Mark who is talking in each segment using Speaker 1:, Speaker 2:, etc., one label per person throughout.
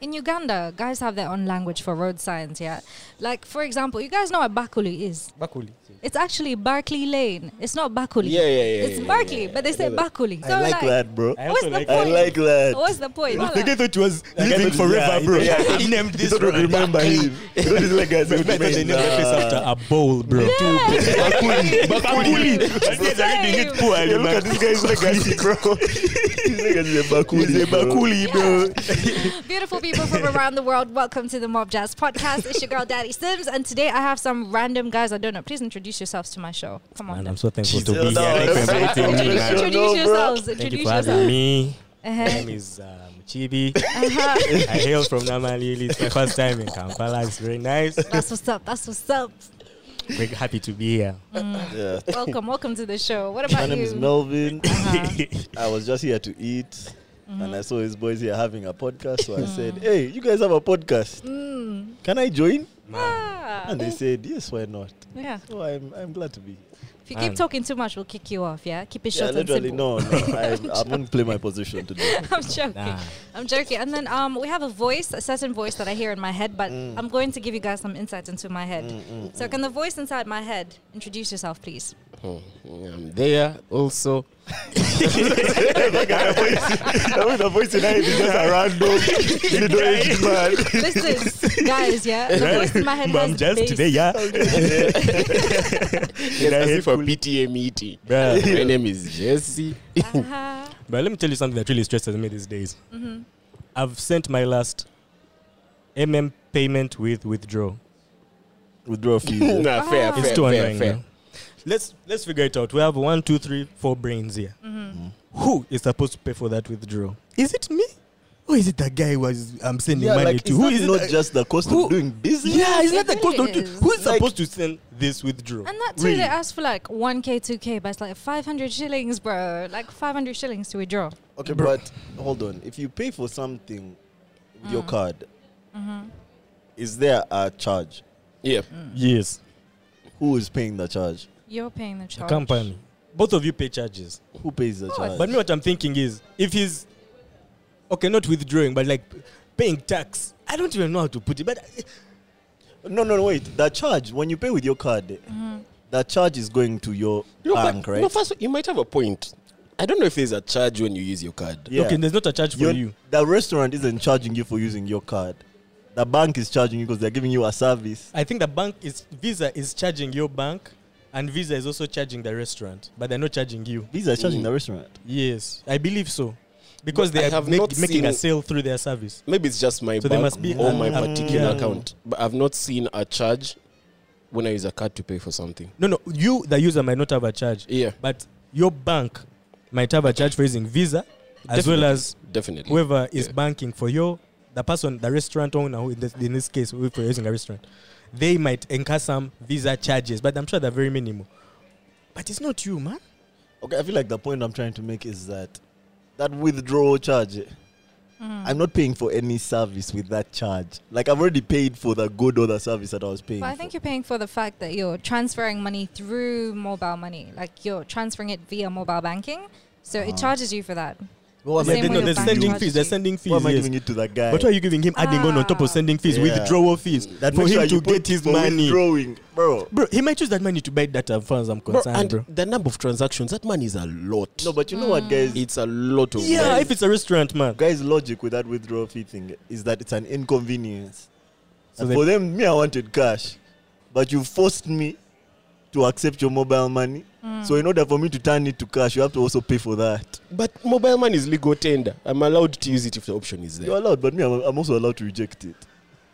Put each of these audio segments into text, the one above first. Speaker 1: in Uganda, guys have their own language for road signs, yeah? Like, for example, you guys know what Bakuli is.
Speaker 2: Bakuli.
Speaker 1: It's actually Barclay Lane. It's not Bakuli.
Speaker 3: Yeah, yeah, yeah,
Speaker 1: It's
Speaker 3: yeah,
Speaker 1: Barclay,
Speaker 3: yeah, yeah.
Speaker 1: but they
Speaker 3: I
Speaker 1: say
Speaker 3: know that.
Speaker 1: Bakuli.
Speaker 4: I like that, bro.
Speaker 2: I
Speaker 1: What's the
Speaker 2: also like
Speaker 1: point?
Speaker 4: I like that.
Speaker 1: What's the point?
Speaker 4: The guy thought he was living
Speaker 3: thought-
Speaker 4: forever,
Speaker 3: yeah,
Speaker 4: bro.
Speaker 3: yeah.
Speaker 4: He named this road. remember him. He thought he's like, guys,
Speaker 3: Remember
Speaker 4: remember
Speaker 3: the
Speaker 4: the
Speaker 3: name of the place
Speaker 4: after a bowl, bro. Bakuli. Bakuli. This guy
Speaker 1: reading it
Speaker 4: poorly, man. Look at this guy. He's like, a- bro. He's like, a Bakuli. He's a Bakuli, bro.
Speaker 1: Beautiful people from around the world, welcome to the Mob Jazz Podcast. It's your girl Daddy Sims, and today I have some random guys I don't know. Please introduce yourselves to my show. Come on,
Speaker 5: Man,
Speaker 1: then.
Speaker 5: I'm so thankful to
Speaker 4: Jesus.
Speaker 5: be here. Thanks for inviting me,
Speaker 1: introduce,
Speaker 4: Introduction.
Speaker 5: man.
Speaker 1: introduce
Speaker 4: No, bro.
Speaker 1: yourselves.
Speaker 5: Thank you
Speaker 1: Introduce
Speaker 5: for having
Speaker 1: yourselves.
Speaker 5: me. My
Speaker 1: Uh-huh.
Speaker 5: name is um, Chibi.
Speaker 1: Uh-huh.
Speaker 5: I hail from Namalili. It's my first time in Kampala. It's very nice.
Speaker 1: That's what's up. That's what's up.
Speaker 5: Very happy to be here.
Speaker 4: Yeah.
Speaker 1: Welcome, welcome to the show. What
Speaker 4: My
Speaker 1: about
Speaker 4: name
Speaker 1: you?
Speaker 4: is Melvin.
Speaker 1: Uh-huh.
Speaker 4: I was just here to eat. And I saw his boys here having a podcast, so I said, "Hey, you guys have a podcast?
Speaker 1: Mm.
Speaker 4: Can I join?"
Speaker 1: Ah.
Speaker 4: And they said, "Yes, why not?"
Speaker 1: Yeah.
Speaker 4: So I'm, I'm glad to be. here.
Speaker 1: If you keep
Speaker 5: Man.
Speaker 1: talking too much, we'll kick you off. Yeah. Keep it
Speaker 4: Yeah,
Speaker 1: short and
Speaker 4: literally,
Speaker 1: simple.
Speaker 4: no, no, I'm, I'm gonna play my position today.
Speaker 1: I'm joking.
Speaker 5: Nah.
Speaker 1: I'm joking. And then um, we have a voice, a certain voice that I hear in my head, but I'm going to give you guys some insight into my head. so, can the voice inside my head introduce yourself, please?
Speaker 3: Oh, I'm there also.
Speaker 4: I mean, the voice in my head is just a random middle-aged man.
Speaker 1: Listen, guys, yeah? The voice in my head has
Speaker 5: Mom, just
Speaker 1: bass.
Speaker 5: today, yeah.
Speaker 3: Yes, I see for PTA meeting.
Speaker 5: Bruh.
Speaker 3: My name is Jesse.
Speaker 1: Uh-huh.
Speaker 5: But let me tell you something that really stresses me these days.
Speaker 1: Mm-hmm.
Speaker 5: I've sent my last MM payment with withdraw.
Speaker 4: Withdraw fees. yeah.
Speaker 3: nah, fair,
Speaker 1: Ah.
Speaker 3: fair,
Speaker 5: It's too
Speaker 3: fair,
Speaker 5: annoying.
Speaker 3: fair.
Speaker 5: man. Let's let's figure it out. We have one, two, three, four brains here.
Speaker 1: Mm-hmm.
Speaker 5: Mm-hmm. Who is supposed to pay for that withdrawal? Is it me, or is it the guy who was I'm sending
Speaker 4: Yeah,
Speaker 5: money
Speaker 4: like,
Speaker 5: to?
Speaker 4: it's
Speaker 5: Who
Speaker 4: not,
Speaker 5: is it?
Speaker 4: not
Speaker 5: that-
Speaker 4: just the cost
Speaker 5: who-
Speaker 4: of doing business.
Speaker 5: yeah, it's
Speaker 1: It
Speaker 5: not the cost
Speaker 1: really
Speaker 5: of
Speaker 1: is.
Speaker 5: who is
Speaker 4: Like-
Speaker 5: supposed to send this withdrawal?
Speaker 1: And that too,
Speaker 5: Really?
Speaker 1: they asked for like 1K, 2K, but it's like 500 shillings, bro. Like 500 shillings to withdraw.
Speaker 4: Okay,
Speaker 5: Bro.
Speaker 4: but hold on. If you pay for something with
Speaker 1: Mm.
Speaker 4: your card,
Speaker 1: Mm-hmm.
Speaker 4: is there a charge?
Speaker 3: Yeah.
Speaker 5: Yes,
Speaker 4: Who is paying the charge?
Speaker 1: You're paying the charge.
Speaker 5: company. Both of you pay charges.
Speaker 4: Who pays the
Speaker 1: Oh,
Speaker 4: charge?
Speaker 5: But me, what I'm thinking is, if he's okay, not withdrawing, but like p- paying tax. I don't even know how to put it, but uh,
Speaker 4: no, no, no, wait. The charge when you pay with your card,
Speaker 1: Mm-hmm.
Speaker 4: the charge is going to your
Speaker 5: Ah,
Speaker 3: No, but-
Speaker 4: bank, right?
Speaker 3: No, first, you might have a point. I don't know if there's a charge when you use your card.
Speaker 4: yeah.
Speaker 5: okay, there's not a charge for
Speaker 4: Your-
Speaker 5: you.
Speaker 4: The restaurant isn't charging you for using your card. The bank is charging you because they're giving you a service.
Speaker 5: I think the bank is Visa is charging your bank, and Visa is also charging the restaurant, but they're not charging you.
Speaker 4: These are charging the restaurant.
Speaker 5: Yes, I believe so, because
Speaker 3: But I
Speaker 5: they are
Speaker 3: have
Speaker 5: make-
Speaker 3: not
Speaker 5: making a
Speaker 3: seen-
Speaker 5: sale through their service.
Speaker 3: Maybe it's just my
Speaker 5: So there
Speaker 3: bank
Speaker 5: must be
Speaker 3: or
Speaker 5: an-
Speaker 3: my
Speaker 5: an-
Speaker 3: particular
Speaker 5: yeah.
Speaker 3: account. But I've not seen a charge when I use a card to pay for something.
Speaker 5: No, no, you the user might not have a charge,
Speaker 3: Yeah.
Speaker 5: but your bank might have a charge for using Visa, as well
Speaker 3: Definitely.
Speaker 5: as
Speaker 3: Definitely.
Speaker 5: whoever is
Speaker 3: Yeah.
Speaker 5: banking for your the person the restaurant owner who in this, in this case if we're using a restaurant they might incur some visa charges but i'm sure they're very minimal but it's not you man
Speaker 4: Okay, I feel like the point I'm trying to make is that that withdrawal charge.
Speaker 1: Mm.
Speaker 4: I'm not paying for any service with that charge. Like I've already paid for the good or the service that I was paying.
Speaker 1: But I
Speaker 4: for.
Speaker 1: think you're paying for the fact that you're transferring money through mobile money. Like you're transferring it via mobile banking. So
Speaker 5: Ah.
Speaker 1: it charges you for that.
Speaker 4: What am
Speaker 1: The same
Speaker 4: I
Speaker 5: they,
Speaker 1: way
Speaker 4: giving
Speaker 5: no,
Speaker 1: the
Speaker 4: it
Speaker 5: they're
Speaker 4: to
Speaker 1: bank
Speaker 5: sending
Speaker 4: you?
Speaker 5: fees they're sending fees
Speaker 4: What am I
Speaker 5: yes.
Speaker 4: giving it to that guy?
Speaker 5: but why are you giving him adding on on top
Speaker 1: Ah.
Speaker 5: of sending fees
Speaker 4: Yeah.
Speaker 5: withdrawal fees
Speaker 4: that
Speaker 5: for
Speaker 4: make sure you
Speaker 5: him to
Speaker 4: put
Speaker 5: get his
Speaker 4: for
Speaker 5: money
Speaker 4: Withdrawing, bro.
Speaker 5: bro he might use that money to buy data as far as i'm
Speaker 3: Bro,
Speaker 5: concerned
Speaker 3: and
Speaker 5: bro,
Speaker 3: the number of transactions, that money is a lot.
Speaker 4: No, but you know
Speaker 1: Mm.
Speaker 4: what, guys?
Speaker 3: it's a lot of
Speaker 5: yeah
Speaker 3: money.
Speaker 5: if it's a restaurant man
Speaker 4: guys' logic with that withdrawal fee thing is that it's an inconvenience.
Speaker 5: So
Speaker 4: And
Speaker 5: they-
Speaker 4: for them, me, I wanted cash, but you forced me to accept your mobile money. So in order for me to turn it to cash, you have to also pay for that.
Speaker 3: But mobile money is legal tender. I'm allowed to use it if the option is there.
Speaker 4: You're allowed, but me, I'm, I'm also allowed to reject it.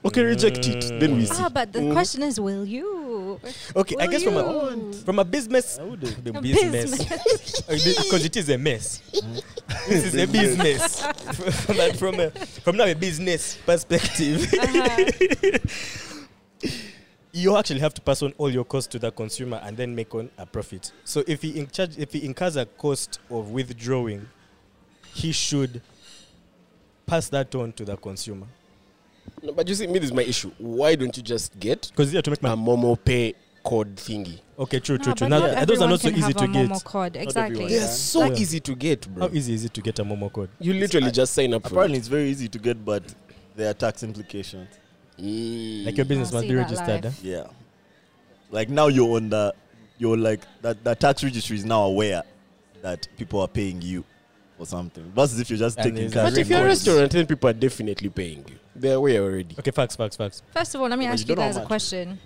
Speaker 3: okay, reject it. Then we see.
Speaker 1: Ah, but
Speaker 5: Mm.
Speaker 1: the question is, will you?
Speaker 5: okay i
Speaker 1: Will
Speaker 5: guess from
Speaker 1: you?
Speaker 5: a from a business the
Speaker 1: A
Speaker 5: business
Speaker 1: business.
Speaker 5: because it is a mess. this is a business. but from a, from now a business perspective, you actually have to pass on all your costs to the consumer and then make on a profit. So if he in charge, if he incurs a cost of withdrawing, he should pass that on to the consumer
Speaker 3: No, but you see, me, this is my issue. Why don't you just get
Speaker 5: because to make
Speaker 3: a
Speaker 5: money.
Speaker 3: Momo Pay code thingy?
Speaker 5: Okay, true,
Speaker 1: No,
Speaker 5: true, true.
Speaker 1: but
Speaker 5: Now,
Speaker 1: not
Speaker 5: uh, those
Speaker 1: everyone
Speaker 5: are not so
Speaker 1: can
Speaker 5: easy
Speaker 1: have
Speaker 5: to
Speaker 1: a
Speaker 5: get.
Speaker 1: Momo code. Exactly.
Speaker 4: everyone.
Speaker 3: They are
Speaker 4: Yeah.
Speaker 3: so
Speaker 1: Like-
Speaker 3: easy to get, bro.
Speaker 5: How easy is it to get a Momo code?
Speaker 3: You literally just sign up for
Speaker 4: Apparently,
Speaker 3: it.
Speaker 4: it's very easy to get, but There are tax implications.
Speaker 3: Mm.
Speaker 5: Like your business
Speaker 1: I
Speaker 5: must
Speaker 1: see
Speaker 5: be
Speaker 1: that
Speaker 5: registered.
Speaker 1: life.
Speaker 5: huh?
Speaker 4: Yeah. Like now you're on the, you're like, that the tax registry is now aware that people are paying you for something. Versus if you're just
Speaker 5: And
Speaker 4: taking
Speaker 5: is-
Speaker 4: cash.
Speaker 3: But if
Speaker 4: and
Speaker 3: you're a
Speaker 4: coins.
Speaker 3: restaurant, then people are definitely paying you. They're away already.
Speaker 5: Okay, facts, facts, facts.
Speaker 1: First of all, let me
Speaker 4: But
Speaker 1: ask
Speaker 4: you
Speaker 1: you
Speaker 4: don't know how
Speaker 1: guys a
Speaker 4: much.
Speaker 1: question.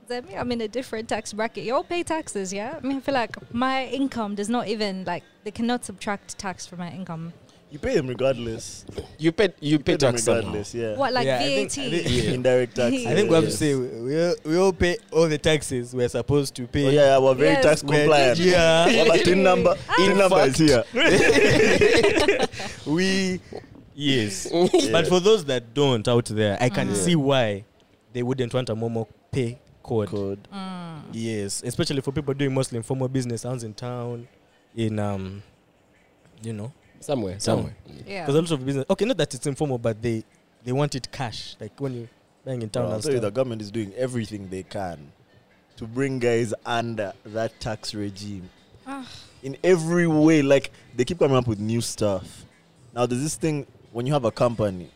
Speaker 1: I mean, I'm in a different tax bracket. You all pay taxes, yeah? I mean, I feel like my income does not even, like, they cannot subtract tax from my income.
Speaker 4: You pay them regardless.
Speaker 3: You pay. You pay
Speaker 4: Pay them
Speaker 3: tax somehow.
Speaker 4: regardless, yeah.
Speaker 1: What, like
Speaker 5: Yeah, I
Speaker 1: VAT?
Speaker 5: think- I think-
Speaker 3: Yeah.
Speaker 4: Indirect tax.
Speaker 1: I
Speaker 5: I think we have
Speaker 4: yes.
Speaker 5: to say we, we, all, we all pay all the taxes we're supposed to pay.
Speaker 4: Oh, yeah, yeah, we're very
Speaker 1: Yes.
Speaker 4: tax
Speaker 5: We're-
Speaker 4: compliant.
Speaker 5: Yeah.
Speaker 4: Well, but tin number, tin
Speaker 3: In
Speaker 4: number is
Speaker 3: fact-
Speaker 4: here.
Speaker 5: we yes but for those that don't out there i
Speaker 1: Mm.
Speaker 5: can see why they wouldn't want a momo pay code,
Speaker 4: Code.
Speaker 5: yes especially for people doing mostly informal business sounds in town in um you know
Speaker 3: Somewhere. Somewhere.
Speaker 1: yeah.
Speaker 5: because a lot of business okay not that it's informal but they they want it cash like when you're buying in town
Speaker 4: Well, I'll
Speaker 5: and
Speaker 4: tell you,
Speaker 5: stuff.
Speaker 4: the government is doing everything they can to bring guys under that tax regime
Speaker 1: Ah.
Speaker 4: in every way. Like they keep coming up with new stuff. Now there's this thing when you have a company,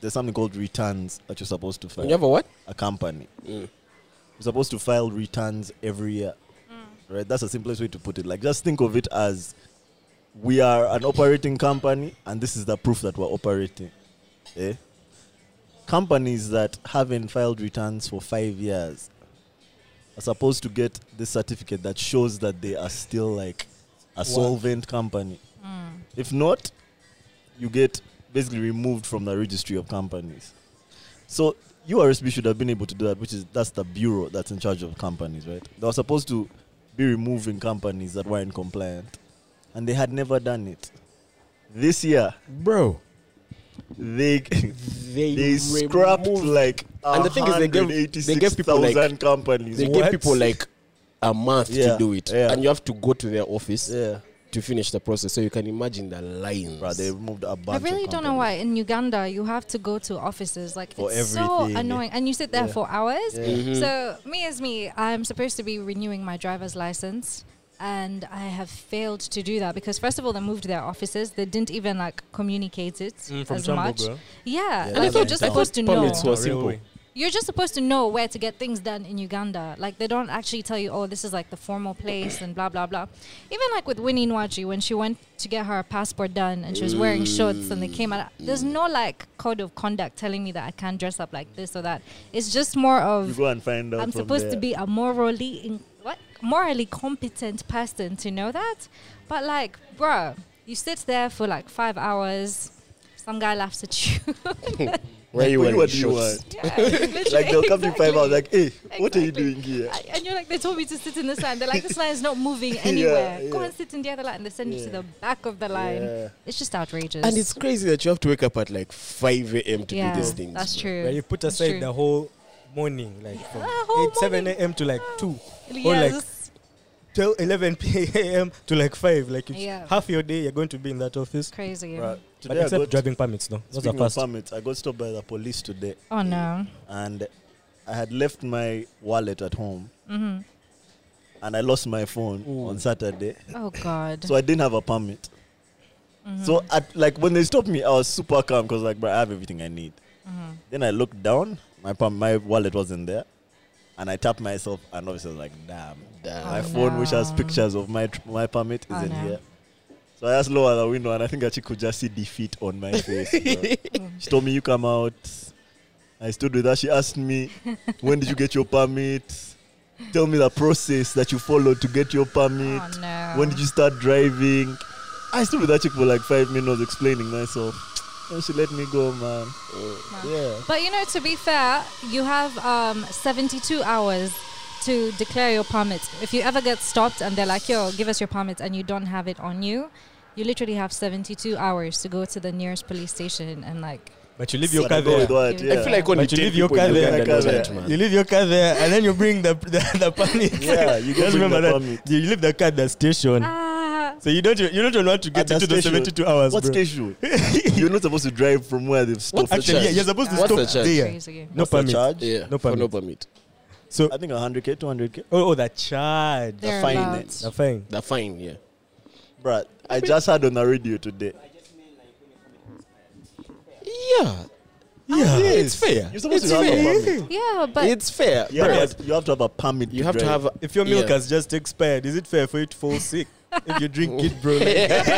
Speaker 4: there's something called returns that you're supposed to file.
Speaker 3: Mm. You have a what?
Speaker 4: a company, you're supposed to file returns every year. Right? That's the simplest way to put it. Like just think of it as we are an operating company and this is the proof that we're operating. Eh? Companies that haven't filed returns for five years are supposed to get this certificate that shows that they are still like a solvent company. If not, you get basically removed from the registry of companies. So URSB should have been able to do that, which is that's the bureau that's in charge of companies, right? They were supposed to be removing companies that weren't compliant, and they had never done it. This year,
Speaker 3: Bro.
Speaker 4: they
Speaker 3: They,
Speaker 4: they scrapped
Speaker 3: removed-
Speaker 4: like
Speaker 3: And the thing is they gave- they gave people, like-
Speaker 4: 186,000 companies.
Speaker 3: They
Speaker 4: What?
Speaker 3: give people like a month
Speaker 4: Yeah,
Speaker 3: to do it,
Speaker 4: yeah.
Speaker 3: and you have to go to their office
Speaker 4: yeah,
Speaker 3: to finish the process. So you can imagine the lines.
Speaker 4: Bruh, they removed a bunch.
Speaker 1: I
Speaker 4: of
Speaker 1: really don't know
Speaker 4: companies.
Speaker 1: why in Uganda you have to go to offices like
Speaker 4: For
Speaker 1: it's so
Speaker 4: everything.
Speaker 1: annoying, and you sit there
Speaker 4: Yeah.
Speaker 1: for hours.
Speaker 4: Yeah. Mm-hmm.
Speaker 1: So me as me, I'm supposed to be renewing my driver's license, and I have failed to do that because first of all, they moved their offices. They didn't even like communicate it
Speaker 5: Mm, from
Speaker 1: as
Speaker 5: Jambo,
Speaker 1: much.
Speaker 5: bro.
Speaker 1: Yeah,
Speaker 4: Yeah,
Speaker 1: like
Speaker 4: I
Speaker 1: you're
Speaker 4: thought-
Speaker 1: just
Speaker 4: I
Speaker 1: supposed to know.
Speaker 3: permits were simple.
Speaker 5: Railway.
Speaker 1: You're just supposed to know where to get things done in Uganda. Like they don't actually tell you, oh, this is like the formal place and blah blah blah. Even like with Winnie Nwaji when she went to get her passport done and she was wearing shorts and they came out. There's no like code of conduct telling me that I can't dress up like this or that. It's just more
Speaker 4: You
Speaker 1: of
Speaker 4: go and find out.
Speaker 1: I'm
Speaker 4: from
Speaker 1: supposed to
Speaker 4: there.
Speaker 1: be a morally in, what morally competent person to know that. But like, bruh, you sit there for like five hours. Some guy laughs at you.
Speaker 3: Where you
Speaker 4: But
Speaker 3: were
Speaker 4: what do you
Speaker 3: shorts.
Speaker 1: Yeah,
Speaker 4: Like they'll come
Speaker 1: literally,
Speaker 4: to you five hours,
Speaker 1: exactly.
Speaker 4: like, hey, what are you
Speaker 1: Exactly.
Speaker 4: doing here?
Speaker 1: I- and you're like, they told me to sit in this line. They're like, this line is not moving anywhere. Go
Speaker 4: yeah.
Speaker 1: and sit in the other line. And they send you to
Speaker 4: Yeah.
Speaker 1: the back of the line.
Speaker 4: Yeah.
Speaker 1: It's just outrageous.
Speaker 3: And it's crazy that you have to wake up at like 5 a.m. to
Speaker 1: yeah,
Speaker 3: do these things.
Speaker 1: That's
Speaker 3: bro.
Speaker 1: true.
Speaker 5: where you put
Speaker 1: That's
Speaker 5: aside
Speaker 1: true.
Speaker 5: the whole morning like from
Speaker 1: the whole
Speaker 5: 8 7
Speaker 1: morning.
Speaker 5: a.m to like 2 or like
Speaker 1: Yes.
Speaker 5: 12 11 p.m to like 5 like it's
Speaker 1: Yeah.
Speaker 5: half your day you're going to be in that office
Speaker 1: crazy.
Speaker 4: Right.
Speaker 5: But
Speaker 4: Today I
Speaker 5: except
Speaker 4: got,
Speaker 5: driving permits, no. Those are
Speaker 4: speaking of
Speaker 5: fast.
Speaker 4: permits, I got stopped by the police today.
Speaker 1: Oh, no.
Speaker 4: and I had left my wallet at home, and I lost my phone on Saturday,
Speaker 1: Oh, God.
Speaker 4: so I didn't have a permit. So at, like when they stopped me, I was super calm because like, bro, I have everything I need. Then I looked down, my perm- my wallet wasn't there, and I tapped myself, and obviously I was like, damn, damn.
Speaker 1: Oh,
Speaker 4: my phone, which has
Speaker 1: no.
Speaker 4: pictures of my tr- my permit,
Speaker 1: Oh,
Speaker 4: isn't
Speaker 1: no.
Speaker 4: here. So I just lowered the window, and I think that she could just see defeat on my face. bro. She told me, "You come out." I stood with her. She asked me, "When did you get your permit? Tell me the process that you followed to get your permit.
Speaker 1: Oh, no.
Speaker 4: When did you start driving?" I stood with that chick for like five minutes explaining myself. And she let me go, man. Yeah.
Speaker 1: But you know, to be fair, you have um, 72 hours to declare your permit. If you ever get stopped and they're like, yo, give us your permit, and you don't have it on you, you literally have 72 hours to go to the nearest police station and like.
Speaker 5: But you leave your
Speaker 4: But
Speaker 5: car
Speaker 4: I go
Speaker 5: there.
Speaker 4: with what,
Speaker 1: I
Speaker 4: yeah.
Speaker 3: I feel like only
Speaker 5: But you
Speaker 3: 10
Speaker 5: leave your
Speaker 3: people in
Speaker 5: car there.
Speaker 3: Uganda know
Speaker 4: Yeah.
Speaker 3: that, man.
Speaker 5: You leave your car there and then you bring the the, the permit.
Speaker 4: Yeah, you go
Speaker 5: just
Speaker 4: bring the
Speaker 5: remember that
Speaker 4: permit.
Speaker 5: you leave the car at the station.
Speaker 1: Ah,
Speaker 5: So you don't you don't even want to
Speaker 4: At
Speaker 5: get into
Speaker 4: the
Speaker 5: the
Speaker 4: station.
Speaker 5: 72 hours,
Speaker 4: What's
Speaker 5: bro.
Speaker 4: station? You're not supposed to drive from where they've stopped.
Speaker 3: the
Speaker 4: the
Speaker 5: Actually, yeah,
Speaker 3: charge?
Speaker 5: you're supposed to
Speaker 3: What's
Speaker 5: stop
Speaker 3: the charge?
Speaker 5: there.
Speaker 1: crazy.
Speaker 5: No
Speaker 4: What's the
Speaker 5: permit.
Speaker 4: charge?
Speaker 3: Yeah,
Speaker 5: No
Speaker 3: for no
Speaker 5: permit.
Speaker 3: permit.
Speaker 5: So
Speaker 4: I think 100k, 200k.
Speaker 5: oh, oh, the charge.
Speaker 1: There are
Speaker 4: fine,
Speaker 1: lots.
Speaker 5: The fine.
Speaker 3: The fine, yeah.
Speaker 4: Bruh, I just had on the radio today.
Speaker 3: Yeah.
Speaker 5: Yeah.
Speaker 3: It's fair.
Speaker 4: You're supposed
Speaker 3: it's
Speaker 4: to have a
Speaker 3: fair.
Speaker 4: permit.
Speaker 1: Yeah, but
Speaker 3: It's fair.
Speaker 4: Yeah,
Speaker 3: but
Speaker 4: but you have to have a permit.
Speaker 3: you have to
Speaker 4: drive.
Speaker 3: have. a-
Speaker 5: If your milk
Speaker 3: yeah.
Speaker 5: has just expired, is it fair for you to fall sick if you drink it, bro?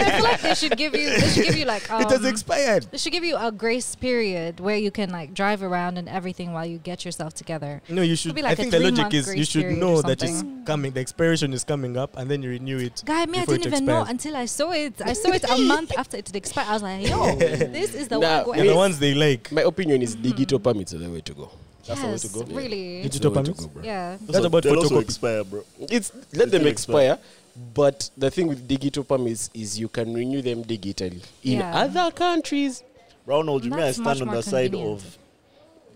Speaker 1: I
Speaker 5: Like,
Speaker 1: feel like they should give you. They should give you like. Um,
Speaker 5: It has expired.
Speaker 1: they should give you a grace period where you can like drive around and everything while you get yourself together.
Speaker 5: No, you should.
Speaker 1: be
Speaker 5: I
Speaker 1: like a
Speaker 5: think the logic
Speaker 1: three-month
Speaker 5: is you
Speaker 1: grace
Speaker 5: should
Speaker 1: period
Speaker 5: know
Speaker 1: or
Speaker 5: that it's coming. The expiration is coming up, and then you renew it.
Speaker 1: Guy, me, I
Speaker 5: before it
Speaker 1: didn't even know
Speaker 5: expires.
Speaker 1: until I saw it. I saw it a month after it had expired. I was like, yo, this is the
Speaker 3: Nah,
Speaker 1: one.
Speaker 5: They're
Speaker 1: going-
Speaker 5: the ones they like.
Speaker 3: My opinion is digital permits are the way to go.
Speaker 1: Hmm. yes,
Speaker 4: the way to go.
Speaker 1: really.
Speaker 3: It's
Speaker 5: Digital
Speaker 3: the way to
Speaker 5: permits?
Speaker 3: go, bro.
Speaker 1: Yeah.
Speaker 4: Those
Speaker 5: That's
Speaker 4: are-
Speaker 5: about
Speaker 4: they'll also
Speaker 5: photocopy.
Speaker 4: expire, bro.
Speaker 3: It's let them
Speaker 4: still
Speaker 3: expire, but the thing with digital permits is you can renew them digitally in
Speaker 1: Yeah.
Speaker 3: other countries.
Speaker 4: Ronald, you may I
Speaker 1: That's much
Speaker 4: stand on
Speaker 1: more
Speaker 4: the side
Speaker 1: convenient.
Speaker 4: of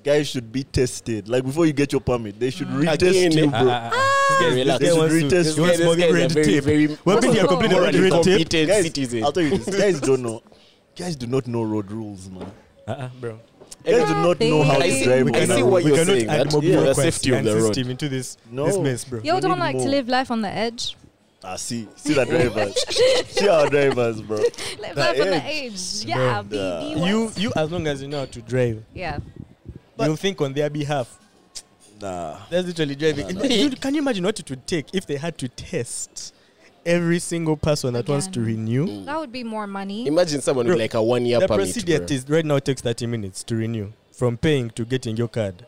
Speaker 4: guys should be tested. Like before you get your permit, they should retest
Speaker 3: Again,
Speaker 4: you,
Speaker 3: ah,
Speaker 4: bro.
Speaker 5: Relax.
Speaker 4: They should
Speaker 5: wants to-
Speaker 4: retest
Speaker 5: this
Speaker 4: you.
Speaker 5: guy-
Speaker 3: This
Speaker 5: wants more
Speaker 3: guy is a
Speaker 5: red
Speaker 3: very,
Speaker 5: tape.
Speaker 3: very
Speaker 5: We're being
Speaker 1: What's
Speaker 5: a
Speaker 1: the
Speaker 5: completely
Speaker 1: law?
Speaker 5: red tape.
Speaker 3: competent
Speaker 4: guys,
Speaker 3: citizen.
Speaker 4: I'll tell you this. Guys don't know. Guys do not know road rules, man.
Speaker 5: Uh-uh, bro.
Speaker 4: Guys do not know how
Speaker 1: I
Speaker 4: to
Speaker 1: see-
Speaker 4: drive.
Speaker 3: we
Speaker 4: on
Speaker 3: I
Speaker 4: the
Speaker 3: see
Speaker 4: road.
Speaker 3: what
Speaker 5: we
Speaker 3: you're
Speaker 5: cannot
Speaker 3: saying.
Speaker 5: add
Speaker 3: That's
Speaker 5: more
Speaker 3: yeah, the
Speaker 5: bureaucracy
Speaker 3: safety of
Speaker 5: and
Speaker 3: the road.
Speaker 5: system into this,
Speaker 4: No.
Speaker 5: this mess, bro.
Speaker 1: Y'all
Speaker 4: We
Speaker 1: don't
Speaker 4: need
Speaker 1: like to
Speaker 4: more.
Speaker 1: live life on the edge.
Speaker 4: Ah, see, see the drivers. see our drivers, bro.
Speaker 1: Live
Speaker 4: The
Speaker 1: life on the
Speaker 4: edge.
Speaker 1: edge. Yeah,
Speaker 4: Yeah.
Speaker 1: baby.
Speaker 5: You,
Speaker 1: what?
Speaker 5: you, as long as you know how to drive,
Speaker 1: Yeah.
Speaker 4: But-
Speaker 5: you'll think on their behalf.
Speaker 4: Nah.
Speaker 5: That's literally driving. You- can you imagine what it would take if they had to test every single person that wants to
Speaker 1: Again.
Speaker 5: renew?
Speaker 1: That would be more money.
Speaker 3: Imagine someone with
Speaker 5: Bro,
Speaker 3: like a one-year
Speaker 5: the
Speaker 3: permit.
Speaker 5: procedure
Speaker 3: bro.
Speaker 5: is right now takes 30 minutes to renew from paying to getting your card.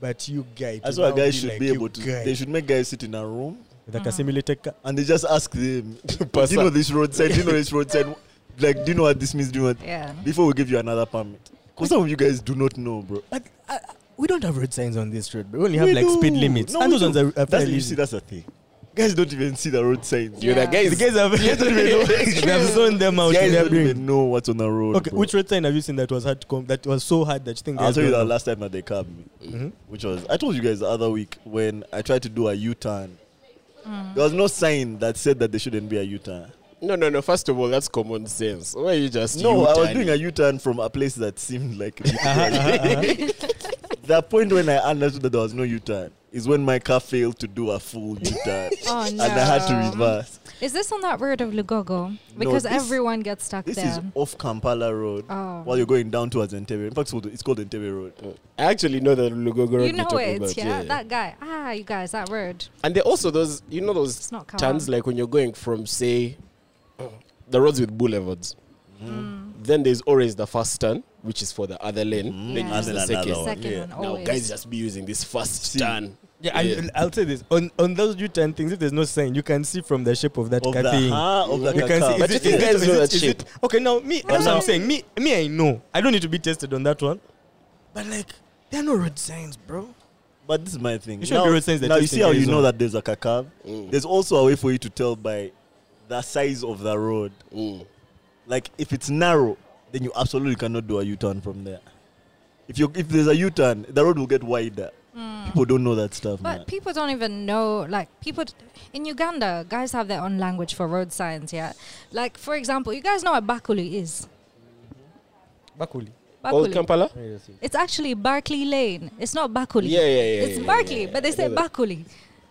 Speaker 5: But you guy,
Speaker 4: That's
Speaker 5: to
Speaker 4: why
Speaker 5: now
Speaker 4: guys
Speaker 5: be
Speaker 4: should
Speaker 5: like
Speaker 4: be
Speaker 5: you
Speaker 4: able to.
Speaker 5: guy
Speaker 4: They should make guys sit in a room
Speaker 5: with like a simulated car.
Speaker 4: and they just ask them, do
Speaker 3: Pass
Speaker 4: you know
Speaker 3: up.
Speaker 4: this roadside? Do you know this roadside? Like, do you know what this means? Do you know what?
Speaker 1: Yeah.
Speaker 4: Before we give you another permit. Because some of you guys do not know, bro.
Speaker 5: But uh, we don't have road signs on this road. bro. We only have
Speaker 4: We
Speaker 5: like speed
Speaker 4: do.
Speaker 5: limits,
Speaker 4: No,
Speaker 5: and
Speaker 4: we
Speaker 5: those ones
Speaker 4: do.
Speaker 5: are, are
Speaker 4: that's,
Speaker 5: fairly
Speaker 4: you see,
Speaker 5: easy.
Speaker 4: that's the thing. Guys don't even see the road signs.
Speaker 3: You're the
Speaker 1: Yeah.
Speaker 3: guys.
Speaker 5: the guys have they have zoned them out.
Speaker 4: guys
Speaker 5: they are
Speaker 4: don't
Speaker 5: doing-
Speaker 4: even know what's on the road.
Speaker 5: Okay,
Speaker 4: bro.
Speaker 5: which road sign have you seen that was hard to come? That was so hard that you think.
Speaker 4: I'll
Speaker 5: guys
Speaker 4: tell you
Speaker 5: don't
Speaker 4: the
Speaker 5: know?
Speaker 4: last time that they caught me,
Speaker 5: Mhm.
Speaker 4: which was I told you guys the other week when I tried to do a U-turn. There was no sign that said that there shouldn't be a U-turn.
Speaker 3: No, no, no. First of all, that's common sense. Why are you just
Speaker 4: No, I was
Speaker 3: U-turning?
Speaker 4: doing a U-turn from a place that seemed like
Speaker 5: Uh-huh,
Speaker 4: the point when I understood that there was no U-turn is when my car failed to do a full U-turn
Speaker 1: Oh,
Speaker 4: and I had
Speaker 1: no.
Speaker 4: to reverse.
Speaker 1: Is this on that road of Lugogo? Because
Speaker 4: this-
Speaker 1: everyone gets stuck
Speaker 4: This
Speaker 1: there.
Speaker 4: is off Kampala Road
Speaker 1: Oh.
Speaker 4: while you're going down towards Entebbe. In fact, it's called- it's called Entebbe Road.
Speaker 3: I actually know the Lugogo road
Speaker 1: you know
Speaker 3: you're talking
Speaker 1: it,
Speaker 3: about.
Speaker 1: yeah?
Speaker 3: yeah, yeah.
Speaker 1: That guy. Ah, you guys, that road.
Speaker 3: And there are also those, you know, those
Speaker 1: It's not calm.
Speaker 3: turns like when you're going from, say, the roads with boulevards. Then there's always the first turn, which is for the Mm. other lane. Then
Speaker 1: Yeah.
Speaker 3: you use
Speaker 1: And
Speaker 3: the
Speaker 4: then
Speaker 3: second.
Speaker 4: another one.
Speaker 1: Second
Speaker 4: yeah.
Speaker 1: one,
Speaker 3: Now
Speaker 1: always.
Speaker 3: guys just be using this first
Speaker 4: See.
Speaker 3: turn.
Speaker 5: Yeah, I, I'll say this on on those U-turn things. If there's no sign, you can see from the shape of that
Speaker 4: Of
Speaker 5: car
Speaker 4: the,
Speaker 5: thing.
Speaker 4: huh, of the
Speaker 5: You can
Speaker 4: car.
Speaker 5: see.
Speaker 3: But
Speaker 5: Is it,
Speaker 3: you
Speaker 5: is
Speaker 3: guys
Speaker 5: it-
Speaker 3: know
Speaker 5: is
Speaker 3: that
Speaker 5: it- is
Speaker 3: shape.
Speaker 5: it- Okay, now me. That's what I'm saying. Me, me, I know. I don't need to be tested on that one. But like, there are no road signs, bro.
Speaker 4: But this is my thing.
Speaker 5: You shouldn't be road signs that
Speaker 4: now you
Speaker 5: just
Speaker 4: see how you
Speaker 5: engage
Speaker 4: know
Speaker 5: on.
Speaker 4: that there's a cacab.
Speaker 3: Mm.
Speaker 4: There's also a way for you to tell by the size of the road.
Speaker 3: Mm.
Speaker 4: Like if it's narrow, then you absolutely cannot do a U-turn from there. If you if there's a U-turn, the road will get wider. People don't know that stuff,
Speaker 1: But
Speaker 4: man.
Speaker 1: people don't even know, like, people d- in Uganda, guys have their own language for road signs, yeah? Like, for example, you guys know what Bakuli is.
Speaker 5: Bakuli.
Speaker 3: Old
Speaker 1: Bakuli.
Speaker 3: Kampala?
Speaker 1: It's actually Barclay Lane. It's not Bakuli.
Speaker 3: Yeah, yeah, yeah.
Speaker 1: It's
Speaker 3: yeah,
Speaker 1: Barclay,
Speaker 3: yeah, yeah.
Speaker 1: but they say
Speaker 3: I know that.
Speaker 1: Bakuli.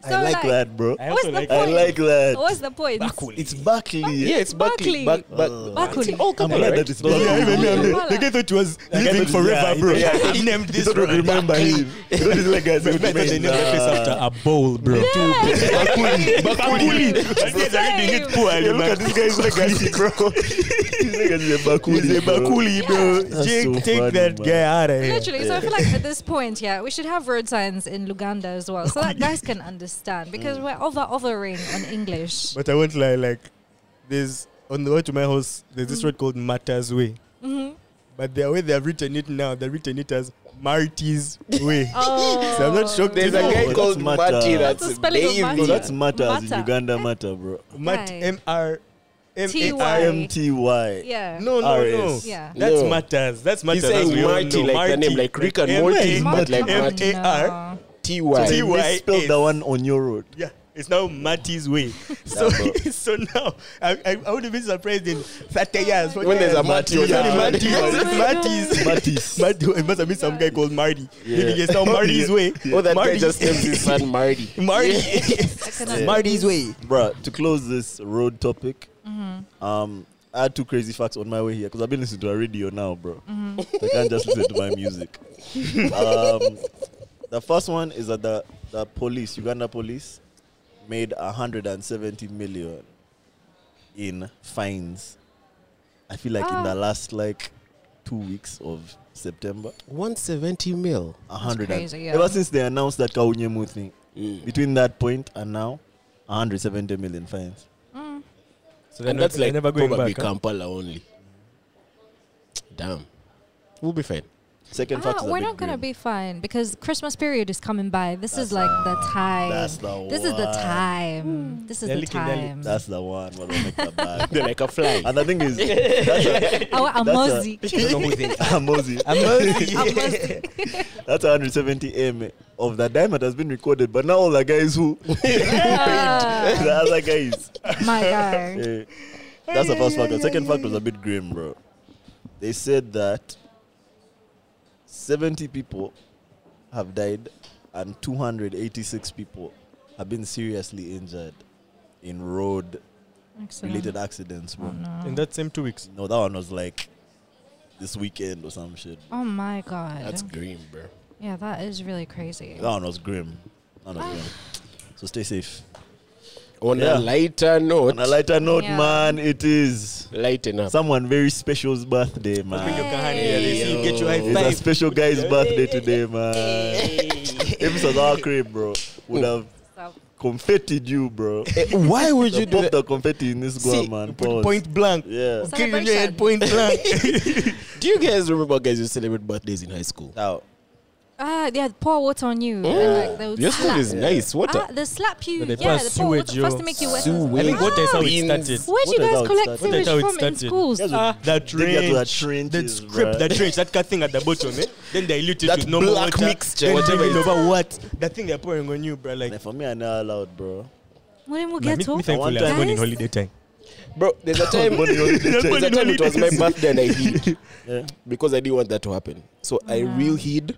Speaker 1: So,
Speaker 4: I like, that, bro.
Speaker 5: I
Speaker 1: What's
Speaker 5: also
Speaker 1: the
Speaker 5: like
Speaker 4: I
Speaker 1: point?
Speaker 4: like that.
Speaker 1: What's the point?
Speaker 4: It's Buckley.
Speaker 3: Yeah, it's Buckley.
Speaker 1: Buckley.
Speaker 3: Buck- Buck-
Speaker 4: Oh.
Speaker 1: Buckley.
Speaker 3: It's all
Speaker 4: I'm
Speaker 3: Kampala,
Speaker 4: glad
Speaker 3: right?
Speaker 4: that it's
Speaker 3: Those are
Speaker 4: Buckley.
Speaker 3: the
Speaker 4: Yeah,
Speaker 3: ones
Speaker 1: yeah,
Speaker 3: that-
Speaker 1: yeah. The guy
Speaker 5: thought it was
Speaker 4: guy living thought- forever, yeah, bro. yeah, yeah.
Speaker 5: I named
Speaker 4: You don't remember him. You don't remember guys. who
Speaker 5: Remember
Speaker 4: made
Speaker 5: they named the place
Speaker 4: that.
Speaker 5: after a bowl, bro.
Speaker 3: Bakuli. Bakuli.
Speaker 5: These are reading it poorly,
Speaker 4: Yeah, look
Speaker 5: man.
Speaker 4: at this guy's legacy, bro. His legacy is a Bakuli.
Speaker 5: He's a Bakuli, bro.
Speaker 4: That's
Speaker 5: Jake,
Speaker 4: so
Speaker 5: take
Speaker 4: funny,
Speaker 5: that
Speaker 4: man.
Speaker 5: guy out of here.
Speaker 1: Literally, so I feel like at this point, yeah, we should have road signs in Luganda as well, so that guys can understand because we're over overing on English.
Speaker 5: But I won't lie, like, there's on the way to my house, there's this road called Martyrs Way. But the way they've written it now, they've written it as Marty's Way.
Speaker 1: Oh.
Speaker 5: So I'm not shocked.
Speaker 3: There's a
Speaker 4: No,
Speaker 3: guy
Speaker 4: that's
Speaker 3: called
Speaker 4: Mata.
Speaker 3: Mati
Speaker 1: What's the
Speaker 3: that's
Speaker 1: spelling of
Speaker 4: No,
Speaker 1: Mati?
Speaker 3: baby.
Speaker 4: that's matters in
Speaker 1: Matter.
Speaker 4: Uganda matter, bro.
Speaker 5: Mat,
Speaker 1: Guy.
Speaker 5: M R M
Speaker 1: T
Speaker 5: A
Speaker 1: Y.
Speaker 5: R.
Speaker 4: M T Y.
Speaker 1: Yeah.
Speaker 5: No, no, no.
Speaker 4: RS.
Speaker 1: Yeah.
Speaker 5: That's
Speaker 3: No.
Speaker 5: Matters. That's Matters.
Speaker 3: He's saying
Speaker 5: as we all
Speaker 3: Marty,
Speaker 5: know.
Speaker 3: like the name, like Rick and
Speaker 5: M-
Speaker 3: Morty,
Speaker 5: M-
Speaker 3: but like
Speaker 5: M-
Speaker 3: Marty.
Speaker 5: A- R.
Speaker 1: No.
Speaker 3: T-Y.
Speaker 5: T-
Speaker 4: They
Speaker 5: Y
Speaker 4: misspelled
Speaker 5: S.
Speaker 4: the one on your road.
Speaker 5: Yeah, it's now Marty's way. So, so now I, I, I would have been surprised in 30 years
Speaker 3: When there's a Marty on
Speaker 5: It's only
Speaker 3: the-
Speaker 5: Marty.
Speaker 1: Oh my
Speaker 5: Marty's.
Speaker 4: Matis.
Speaker 5: Marty. It must have been some guy called Marty. Maybe it's now Marty's way.
Speaker 3: Oh, that
Speaker 5: Marty.
Speaker 3: guy just named his son Marty.
Speaker 5: Marty.
Speaker 1: I cannot-
Speaker 5: Marty's way.
Speaker 4: Bruh, to close this road topic, um, I had two crazy facts on my way here because I've been listening to a radio now, bro. I can't just listen to my music. um, the first one is that the, the police, Uganda police, made 170 million in fines. I feel like in the
Speaker 1: Ah.
Speaker 4: last like two weeks of September,
Speaker 3: 170 mil.
Speaker 4: 100. and-
Speaker 1: crazy, yeah.
Speaker 4: Ever since they announced that Kaunyemu thing,
Speaker 3: Mm.
Speaker 4: between that point and now, 170 million fines.
Speaker 2: So they're
Speaker 3: And
Speaker 2: not-
Speaker 3: that's
Speaker 2: they're
Speaker 3: like
Speaker 2: never going
Speaker 3: probably
Speaker 2: back. huh?
Speaker 3: Kampala only. Damn. We'll be fine.
Speaker 4: Second
Speaker 1: Ah,
Speaker 4: fact is a
Speaker 1: we're
Speaker 4: bit
Speaker 1: not gonna
Speaker 4: grim.
Speaker 1: be fine because Christmas period is coming by. This
Speaker 4: That's
Speaker 1: is like the time.
Speaker 4: that's the
Speaker 1: this is the
Speaker 4: one.
Speaker 5: Hmm.
Speaker 1: time. This is
Speaker 2: They're
Speaker 1: the
Speaker 2: licking their
Speaker 1: time.
Speaker 4: That's the one. We're gonna make the bag.
Speaker 3: They're like a fly.
Speaker 4: And the thing is, that's a,
Speaker 1: Our
Speaker 4: that's a-
Speaker 1: Amozi.
Speaker 4: Amozi.
Speaker 1: Amozi.
Speaker 4: That's 170 m of the dime that has been recorded, but now all the guys who
Speaker 1: Ah,
Speaker 4: the other guys.
Speaker 1: My guy.
Speaker 4: eh, that's the first fact. The second fact was a bit grim, bro. They said that 70 people have died and 286 people have been seriously injured in road
Speaker 1: Excellent. Oh,
Speaker 4: related accidents, bro.
Speaker 2: In that same two weeks.
Speaker 4: No, that one was like this weekend or some shit.
Speaker 1: Oh my god.
Speaker 3: That's green, bro.
Speaker 1: yeah, that is really crazy.
Speaker 4: That one was grim. That one was grim. So stay safe.
Speaker 3: On
Speaker 4: Yeah.
Speaker 3: a lighter note,
Speaker 4: On a lighter note,
Speaker 1: Yeah.
Speaker 4: man, it is
Speaker 3: lighten up.
Speaker 4: someone very special's birthday,
Speaker 2: Bring your
Speaker 4: man.
Speaker 2: kahani here, they see you get
Speaker 3: oh,
Speaker 2: your high
Speaker 4: It's a
Speaker 2: five.
Speaker 4: special guy's birthday today, man. if it was our crib, bro, would have
Speaker 1: So,
Speaker 4: confettied you, bro.
Speaker 3: Eh, Why would
Speaker 4: You pop the confetti in this
Speaker 3: See,
Speaker 4: guam, man.
Speaker 2: Put
Speaker 4: Pause.
Speaker 2: Point blank.
Speaker 4: Yeah.
Speaker 1: So-
Speaker 2: Kill you in your head, point blank.
Speaker 3: Do you guys remember guys who celebrate birthdays in high school?
Speaker 4: Now,
Speaker 1: ah, yeah, pour water on you. And, like, they would
Speaker 3: Your
Speaker 1: slap.
Speaker 3: school is nice. What
Speaker 1: Ah,
Speaker 3: a
Speaker 1: they slap you.
Speaker 2: But they
Speaker 1: yeah,
Speaker 2: pass
Speaker 1: they pour water
Speaker 2: sewage,
Speaker 1: first to
Speaker 2: yo.
Speaker 1: make you wet.
Speaker 2: I think water is how it
Speaker 3: Beans.
Speaker 2: started.
Speaker 1: Where do you
Speaker 4: Water is how
Speaker 1: guys
Speaker 4: it
Speaker 1: collect
Speaker 4: started.
Speaker 2: Water
Speaker 1: sewage
Speaker 2: is how it
Speaker 1: from in
Speaker 2: started.
Speaker 1: schools?
Speaker 4: Yes,
Speaker 2: Ah, the
Speaker 4: dig out the
Speaker 2: trench. The
Speaker 4: trenches,
Speaker 2: script,
Speaker 4: bruh.
Speaker 2: the trench, that cutting at the bottom, eh? Then dilute it
Speaker 3: That
Speaker 2: with normal
Speaker 3: black
Speaker 2: water.
Speaker 3: mixture,
Speaker 2: then
Speaker 3: whatever
Speaker 2: drink it
Speaker 3: it is.
Speaker 2: over what? The thing they're pouring on you, bro. Like,
Speaker 4: for me, I never allowed, bro.
Speaker 1: When we
Speaker 2: Man,
Speaker 1: get
Speaker 2: me, me
Speaker 1: home,
Speaker 2: thankfully,
Speaker 4: Guys.
Speaker 2: I'm born in holiday time.
Speaker 3: bro. There's a time. there's
Speaker 2: Born
Speaker 3: a
Speaker 2: in
Speaker 3: time it was my
Speaker 2: holidays.
Speaker 3: birthday and I hid
Speaker 4: Yeah.
Speaker 3: because I didn't want that to happen. So I real hid.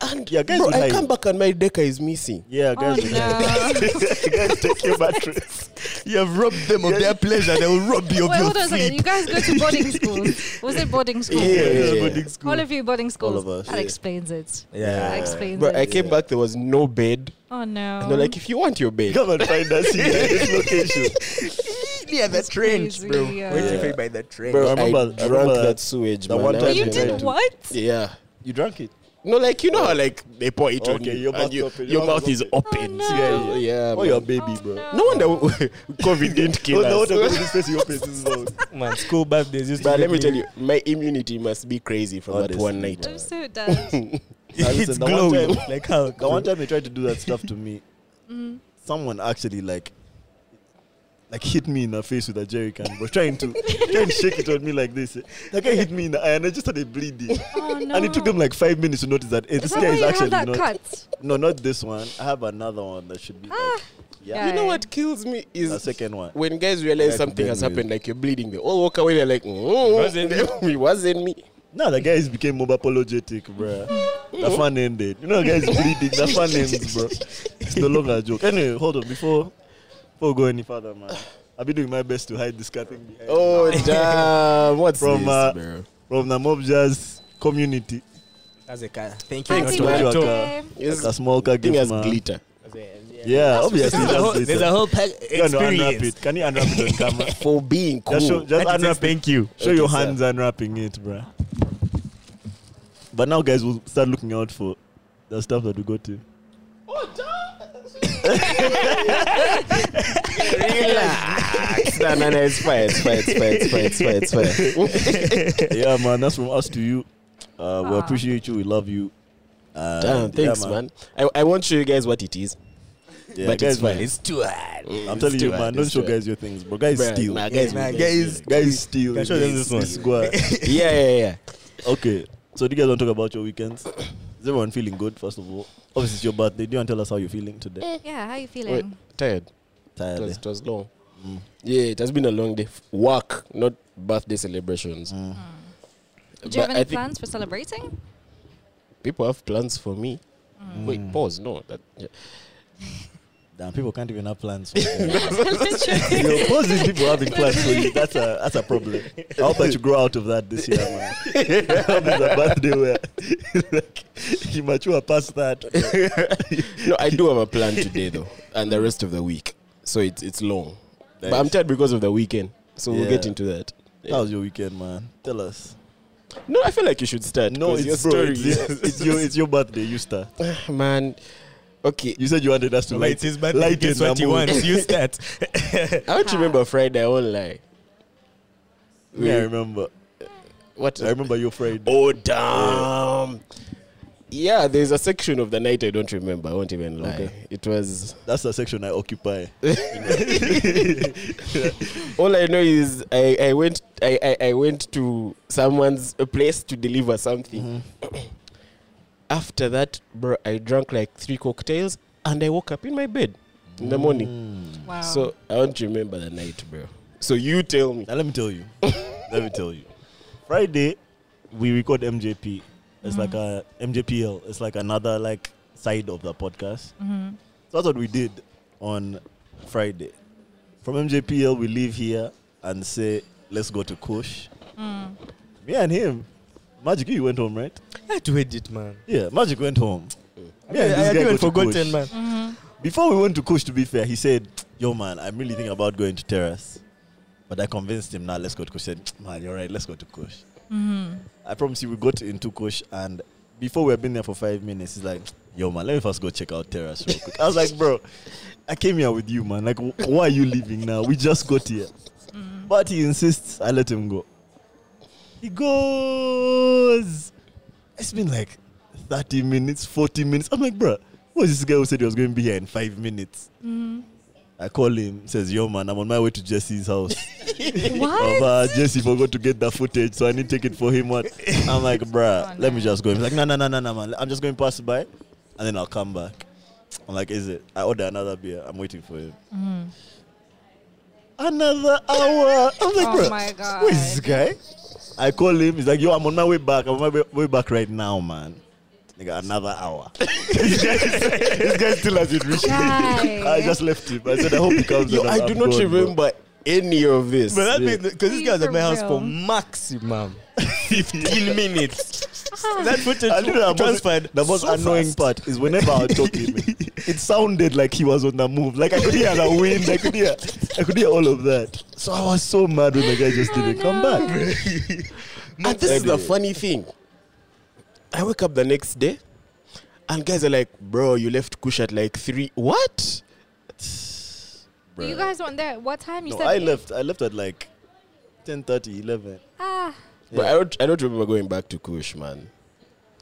Speaker 3: And
Speaker 4: Yeah, guys
Speaker 3: bro,
Speaker 4: would
Speaker 3: I
Speaker 4: hide.
Speaker 3: come back and my decker is missing.
Speaker 4: Yeah,
Speaker 1: Oh
Speaker 4: guys.
Speaker 1: no!
Speaker 4: guys, take your mattress.
Speaker 2: You have robbed them of their pleasure. They will rob you
Speaker 1: Wait, hold on a second. You guys go to boarding schools. Was it boarding school?
Speaker 3: Yeah.
Speaker 1: All of you boarding schools.
Speaker 4: of us,
Speaker 1: That
Speaker 4: yeah.
Speaker 1: explains it.
Speaker 2: Yeah.
Speaker 1: That explains
Speaker 3: But I
Speaker 1: it.
Speaker 3: came back, there was no bed.
Speaker 1: oh no!
Speaker 3: And they're like, if you want your bed,
Speaker 4: Come and find us here at this location.
Speaker 2: Yeah, the
Speaker 1: That's trench, bro. crazy, yeah. Went to pay
Speaker 2: by the trench.
Speaker 3: bro,
Speaker 4: I
Speaker 3: I,
Speaker 4: remember- I
Speaker 3: drank
Speaker 4: remember
Speaker 3: that sewage.
Speaker 4: the
Speaker 3: man.
Speaker 4: one
Speaker 3: I
Speaker 4: time
Speaker 1: you
Speaker 4: Yeah.
Speaker 3: drank
Speaker 1: did
Speaker 3: it.
Speaker 1: what?
Speaker 3: Yeah.
Speaker 4: You drank it.
Speaker 3: No, like you know how like they pour it on
Speaker 4: Okay,
Speaker 3: you,
Speaker 4: your
Speaker 3: and
Speaker 4: mouth
Speaker 3: you-
Speaker 4: open,
Speaker 3: your
Speaker 4: your mouth
Speaker 3: mouth is open.
Speaker 1: Oh, no.
Speaker 3: Yeah, yeah.
Speaker 4: Oh,
Speaker 3: man.
Speaker 4: you're a baby,
Speaker 1: Oh,
Speaker 4: bro.
Speaker 1: no.
Speaker 3: No wonder COVID didn't kill
Speaker 4: No, no,
Speaker 3: us.
Speaker 4: no, no, this place he opens his mouth.
Speaker 2: Man, school birthdays used to
Speaker 3: But let
Speaker 2: make
Speaker 3: me tell you, my immunity must be crazy from that
Speaker 4: Honestly,
Speaker 3: one night.
Speaker 1: I'm so dead.
Speaker 4: Now
Speaker 2: It's
Speaker 4: listen, the one
Speaker 2: glowing.
Speaker 4: time-
Speaker 2: Like how?
Speaker 4: The one time they tried to do that stuff to me,
Speaker 1: Mm.
Speaker 4: someone actually like like hit me in the face with a jerry can, but trying to trying to shake it on me like this. That guy hit me in the eye and I just started bleeding.
Speaker 1: oh no!
Speaker 4: And it took them like five minutes to notice that hey,
Speaker 1: Is
Speaker 4: this
Speaker 1: that
Speaker 4: guy
Speaker 1: why
Speaker 4: is
Speaker 1: you
Speaker 4: actually
Speaker 1: have that
Speaker 4: not
Speaker 1: cut? Ah,
Speaker 4: No, not this one. I have another one that should be like yeah.
Speaker 3: You know what kills me
Speaker 4: The
Speaker 3: is
Speaker 4: second one.
Speaker 3: when guys realize
Speaker 4: Like
Speaker 3: something has
Speaker 4: dead
Speaker 3: happened, like you're bleeding, they all walk away. They're like, mm,
Speaker 2: Wasn't
Speaker 3: it wasn't me.
Speaker 4: Now the guys became more apologetic, bruh. The fun ended. You know, guys bleeding. The fun ends, bro. It's no longer a joke. Anyway, hold on. Before, before we go any further, man, I've been doing my best to hide this cutting behind
Speaker 3: Oh damn! What's
Speaker 4: From,
Speaker 3: this,
Speaker 4: uh,
Speaker 3: bro?
Speaker 4: from the mob jazz community.
Speaker 2: As a car. Thank
Speaker 1: Auntie
Speaker 4: you
Speaker 1: Mate.
Speaker 4: at all.
Speaker 1: Yeah.
Speaker 3: Yes,
Speaker 4: The small car
Speaker 3: thing
Speaker 4: gift,
Speaker 3: has
Speaker 4: man.
Speaker 3: glitter.
Speaker 4: Yeah, obviously.
Speaker 2: There's a whole,
Speaker 4: That's
Speaker 2: there's a
Speaker 4: glitter.
Speaker 2: whole pack
Speaker 4: You want to unwrap
Speaker 2: experience.
Speaker 4: it? Can you unwrap it on camera?
Speaker 3: For being cool.
Speaker 4: Just show, just
Speaker 2: That is
Speaker 4: unwrap it.
Speaker 2: thank you.
Speaker 4: Show
Speaker 3: Okay,
Speaker 4: your
Speaker 3: sir.
Speaker 4: hands unwrapping it, bruh. But now, guys, we'll start looking out for the stuff that we got to.
Speaker 3: Relax. no, no, no, it's fine, it's fine, it's fine, it's fine, it's fine, it's fine.
Speaker 4: yeah, man, that's from us to you. Uh, we
Speaker 1: Aw.
Speaker 4: appreciate you. We love you. Uh,
Speaker 3: Damn, Um, thanks, man. I, I won't show you guys what it is,
Speaker 4: Yeah,
Speaker 3: but
Speaker 4: guys,
Speaker 3: it's fine. Mm,
Speaker 4: man,
Speaker 3: It's too hard.
Speaker 4: I'm telling you, man, don't show guys your things, bro. Guys steal.
Speaker 3: Nah, guys,
Speaker 2: Nah,
Speaker 3: will-
Speaker 2: guys-
Speaker 4: guys steal.
Speaker 2: Can I show them this one?
Speaker 4: Square.
Speaker 3: Yeah, yeah, yeah.
Speaker 4: okay, so do you guys want to talk about your weekends? Is everyone feeling good, first of all? Obviously, it's your birthday. Do you want to tell us how you're feeling today?
Speaker 1: Yeah, how you
Speaker 3: Wait,
Speaker 1: feeling?
Speaker 3: tired. It
Speaker 4: Tired.
Speaker 3: was,
Speaker 4: eh?
Speaker 3: it was long. Yeah, it has been a long day. F- Work, not birthday celebrations.
Speaker 1: Mm. Do you have
Speaker 3: But
Speaker 1: any
Speaker 3: I think
Speaker 1: plans for celebrating?
Speaker 3: Mm. People have plans for me. Wait, pause. No, that, yeah.
Speaker 4: Damn, people can't even have plans. For you.
Speaker 1: Literally.
Speaker 4: you oppose these people having plans for you. That's a that's a problem. I hope that you grow out of that this year, man. There's a birthday where like, you mature past that.
Speaker 3: No, I do have a plan today though, and the rest of the week. So it's it's long, but I'm tired because of the weekend. So we'll get
Speaker 4: Yeah.
Speaker 3: into that.
Speaker 4: How was your weekend, man? Tell us.
Speaker 3: No, I feel like you should start.
Speaker 4: No,
Speaker 3: 'cause
Speaker 4: it's
Speaker 3: your
Speaker 4: bro,
Speaker 3: story.
Speaker 4: It's, it's your it's your birthday. You start.
Speaker 3: man. Okay,
Speaker 4: You said you wanted us to
Speaker 2: Well,
Speaker 4: light
Speaker 2: it's his birthday.
Speaker 4: lighten
Speaker 2: Guess what
Speaker 4: the
Speaker 2: he
Speaker 4: mood.
Speaker 2: wants. You start.
Speaker 3: I don't remember Friday. I won't lie.
Speaker 4: Yeah, I remember.
Speaker 3: What?
Speaker 4: I remember your friend.
Speaker 3: Oh damn! Yeah, there's a section of the night I don't remember. I won't even lie.
Speaker 4: Okay.
Speaker 3: It was
Speaker 4: That's the section I occupy.
Speaker 3: all I know is I, I went I, I, I went to someone's place to deliver something. After that, bro, I drank like three cocktails and I woke up in my bed in the morning.
Speaker 1: wow.
Speaker 3: So I don't remember the night, bro. So you tell me.
Speaker 4: Now let me tell you. let me tell you. Friday, we record MJP. It's like a MJPL. It's like another like side of the podcast. So that's what we did on Friday. From MJPL, we leave here and say, let's go to Kush. Me and him, Magic, you went home, right?
Speaker 2: I do it, man.
Speaker 4: Yeah, Magic went home. Me
Speaker 2: I
Speaker 4: and this
Speaker 2: had
Speaker 4: guy
Speaker 2: even
Speaker 4: go to Kush.
Speaker 2: forgotten, man.
Speaker 4: Before we went to Kush, to be fair, he said, Yo, man, I'm really thinking about going to Terrace. But I convinced him, Now let's go to Kush. He said, Man, you're right, let's go to Kush. I promise you, we got into Kush, and before we had been there for five minutes, he's like, Yo, man, let me first go check out Terrace real quick. I was like, Bro, I came here with you, man. Like, wh- why are you leaving now? We just got here. But he insists, I let him go. He goes. It's been like 30 minutes, 40 minutes. I'm like, bro, who is this guy who said he was going to be here in five minutes? I call him, says, yo, man, I'm on my way to Jesse's house.
Speaker 1: what?
Speaker 4: Baba, uh, Jesse forgot to get the footage, so I need to take it for him. What? I'm like,
Speaker 3: Oh,
Speaker 4: bruh, let me just go. He's like, no, no, no, no, no, man. I'm just going to pass by, and then I'll come back. I'm like, is it? I order another beer. I'm waiting for him.
Speaker 3: Mm.
Speaker 4: Another hour. I'm like,
Speaker 1: Oh
Speaker 4: bruh,
Speaker 1: my God.
Speaker 4: who is this guy? I call him. He's like, yo, I'm on my way back. I'm on my way- way back right now, man. Nigga, another hour. this, guy, this guy still hasn't reached me.
Speaker 1: Guy.
Speaker 4: I just left him. I said, I hope he comes.
Speaker 3: Yo,
Speaker 4: and
Speaker 3: I
Speaker 4: I'm-
Speaker 3: do
Speaker 4: I'm
Speaker 3: not
Speaker 4: gone, bro.
Speaker 3: remember any of this.
Speaker 2: But that
Speaker 3: Yeah.
Speaker 2: means because this
Speaker 1: Please
Speaker 2: guy was at
Speaker 1: for
Speaker 2: my house for
Speaker 1: real.
Speaker 2: maximum 15 minutes.
Speaker 1: Ah,
Speaker 2: That footage
Speaker 4: I know the
Speaker 2: transferred.
Speaker 4: most, the most
Speaker 2: so
Speaker 4: annoying
Speaker 2: fast.
Speaker 4: part is whenever I talk to him, it sounded like he was on the move. Like I could hear the wind, I could hear, I could hear all of that. So I was so mad when the guy
Speaker 1: Oh,
Speaker 4: just didn't come back.
Speaker 3: And this is the funny thing. I wake up the next day, and guys are like, "Bro, you left Kush at like three. What?
Speaker 1: You guys went there. What time? You
Speaker 4: No,
Speaker 1: said
Speaker 4: I
Speaker 1: eight?
Speaker 4: left. I left at like 10:30, 11.
Speaker 1: Ah,
Speaker 3: But I don't. I don't remember going back to Kush, man.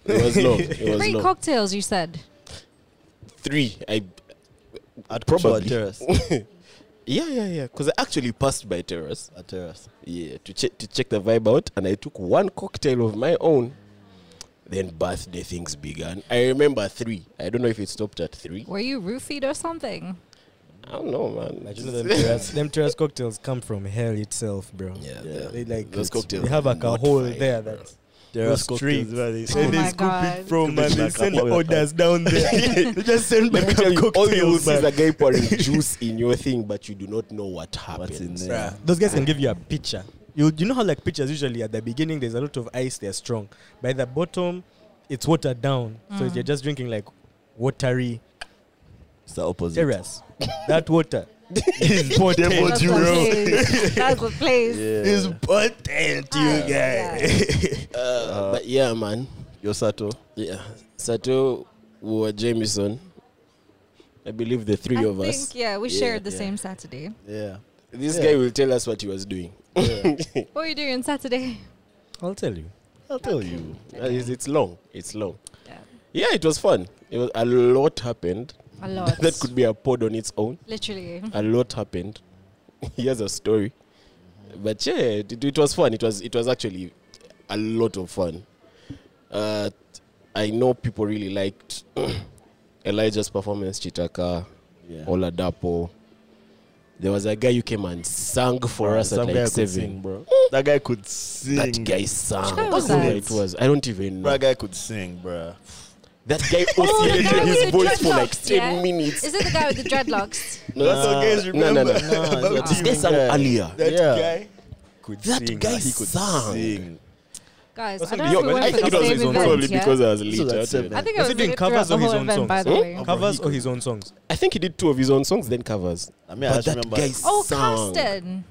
Speaker 3: It was long. It was
Speaker 1: three
Speaker 3: long.
Speaker 1: cocktails. You said.
Speaker 3: three. I
Speaker 4: At
Speaker 3: Probably.
Speaker 4: so at terrace.
Speaker 3: yeah yeah yeah. Because I actually passed by Terrace.
Speaker 4: At terrace.
Speaker 3: Yeah, to check to check the vibe out, and I took one cocktail of my own. Then birthday things began. I remember three. I don't know if it stopped at three.
Speaker 1: Were you roofied or something?
Speaker 3: I don't know, man.
Speaker 2: Like, you know, them terrace, them terrace cocktails come from hell itself, bro.
Speaker 3: Yeah,
Speaker 4: Yeah.
Speaker 2: They like
Speaker 3: Those
Speaker 2: it's-
Speaker 3: cocktails
Speaker 2: They have
Speaker 3: are
Speaker 2: like a
Speaker 3: not
Speaker 2: hole
Speaker 3: fine,
Speaker 2: there
Speaker 3: bro.
Speaker 2: that
Speaker 4: Terrace
Speaker 2: Those streets.
Speaker 4: cocktails. where they
Speaker 2: where
Speaker 1: Oh
Speaker 4: say-
Speaker 2: they
Speaker 1: my
Speaker 2: scoop it
Speaker 1: God.
Speaker 2: from
Speaker 4: Scoop it
Speaker 2: and they
Speaker 4: like a
Speaker 2: send
Speaker 4: bottle.
Speaker 2: orders down there. they just send
Speaker 3: Let me
Speaker 2: back
Speaker 3: tell
Speaker 2: up
Speaker 3: you, all you will
Speaker 2: cocktails,
Speaker 3: see is
Speaker 2: man.
Speaker 3: a guy pouring juice in your thing, but you do not know what happened.
Speaker 4: What's in there?
Speaker 2: Bruh, Those guys can give you a picture. You you know how like pictures usually at the beginning there's a lot of ice, they're strong. By the bottom, it's watered down. So
Speaker 1: Mm.
Speaker 2: you're just drinking like watery
Speaker 4: It's the opposite.
Speaker 2: terrace. that water is potent.
Speaker 4: Devil
Speaker 1: That's
Speaker 4: you
Speaker 1: the
Speaker 4: know.
Speaker 1: place. That's the place.
Speaker 2: Is
Speaker 4: Yeah.
Speaker 2: potent, you
Speaker 1: Ah,
Speaker 2: guys.
Speaker 3: Uh, but yeah, man.
Speaker 4: Yosato.
Speaker 3: Yeah. Sato, we were Jameson. I believe the three
Speaker 1: I
Speaker 3: of
Speaker 1: think
Speaker 3: us.
Speaker 1: yeah, we
Speaker 3: Yeah,
Speaker 1: shared the
Speaker 4: yeah.
Speaker 1: same Saturday.
Speaker 4: Yeah.
Speaker 3: This
Speaker 4: Yeah.
Speaker 3: guy will tell us what he was doing.
Speaker 1: What were you doing on Saturday?
Speaker 2: I'll tell you.
Speaker 4: I'll tell you.
Speaker 3: Uh, it's, it's long. It's long.
Speaker 1: Yeah,
Speaker 3: Yeah, it was fun. It was, a lot happened.
Speaker 1: a lot.
Speaker 3: that could be a pod on its own.
Speaker 1: Literally.
Speaker 3: A lot happened. Here's a story. But yeah, it, it was fun. It was it was actually a lot of fun. Uh, I know people really liked Elijah's performance, Chitaka,
Speaker 4: Yeah.
Speaker 3: Oladapo. There was a guy who came and sang for us
Speaker 4: Ah, Some
Speaker 3: at
Speaker 4: guy
Speaker 3: like
Speaker 4: could
Speaker 3: seven.
Speaker 4: sing, bro. That guy could sing.
Speaker 3: That guy sang.
Speaker 1: guy
Speaker 3: I
Speaker 1: was
Speaker 3: don't know
Speaker 1: that?
Speaker 3: who it was. I don't even know.
Speaker 4: That guy could sing, bruh.
Speaker 3: That guy
Speaker 1: Oh, the guy
Speaker 3: oscillated
Speaker 1: with
Speaker 3: his
Speaker 1: the
Speaker 3: voice for like
Speaker 1: dreadlocks,
Speaker 3: 10
Speaker 1: yeah?
Speaker 3: minutes.
Speaker 1: Is it the guy with the dreadlocks?
Speaker 3: no,
Speaker 4: That's
Speaker 3: no,
Speaker 4: what guys
Speaker 3: no, no,
Speaker 4: remember. No,
Speaker 3: no.
Speaker 4: it's
Speaker 1: about
Speaker 3: This guy
Speaker 4: Steven
Speaker 3: sang
Speaker 4: Guy.
Speaker 3: earlier.
Speaker 4: That Yeah. guy
Speaker 2: could
Speaker 3: That
Speaker 2: sing.
Speaker 3: guy
Speaker 2: he could
Speaker 3: sang.
Speaker 4: Sing.
Speaker 1: Guys,
Speaker 2: Was
Speaker 1: I
Speaker 2: it
Speaker 1: don't
Speaker 2: the-
Speaker 1: know if we
Speaker 2: I
Speaker 1: went
Speaker 2: think
Speaker 1: for
Speaker 2: it
Speaker 1: the
Speaker 2: was
Speaker 1: same
Speaker 2: his own
Speaker 1: event,
Speaker 3: solely
Speaker 1: yeah?
Speaker 3: because I was
Speaker 4: This was
Speaker 3: late.
Speaker 4: at
Speaker 3: out
Speaker 4: seven.
Speaker 3: here.
Speaker 1: I think it
Speaker 2: Was
Speaker 1: was,
Speaker 2: he doing
Speaker 1: lit throughout
Speaker 2: covers
Speaker 1: the
Speaker 2: of his
Speaker 1: whole
Speaker 2: own
Speaker 1: event,
Speaker 2: songs? Oh,
Speaker 1: by the
Speaker 3: Hmm?
Speaker 4: Oh,
Speaker 1: way.
Speaker 2: Covers or his own songs?
Speaker 3: I think he did two of his own songs, then covers.
Speaker 4: I mean, I
Speaker 3: But
Speaker 4: just
Speaker 3: that
Speaker 4: remember.
Speaker 3: guy
Speaker 1: Oh,
Speaker 3: sang.
Speaker 1: Karsten.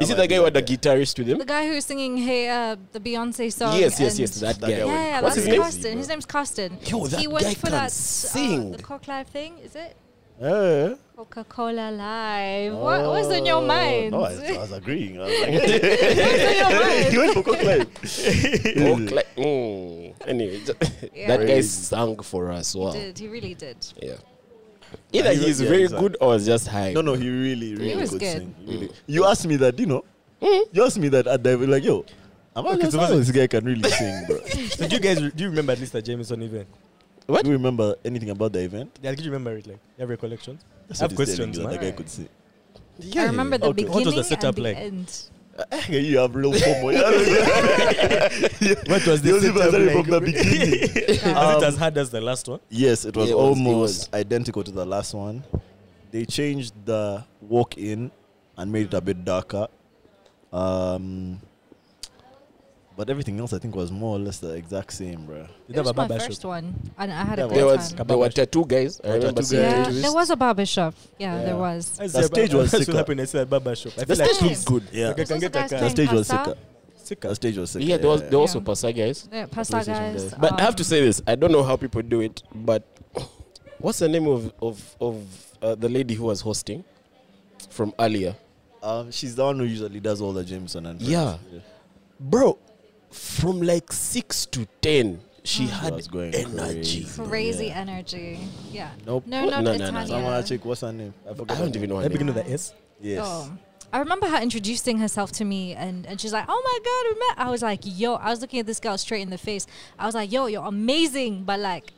Speaker 3: Is
Speaker 4: That
Speaker 3: it the
Speaker 4: might be
Speaker 3: guy who had a
Speaker 4: that
Speaker 3: guitarist with him?
Speaker 1: The guy who's singing Hey uh, the Beyonce song.
Speaker 3: Yes, yes,
Speaker 1: and-
Speaker 3: yes, that
Speaker 4: That
Speaker 3: guy. Oh,
Speaker 1: Yeah,
Speaker 4: guy with-
Speaker 1: yeah,
Speaker 3: What's
Speaker 1: that's
Speaker 3: his
Speaker 4: name?
Speaker 1: Karsten. His name's Karsten.
Speaker 3: Yo, that
Speaker 1: he went
Speaker 3: guy
Speaker 1: for
Speaker 3: can
Speaker 1: that uh,
Speaker 3: sing.
Speaker 1: the Coke Live thing, is it?
Speaker 4: Yeah.
Speaker 1: Coca Cola Live. What
Speaker 3: Oh,
Speaker 1: was in your mind?
Speaker 4: Oh, No, I, I was agreeing. I was like, he went for Coke
Speaker 3: Oh,
Speaker 4: Live.
Speaker 3: Cla- mm. Anyway, ju-
Speaker 1: Yeah.
Speaker 3: that guy
Speaker 4: Crazy.
Speaker 3: sang for us. Wow.
Speaker 1: He did. He really did.
Speaker 3: Yeah. Either
Speaker 4: he was-
Speaker 3: he's
Speaker 4: yeah,
Speaker 3: very
Speaker 4: exactly.
Speaker 3: good or it's just high.
Speaker 4: No, no, he really, really
Speaker 1: was Mm.
Speaker 4: could
Speaker 1: good.
Speaker 4: sing. He really- You asked me that, you know? You asked me that at the like, yo, I'm
Speaker 2: Okay,
Speaker 4: like,
Speaker 2: so was it-
Speaker 4: this guy can really sing, bro.
Speaker 2: So do you guys re- do you remember at least the Jameson event?
Speaker 3: What?
Speaker 4: Do you remember anything about the event?
Speaker 2: Yeah, do you remember it? Like, you have recollections?
Speaker 4: That's
Speaker 2: I have
Speaker 4: what he's telling
Speaker 2: questions,
Speaker 4: you, That
Speaker 2: man.
Speaker 4: the guy could sing.
Speaker 3: Yeah.
Speaker 1: I remember the
Speaker 4: Okay.
Speaker 1: beginning
Speaker 2: What was the
Speaker 1: and
Speaker 2: setup
Speaker 1: the
Speaker 2: like?
Speaker 1: end.
Speaker 4: Okay, you have real FOMO. what was
Speaker 2: the setup like?
Speaker 4: from the beginning? Um,
Speaker 2: Was it as hard as the last one?
Speaker 4: yes, it was
Speaker 3: It was- it
Speaker 4: almost
Speaker 3: was.
Speaker 4: identical to the last one. They changed the walk in and made it a bit darker. Um, but everything else, I think, was more or less the exact same, bro.
Speaker 2: You
Speaker 1: It
Speaker 2: have
Speaker 1: was
Speaker 2: a
Speaker 1: my
Speaker 2: barber
Speaker 1: first
Speaker 2: shop.
Speaker 1: one, and I had
Speaker 4: Yeah,
Speaker 1: a
Speaker 4: but-
Speaker 1: great
Speaker 3: There was
Speaker 1: time.
Speaker 2: Kabash.
Speaker 3: there were tattoo guys. I remember
Speaker 4: tattoo
Speaker 3: seeing
Speaker 4: guys.
Speaker 1: Yeah,
Speaker 3: tattoos.
Speaker 1: there was a barber shop. Yeah, there
Speaker 4: Yeah.
Speaker 1: was.
Speaker 2: I
Speaker 4: The
Speaker 2: say,
Speaker 4: stage
Speaker 2: but
Speaker 4: was
Speaker 2: that's
Speaker 4: sicker.
Speaker 2: what happened. I said barber shop. I
Speaker 3: The
Speaker 2: feel like
Speaker 3: stage
Speaker 1: stage
Speaker 3: looks
Speaker 1: looks
Speaker 3: good.
Speaker 4: Yeah,
Speaker 2: Like I
Speaker 1: Those
Speaker 2: can
Speaker 1: are guys
Speaker 2: get that guy.
Speaker 4: the
Speaker 1: playing
Speaker 4: stage was
Speaker 1: Pasta.
Speaker 4: sicker.
Speaker 2: sicker.
Speaker 4: The stage was sicker.
Speaker 3: Yeah, there was
Speaker 4: yeah.
Speaker 3: there were also
Speaker 1: Yeah.
Speaker 3: pasta guys.
Speaker 1: Yeah, pasta
Speaker 4: PlayStation
Speaker 1: guys.
Speaker 4: guys.
Speaker 3: But I have
Speaker 1: um,
Speaker 3: to say this. I don't know how people do it, but what's the name of of of uh, the lady who was hosting from earlier?
Speaker 4: Um, she's the one who usually does all the Jameson and Friends.
Speaker 3: Yeah. Bro, from like 6 to 10, she had
Speaker 4: was going
Speaker 3: energy.
Speaker 4: crazy.
Speaker 1: crazy
Speaker 4: Yeah.
Speaker 1: energy. Yeah.
Speaker 4: Nope.
Speaker 1: No,
Speaker 3: What?
Speaker 1: not
Speaker 3: No, no, no, no.
Speaker 1: Itania.
Speaker 4: Someone check what's her name? I forgot.
Speaker 3: I don't even know her
Speaker 2: Let me
Speaker 3: name.
Speaker 2: know the S.
Speaker 4: Yes.
Speaker 1: Oh. I remember her introducing herself to me, and, and she's like, "Oh my god, we met." I was like, "Yo," I was looking at this girl straight in the face. I was like, "Yo, you're amazing," but like,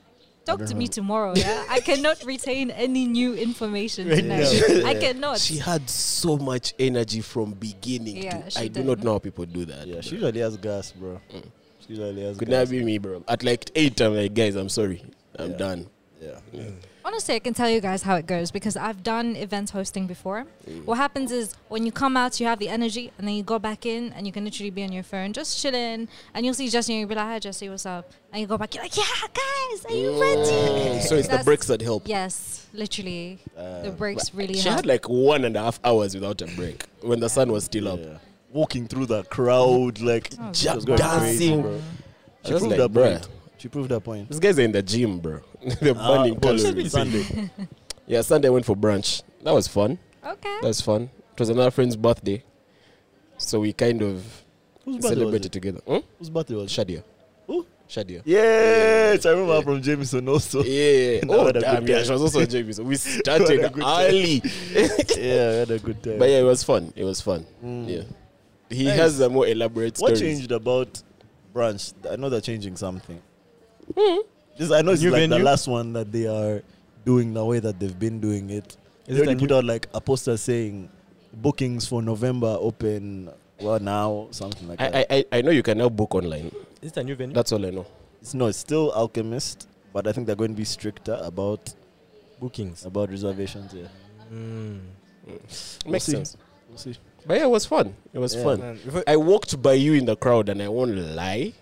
Speaker 1: talk to me tomorrow. Yeah, I cannot retain any new information tonight. I cannot.
Speaker 3: She had so much energy from beginning
Speaker 1: Yeah,
Speaker 3: to
Speaker 1: she
Speaker 3: I do
Speaker 1: did.
Speaker 3: not know how people do that.
Speaker 4: Yeah, she
Speaker 3: bro.
Speaker 4: usually has gas, bro. She usually has
Speaker 3: Mm. Could
Speaker 4: gas.
Speaker 3: not be me, bro. At like 8, I'm like, guys, I'm sorry. I'm
Speaker 4: Yeah.
Speaker 3: done.
Speaker 4: Yeah.
Speaker 1: Honestly, I can tell you guys how it goes because I've done events hosting before. What happens is when you come out, you have the energy, and then you go back in, and you can literally be on your phone just chilling, and you'll see Justin, and you'll be like, "Hi, Justin, what's up?" And you go back, you're like, "Yeah, guys, are you ready?"
Speaker 3: So it's the
Speaker 1: That's-
Speaker 3: breaks that help.
Speaker 1: Yes, literally, the breaks really
Speaker 3: she
Speaker 1: help.
Speaker 3: had like one and a half hours without a break when the sun was still up.
Speaker 4: yeah. Walking through the crowd, like
Speaker 1: Oh,
Speaker 4: she was
Speaker 3: Just
Speaker 4: going
Speaker 3: dancing.
Speaker 4: Crazy, bro. She
Speaker 3: I was
Speaker 4: proved
Speaker 3: like,
Speaker 4: her
Speaker 3: bruh.
Speaker 4: point. She proved her point.
Speaker 3: These guys are in the gym, bro. They're burning
Speaker 4: Ah, on
Speaker 3: calories.
Speaker 4: Sunday.
Speaker 3: Yeah, Sunday I went for brunch. That was fun.
Speaker 1: okay.
Speaker 3: That was fun. It was another friend's birthday, so we kind of
Speaker 4: Whose birthday was
Speaker 3: celebrated
Speaker 4: it?
Speaker 3: together. Hmm?
Speaker 4: Whose birthday was it?
Speaker 3: Shadia.
Speaker 4: Who?
Speaker 3: Shadia.
Speaker 4: Yes, I remember from Jameson also. Yeah,
Speaker 3: Yeah.
Speaker 4: Now
Speaker 3: Oh,
Speaker 4: had a
Speaker 3: damn,
Speaker 4: good
Speaker 3: yeah.
Speaker 4: time.
Speaker 3: She was also a JB. So we
Speaker 4: Had a
Speaker 3: started
Speaker 4: good time.
Speaker 3: early.
Speaker 4: we had a good time.
Speaker 3: But yeah, it was fun. It was fun. Yeah. He has a more elaborate
Speaker 4: What
Speaker 3: stories.
Speaker 4: changed about branch? I know they're changing something. This, I know it's
Speaker 2: New
Speaker 4: like the
Speaker 2: venue?
Speaker 4: last one that they are doing the way that they've been doing it.
Speaker 2: Is it
Speaker 4: they
Speaker 2: a
Speaker 4: already put
Speaker 2: new-
Speaker 4: out like a poster saying bookings for November open well now something like that.
Speaker 3: I, I, I- I know you can now book online.
Speaker 2: Is it a new venue?
Speaker 3: That's all I know.
Speaker 4: it's, no, it's still Alchemist, but I think they're going to be stricter about
Speaker 2: Bookings.
Speaker 4: about reservations. Yeah,
Speaker 2: Mm.
Speaker 3: Makes
Speaker 4: see.
Speaker 3: sense.
Speaker 4: we'll see.
Speaker 3: But yeah, it was fun. It was
Speaker 4: Yeah.
Speaker 3: fun.
Speaker 2: Man, if I-
Speaker 3: I walked by you in the crowd and I won't lie.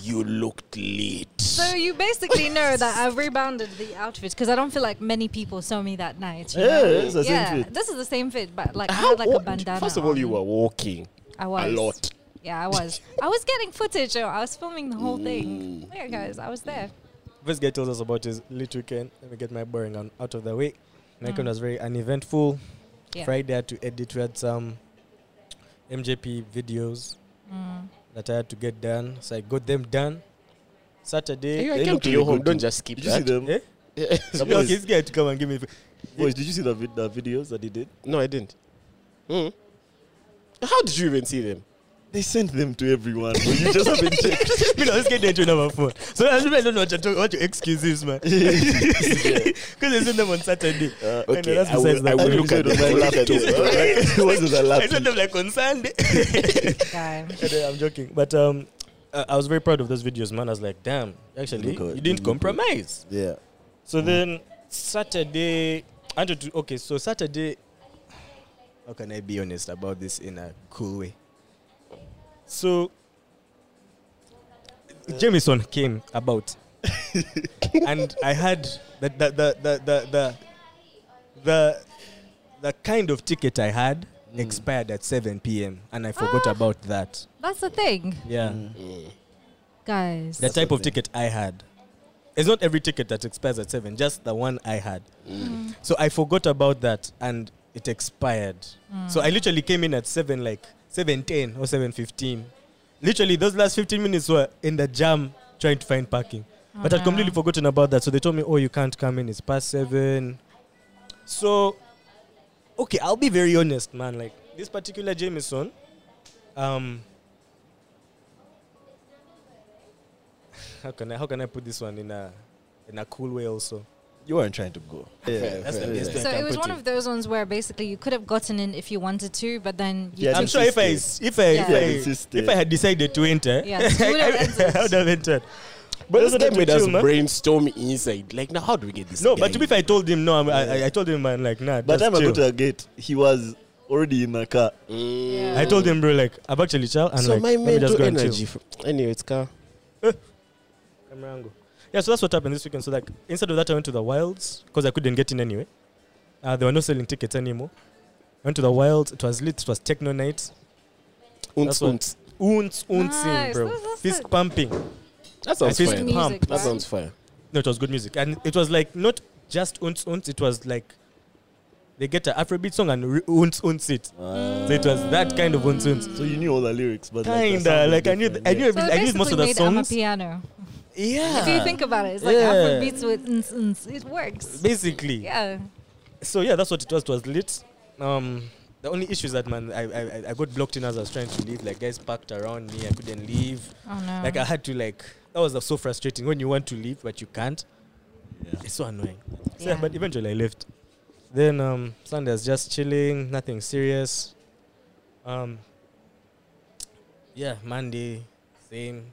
Speaker 3: You looked lit.
Speaker 1: So you basically know that I've rebounded the outfit because I don't feel like many people saw me that night. you
Speaker 4: Yeah,
Speaker 1: know?
Speaker 4: it's the same
Speaker 1: Yeah,
Speaker 4: fit.
Speaker 1: this is the same fit, but like I
Speaker 3: How
Speaker 1: had like a
Speaker 3: old-
Speaker 1: bandana.
Speaker 3: First of all, you
Speaker 1: on.
Speaker 3: were walking
Speaker 1: I was
Speaker 3: a lot.
Speaker 1: Yeah, I was. I was getting footage. Yo. I was filming the whole thing. Yeah, guys, I was there.
Speaker 2: First guy tells us about his lit weekend. Let me get my boring on out of the way. My weekend was very uneventful.
Speaker 1: Mm. Yeah.
Speaker 2: Friday I had to edit. We had some MJP videos
Speaker 1: Mm,
Speaker 2: that I had to get done. So I got them done. Saturday.
Speaker 3: Hey, I
Speaker 4: They
Speaker 3: came
Speaker 4: look
Speaker 3: to your
Speaker 4: really
Speaker 3: home.
Speaker 4: good
Speaker 3: Don't
Speaker 4: too.
Speaker 3: just skip
Speaker 4: Did you see
Speaker 3: that.
Speaker 4: them?
Speaker 2: Eh?
Speaker 4: The
Speaker 2: Okay,
Speaker 4: boys,
Speaker 2: this guy had to come and give me.
Speaker 4: boys, did you see the, vid- the videos that he did?
Speaker 3: No, I didn't. Mm. How did you even see them?
Speaker 4: They sent them to everyone. but you just haven't checked.
Speaker 2: you know, this guy didn't know number phone. So I really don't know what your, talk- what your excuse is, man. Because I sent them on Saturday.
Speaker 4: Uh,
Speaker 2: Anyway, that's
Speaker 3: I will,
Speaker 2: besides
Speaker 3: I
Speaker 2: the
Speaker 3: will
Speaker 2: point.
Speaker 3: look at
Speaker 4: It was
Speaker 3: them.
Speaker 4: on
Speaker 3: I will
Speaker 4: my laptop. It
Speaker 3: look at them.
Speaker 4: wasn't a
Speaker 2: I
Speaker 4: laptop.
Speaker 2: sent them like on Sunday.
Speaker 1: Guy.
Speaker 2: Anyway, I'm joking. But um, I, I was very proud of those videos, man. I was like, damn, actually,
Speaker 4: Look at-
Speaker 2: you didn't
Speaker 4: look at-
Speaker 2: compromise.
Speaker 4: Yeah.
Speaker 2: So then Saturday, I wanted to, okay, so Saturday, how can I be honest about this in a cool way? So Uh, Jameson came about, and I had the the the the the the, the, the kind of ticket I had expired at 7 p.m. and I forgot about that.
Speaker 1: That's the thing,
Speaker 2: Yeah
Speaker 3: Hmm.
Speaker 1: guys.
Speaker 2: the type
Speaker 4: the
Speaker 2: of
Speaker 4: thing.
Speaker 2: ticket I had. It's not every ticket that expires at seven, just the one I had.
Speaker 1: Mm.
Speaker 2: So I forgot about that and it expired. So I literally came in at seven, like seven ten or seven fifteen. Literally, those last fifteen minutes were in the jam trying to find parking. but I'd
Speaker 1: wow.
Speaker 2: completely forgotten about that. So they told me, "Oh, you can't come in. It's past seven. So, okay, I'll be very honest, man. Like this particular Jameson, um, how can I how can I put this one in a in a cool way also?
Speaker 4: You weren't trying to go.
Speaker 3: Fair,
Speaker 2: That's the
Speaker 3: fair,
Speaker 2: best
Speaker 3: fair.
Speaker 2: way I
Speaker 1: so
Speaker 2: can
Speaker 1: it was
Speaker 2: put
Speaker 1: one
Speaker 2: it.
Speaker 1: of those ones where basically you could have gotten in if you wanted to, but then you
Speaker 4: Yeah,
Speaker 2: I'm
Speaker 1: just-
Speaker 2: sure if I if I
Speaker 1: Yeah.
Speaker 2: if I,
Speaker 4: Insisted.
Speaker 2: if I had decided to enter,
Speaker 1: Yeah, you would have entered.
Speaker 2: I would have entered.
Speaker 3: But this
Speaker 2: Those are
Speaker 3: guy
Speaker 2: the
Speaker 3: made
Speaker 2: two
Speaker 3: us
Speaker 2: man.
Speaker 3: brainstorm inside. Like, now how do we get this?
Speaker 2: No, but
Speaker 3: guy?
Speaker 2: to be fair, I told him no. I'm, I, I told him man like nah.
Speaker 4: By
Speaker 2: just
Speaker 4: the time I
Speaker 2: chill.
Speaker 4: got to the gate, he was already in a car.
Speaker 3: Mm.
Speaker 1: Yeah.
Speaker 2: I told him, bro, like I've actually chill and
Speaker 3: so
Speaker 2: like
Speaker 3: my
Speaker 2: let me just
Speaker 3: mental
Speaker 2: go and
Speaker 3: energy.
Speaker 2: chill.
Speaker 3: F- anyway, it's car.
Speaker 2: Camera angle. Yeah, so that's what happened this weekend. So like instead of that, I went to the wilds because I couldn't get in anyway. Uh, they were not selling tickets anymore. Went to the wilds. It was lit. It was techno night.
Speaker 3: Unts,
Speaker 2: That's what-
Speaker 3: unts.
Speaker 2: Unts, unts,
Speaker 1: Nice.
Speaker 2: bro.
Speaker 1: That's- that's
Speaker 2: Fist
Speaker 1: the-
Speaker 2: pumping.
Speaker 3: That sounds
Speaker 2: I fist
Speaker 3: fire.
Speaker 1: Music,
Speaker 2: pump.
Speaker 3: That
Speaker 1: right?
Speaker 3: sounds fire.
Speaker 2: No, it was good music, and it was like not just unts unts. It was like they get an Afrobeat song and re- unts unts it. So it was that kind of unts unts.
Speaker 4: So you knew all the lyrics, but like,
Speaker 2: Mm. Kinda
Speaker 4: the sound was
Speaker 2: like I knew
Speaker 4: different,
Speaker 2: I knew
Speaker 1: So
Speaker 2: every,
Speaker 1: it
Speaker 2: I knew
Speaker 1: basically
Speaker 2: most of the
Speaker 1: made
Speaker 2: songs.
Speaker 1: I'm a piano.
Speaker 2: Yeah.
Speaker 1: If you think about it, it's like
Speaker 2: Yeah.
Speaker 1: Afro beats with ns, ns. it works.
Speaker 2: Basically.
Speaker 1: Yeah.
Speaker 2: So yeah, that's what it was. It was lit. Um, the only issue is that man, I, I I- I got blocked in as I was trying to leave. Like guys packed around me. I couldn't leave.
Speaker 1: Oh no.
Speaker 2: Like I had to like that was uh, so frustrating when you want to leave but you can't. It's so annoying. So, yeah,
Speaker 1: Yeah.
Speaker 2: but eventually I left. Then um Sunday I was just chilling, nothing serious. Um Yeah, Monday, same.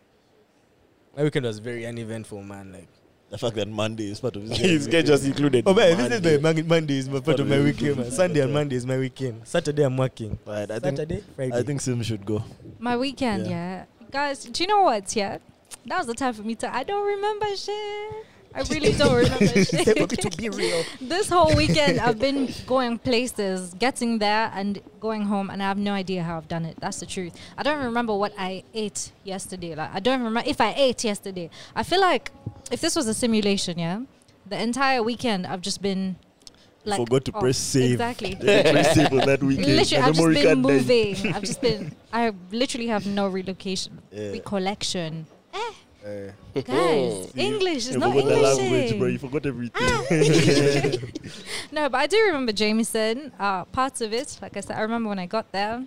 Speaker 2: My weekend was very uneventful, man. Like
Speaker 4: The fact that Monday is part of his
Speaker 3: His guy just included.
Speaker 2: Oh man,
Speaker 3: Monday.
Speaker 2: this is my Monday is my part of my weekend. Man. Sunday and
Speaker 4: Yeah.
Speaker 2: Monday is my weekend. Saturday I'm working.
Speaker 4: Right, I think
Speaker 2: Saturday, Friday.
Speaker 4: I think Sim should go.
Speaker 1: My weekend, yeah. Guys, do you know what? Yeah. That was the time for me to. I don't remember shit. I really don't remember
Speaker 2: to
Speaker 1: shit.
Speaker 2: be real.
Speaker 1: this whole weekend, I've been going places, getting there, and going home, and I have no idea how I've done it. That's the truth. I don't remember what I ate yesterday. Like, I don't remember if I ate yesterday. I feel like if this was a simulation, yeah, the entire weekend I've just been like
Speaker 4: Forgot to
Speaker 1: off.
Speaker 4: press save.
Speaker 1: Exactly.
Speaker 4: Press save on that weekend.
Speaker 1: Literally,
Speaker 4: My
Speaker 1: I've just
Speaker 4: memory
Speaker 1: been
Speaker 4: card died.
Speaker 1: moving. I've just been. I literally have no relocation,
Speaker 4: Yeah.
Speaker 1: recollection.
Speaker 2: Uh,
Speaker 1: Guys,
Speaker 4: You-
Speaker 1: English is
Speaker 4: you
Speaker 1: not
Speaker 4: forgot the
Speaker 1: English.
Speaker 4: language, bro.
Speaker 1: eh?
Speaker 4: You forgot everything.
Speaker 1: No, but I do remember Jameson. Uh, parts of it, like I said, I remember when I got there.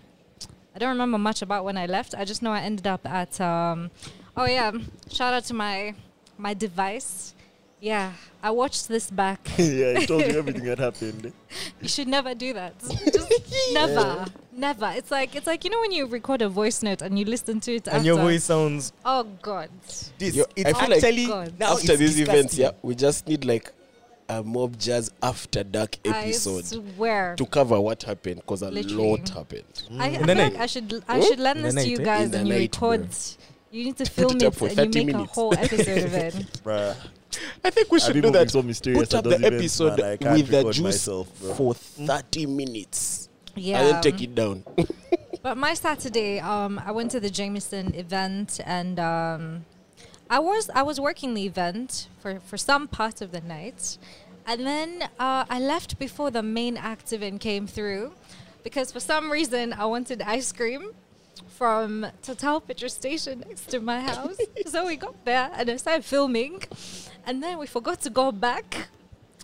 Speaker 1: I don't remember much about when I left. I just know I ended up at. Um, oh yeah, shout out to my my device. Yeah, I watched this back.
Speaker 4: yeah, I told you everything that happened.
Speaker 1: you should never do that. Just never, never. It's like it's like you know when you record a voice note and you listen to it
Speaker 2: and your
Speaker 1: after?
Speaker 2: voice sounds
Speaker 1: Oh God.
Speaker 2: this.
Speaker 3: Yo, I
Speaker 2: it's
Speaker 3: feel like
Speaker 2: actually
Speaker 1: God.
Speaker 2: now
Speaker 3: after
Speaker 2: it's
Speaker 3: these events,
Speaker 2: disgusting.
Speaker 3: yeah, we just need like a mob jazz after dark episode
Speaker 1: I swear.
Speaker 3: to cover what happened because a
Speaker 1: Ah, Literally.
Speaker 3: lot happened.
Speaker 1: I, I
Speaker 2: the
Speaker 1: feel
Speaker 2: night.
Speaker 1: like I should I should
Speaker 2: In
Speaker 1: lend
Speaker 2: the
Speaker 1: this to you
Speaker 2: night, eh?
Speaker 3: Oh, In
Speaker 1: guys
Speaker 3: the
Speaker 1: and you
Speaker 3: night, bro.
Speaker 1: record. You need to
Speaker 3: it
Speaker 1: film
Speaker 3: up
Speaker 1: it,
Speaker 3: for
Speaker 1: and
Speaker 3: 30
Speaker 1: you make a
Speaker 3: minutes.
Speaker 1: whole episode of it.
Speaker 4: Bruh.
Speaker 3: I think we
Speaker 4: I've
Speaker 3: should
Speaker 4: been
Speaker 3: do
Speaker 4: moving
Speaker 3: that.
Speaker 4: so mysterious
Speaker 3: Put
Speaker 4: at
Speaker 3: up
Speaker 4: those
Speaker 3: the
Speaker 4: events,
Speaker 3: episode
Speaker 4: man. I can't
Speaker 3: with the
Speaker 4: record
Speaker 3: juice
Speaker 4: myself, bro.
Speaker 3: for 30 minutes
Speaker 1: Yeah.
Speaker 3: and then take it down.
Speaker 1: But my Saturday, um, I went to the Jameson event, and um, I was I was working the event for for some part of the night, and then uh, I left before the main act even came through, because for some reason I wanted ice cream from Total Petrol Station next to my house. so we got there and I started filming, and then we forgot to go back.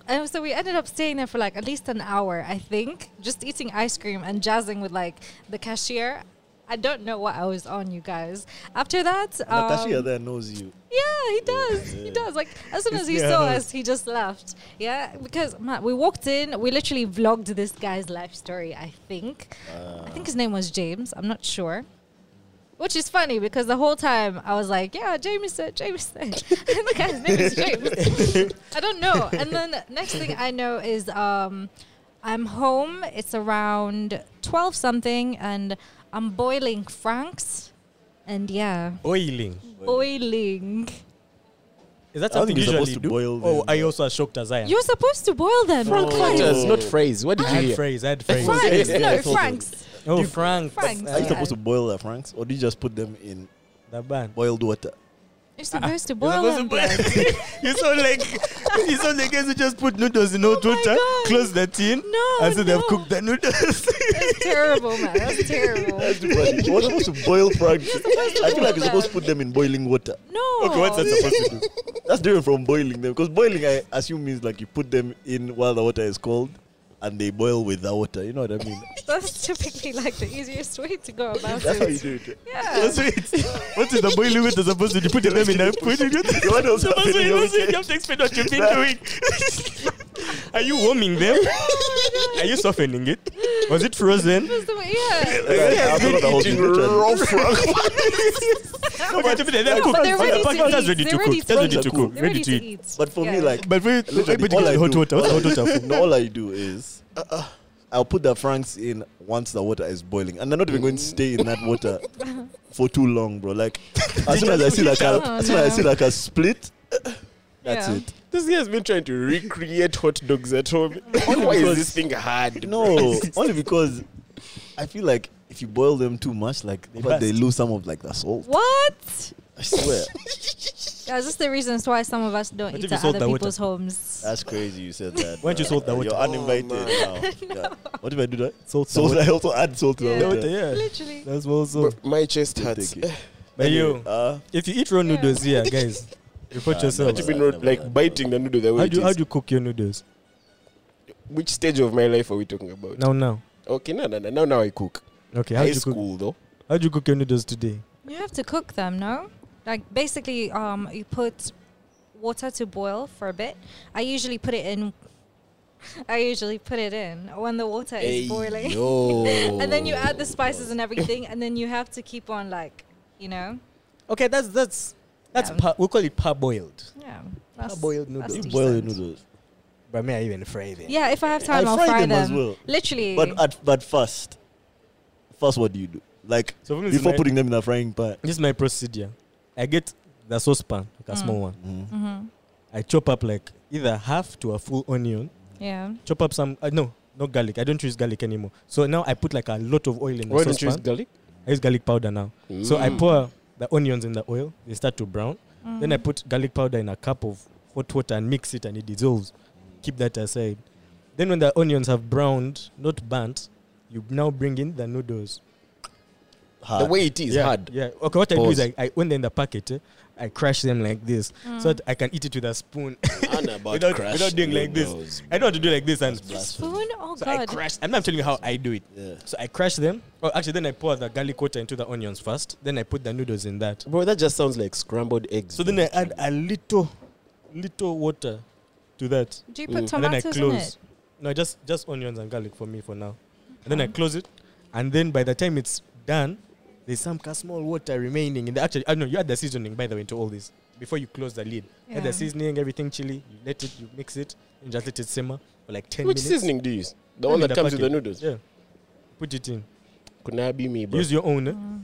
Speaker 1: And so we ended up staying there for like at least an hour, I think, just eating ice cream and jazzing with like the cashier. I don't know what I was on, you guys. After that,
Speaker 4: And the cashier
Speaker 1: um,
Speaker 4: there knows you.
Speaker 1: yeah, he does. He does. Like as soon as he
Speaker 2: Yeah.
Speaker 1: saw us, he just left. Yeah, because man, we walked in. We literally vlogged this guy's life story. I think. I think his name was James. I'm not sure. Which is funny because the whole time I was like, yeah, Jameson, Jameson. and the guy's name is James. I don't know. And then the next thing I know is um, I'm home. It's around 12 something and I'm boiling Franks. And yeah,
Speaker 2: Oiling.
Speaker 1: boiling.
Speaker 2: Is that
Speaker 4: I don't
Speaker 2: something
Speaker 4: think
Speaker 2: you
Speaker 4: you're
Speaker 2: usually
Speaker 4: supposed to
Speaker 2: do?
Speaker 4: boil
Speaker 2: oh,
Speaker 4: them.
Speaker 2: I also as shocked as I am.
Speaker 1: You're supposed to boil them.
Speaker 3: Frank
Speaker 1: Guys.
Speaker 3: letters, not phrase. What did
Speaker 2: I
Speaker 3: you
Speaker 2: had
Speaker 3: hear?
Speaker 2: phrase. I had phrase.
Speaker 1: Franks,
Speaker 4: Yeah, yeah,
Speaker 1: no,
Speaker 4: I told them.
Speaker 1: Franks.
Speaker 2: Oh, Frank.
Speaker 1: Franks.
Speaker 4: Are you
Speaker 1: yeah.
Speaker 4: supposed to boil the franks, or do you just put them in
Speaker 2: uh, The ban.
Speaker 4: boiled water?
Speaker 2: Ah,
Speaker 1: You're supposed to boil them.
Speaker 2: you sound like you sound like guys who just put noodles in hot
Speaker 1: my
Speaker 2: water,
Speaker 1: God.
Speaker 2: close the tin,
Speaker 1: No,
Speaker 2: and so they've
Speaker 1: no.
Speaker 2: cooked the noodles.
Speaker 1: That's terrible, man. That's terrible.
Speaker 4: You're supposed to boil franks.
Speaker 1: supposed to
Speaker 4: I feel
Speaker 1: boil
Speaker 4: like you're supposed to
Speaker 1: them.
Speaker 4: put them in boiling water.
Speaker 1: No.
Speaker 2: okay, what's that supposed to do?
Speaker 4: That's different from boiling them because boiling, I assume, means like you put them in while the water is cold and they boil with the water. You know what I mean?
Speaker 1: That's typically like the easiest way to go about
Speaker 4: That's how you
Speaker 1: it.
Speaker 4: do it.
Speaker 1: Yeah.
Speaker 2: What is the boiling water supposed to do? Put them in a put it.
Speaker 4: You want to
Speaker 2: Supposed to-
Speaker 4: happening?
Speaker 2: you
Speaker 4: over
Speaker 2: see, you
Speaker 4: here?
Speaker 2: have to explain what you've been doing. Are you warming them? Are you softening it? Was it frozen?
Speaker 1: That's the way- yeah.
Speaker 4: Yeah, I've got the whole thing.
Speaker 2: Okay, to be there, they're
Speaker 1: No, but
Speaker 2: cooked.
Speaker 1: they're ready
Speaker 2: But the
Speaker 1: to
Speaker 2: packet-
Speaker 1: eat.
Speaker 2: That's ready
Speaker 1: They're
Speaker 2: to
Speaker 1: ready
Speaker 2: cook.
Speaker 1: to
Speaker 2: That's
Speaker 1: eat.
Speaker 2: ready to
Speaker 4: They're
Speaker 2: cook.
Speaker 1: They're
Speaker 2: Ready to eat.
Speaker 1: eat.
Speaker 4: But for
Speaker 1: Yeah,
Speaker 4: me,
Speaker 1: yeah.
Speaker 4: like,
Speaker 2: But we
Speaker 4: Literally,
Speaker 2: put
Speaker 4: all
Speaker 2: it
Speaker 4: I
Speaker 2: in hot
Speaker 4: do-
Speaker 2: water. What's hot water for?
Speaker 4: No, all I do is uh, uh, I'll put the franks in once the water is boiling, and they're not even going to stay in that water for too long, bro. Like as soon as I see like a,
Speaker 1: Oh,
Speaker 4: as soon as I see
Speaker 1: no.
Speaker 4: like a split, that's
Speaker 1: Yeah.
Speaker 4: it.
Speaker 3: This guy has been trying to recreate hot dogs at home. Why
Speaker 4: because-
Speaker 3: is this thing hard?
Speaker 4: No, only because I feel like if you boil them too much, like
Speaker 2: They
Speaker 4: they, but they
Speaker 2: burst.
Speaker 4: lose some of like the salt.
Speaker 1: What?
Speaker 4: I swear,
Speaker 1: Guys, that's the reasons why some of us don't
Speaker 2: But
Speaker 1: eat
Speaker 2: if you
Speaker 1: at
Speaker 2: salt
Speaker 1: other
Speaker 2: the water? Uh,
Speaker 1: people's homes.
Speaker 4: that's crazy. You said that.
Speaker 2: Why don't you
Speaker 4: bruh.
Speaker 2: salt the water?
Speaker 4: You're
Speaker 2: Oh,
Speaker 4: uninvited
Speaker 3: man.
Speaker 4: now. Yeah. What if I do that?
Speaker 2: Salt
Speaker 4: Salt. I also add salt to
Speaker 1: Yeah.
Speaker 4: the
Speaker 2: water.
Speaker 4: water.
Speaker 2: Yeah,
Speaker 1: Literally.
Speaker 2: that's also.
Speaker 3: But my chest hurts.
Speaker 4: Take it.
Speaker 2: But you,
Speaker 4: Uh,
Speaker 2: if you eat raw
Speaker 1: Yeah.
Speaker 2: noodles here, guys, report
Speaker 4: Nah,
Speaker 2: yourself.
Speaker 3: I've been ro- like biting the noodle the way
Speaker 2: How
Speaker 3: it
Speaker 2: do you, how
Speaker 3: is.
Speaker 2: do you cook your noodles?
Speaker 3: Which stage of my life are we talking about?
Speaker 2: Now, now.
Speaker 3: Okay, no, no, no. Now, now I cook.
Speaker 2: Okay, how
Speaker 3: High
Speaker 2: do you cook?
Speaker 3: school though.
Speaker 2: How do you cook your noodles today?
Speaker 1: You have to cook them, no? Like basically, um, you put water to boil for a bit. I usually put it in. I usually put it in when the water is boiling, and then you add the spices and everything, and then you have to keep on like, you know,
Speaker 2: Okay, that's that's
Speaker 1: that's Yeah.
Speaker 2: we call it parboiled.
Speaker 1: yeah. that's- that's
Speaker 2: Parboiled noodles.
Speaker 4: you
Speaker 1: decent.
Speaker 4: boil your noodles,
Speaker 2: But may I even fry them?
Speaker 1: Yeah, if I have time,
Speaker 4: I
Speaker 1: I'll
Speaker 4: fry
Speaker 1: fry
Speaker 4: them as
Speaker 1: them.
Speaker 4: well.
Speaker 1: Literally.
Speaker 4: but at, but first, first what do you do? Like
Speaker 2: So for me, this is
Speaker 4: before
Speaker 2: my,
Speaker 4: putting them in the frying pan.
Speaker 2: this is my procedure. I get the saucepan, like a
Speaker 1: Mm.
Speaker 2: small one.
Speaker 3: Mm-hmm.
Speaker 4: Mm.
Speaker 1: hmm
Speaker 2: I chop up like either half to a full onion.
Speaker 1: Yeah.
Speaker 2: Chop up some. Uh, no, not garlic. I don't use garlic anymore. So now I put like a lot of oil in
Speaker 3: Why
Speaker 2: the
Speaker 3: don't you use
Speaker 2: saucepan.
Speaker 3: garlic? Mm.
Speaker 2: I use garlic powder now. So I pour the onions in the oil. They start to brown. Then I put garlic powder in a cup of hot water and mix it, and it dissolves. Keep that aside. Then when the onions have browned, not burnt, you now bring in the noodles.
Speaker 3: The
Speaker 4: Hard.
Speaker 3: way it is
Speaker 2: yeah,
Speaker 3: hard.
Speaker 2: Yeah. Okay. What I do is
Speaker 3: Pause.
Speaker 2: I, I when they're in the packet, eh, I crush them like this, so that I can eat it with a spoon. Without- without doing like this. I don't want to do like this and.
Speaker 1: A spoon? Oh,
Speaker 2: So I
Speaker 1: God.
Speaker 2: crush. I'm not telling you how I do it.
Speaker 4: Yeah.
Speaker 2: So I crush them. Oh, actually, then I pour the garlic water into the onions first. Then I put the noodles in that.
Speaker 3: Bro, that just sounds like scrambled eggs.
Speaker 2: So then I add a little, little water to that,
Speaker 1: Do you put
Speaker 3: Mm.
Speaker 2: and then I
Speaker 1: tomatoes in it?
Speaker 2: close. No, just just onions and garlic for me for now, and
Speaker 1: Uh-huh.
Speaker 2: then I close it, and then by the time it's done, there's some ca- small water remaining. And actually, I know you add the seasoning by the way to all this before you close the lid. Add
Speaker 1: Yeah.
Speaker 2: the seasoning, everything chili. You let it, you mix it, and just let it simmer for like ten
Speaker 3: Which
Speaker 2: minutes.
Speaker 3: seasoning do you use? The
Speaker 2: Tell
Speaker 3: one
Speaker 2: me
Speaker 3: that comes with the
Speaker 2: packet.
Speaker 3: noodles.
Speaker 2: Yeah, put it in.
Speaker 3: Could not be me, bro.
Speaker 2: Use your own. eh?
Speaker 1: Mm-hmm.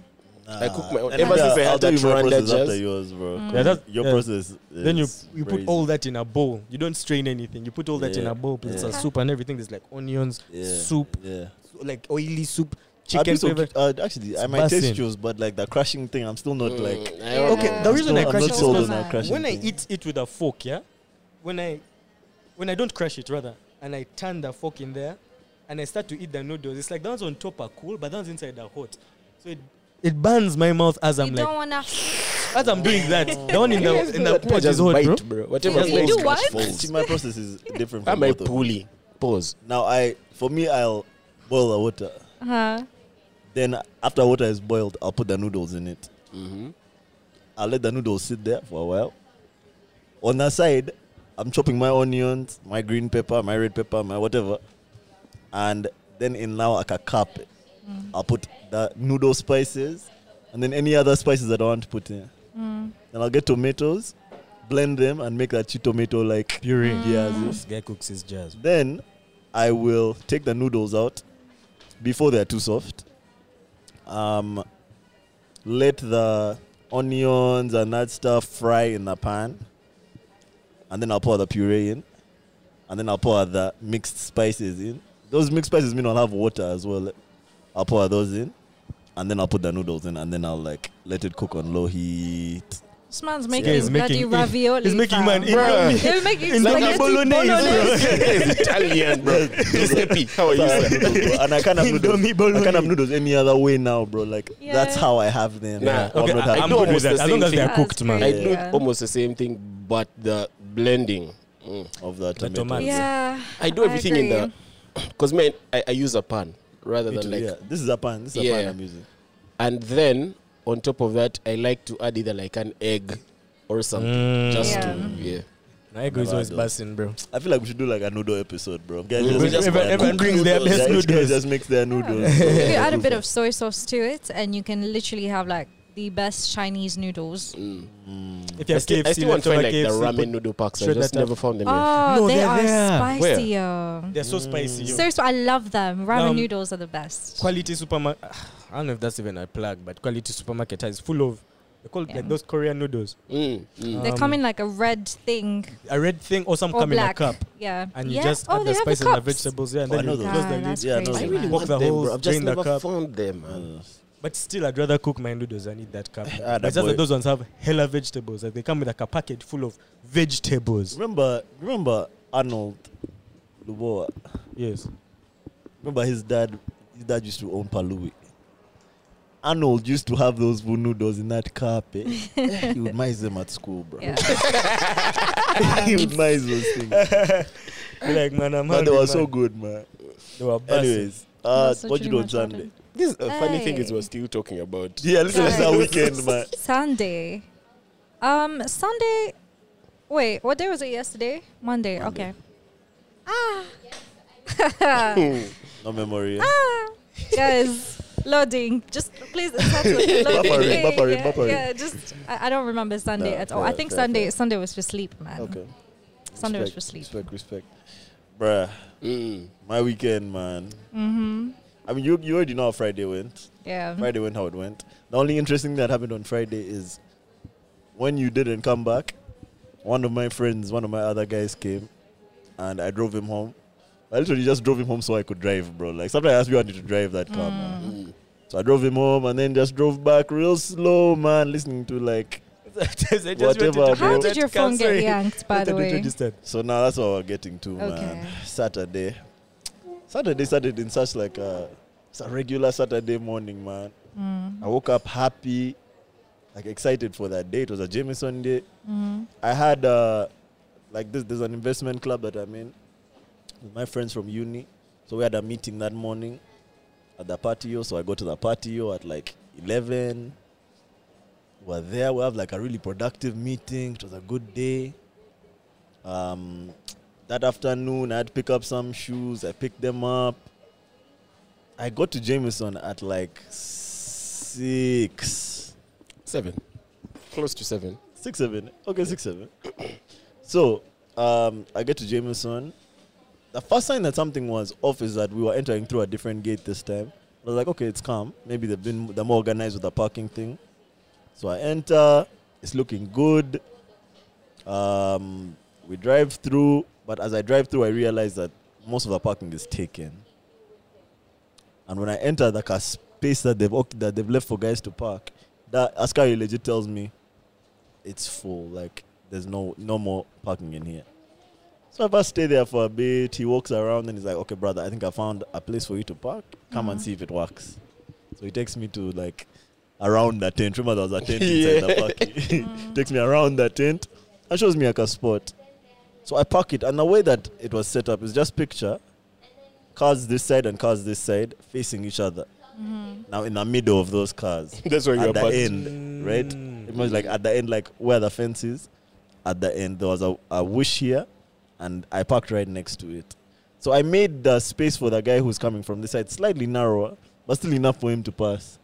Speaker 3: I cook my own.
Speaker 4: And
Speaker 3: Ever
Speaker 4: yeah,
Speaker 3: since I
Speaker 4: I'll
Speaker 3: had
Speaker 4: tell
Speaker 3: that
Speaker 4: you my
Speaker 3: Rwanda
Speaker 4: process after
Speaker 3: jazz.
Speaker 4: yours, bro. 'cause
Speaker 2: Mm. Yeah, that's-
Speaker 4: your
Speaker 2: yeah.
Speaker 4: process. Is
Speaker 2: Then you you put
Speaker 4: crazy.
Speaker 2: all that in a bowl. You don't strain anything. You put all that in
Speaker 4: Yeah.
Speaker 2: a bowl. It's a
Speaker 1: Yeah.
Speaker 2: soup and everything. There's like onions,
Speaker 4: Yeah.
Speaker 2: soup.
Speaker 4: Yeah.
Speaker 2: like oily soup,
Speaker 4: I'd be
Speaker 2: chicken
Speaker 4: so
Speaker 2: flavor.
Speaker 4: cu- uh, actually, I
Speaker 2: It's
Speaker 4: might
Speaker 2: bussin'.
Speaker 4: taste yours, but like the crushing thing, I'm still not
Speaker 3: Mm,
Speaker 4: like.
Speaker 1: Okay,
Speaker 4: I'm
Speaker 1: the
Speaker 2: reason
Speaker 4: still-
Speaker 2: I
Speaker 4: I'm
Speaker 2: crush
Speaker 4: not
Speaker 2: it is
Speaker 4: sold on
Speaker 1: because
Speaker 4: that crushing
Speaker 2: When I
Speaker 4: thing.
Speaker 2: eat it with a fork, yeah, when I when I don't crush it rather, and I turn the fork in there, and I start to eat the noodles, it's like the ones on top are cool, but the ones inside are hot. So it it burns my mouth as
Speaker 1: You
Speaker 2: I'm
Speaker 1: don't
Speaker 2: like
Speaker 1: want to.
Speaker 2: as I'm doing that. The one in the in the pot is
Speaker 3: just
Speaker 2: hot, bro.
Speaker 3: bite, bro. Whatever
Speaker 1: You do
Speaker 3: falls,
Speaker 1: what?
Speaker 3: just
Speaker 4: See,
Speaker 3: falls.
Speaker 4: my process is different from
Speaker 3: I'm a
Speaker 4: both of you.
Speaker 3: pulley. Pause.
Speaker 4: Now, I for me, I'll boil the water.
Speaker 1: Huh?
Speaker 4: Then after water is boiled, I'll put the noodles in it.
Speaker 3: Mm-hmm.
Speaker 4: I'll let the noodles sit there for a while. On the side, I'm chopping my onions, my green pepper, my red pepper, my whatever. And then in now like a cup, I'll put the noodle spices, and then any other spices that I want to put in. And I'll get tomatoes, blend them, and make that sweet tomato like
Speaker 2: Puree.
Speaker 4: yeah. this.
Speaker 2: This guy cooks his jazz.
Speaker 4: Then I will take the noodles out before they're too soft. Um, let the onions and that stuff fry in the pan. And then I'll pour the puree in. And then I'll pour the mixed spices in. Those mixed spices mean I'll have water as well. I'll pour those in. And then I'll put the noodles in. And then I'll like let it cook on low heat.
Speaker 1: This man's
Speaker 2: guy
Speaker 1: making,
Speaker 2: is
Speaker 1: bloody
Speaker 2: making-
Speaker 1: ravioli.
Speaker 2: he's making
Speaker 1: fam.
Speaker 2: man uh,
Speaker 1: Bruh.
Speaker 2: Indian-
Speaker 1: He'll make you
Speaker 2: Indian
Speaker 1: spaghetti
Speaker 2: bolognese, bro.
Speaker 1: bolognese.
Speaker 3: It's Italian, bro. Giuseppe, how are you, sir?
Speaker 4: and I can't have noodles.
Speaker 2: Indomie bolognese.
Speaker 4: I can't have noodles any other way now, bro. Like
Speaker 1: Yeah.
Speaker 4: that's how I have them.
Speaker 3: Nah.
Speaker 4: I'm
Speaker 2: Okay,
Speaker 4: not
Speaker 2: I,
Speaker 4: happy.
Speaker 2: am
Speaker 3: No,
Speaker 2: good with
Speaker 3: it's the
Speaker 2: that. As long
Speaker 3: same
Speaker 2: as they're
Speaker 1: thing.
Speaker 2: cooked, man.
Speaker 3: I
Speaker 1: Yeah.
Speaker 3: do almost the same thing, but the blending. Mm.
Speaker 4: of the
Speaker 2: The
Speaker 4: tomato.
Speaker 2: tomato.
Speaker 1: Yeah.
Speaker 3: I do everything in the. Because, man, I, I use a pan rather
Speaker 4: It-
Speaker 3: than like.
Speaker 4: yeah, this is a pan. This is a
Speaker 3: Yeah.
Speaker 4: pan I'm using.
Speaker 3: And then, on top of that, I like to add either like an egg or something.
Speaker 2: Mm.
Speaker 3: Just
Speaker 1: Yeah.
Speaker 3: to. Yeah.
Speaker 2: Naego is always
Speaker 4: Nevado.
Speaker 2: busting, bro.
Speaker 4: I feel like we should do like a noodle episode, bro. Guys,
Speaker 3: Everyone-
Speaker 4: just
Speaker 2: everyone- everyone brings their
Speaker 4: noodles.
Speaker 2: best
Speaker 4: Yeah, each guy
Speaker 2: noodles.
Speaker 4: Just makes their noodles.
Speaker 1: you add a bit of soy sauce to it, and you can literally have like the best Chinese noodles.
Speaker 3: Mm.
Speaker 2: If
Speaker 3: I
Speaker 2: you're
Speaker 3: still,
Speaker 2: KFC,
Speaker 3: I still want to find like
Speaker 2: KFC,
Speaker 3: the ramen
Speaker 2: put-
Speaker 3: noodle packs. I
Speaker 2: straight
Speaker 3: just
Speaker 2: that up.
Speaker 3: never found them. yet.
Speaker 1: Oh,
Speaker 2: No,
Speaker 1: they
Speaker 2: they're
Speaker 1: are
Speaker 2: there.
Speaker 3: Where?
Speaker 1: spicy. yo.
Speaker 2: They're so spicy. yo.
Speaker 1: Seriously, I love them. Ramen
Speaker 2: Um,
Speaker 1: noodles are the best.
Speaker 2: Quality supermarket. I don't know if that's even a plug, but quality supermarket is full of. They call
Speaker 1: Yeah.
Speaker 2: like those Korean noodles.
Speaker 3: Mm, mm.
Speaker 1: Oh. they
Speaker 2: um,
Speaker 1: come in like a red thing
Speaker 2: A red thing or some
Speaker 1: or
Speaker 2: come in a
Speaker 1: black.
Speaker 2: cup,
Speaker 1: Yeah.
Speaker 2: and you
Speaker 1: yeah.
Speaker 2: just
Speaker 1: oh,
Speaker 2: add
Speaker 1: they
Speaker 2: the
Speaker 1: have
Speaker 2: spices and the
Speaker 1: cups.
Speaker 2: vegetables. Yeah, and
Speaker 4: Oh, I
Speaker 2: then
Speaker 4: know
Speaker 2: you
Speaker 4: those.
Speaker 2: close them.
Speaker 1: God,
Speaker 2: in.
Speaker 1: that's
Speaker 4: Yeah, no,
Speaker 1: crazy.
Speaker 4: I
Speaker 3: I
Speaker 4: really
Speaker 3: really
Speaker 1: man.
Speaker 3: want
Speaker 2: Walk the
Speaker 3: them,
Speaker 2: whole
Speaker 3: bro. I've just
Speaker 2: drain the
Speaker 3: never
Speaker 2: cup.
Speaker 3: found them. man.
Speaker 4: Mm.
Speaker 2: But still, I'd rather cook my noodles than eat that cup.
Speaker 4: Atta
Speaker 2: But it's just that
Speaker 4: Ah, boy.
Speaker 2: those ones have hella vegetables. Like they come with like a packet full of vegetables.
Speaker 4: Remember, remember Arnold Luboa.
Speaker 2: Yes.
Speaker 4: Remember his dad. His dad used to own Palui. Arnold used to have those Voo noodles in that cup. eh. he would mice them at school, bro.
Speaker 1: Yeah.
Speaker 4: he would mice those things.
Speaker 2: Be like man, I'm
Speaker 4: But they
Speaker 2: hungry,
Speaker 4: were so
Speaker 2: man."
Speaker 4: good, man.
Speaker 2: They were busting.
Speaker 4: Anyways, uh,
Speaker 1: That's
Speaker 4: what
Speaker 1: literally
Speaker 4: you do on
Speaker 1: my
Speaker 4: Sunday?
Speaker 1: childhood.
Speaker 3: This is a funny thing is
Speaker 1: Hey.
Speaker 3: we're still talking about.
Speaker 4: Yeah, listen, it's our
Speaker 1: Sorry.
Speaker 4: weekend, man.
Speaker 1: Sunday. Um, Sunday. Wait, what day was it yesterday? Monday. Okay. Ah.
Speaker 4: No memory.
Speaker 1: ah. Guys, loading. Just please. it's hard to- loading.
Speaker 4: Buffering,
Speaker 1: Yeah,
Speaker 4: buffering,
Speaker 1: yeah,
Speaker 4: buffering.
Speaker 1: Yeah, just I, I don't remember Sunday
Speaker 4: No,
Speaker 1: at all. I
Speaker 4: fair,
Speaker 1: think
Speaker 4: fair,
Speaker 1: Sunday
Speaker 4: fair.
Speaker 1: Sunday was for sleep, man.
Speaker 4: Okay.
Speaker 1: Sunday was
Speaker 4: respect,
Speaker 1: for sleep.
Speaker 4: Respect, respect. Bruh,
Speaker 3: Mm.
Speaker 4: my weekend, man.
Speaker 1: Mm-hmm.
Speaker 4: I mean, you, you already know how Friday went.
Speaker 1: Yeah.
Speaker 4: Friday went how it went. The only interesting thing that happened on Friday is when you didn't come back, one of my friends, one of my other guys came and I drove him home. I literally just drove him home so I could drive, bro. Like, sometimes I ask you, I need to drive that car, man.
Speaker 3: Mm.
Speaker 4: So I drove him home and then just drove back real slow, man, listening to like.
Speaker 2: I just- I just
Speaker 4: Whatever,
Speaker 2: wanted to-
Speaker 4: bro.
Speaker 1: How did your phone
Speaker 2: Sorry.
Speaker 1: get yanked, by
Speaker 2: Wanted
Speaker 1: the
Speaker 2: to
Speaker 1: way?
Speaker 2: introduce that.
Speaker 4: So now that's what we're getting to,
Speaker 1: Okay.
Speaker 4: man. Saturday. Saturday started in such like a, it's a regular Saturday morning, man. I woke up happy, like excited for that day. It was a Jameson day. I had uh, like this. There's an investment club that I'm in with my friends from uni. So we had a meeting that morning at the patio. So I go to the patio at like 11. We're there. We have like a really productive meeting. It was a good day. Um, that afternoon, I had to pick up some shoes. I picked them up. I got to Jameson at like six
Speaker 3: Seven. Close to seven.
Speaker 4: six seven. Okay, six seven. So um, I get to Jameson. The first sign that something was off is that we were entering through a different gate this time. I was like, okay, it's calm. Maybe they've been they're more organized with the parking thing. So I enter. It's looking good. Um, we drive through, but as I drive through, I realize that most of the parking is taken. And when I enter like a space that they've oc- that they've left for guys to park, that Askari legit tells me it's full. Like there's no no more parking in here. So if I stay there for a bit, he walks around and he's like, "Okay, brother, I think I found a place for you to park. Come and see if it works." So he takes me to like around the tent. Remember, there was a tent inside the parking. takes me around the tent and shows me like a spot. So I park it, and the way that it was set up is just picture cars this side and cars this side facing each other. Now in the middle of those cars
Speaker 3: That's where you
Speaker 4: at
Speaker 3: are
Speaker 4: the
Speaker 3: parked.
Speaker 4: end, right?
Speaker 2: Mm.
Speaker 4: It was like at the end, like where the fence is. At the end, there was a, a wish here, and I parked right next to it. So I made the space for the guy who's coming from this side slightly narrower, but still enough for him to pass.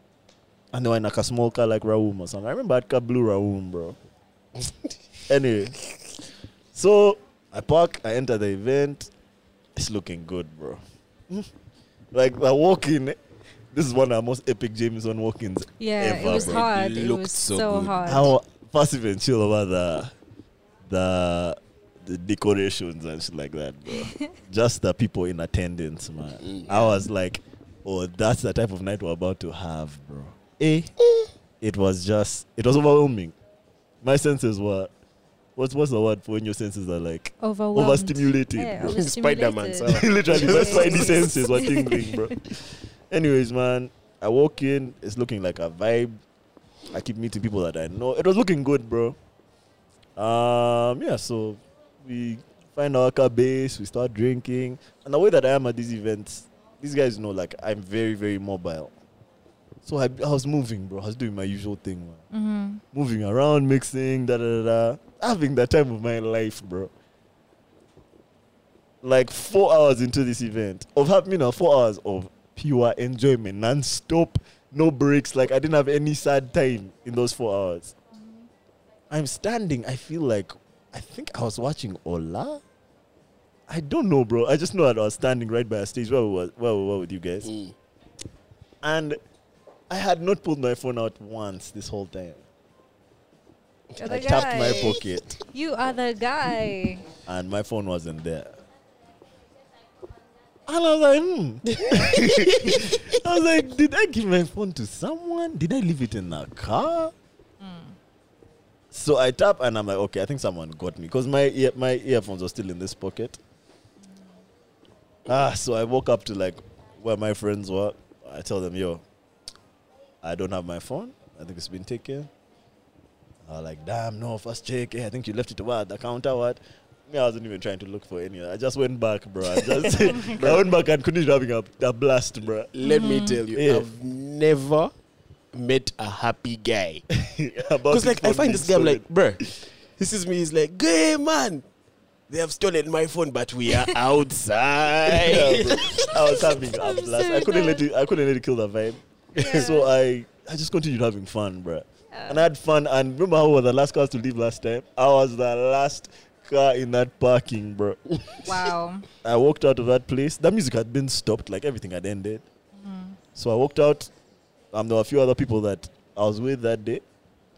Speaker 4: And they were in like a small car like Raum or something. I remember I had car blue Raum, bro. anyway, so I park, I enter the event. It's looking good, bro. like the walk in, this is one of the most epic Jameson walk ins
Speaker 1: Yeah,
Speaker 4: ever,
Speaker 1: it was
Speaker 4: bro.
Speaker 1: hard. It,
Speaker 3: looked
Speaker 1: was
Speaker 3: so
Speaker 1: so,
Speaker 3: good.
Speaker 1: hard.
Speaker 4: How passive and chill about the the the decorations and shit like that, bro. Just the people in attendance, man. I was like, oh, that's the type of night we're about to have, bro. Eh? It was just it was overwhelming. My senses were what's what's the word for when your senses are like
Speaker 1: Overwhelmed.
Speaker 4: overstimulated?
Speaker 1: Yeah,
Speaker 4: bro?
Speaker 3: Spider-Man,
Speaker 1: overstimulated.
Speaker 3: so-
Speaker 4: Literally, my
Speaker 1: Yes.
Speaker 4: spidey senses were tingling, bro. Anyways, man, I walk in. It's looking like a vibe. I keep meeting people that I know. It was looking good, bro. Um, yeah. So we find our car base. We start drinking. And the way that I am at these events, these guys know, like I'm very, very mobile. So I, I was moving, bro. I was doing my usual thing, man
Speaker 1: Mhm.
Speaker 4: moving around, mixing, da da da. da. Having the time of my life, bro. Like four hours into this event, of have you know four hours of pure enjoyment, non-stop, no breaks. Like I didn't have any sad time in those four hours. I'm standing. I feel like I think I was watching Ola. I don't know, bro. I just know that I was standing right by a stage where we were, where we were with you guys,
Speaker 3: Mm.
Speaker 4: and I had not pulled my phone out once this whole time.
Speaker 1: You're the
Speaker 4: I tapped my
Speaker 1: guy.
Speaker 4: pocket.
Speaker 1: You are the guy.
Speaker 4: and my phone wasn't there. And I was like, hmm. I was like, did I give my phone to someone? Did I leave it in a car? So I tap and I'm like, okay, I think someone got me because my ear, my earphones were still in this pocket. Ah, so I woke up to like where my friends were. I tell them, yo, I don't have my phone. I think it's been taken. I was like, damn, no, first check. Hey, I think you left it what? The counter what? Me, I wasn't even trying to look for any. I just went back, bro. I just I went back and continued having a, a blast, bro.
Speaker 3: Let me tell you,
Speaker 4: Mm. Yeah.
Speaker 3: I've never met a happy guy.
Speaker 4: Because
Speaker 3: Because like I find this guy, I'm like, bruh, he sees me, he's like, gay man, they have stolen my phone, but we are
Speaker 4: yeah,
Speaker 3: outside.
Speaker 4: bro. I was having a
Speaker 1: I'm
Speaker 4: blast.
Speaker 1: so
Speaker 4: I couldn't let
Speaker 1: done.
Speaker 4: it. I couldn't let it kill the vibe.
Speaker 1: Yeah.
Speaker 4: so I, I just continued having fun, bro. and I had fun. And remember how we were the last cars to leave last time? I was the last car in that parking, bro.
Speaker 1: Wow.
Speaker 4: I walked out of that place. That music had been stopped, like everything had ended. So I walked out. Um, there were a few other people that I was with that day,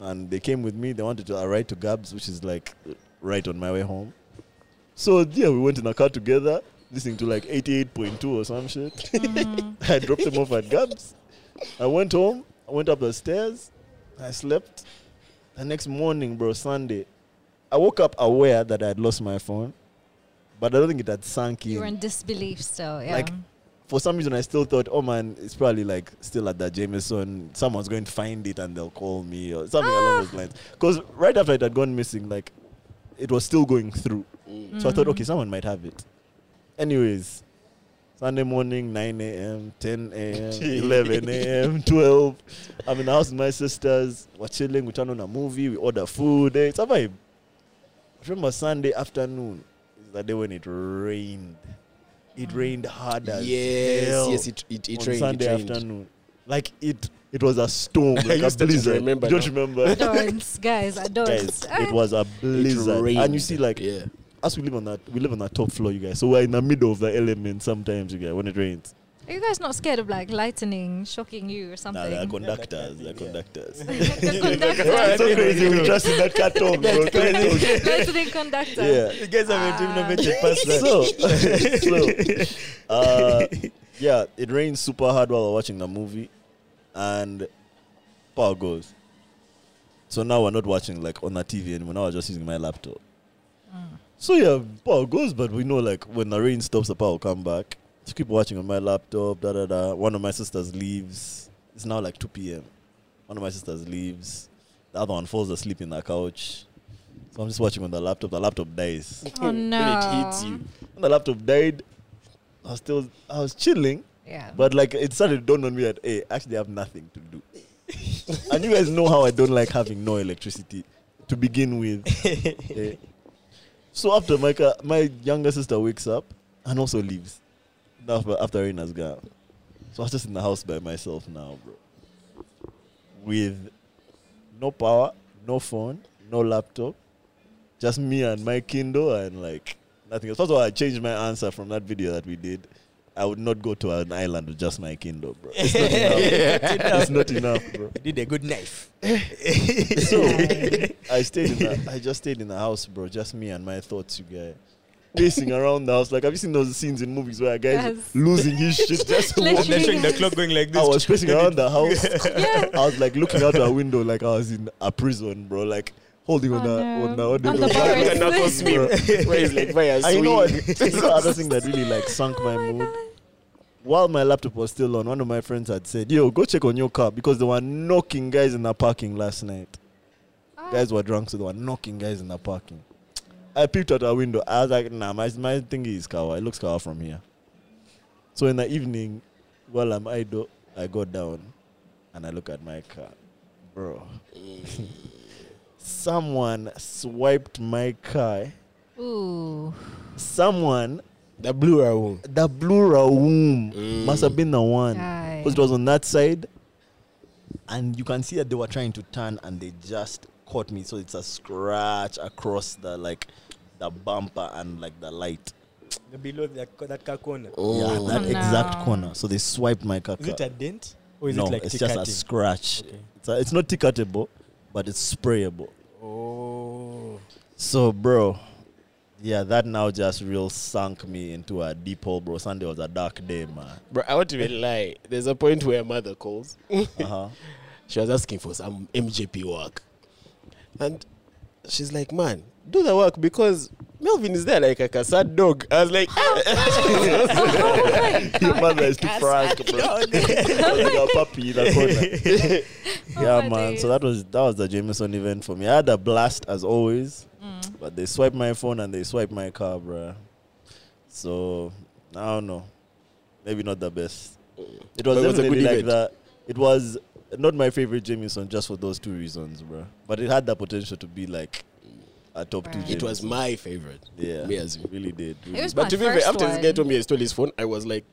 Speaker 4: and they came with me. They wanted to a ride to Gabs, which is like right on my way home. So yeah, we went in a car together, listening to like 88.2 or some shit. I dropped them off at Gabs. I went home. I went up the stairs. I slept. The next morning, bro, Sunday, I woke up aware that I had lost my phone, but I don't think it had sunk in
Speaker 1: You were in disbelief still. Yeah.
Speaker 4: Like, for some reason I still thought, oh man, it's probably like still at that Jameson. Someone's going to find it and they'll call me or something along
Speaker 3: Ah.
Speaker 4: those lines. Because right after it had gone missing, like it was still going through. So
Speaker 3: Mm.
Speaker 4: I thought, okay, someone might have it. Anyways, Sunday morning, 9 a.m., 10 a.m., 11 a.m., 12. I'm in the house with my sisters. We're chilling. We turn on a movie. We order food. eh, It's a vibe. I remember Sunday afternoon is the day when it rained. It rained hard as
Speaker 3: yes,
Speaker 4: hell
Speaker 3: yes, it it, it
Speaker 4: on
Speaker 3: trained.
Speaker 4: Sunday
Speaker 3: it trained.
Speaker 4: afternoon. Like it, it was a storm, like a
Speaker 3: you started to
Speaker 4: blizzard.
Speaker 3: remember
Speaker 4: you don't
Speaker 3: now.
Speaker 4: remember,
Speaker 1: Adults, guys, Uh, adults.
Speaker 4: guys? It was a
Speaker 3: It
Speaker 4: blizzard,
Speaker 3: rained.
Speaker 4: and you see, like
Speaker 3: yeah,
Speaker 4: us, we live on that, we live on that top floor, you guys. So we're in the middle of the element sometimes, you guys, when it rains.
Speaker 1: Are you guys not scared of like lightning shocking you or
Speaker 4: Nah, they're
Speaker 1: something?
Speaker 4: conductors, they're conductors.
Speaker 1: The conductor.
Speaker 4: it's so crazy. We trust in that carton, bro.
Speaker 1: lightning conductor.
Speaker 4: yeah.
Speaker 2: You guys have been doing a bit
Speaker 4: so, so uh, yeah, it rained super hard while we're watching the movie, and power goes. So now we're not watching like on the TV anymore. Now we're just using my laptop. So yeah, power goes, but we know like when the rain stops, the power will come back. So keep watching on my laptop. Da da da. One of my sisters leaves. It's now like two p.m. One of my sisters leaves. The other one falls asleep in the couch. So I'm just watching on the laptop. The laptop dies
Speaker 1: Oh no.
Speaker 3: when it hits you,
Speaker 4: when the laptop died, I was still I was chilling,
Speaker 1: Ah, Yeah.
Speaker 4: but like it started to dawn on me that hey, actually I have nothing to do. and you guys know how I don't like having no electricity to begin with. Eh. So after my ca- my younger sister wakes up and also leaves after after Rena's gone. So I was just in the house by myself now, bro. with no power, no phone, no laptop, just me and my Kindle and like nothing else. First of all, I changed my answer from that video that we did. I would not go to an island with just my Kindle, bro. It's not enough. it's not enough, bro.
Speaker 2: Did a good knife.
Speaker 4: So I stayed in a, I just stayed in the house, bro. Just me and my thoughts, you guy. Pacing around the house. Like have you seen those scenes in movies where a guy's
Speaker 1: Yes.
Speaker 4: losing his shit just
Speaker 1: Literally.
Speaker 2: And
Speaker 4: walking?
Speaker 2: they're showing the clock going like this.
Speaker 4: I was pacing around the house.
Speaker 1: Yeah.
Speaker 4: I was like looking out a window like I was in a prison, bro. Like holding on
Speaker 1: Oh,
Speaker 4: a
Speaker 1: no.
Speaker 4: on a
Speaker 1: On the
Speaker 4: bro.
Speaker 1: bars.
Speaker 3: Not for swim. Where is like via
Speaker 4: I know and
Speaker 3: swim.
Speaker 4: this is another thing that really like sunk
Speaker 1: Oh
Speaker 4: my, mood. While my laptop was still on, one of my friends had said, "Yo, go check on your car because they were knocking guys in the parking last night.
Speaker 1: Ah.
Speaker 4: Guys were drunk, so they were knocking guys in the parking." I peeped out a window. I was like, "Nah, my my thing is kawa. It looks kawa from here." So in the evening, while I'm idle, I go down and I look at my car, bro. Someone swiped my car.
Speaker 1: Ah, Ooh.
Speaker 4: Someone
Speaker 3: The blue room.
Speaker 4: the blue room must have been the one
Speaker 1: Aye.
Speaker 4: because it was on that side, and you can see that they were trying to turn and they just caught me. So it's a scratch across the like the bumper and like the light.
Speaker 2: below that, co- that car corner.
Speaker 4: Yeah,
Speaker 3: Oh.
Speaker 4: that
Speaker 1: Oh,
Speaker 4: exact
Speaker 1: no.
Speaker 4: corner. So they swiped my car.
Speaker 2: Is it a dent? Or is
Speaker 4: no,
Speaker 2: it like
Speaker 4: it's just a
Speaker 2: ticketing?
Speaker 4: scratch.
Speaker 2: Okay.
Speaker 4: It's, a, it's not ticketable, but it's sprayable.
Speaker 2: Oh.
Speaker 4: So, bro, yeah, that now just real sunk me into a deep hole, bro. Sunday was a dark day, man.
Speaker 3: Bro, I won't even lie. There's a point where mother calls.
Speaker 4: Uh-huh.
Speaker 3: she was asking for some MJP work. And she's like, man, do the work because Melvin is there like a sad dog. I was like, "Ah,
Speaker 4: Your mother is too frank, bro. Like a puppy in a corner.
Speaker 1: Oh
Speaker 4: yeah,
Speaker 1: my
Speaker 4: man.
Speaker 1: days.
Speaker 4: So that was that was the Jameson event for me. I had a blast as always,
Speaker 1: Mm.
Speaker 4: but they swiped my phone and they swiped my car, bro. So I don't know. Maybe not the best. It was
Speaker 3: But it was a
Speaker 4: definitely
Speaker 3: good
Speaker 4: like
Speaker 3: event.
Speaker 4: that. It was not my favorite Jameson just for those two reasons, bro. But it had the potential to be like a top two.
Speaker 1: Right.
Speaker 3: it
Speaker 4: Jameson.
Speaker 3: was my favorite.
Speaker 4: yeah,
Speaker 3: Me as you.
Speaker 4: it really did. Really
Speaker 1: It was
Speaker 3: But
Speaker 1: my
Speaker 3: to be fair,
Speaker 1: first
Speaker 3: after this guy
Speaker 1: one.
Speaker 3: told me he stole his phone, I was like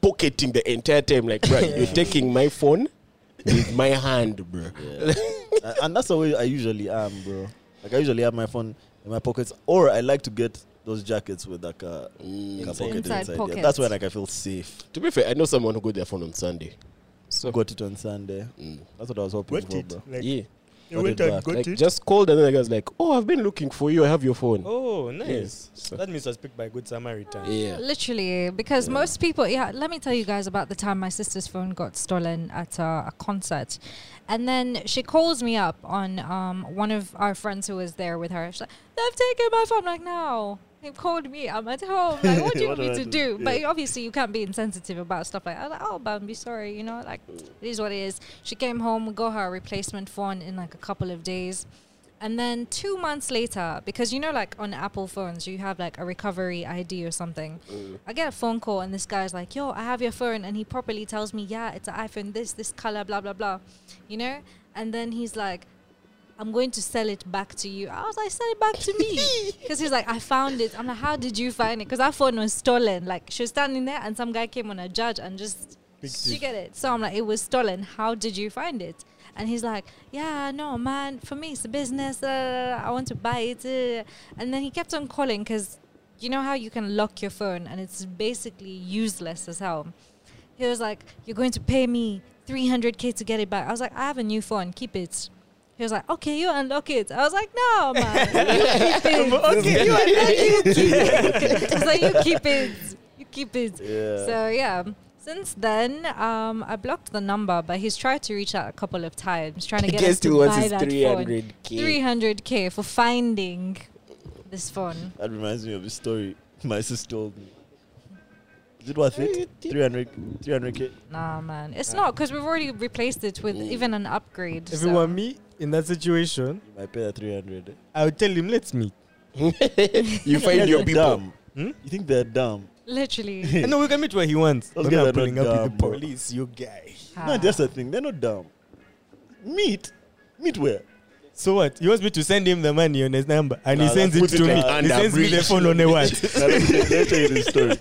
Speaker 3: pocketing the entire time. Like, bro, you're taking my phone with my hand, bro.
Speaker 4: Uh, and that's the way I usually am, bro. Like I usually have my phone in my pockets, or I like to get those jackets with like a, like a
Speaker 3: Mm.
Speaker 4: pocket
Speaker 1: Inside
Speaker 4: inside.
Speaker 1: pocket.
Speaker 4: Yeah, that's where like I feel safe.
Speaker 3: To be fair, I know someone who got their phone on Sunday. So
Speaker 4: Got it on Sunday.
Speaker 3: Mm.
Speaker 4: That's what I was hoping
Speaker 2: Got
Speaker 4: for,
Speaker 2: it.
Speaker 4: bro.
Speaker 2: Like,
Speaker 3: yeah,
Speaker 2: You went
Speaker 4: Got it
Speaker 2: and
Speaker 4: back.
Speaker 2: got
Speaker 3: like
Speaker 2: it.
Speaker 3: just called and then the guy's like, "Oh, I've been looking for you. I have your phone."
Speaker 2: Oh,
Speaker 3: Yes.
Speaker 2: nice.
Speaker 3: So-
Speaker 2: That means I was picked by a good Samaritan.
Speaker 3: yeah.
Speaker 1: Literally, because most people, yeah, let me tell you guys about the time my sister's phone got stolen at uh, a concert. And then she calls me up on um, one of our friends who was there with her. She's like, they've taken my phone. I'm like, no, they've called me. I'm at home. Like, what do you
Speaker 4: What
Speaker 1: want me
Speaker 4: do
Speaker 1: to
Speaker 4: I
Speaker 1: do?
Speaker 4: do?
Speaker 1: But
Speaker 4: Yeah.
Speaker 1: obviously, you can't be insensitive about stuff like that. I'm like, oh, Bambi, sorry. You know, like, it is what it is. She came home, we got her a replacement phone in like a couple of days. And then two months later, because you know, like on Apple phones, you have like a recovery ID or something. I get a phone call, and this guy's like, Yo, I have your phone. And he properly tells me, Yeah, it's an iPhone, this, this color, blah, blah, blah. You know? And then he's like, I'm going to sell it back to you. I was like, sell it back to me. Because he's like, I found it. I'm like, how did you find it? Because our phone was stolen. Like, she was standing there, and some guy came on a judge and just
Speaker 2: Picked
Speaker 1: did you
Speaker 2: it.
Speaker 1: get it? So I'm like, it was stolen. How did you find it? And he's like, yeah, no, man, for me, it's a business. Uh, I want to buy it. uh." And then he kept on calling because you know how you can lock your phone and it's basically useless as hell. He was like, you're going to pay me 300K to get it back. I was like, I have a new phone. Keep it. He was like, okay, you unlock it. I was like, no, man. You keep it.
Speaker 2: Okay.
Speaker 1: You unlock it. You keep it. He's like, you keep it. You keep it.
Speaker 4: Yeah.
Speaker 1: So yeah. Since then, um, I blocked the number, but he's tried to reach out a couple of times, trying to
Speaker 3: The
Speaker 1: get
Speaker 3: guy
Speaker 1: us
Speaker 3: still
Speaker 1: to
Speaker 3: wants
Speaker 1: buy
Speaker 3: his
Speaker 1: that
Speaker 3: 300K.
Speaker 1: phone. 300k for finding this phone.
Speaker 4: That reminds me of a story my sister told me. Is it worth it? 300, 300k.
Speaker 1: Nah,
Speaker 4: Mm.
Speaker 1: man, it's not because we've already replaced it with even an upgrade.
Speaker 2: If
Speaker 1: so-
Speaker 2: it were me in that situation,
Speaker 4: You might pay the 300.
Speaker 2: I would tell him, let's meet.
Speaker 3: You find
Speaker 4: They're
Speaker 3: your people.
Speaker 4: dumb.
Speaker 2: Hmm?
Speaker 4: You think they're dumb?
Speaker 1: literally,
Speaker 2: no, we can meet where he wants.
Speaker 4: Those
Speaker 2: I'm
Speaker 4: guys
Speaker 2: not
Speaker 4: are
Speaker 2: pulling
Speaker 4: not
Speaker 2: up with
Speaker 4: dumb,
Speaker 2: the
Speaker 4: bro.
Speaker 2: police, you guy.
Speaker 1: Ah.
Speaker 4: No, that's the thing. They're not dumb. Meet. Meet where?
Speaker 2: So what? He wants me to send him the money on his number, and he
Speaker 4: Nah,
Speaker 2: sends it
Speaker 4: put
Speaker 2: to
Speaker 4: it
Speaker 2: me.
Speaker 4: like
Speaker 2: He
Speaker 3: under
Speaker 2: sends me the
Speaker 3: bridge.
Speaker 2: phone on a what?
Speaker 4: Now, let, me, let me tell you this story.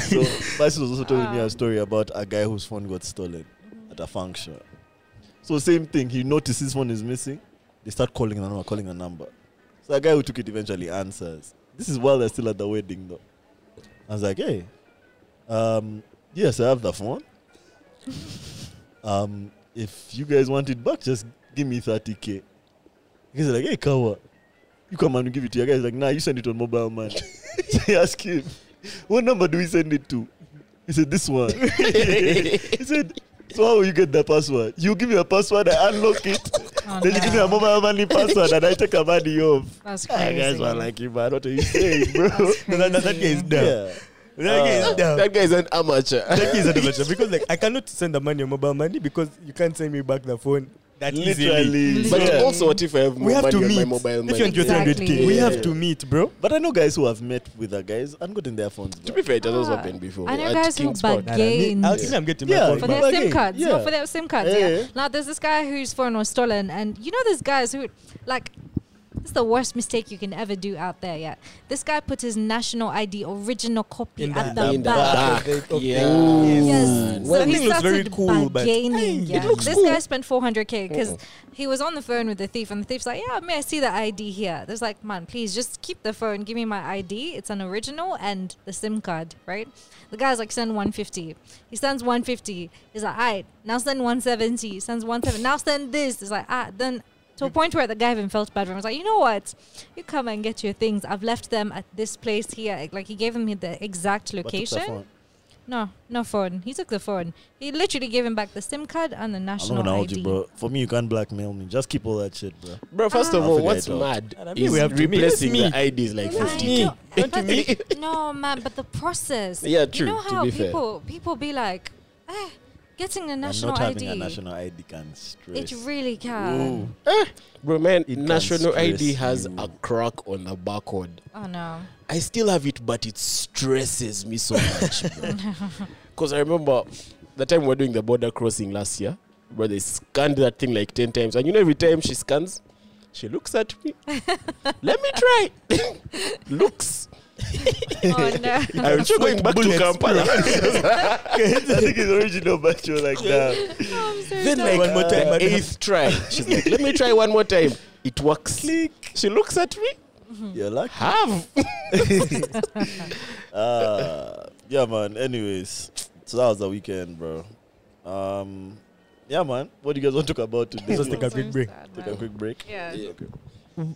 Speaker 4: So, my sister was also telling me a story about a guy whose phone got stolen at a function. So same thing. He notices one is missing. They start calling the number, calling the number. So a guy who took it eventually answers. This is while they're still at the wedding, though. I was like, hey, um, yes, I have the phone. um, if you guys want it back, just give me 30k. He's like, hey, Kawa, you come and give it to your guys. Like, nah, you send it on mobile, man. so I asked him, what number do we send it to? He said, this one. he said, so how will you get the password? You give me a password, I unlock it.
Speaker 1: Oh,
Speaker 4: Then you give me a
Speaker 1: no.
Speaker 4: mobile money password and I take a money off.
Speaker 1: That's
Speaker 4: Ah,
Speaker 1: crazy.
Speaker 4: guys were like, you man, what are you saying, bro?
Speaker 1: That's
Speaker 2: No, no, no, that guy
Speaker 1: crazy.
Speaker 2: is dumb.
Speaker 4: Yeah.
Speaker 2: That guy is dumb.
Speaker 3: That guy is an amateur.
Speaker 2: That is an adventure because like I cannot send the money on mobile money because you can't send me back the phone that easily.
Speaker 4: Literally.
Speaker 3: but
Speaker 4: Yeah.
Speaker 3: also, what if I have
Speaker 2: We
Speaker 3: more
Speaker 2: have to
Speaker 3: money on
Speaker 2: meet.
Speaker 3: my mobile money?
Speaker 2: If you're on your
Speaker 1: Exactly.
Speaker 2: 300k, we
Speaker 3: Yeah.
Speaker 2: have to meet, bro.
Speaker 4: But I know guys who have met with the guys and gotten their phones
Speaker 3: To
Speaker 4: back.
Speaker 3: be fair, it has also
Speaker 1: Ah.
Speaker 3: happened before.
Speaker 1: I know
Speaker 3: at
Speaker 1: guys who
Speaker 3: King's Park.
Speaker 1: bug- Gains.
Speaker 2: I think I'm getting my
Speaker 4: Yeah.
Speaker 2: phone
Speaker 1: for
Speaker 2: back.
Speaker 1: their
Speaker 4: But
Speaker 1: SIM
Speaker 4: again,
Speaker 1: cards. No,
Speaker 4: yeah.
Speaker 1: for their SIM cards.
Speaker 4: Yeah,
Speaker 1: Yeah.
Speaker 4: yeah.
Speaker 1: Now there's this guy whose phone was stolen, and you know there's guys who, like, it's the worst mistake you can ever do out there. Yeah. This guy put his national ID, original copy,
Speaker 2: In
Speaker 1: at
Speaker 2: the-
Speaker 1: the,
Speaker 3: In the
Speaker 1: back.
Speaker 3: back.
Speaker 2: Of the- of the-
Speaker 3: Yeah.
Speaker 1: Yes.
Speaker 2: Well,
Speaker 1: so he
Speaker 2: it looks very
Speaker 1: started
Speaker 2: cool, but-
Speaker 1: bargaining,
Speaker 2: Hey,
Speaker 1: yeah.
Speaker 2: it looks
Speaker 1: this
Speaker 2: cool.
Speaker 1: guy spent 400k because he was on the phone with the thief, and the thief's like, "Yeah, may I see the ID here?" There's like, "Man, please just keep the phone. Give me my ID. It's an original and the SIM card, right?" The guy's like, "Send 150." He sends 150. He's like, "Alright, now send 170." He Sends 170. Now send this. He's like, "Ah, then." To a point where the guy even felt bad for him. I was like, you know what? You come and get your things. I've left them at this place here. Like, he gave him the exact
Speaker 4: But took their
Speaker 1: location.
Speaker 4: phone.
Speaker 1: No, no phone. He took the phone. He literally gave him back the SIM card and the
Speaker 4: I'm
Speaker 1: national
Speaker 4: not gonna hold
Speaker 1: ID.
Speaker 4: you, bro. For me, you can't blackmail me. Just keep all that shit, bro.
Speaker 3: Bro, first of
Speaker 4: Ah.
Speaker 3: all,
Speaker 4: Hopefully I
Speaker 3: what's
Speaker 4: don't.
Speaker 3: mad
Speaker 2: And I mean,
Speaker 3: is
Speaker 2: we have to meet.
Speaker 3: replacing
Speaker 2: Let's
Speaker 3: the IDs like
Speaker 1: I
Speaker 3: 50.
Speaker 2: Me.
Speaker 1: know,
Speaker 2: Don't
Speaker 1: but
Speaker 2: you
Speaker 1: the- no man, but the process.
Speaker 3: Yeah,
Speaker 1: You
Speaker 3: true,
Speaker 1: know
Speaker 3: to
Speaker 1: how
Speaker 3: be fair.
Speaker 1: people people be like, eh, getting a
Speaker 4: And
Speaker 1: national
Speaker 4: not having
Speaker 1: ID.
Speaker 4: a national ID can stress.
Speaker 1: it really can.
Speaker 4: Ooh.
Speaker 3: Bro, man,
Speaker 4: It can
Speaker 3: national ID
Speaker 4: stress
Speaker 3: has
Speaker 4: you.
Speaker 3: a crack on the barcode.
Speaker 1: Oh no.
Speaker 3: I still have it, but it stresses me so much, Because I remember the time we were doing the border crossing last year, bro, they scanned that thing like 10 times. And you know, every time she scans, she looks at me. Let me try. looks.
Speaker 1: Oh no.
Speaker 3: I'm sure going back to
Speaker 4: Bullet
Speaker 3: Kampala.
Speaker 4: I think it's original, but you're like, nah.
Speaker 1: I'm so
Speaker 3: then,
Speaker 1: sorry.
Speaker 3: like,
Speaker 2: One more time,
Speaker 3: uh,
Speaker 2: madam.
Speaker 3: eighth try. She's like, let me try one more time. It works.
Speaker 4: Click.
Speaker 3: She looks at me.
Speaker 4: You're lucky.
Speaker 3: Have.
Speaker 4: uh, yeah, man. Anyways, so that was the weekend, bro. Um, yeah, man. What do you guys want to talk about today?
Speaker 2: Let's just take a
Speaker 1: I'm so
Speaker 2: quick break.
Speaker 1: sad,
Speaker 4: Take
Speaker 1: man.
Speaker 4: a quick break.
Speaker 1: Yeah.
Speaker 4: Okay.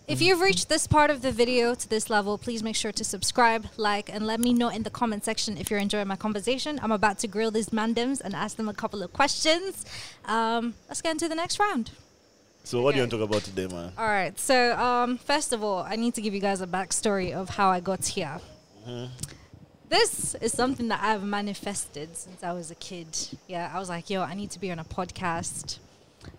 Speaker 1: If you've reached this part of the video to this level, please make sure to subscribe, like, and let me know in the comment section if you're enjoying my conversation. I'm about to grill these mandems and ask them a couple of questions. Um, let's get into the next round.
Speaker 4: So, what do you want to talk about today, man?
Speaker 1: All right. So, um, first of all, I need to give you guys a backstory of how I got here.
Speaker 4: Mm-hmm.
Speaker 1: This is something that I've manifested since I was a kid. Yeah, I was like, yo, I need to be on a podcast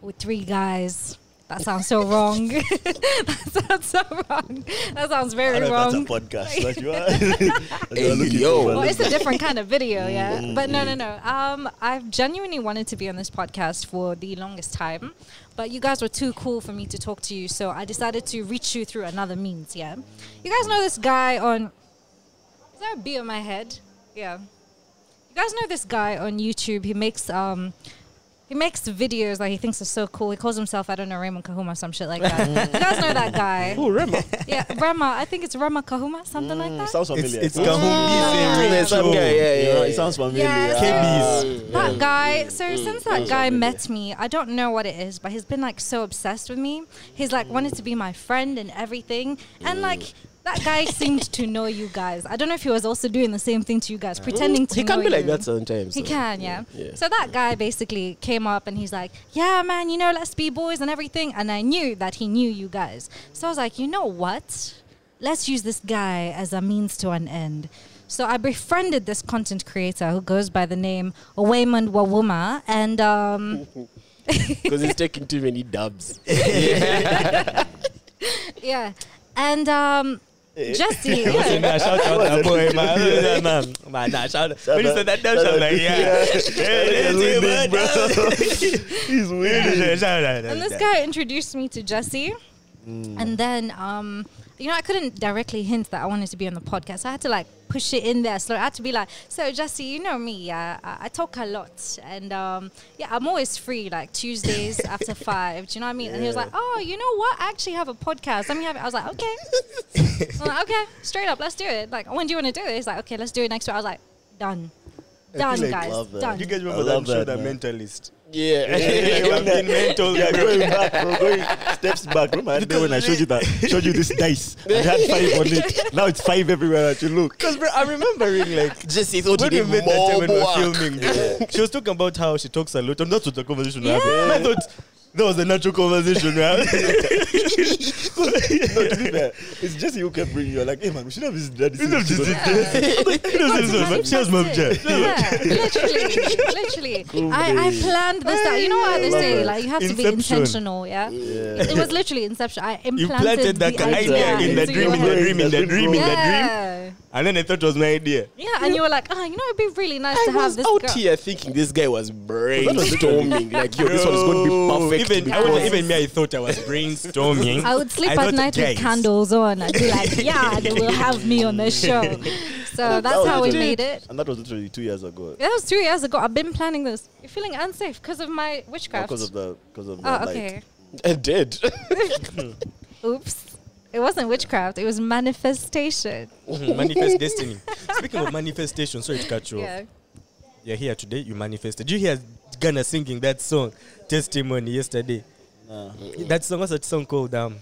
Speaker 1: with three guys. That sounds so wrong. that sounds so wrong. That sounds
Speaker 4: I
Speaker 1: very
Speaker 4: don't know
Speaker 1: wrong. Oh,
Speaker 4: if that's a podcast. that you are, that you are
Speaker 3: Hey,
Speaker 4: looking
Speaker 3: yo.
Speaker 4: for.
Speaker 1: Well, it's a different kind of video,
Speaker 4: Mm-hmm.
Speaker 1: yeah. But no, no, no. Um, I've genuinely wanted to be on this podcast for the longest time, but you guys were too cool for me to talk to you, so I decided to reach you through another means. Yeah, you guys know this guy on. Is there a bee on my head? Yeah. You guys know this guy on YouTube. He makes um. He makes videos that he thinks are so cool. He calls himself, I don't know, Raymond Kahuma, some shit like that. you guys know that guy.
Speaker 2: Oh, remember?
Speaker 1: Yeah, Rama. I think it's Rama Kahuma, something like that.
Speaker 4: Mm, sounds
Speaker 2: it's
Speaker 4: familiar.
Speaker 2: it's
Speaker 4: Mm.
Speaker 2: Kahumbi's
Speaker 3: Some guy,
Speaker 2: Enrico.
Speaker 3: yeah, yeah,
Speaker 4: Yeah,
Speaker 3: yeah.
Speaker 4: it sounds familiar.
Speaker 1: Yes.
Speaker 2: KB's.
Speaker 3: Mm.
Speaker 1: That guy. So since that guy met me, I don't know what it is, but he's been like so obsessed with me. He's like wanted to be my friend and everything, and
Speaker 3: Mm.
Speaker 1: like. That guy seemed to know you guys. I don't know if he was also doing the same thing to you guys, pretending to
Speaker 3: Mm. He
Speaker 1: know
Speaker 3: can be like
Speaker 1: you.
Speaker 3: that sometimes.
Speaker 1: He
Speaker 3: so.
Speaker 1: can, yeah.
Speaker 3: yeah.
Speaker 1: So that guy basically came up and he's like, "Yeah, man, you know, let's be boys and everything." And I knew that he knew you guys, so I was like, "You know what? Let's use this guy as a means to an end." So I befriended this content creator who goes by the name Waymond Wawuma, and um,
Speaker 3: Because he's taking too many dubs.
Speaker 1: yeah, and um, Jesse,
Speaker 2: Yeah,
Speaker 1: yeah.
Speaker 2: nah, shout out that boy, man. Yeah, man. Man, nah, shout out. When you said that, damn,
Speaker 4: Shout
Speaker 2: shout out.
Speaker 4: out.
Speaker 2: Like, yeah.
Speaker 4: He's
Speaker 2: Hey,
Speaker 4: winning,
Speaker 2: man.
Speaker 4: bro. He's winning.
Speaker 2: Shout out.
Speaker 1: and this guy introduced me to Jesse.
Speaker 4: Mm.
Speaker 1: And then, um, you know, I couldn't directly hint that I wanted to be on the podcast. I had to like push it in there. So I had to be like, so Jesse, you know me, yeah, I, I talk a lot. And um, yeah, I'm always free like Tuesdays after five. Do you know what I mean? And he was like, oh, you know what? I actually have a podcast. Let me have it. I was like, okay. I'm like, okay, straight up, let's do it. Like, when do you want to do it? He's like, okay, let's do it next week. I was like, done. Done,
Speaker 4: like-
Speaker 1: guys.
Speaker 4: Love that.
Speaker 1: Done.
Speaker 2: You guys
Speaker 4: I
Speaker 2: remember
Speaker 4: love
Speaker 2: that, show,
Speaker 4: that,
Speaker 2: The
Speaker 4: man.
Speaker 2: Mentalist? Eh,
Speaker 3: Yeah.
Speaker 4: Eh,
Speaker 2: I've been mental.
Speaker 4: Yeah, going back, bro,
Speaker 2: eh,
Speaker 4: going eh, steps back. Remember that day when I showed you that, showed you this dice, and it had five on it. Now it's five everywhere that you look.
Speaker 2: Because I remember really like
Speaker 3: Jesse thought
Speaker 2: when
Speaker 3: he
Speaker 2: we
Speaker 3: did
Speaker 2: met that time
Speaker 3: more
Speaker 2: when we were
Speaker 3: work.
Speaker 2: filming, she was talking about how she talks a lot, and that's what the conversation
Speaker 1: Yeah.
Speaker 2: happened. I thought that was a natural conversation, right?
Speaker 4: No, to be fair, it's just you kept bringing. You're like, hey man, we should have this daddy.
Speaker 2: You know,
Speaker 4: She goes,
Speaker 2: Cheers, mom. Cheers.
Speaker 1: Yeah, literally, literally.
Speaker 2: Oh,
Speaker 1: I, I planned this out. You know what they
Speaker 4: Love
Speaker 1: say?
Speaker 4: it.
Speaker 1: Like you have to be
Speaker 2: Inception.
Speaker 1: intentional. Yeah? it was literally inception. I implanted,
Speaker 2: You planted that
Speaker 1: the
Speaker 2: idea in the
Speaker 1: into
Speaker 2: dream,
Speaker 1: your
Speaker 2: in the
Speaker 1: head.
Speaker 2: dream, in the dream, in the dream,
Speaker 1: Yeah.
Speaker 2: and then I thought it was my idea.
Speaker 1: yeah, and you were like, oh, you know, it'd be really nice
Speaker 3: I
Speaker 1: to have
Speaker 3: was
Speaker 1: this
Speaker 3: out
Speaker 1: girl.
Speaker 3: here thinking this guy was brainstorming. like, yo, this one is going to be perfect.
Speaker 2: Even, I
Speaker 3: because-
Speaker 2: was, even me, I thought I was brainstorming.
Speaker 1: I would sleep
Speaker 2: I
Speaker 1: at
Speaker 2: thought,
Speaker 1: night
Speaker 2: guys,
Speaker 1: with candles on. I'd be like, yeah, they will have me on the show. So
Speaker 4: That
Speaker 1: that's
Speaker 4: was
Speaker 1: how we
Speaker 4: literally-
Speaker 1: made it.
Speaker 4: And that was literally two years ago.
Speaker 1: That was two years ago. I've been planning this. You're feeling unsafe because of my
Speaker 2: Oh,
Speaker 1: witchcraft.
Speaker 4: Because of the, because of the
Speaker 1: oh,
Speaker 4: light.
Speaker 1: okay.
Speaker 3: I did.
Speaker 1: Oops. It wasn't witchcraft. It was manifestation.
Speaker 2: Mm-hmm. manifest destiny. Speaking of manifestation, sorry to cut you off.
Speaker 1: Yeah.
Speaker 2: You're here today, you manifested. You hear Ghana singing that song, Testimony, yesterday.
Speaker 4: Nah.
Speaker 2: That song, what's that song called? Um,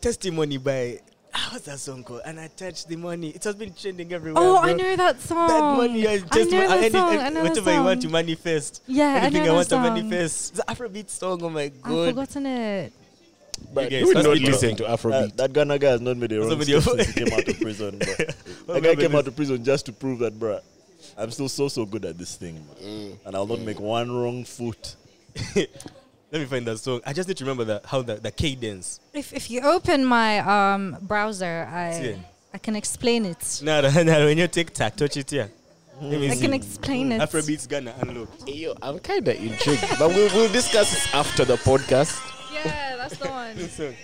Speaker 2: Testimony by, ah, what's that song called? And I touched the money. It has been trending everywhere.
Speaker 1: Oh,
Speaker 2: bro.
Speaker 1: I know that song.
Speaker 2: That money, I just
Speaker 1: I know
Speaker 2: uh,
Speaker 1: that
Speaker 2: any-
Speaker 1: song.
Speaker 2: uh,
Speaker 1: I know that
Speaker 2: whatever you want to
Speaker 1: song.
Speaker 2: manifest.
Speaker 1: Yeah, I
Speaker 2: Anything
Speaker 1: know
Speaker 2: I
Speaker 1: that
Speaker 2: want to
Speaker 1: song.
Speaker 2: manifest. It's an Afrobeat song, oh my
Speaker 1: I've
Speaker 2: god.
Speaker 1: forgotten it.
Speaker 3: But
Speaker 2: guys,
Speaker 3: you would
Speaker 2: that's
Speaker 3: not
Speaker 2: the
Speaker 3: listen to Afrobeat.
Speaker 4: That, that Ghana guy has not made a wrong
Speaker 2: Somebody
Speaker 4: step since
Speaker 2: else.
Speaker 4: he came out of prison. bro. that guy
Speaker 2: remember
Speaker 4: came
Speaker 2: this.
Speaker 4: out of prison just to prove that, bruh, I'm still so so good at this thing, man. and I'll not make one wrong foot.
Speaker 2: Let me find that song. I just need to remember that how the, the cadence.
Speaker 1: If, if you open my um, browser, I
Speaker 2: See.
Speaker 1: I can explain it.
Speaker 2: No, no, no, when you take tack, touch it here. Let me
Speaker 1: I
Speaker 2: see.
Speaker 1: can explain it.
Speaker 2: Afrobeat's Ghana, unlock.
Speaker 3: Uh, Yo, I'm kind of intrigued. but we'll, we'll discuss this after the podcast.
Speaker 1: Yeah, that's the one.
Speaker 2: This song.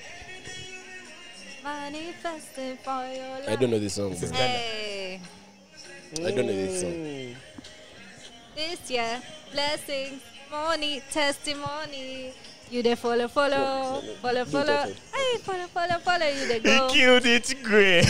Speaker 1: Manifesting for your life.
Speaker 3: I don't know this song.
Speaker 2: This is
Speaker 3: bro.
Speaker 2: Ghana.
Speaker 1: Hey,
Speaker 3: I don't know this song.
Speaker 1: this year, blessings, money, testimony. You they follow, follow, follow, follow. Hey, follow, follow, follow. You they
Speaker 2: He
Speaker 1: go.
Speaker 2: killed it great.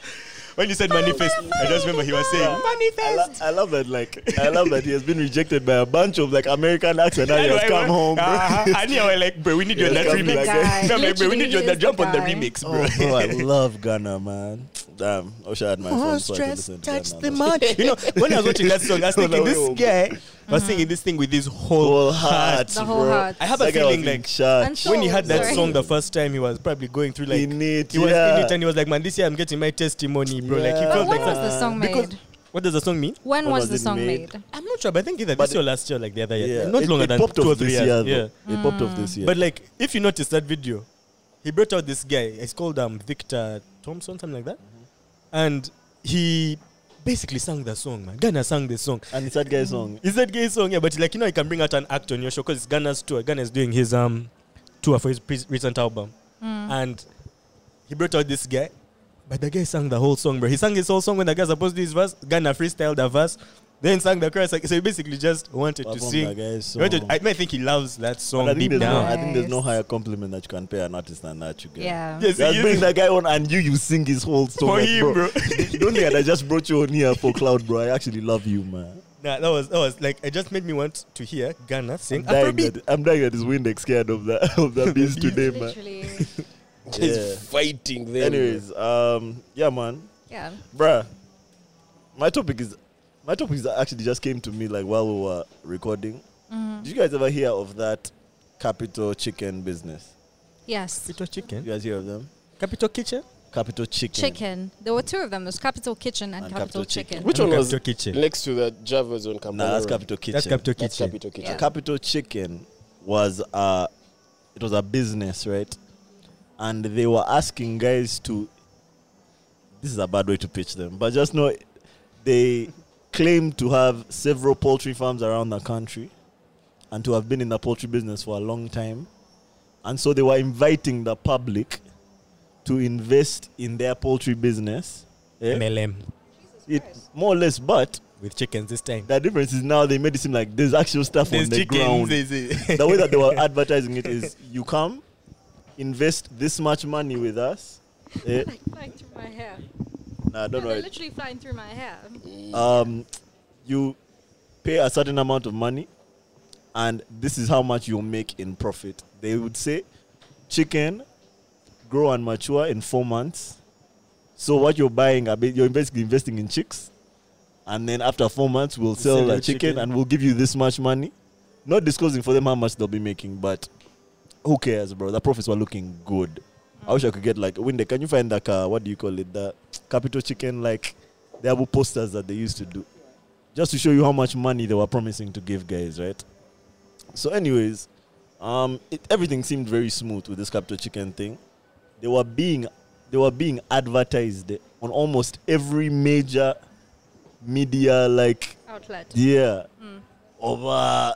Speaker 2: when you said manifest, I just remember he was saying
Speaker 4: I,
Speaker 2: manifest.
Speaker 4: lo- I love that. Like, I love that he has been rejected by a bunch of like American acts, and now he has come home. Bro.
Speaker 2: Uh-huh. And you were like, bro, we need you on
Speaker 4: Yeah,
Speaker 2: that
Speaker 4: come
Speaker 2: remix.
Speaker 4: back.
Speaker 1: Guy.
Speaker 2: No, like, bro,
Speaker 1: Literally,
Speaker 2: we need you on
Speaker 1: he
Speaker 2: that
Speaker 1: is
Speaker 2: jump
Speaker 1: the
Speaker 2: on the
Speaker 1: guy.
Speaker 2: remix, bro.
Speaker 4: Oh, bro, I love Ghana, man. Damn, I wish I had my phone so I could listen to Ghana. man.
Speaker 2: You know, when I was watching that song, I was
Speaker 4: No, no,
Speaker 2: thinking this
Speaker 4: we won't.
Speaker 2: guy was singing this thing with his whole.
Speaker 4: Whole heart,
Speaker 1: The whole
Speaker 4: bro.
Speaker 1: heart.
Speaker 2: I have a
Speaker 4: That guy was
Speaker 2: feeling
Speaker 4: in
Speaker 2: like
Speaker 4: charge.
Speaker 1: And so-
Speaker 2: when he had that
Speaker 1: Sorry.
Speaker 2: song the first time, he was probably going through like
Speaker 4: In it,
Speaker 2: he was in
Speaker 4: yeah.
Speaker 2: it and he was like, man, this year I'm getting my testimony, bro. Like he
Speaker 4: Yeah.
Speaker 1: But
Speaker 2: felt
Speaker 1: when
Speaker 2: like
Speaker 1: was the
Speaker 2: that.
Speaker 1: song
Speaker 2: Because-
Speaker 1: made?
Speaker 2: What does the song mean?
Speaker 1: When
Speaker 4: When
Speaker 1: was
Speaker 4: was
Speaker 1: the
Speaker 4: it
Speaker 1: song
Speaker 4: made?
Speaker 1: made?
Speaker 2: I'm not sure, but I think either
Speaker 4: But
Speaker 2: this year or last year, like the other year,
Speaker 4: Yeah.
Speaker 2: not
Speaker 4: It-
Speaker 2: longer
Speaker 4: it
Speaker 2: than
Speaker 4: popped
Speaker 2: two
Speaker 4: off
Speaker 2: or three
Speaker 4: this
Speaker 2: years.
Speaker 4: year,
Speaker 2: yeah.
Speaker 4: though. It popped off this year.
Speaker 2: But like, if you notice that video, he brought out this guy. It's called um, Victor Thompson, something like that,
Speaker 4: Mm-hmm.
Speaker 2: and he basically sang the song. Man, Ghana sang the song.
Speaker 4: and it's that guy's song.
Speaker 2: It's that gay song, yeah. But like, you know, you can bring out an act on your show because it's Ghana's tour. Ghana is doing his um tour for his pre- recent album,
Speaker 4: Mm.
Speaker 2: and he brought out this guy. But the guy sang the whole song, bro. He sang his whole song when the guy supposed to do his verse. Ghana freestyled the verse, then sang the chorus. Like, so he basically just wanted
Speaker 4: Perform
Speaker 2: to sing.
Speaker 4: that guy's
Speaker 2: He wanted-
Speaker 4: song.
Speaker 2: I, I think he loves that
Speaker 4: But
Speaker 2: song
Speaker 4: I think,
Speaker 2: deep
Speaker 4: there's no,
Speaker 2: down.
Speaker 4: I think there's no
Speaker 1: Nice.
Speaker 4: higher compliment that you can pay an artist than that, you get.
Speaker 1: Yeah.
Speaker 2: Yes,
Speaker 4: Just
Speaker 2: yes.
Speaker 4: bring that guy on and you, you sing his whole song.
Speaker 2: For
Speaker 4: like,
Speaker 2: him, bro.
Speaker 4: Don't think that I just brought you on here for cloud, bro. I actually love you, man.
Speaker 2: Nah, that was that was like it just made me want to hear Ghana sing
Speaker 4: I'm dying,
Speaker 2: Afrobeat.
Speaker 4: that, I'm dying at this Windex scared of that of that beast today, man.
Speaker 1: Literally.
Speaker 4: Yeah.
Speaker 3: He's fighting there.
Speaker 4: Anyways, um, yeah, man,
Speaker 1: Yeah.
Speaker 4: bruh. My topic is, my topic is actually just came to me like while we were recording. Did you guys ever hear of that Capital Chicken business?
Speaker 1: Yes.
Speaker 2: Capital Chicken,
Speaker 4: You guys hear of them?
Speaker 2: Capital Kitchen,
Speaker 4: Capital Chicken.
Speaker 1: Chicken. There were two of them. There's Capital Kitchen and,
Speaker 4: And Capital
Speaker 1: Capital,
Speaker 4: Chicken.
Speaker 1: Chicken.
Speaker 3: Which one was
Speaker 2: Capital Kitchen.
Speaker 3: next to the Javas on Campbell?
Speaker 4: Nah, that's Capital Kitchen.
Speaker 2: That's Capital
Speaker 3: That's
Speaker 2: Kitchen.
Speaker 3: Capital Kitchen.
Speaker 1: Yeah.
Speaker 4: Capital Chicken was uh it was a business, right? And they were asking guys to this is a bad way to pitch them, but just know they claim to have several poultry farms around the country and to have been in the poultry business for a long time And so they were inviting the public to invest in their poultry business. eh?
Speaker 2: MLM
Speaker 4: It, more or less, but
Speaker 2: with chickens this time.
Speaker 4: the difference is now they made it seem like there's actual stuff on the ground. the way that they were advertising it is you come, invest this much money with us. Eh,
Speaker 1: Like flying through my hair.
Speaker 4: nah,
Speaker 1: No,
Speaker 4: don't
Speaker 1: they're
Speaker 4: worry.
Speaker 1: literally flying through my hair.
Speaker 4: um, you pay a certain amount of money, and this is how much you'll make in profit. They would say, chicken grow and mature in four months. So what you're buying, are ba- you're basically investing in chicks, and then after four months, we'll sell,
Speaker 2: sell
Speaker 4: the
Speaker 2: your
Speaker 4: chicken,
Speaker 2: chicken.
Speaker 4: and we'll give you this much money. Not disclosing for them how much they'll be making, but who cares, bro? The profits were looking good. I wish I could get like Winde. Can you find like uh, what do you call it? The capital chicken like they have posters that they used to do, just to show you how much money they were promising to give guys, right? So, anyways, um, it, everything seemed very smooth with this capital chicken thing. They were being they were being advertised on almost every major media like
Speaker 1: Outlet.
Speaker 4: yeah. Over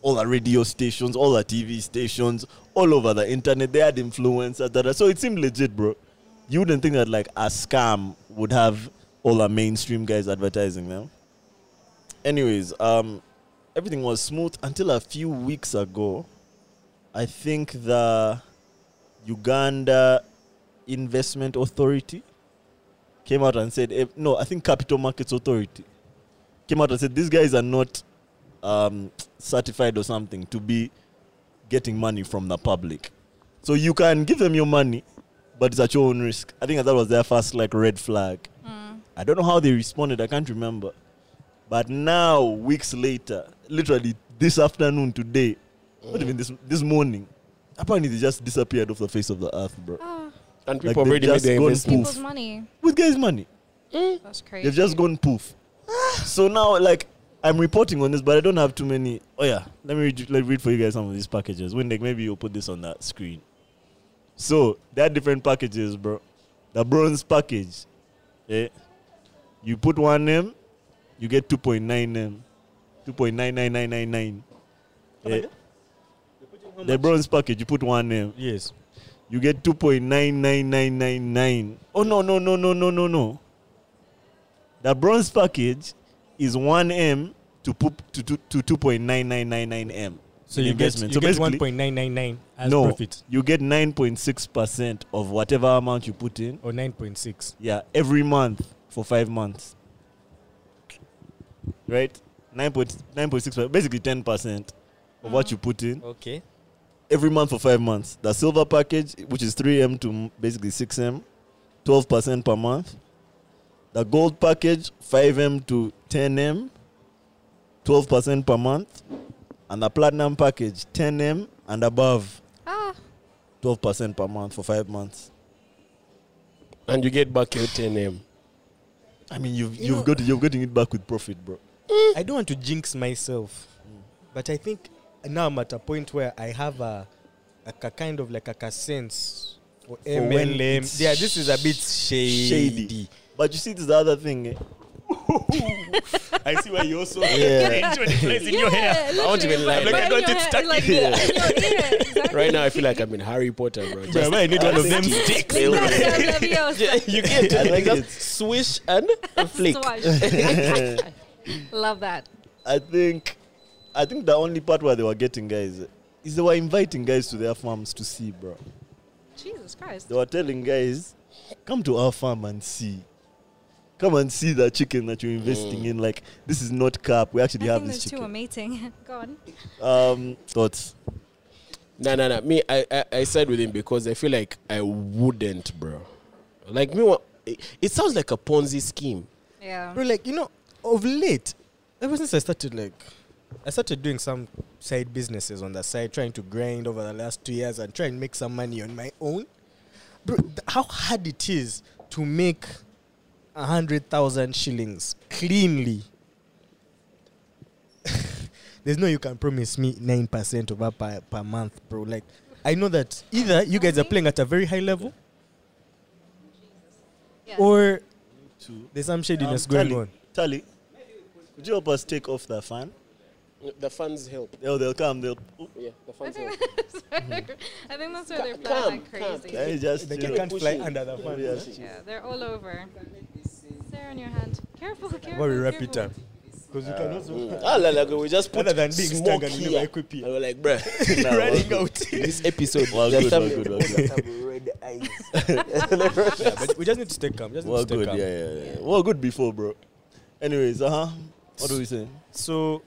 Speaker 4: all the radio stations, all the TV stations, all over the internet. They had influencers. That are, so it seemed legit, bro. You wouldn't think that like a scam would have all the mainstream guys advertising them. Anyways, um, everything was smooth until a few weeks ago. I think the Uganda Investment Authority came out and said, eh, no, I think Capital Markets Authority came out and said these guys are not um, certified or something to be getting money from the public. So you can give them your money, but it's at your own risk. I think that was their first like red flag. I don't know how they responded. I can't remember. But now, weeks later, literally this afternoon, today, not even this this morning, apparently they just disappeared off the face of the earth, bro.
Speaker 1: Oh,
Speaker 3: And
Speaker 4: Like
Speaker 3: people
Speaker 4: they've
Speaker 3: already made
Speaker 4: just
Speaker 3: their
Speaker 4: gone
Speaker 3: investment.
Speaker 1: people's
Speaker 4: Poof.
Speaker 1: money.
Speaker 4: With guys' money.
Speaker 1: That's crazy.
Speaker 4: They've just gone poof. so now, like, I'm reporting on this, but I don't have too many. Oh yeah, let me read, let me read for you guys some of these packages. Windek, maybe you'll put this on that screen. So there are different packages, bro. The bronze package, eh? You put one M, you get 2.9 M, 2.99999. Eh? The bronze package, you put one M,
Speaker 2: Yes.
Speaker 4: you get 2.99999. Oh, no, no, no, no, no, no, no. The bronze package is 1M to, poop, to, to, to 2.9999M.
Speaker 2: So
Speaker 4: in
Speaker 2: you get, you
Speaker 4: investment.
Speaker 2: get
Speaker 4: basically,
Speaker 2: 1.999 as
Speaker 4: no,
Speaker 2: profit
Speaker 4: you get 9.6% of whatever amount you put in.
Speaker 2: or 9.6.
Speaker 4: Yeah, every month for five months. Right? 9.6%, basically 10% of what you put in
Speaker 2: Okay.
Speaker 4: every month for five months. The silver package, which is 3M to m- basically 6M, 12% per month. The gold package, 5M to 10M, 12% per month. And the platinum package, 10M and above,
Speaker 1: ah,
Speaker 4: 12% per month for five months.
Speaker 3: And you get back your 10M.
Speaker 4: I mean, you've,
Speaker 2: You
Speaker 4: you've
Speaker 2: know-
Speaker 4: got you're getting it back with profit, bro.
Speaker 2: I don't want to jinx myself, but I think now I'm at a point where I have a, a, ca- kind of like a, ca- sense for
Speaker 4: when
Speaker 2: MLM.
Speaker 4: it's
Speaker 2: Yeah, this is a bit shady.
Speaker 4: Shady. But you see, this is the other thing. eh?
Speaker 2: I see why you also
Speaker 4: Yeah.
Speaker 2: in
Speaker 1: yeah,
Speaker 2: your hair.
Speaker 1: literally,
Speaker 3: won't even lie.
Speaker 1: but
Speaker 3: Like, I
Speaker 1: in
Speaker 2: don't
Speaker 1: your
Speaker 2: think
Speaker 1: hair,
Speaker 2: stuck
Speaker 1: like,
Speaker 4: in
Speaker 1: yeah, in your ear, exactly.
Speaker 3: Right now, I feel like I'm in Harry Potter, bro. Just
Speaker 2: I need one of them
Speaker 3: Just-
Speaker 2: sticks.
Speaker 3: Lil-
Speaker 1: Wingardium Leviosa.
Speaker 3: you get
Speaker 4: I
Speaker 3: it.
Speaker 4: like
Speaker 3: Like
Speaker 4: it.
Speaker 3: just swish and flick.
Speaker 1: Swash. Love that.
Speaker 4: I think, I think the only part where they were getting guys is they were inviting guys to their farms to see, bro.
Speaker 1: Jesus Christ.
Speaker 4: They were telling guys, come to our farm and see. Come and see the chicken that you're investing in. Like, this is not cap. We actually
Speaker 1: I
Speaker 4: have
Speaker 1: think
Speaker 4: this
Speaker 1: those two are
Speaker 4: chicken.
Speaker 1: mating. Go on.
Speaker 4: Um, thoughts?
Speaker 3: No, no, no. Me, I, I, I side with him because I feel like I wouldn't, bro. Like me, wa- it, it sounds like a Ponzi scheme.
Speaker 1: Yeah.
Speaker 2: Bro, like, you know, of late, ever since I started, like, I started doing some side businesses on the side, trying to grind over the last two years and try and make some money on my own. Bro, th- how hard it is to make a hundred thousand shillings cleanly. There's no you can promise me nine percent over per, per month, bro. Like I know that either you guys are playing at a very high level
Speaker 1: Yeah.
Speaker 2: or
Speaker 4: Two.
Speaker 2: there's some shadiness going on.
Speaker 4: Tally, could you help us take off the fan?
Speaker 3: The funds help.
Speaker 4: They'll, they'll come. They'll.
Speaker 3: Yeah, the
Speaker 1: I
Speaker 3: funds help.
Speaker 1: think that's where they're- I think that's where they're
Speaker 3: Ca-
Speaker 1: flying like
Speaker 3: come, come.
Speaker 1: crazy.
Speaker 4: They just.
Speaker 2: They
Speaker 4: chill.
Speaker 2: can't
Speaker 3: push
Speaker 2: fly
Speaker 3: it.
Speaker 2: under the fan.
Speaker 4: Yes.
Speaker 1: Yeah, they're all over. Sarah, on your hand. Careful, careful.
Speaker 2: Why we wrap it
Speaker 1: careful.
Speaker 2: up? Because you can also
Speaker 3: Ah, la, la, we just put
Speaker 2: Rather than being
Speaker 3: smoke
Speaker 2: staggered, we
Speaker 3: here.
Speaker 2: like whip here.
Speaker 3: And we're like, bruh,
Speaker 4: Nah, well,
Speaker 2: running out.
Speaker 3: this episode.
Speaker 4: Well,
Speaker 3: the
Speaker 4: good, well,
Speaker 3: thumbnail-
Speaker 4: good, well, good.
Speaker 6: red eyes.
Speaker 2: Yeah, but we just need to stay calm. Just need
Speaker 4: Well,
Speaker 2: to stay
Speaker 4: good.
Speaker 2: calm.
Speaker 4: Yeah, yeah, yeah. Well, good before, bro. Anyways, uh huh. What do we say?
Speaker 2: So,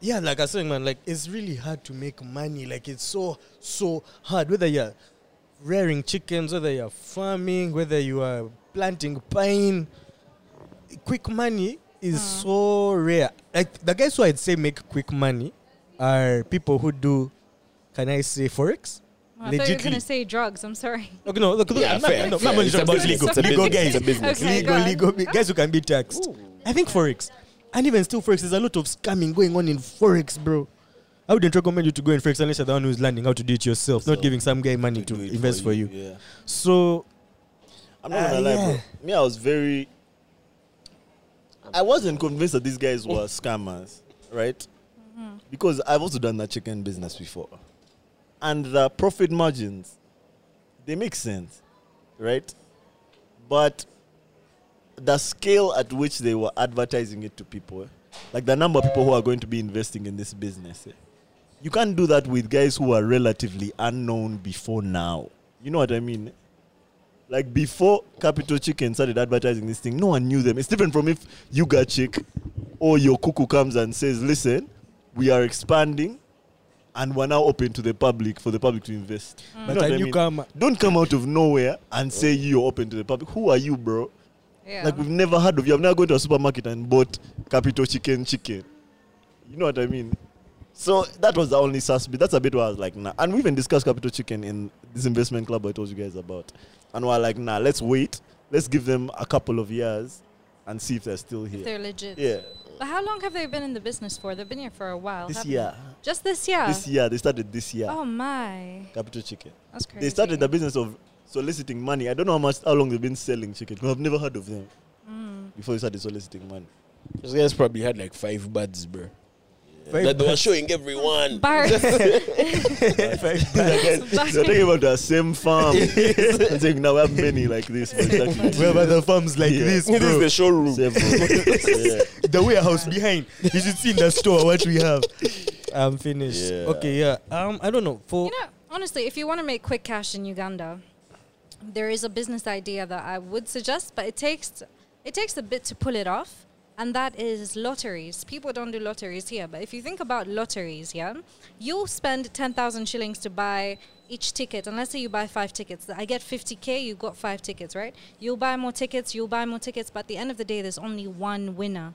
Speaker 2: yeah, like I said, man, like it's really hard to make money. Like it's so so hard. Whether you're rearing chickens, whether you're farming, whether you are planting pine, quick money is so rare. Like the guys who I'd say make quick money are people who do, can I say forex?
Speaker 1: Oh, I thought you were
Speaker 2: Legitly.
Speaker 1: gonna say drugs. I'm sorry.
Speaker 2: Okay, no, look, look,
Speaker 3: Yeah,
Speaker 2: I'm not-
Speaker 3: fair,
Speaker 2: no,
Speaker 3: fair.
Speaker 2: I'm only
Speaker 3: It's
Speaker 2: talking
Speaker 3: a
Speaker 2: about legal,
Speaker 3: business, it's a
Speaker 2: legal
Speaker 3: business,
Speaker 2: guys,
Speaker 3: it's a business.
Speaker 1: Okay,
Speaker 2: legal,
Speaker 1: go on.
Speaker 2: legal be- guys who can be taxed. I think forex, and even still forex, there's a lot of scamming going on in forex, bro. I wouldn't recommend you to go in forex unless you're the one who's learning how to do it yourself, not giving some guy money to,
Speaker 4: do it
Speaker 2: invest for you.
Speaker 4: Yeah.
Speaker 2: So
Speaker 4: I'm not gonna
Speaker 2: Ah,
Speaker 4: lie,
Speaker 2: yeah.
Speaker 4: bro. Me, I was very. I wasn't convinced that these guys were scammers, right? Because I've also done that chicken business before, and the profit margins, they make sense, right? But the scale at which they were advertising it to people, eh, like the number of people who are going to be investing in this business, eh, you can't do that with guys who are relatively unknown before now. You know what I mean? eh? Like before Capital Chicken started advertising this thing, no one knew them. It's different from if Yuga Chick or your cuckoo comes and says, listen, we are expanding and we're now open to the public for the public to invest. You know
Speaker 2: But
Speaker 4: what
Speaker 2: a
Speaker 4: I mean?
Speaker 2: newcomer.
Speaker 4: Don't come out of nowhere and say you're open to the public. Who are you, bro?
Speaker 1: Yeah.
Speaker 4: Like we've never heard of you. I've never gone to a supermarket and bought Capital Chicken chicken. You know what I mean? So that was the only suspect. That's a bit where I was like, nah. And we even discussed Capital Chicken in this investment club I told you guys about. And we're like, nah, let's wait. Let's give them a couple of years and see if they're still here.
Speaker 1: they're legit.
Speaker 4: yeah.
Speaker 1: But how long have they been in the business for? They've been here for a while.
Speaker 4: This
Speaker 1: haven't
Speaker 4: year.
Speaker 1: they? Just this year.
Speaker 4: This year. They started this year.
Speaker 1: Oh my,
Speaker 4: Capital Chicken.
Speaker 1: that's crazy.
Speaker 4: They started the business of soliciting money. I don't know how much how long they've been selling chicken. 'cause I've never heard of them before they started soliciting money.
Speaker 3: Those guys probably had like five buds, bro.
Speaker 2: five
Speaker 3: that they were
Speaker 2: bucks-
Speaker 3: showing everyone.
Speaker 1: Bar-
Speaker 2: five
Speaker 4: These
Speaker 2: bucks.
Speaker 4: are guys-
Speaker 1: Back-
Speaker 4: they're talking about the same farm. I'm saying now we have many like this. but exactly.
Speaker 2: Whoever the farms like
Speaker 4: Yeah.
Speaker 2: this,
Speaker 3: This is
Speaker 2: bro.
Speaker 3: the showroom.
Speaker 4: Several. yeah.
Speaker 2: the warehouse behind. You should see in the store what we have. I'm finished.
Speaker 4: Yeah.
Speaker 2: Okay, yeah. Um, I don't know. For
Speaker 1: You know, honestly, if you want to make quick cash in Uganda, there is a business idea that I would suggest, but it takes it takes a bit to pull it off, and that is lotteries. People don't do lotteries here, but if you think about lotteries, yeah, you'll spend ten thousand shillings to buy each ticket, and let's say you buy five tickets. I get fifty k, you got five tickets, right? You'll buy more tickets, you'll buy more tickets, but at the end of the day, there's only one winner.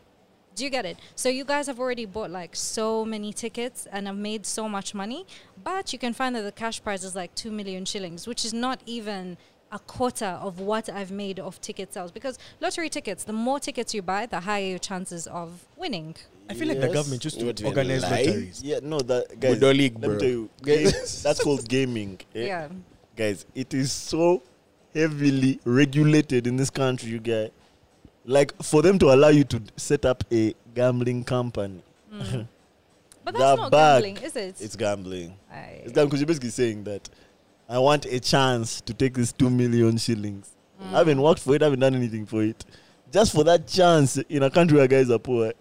Speaker 1: Do you get it? So you guys have already bought like so many tickets and have made so much money, but you can find that the cash prize is like two million shillings, which is not even a quarter of what I've made of ticket sales. Because lottery tickets, the more tickets you buy, the higher your chances of winning.
Speaker 2: I feel like the
Speaker 4: Yes.
Speaker 2: government used
Speaker 3: Not
Speaker 2: to
Speaker 3: even
Speaker 2: organize
Speaker 3: lie.
Speaker 2: lotteries.
Speaker 4: yeah, no, that guys.
Speaker 3: Budo league,
Speaker 4: let
Speaker 3: bro.
Speaker 4: me tell you, game, that's called gaming. eh?
Speaker 1: Yeah.
Speaker 4: guys, it is so heavily regulated in this country, you guys. Like for them to allow you to set up a gambling company,
Speaker 1: But
Speaker 4: The
Speaker 1: that's not
Speaker 4: back
Speaker 1: gambling, is it?
Speaker 4: it's gambling.
Speaker 1: I-
Speaker 4: It's because you're basically saying that I want a chance to take this two million shillings. I haven't worked for it, I haven't done anything for it. Just for that chance in a country where guys are poor,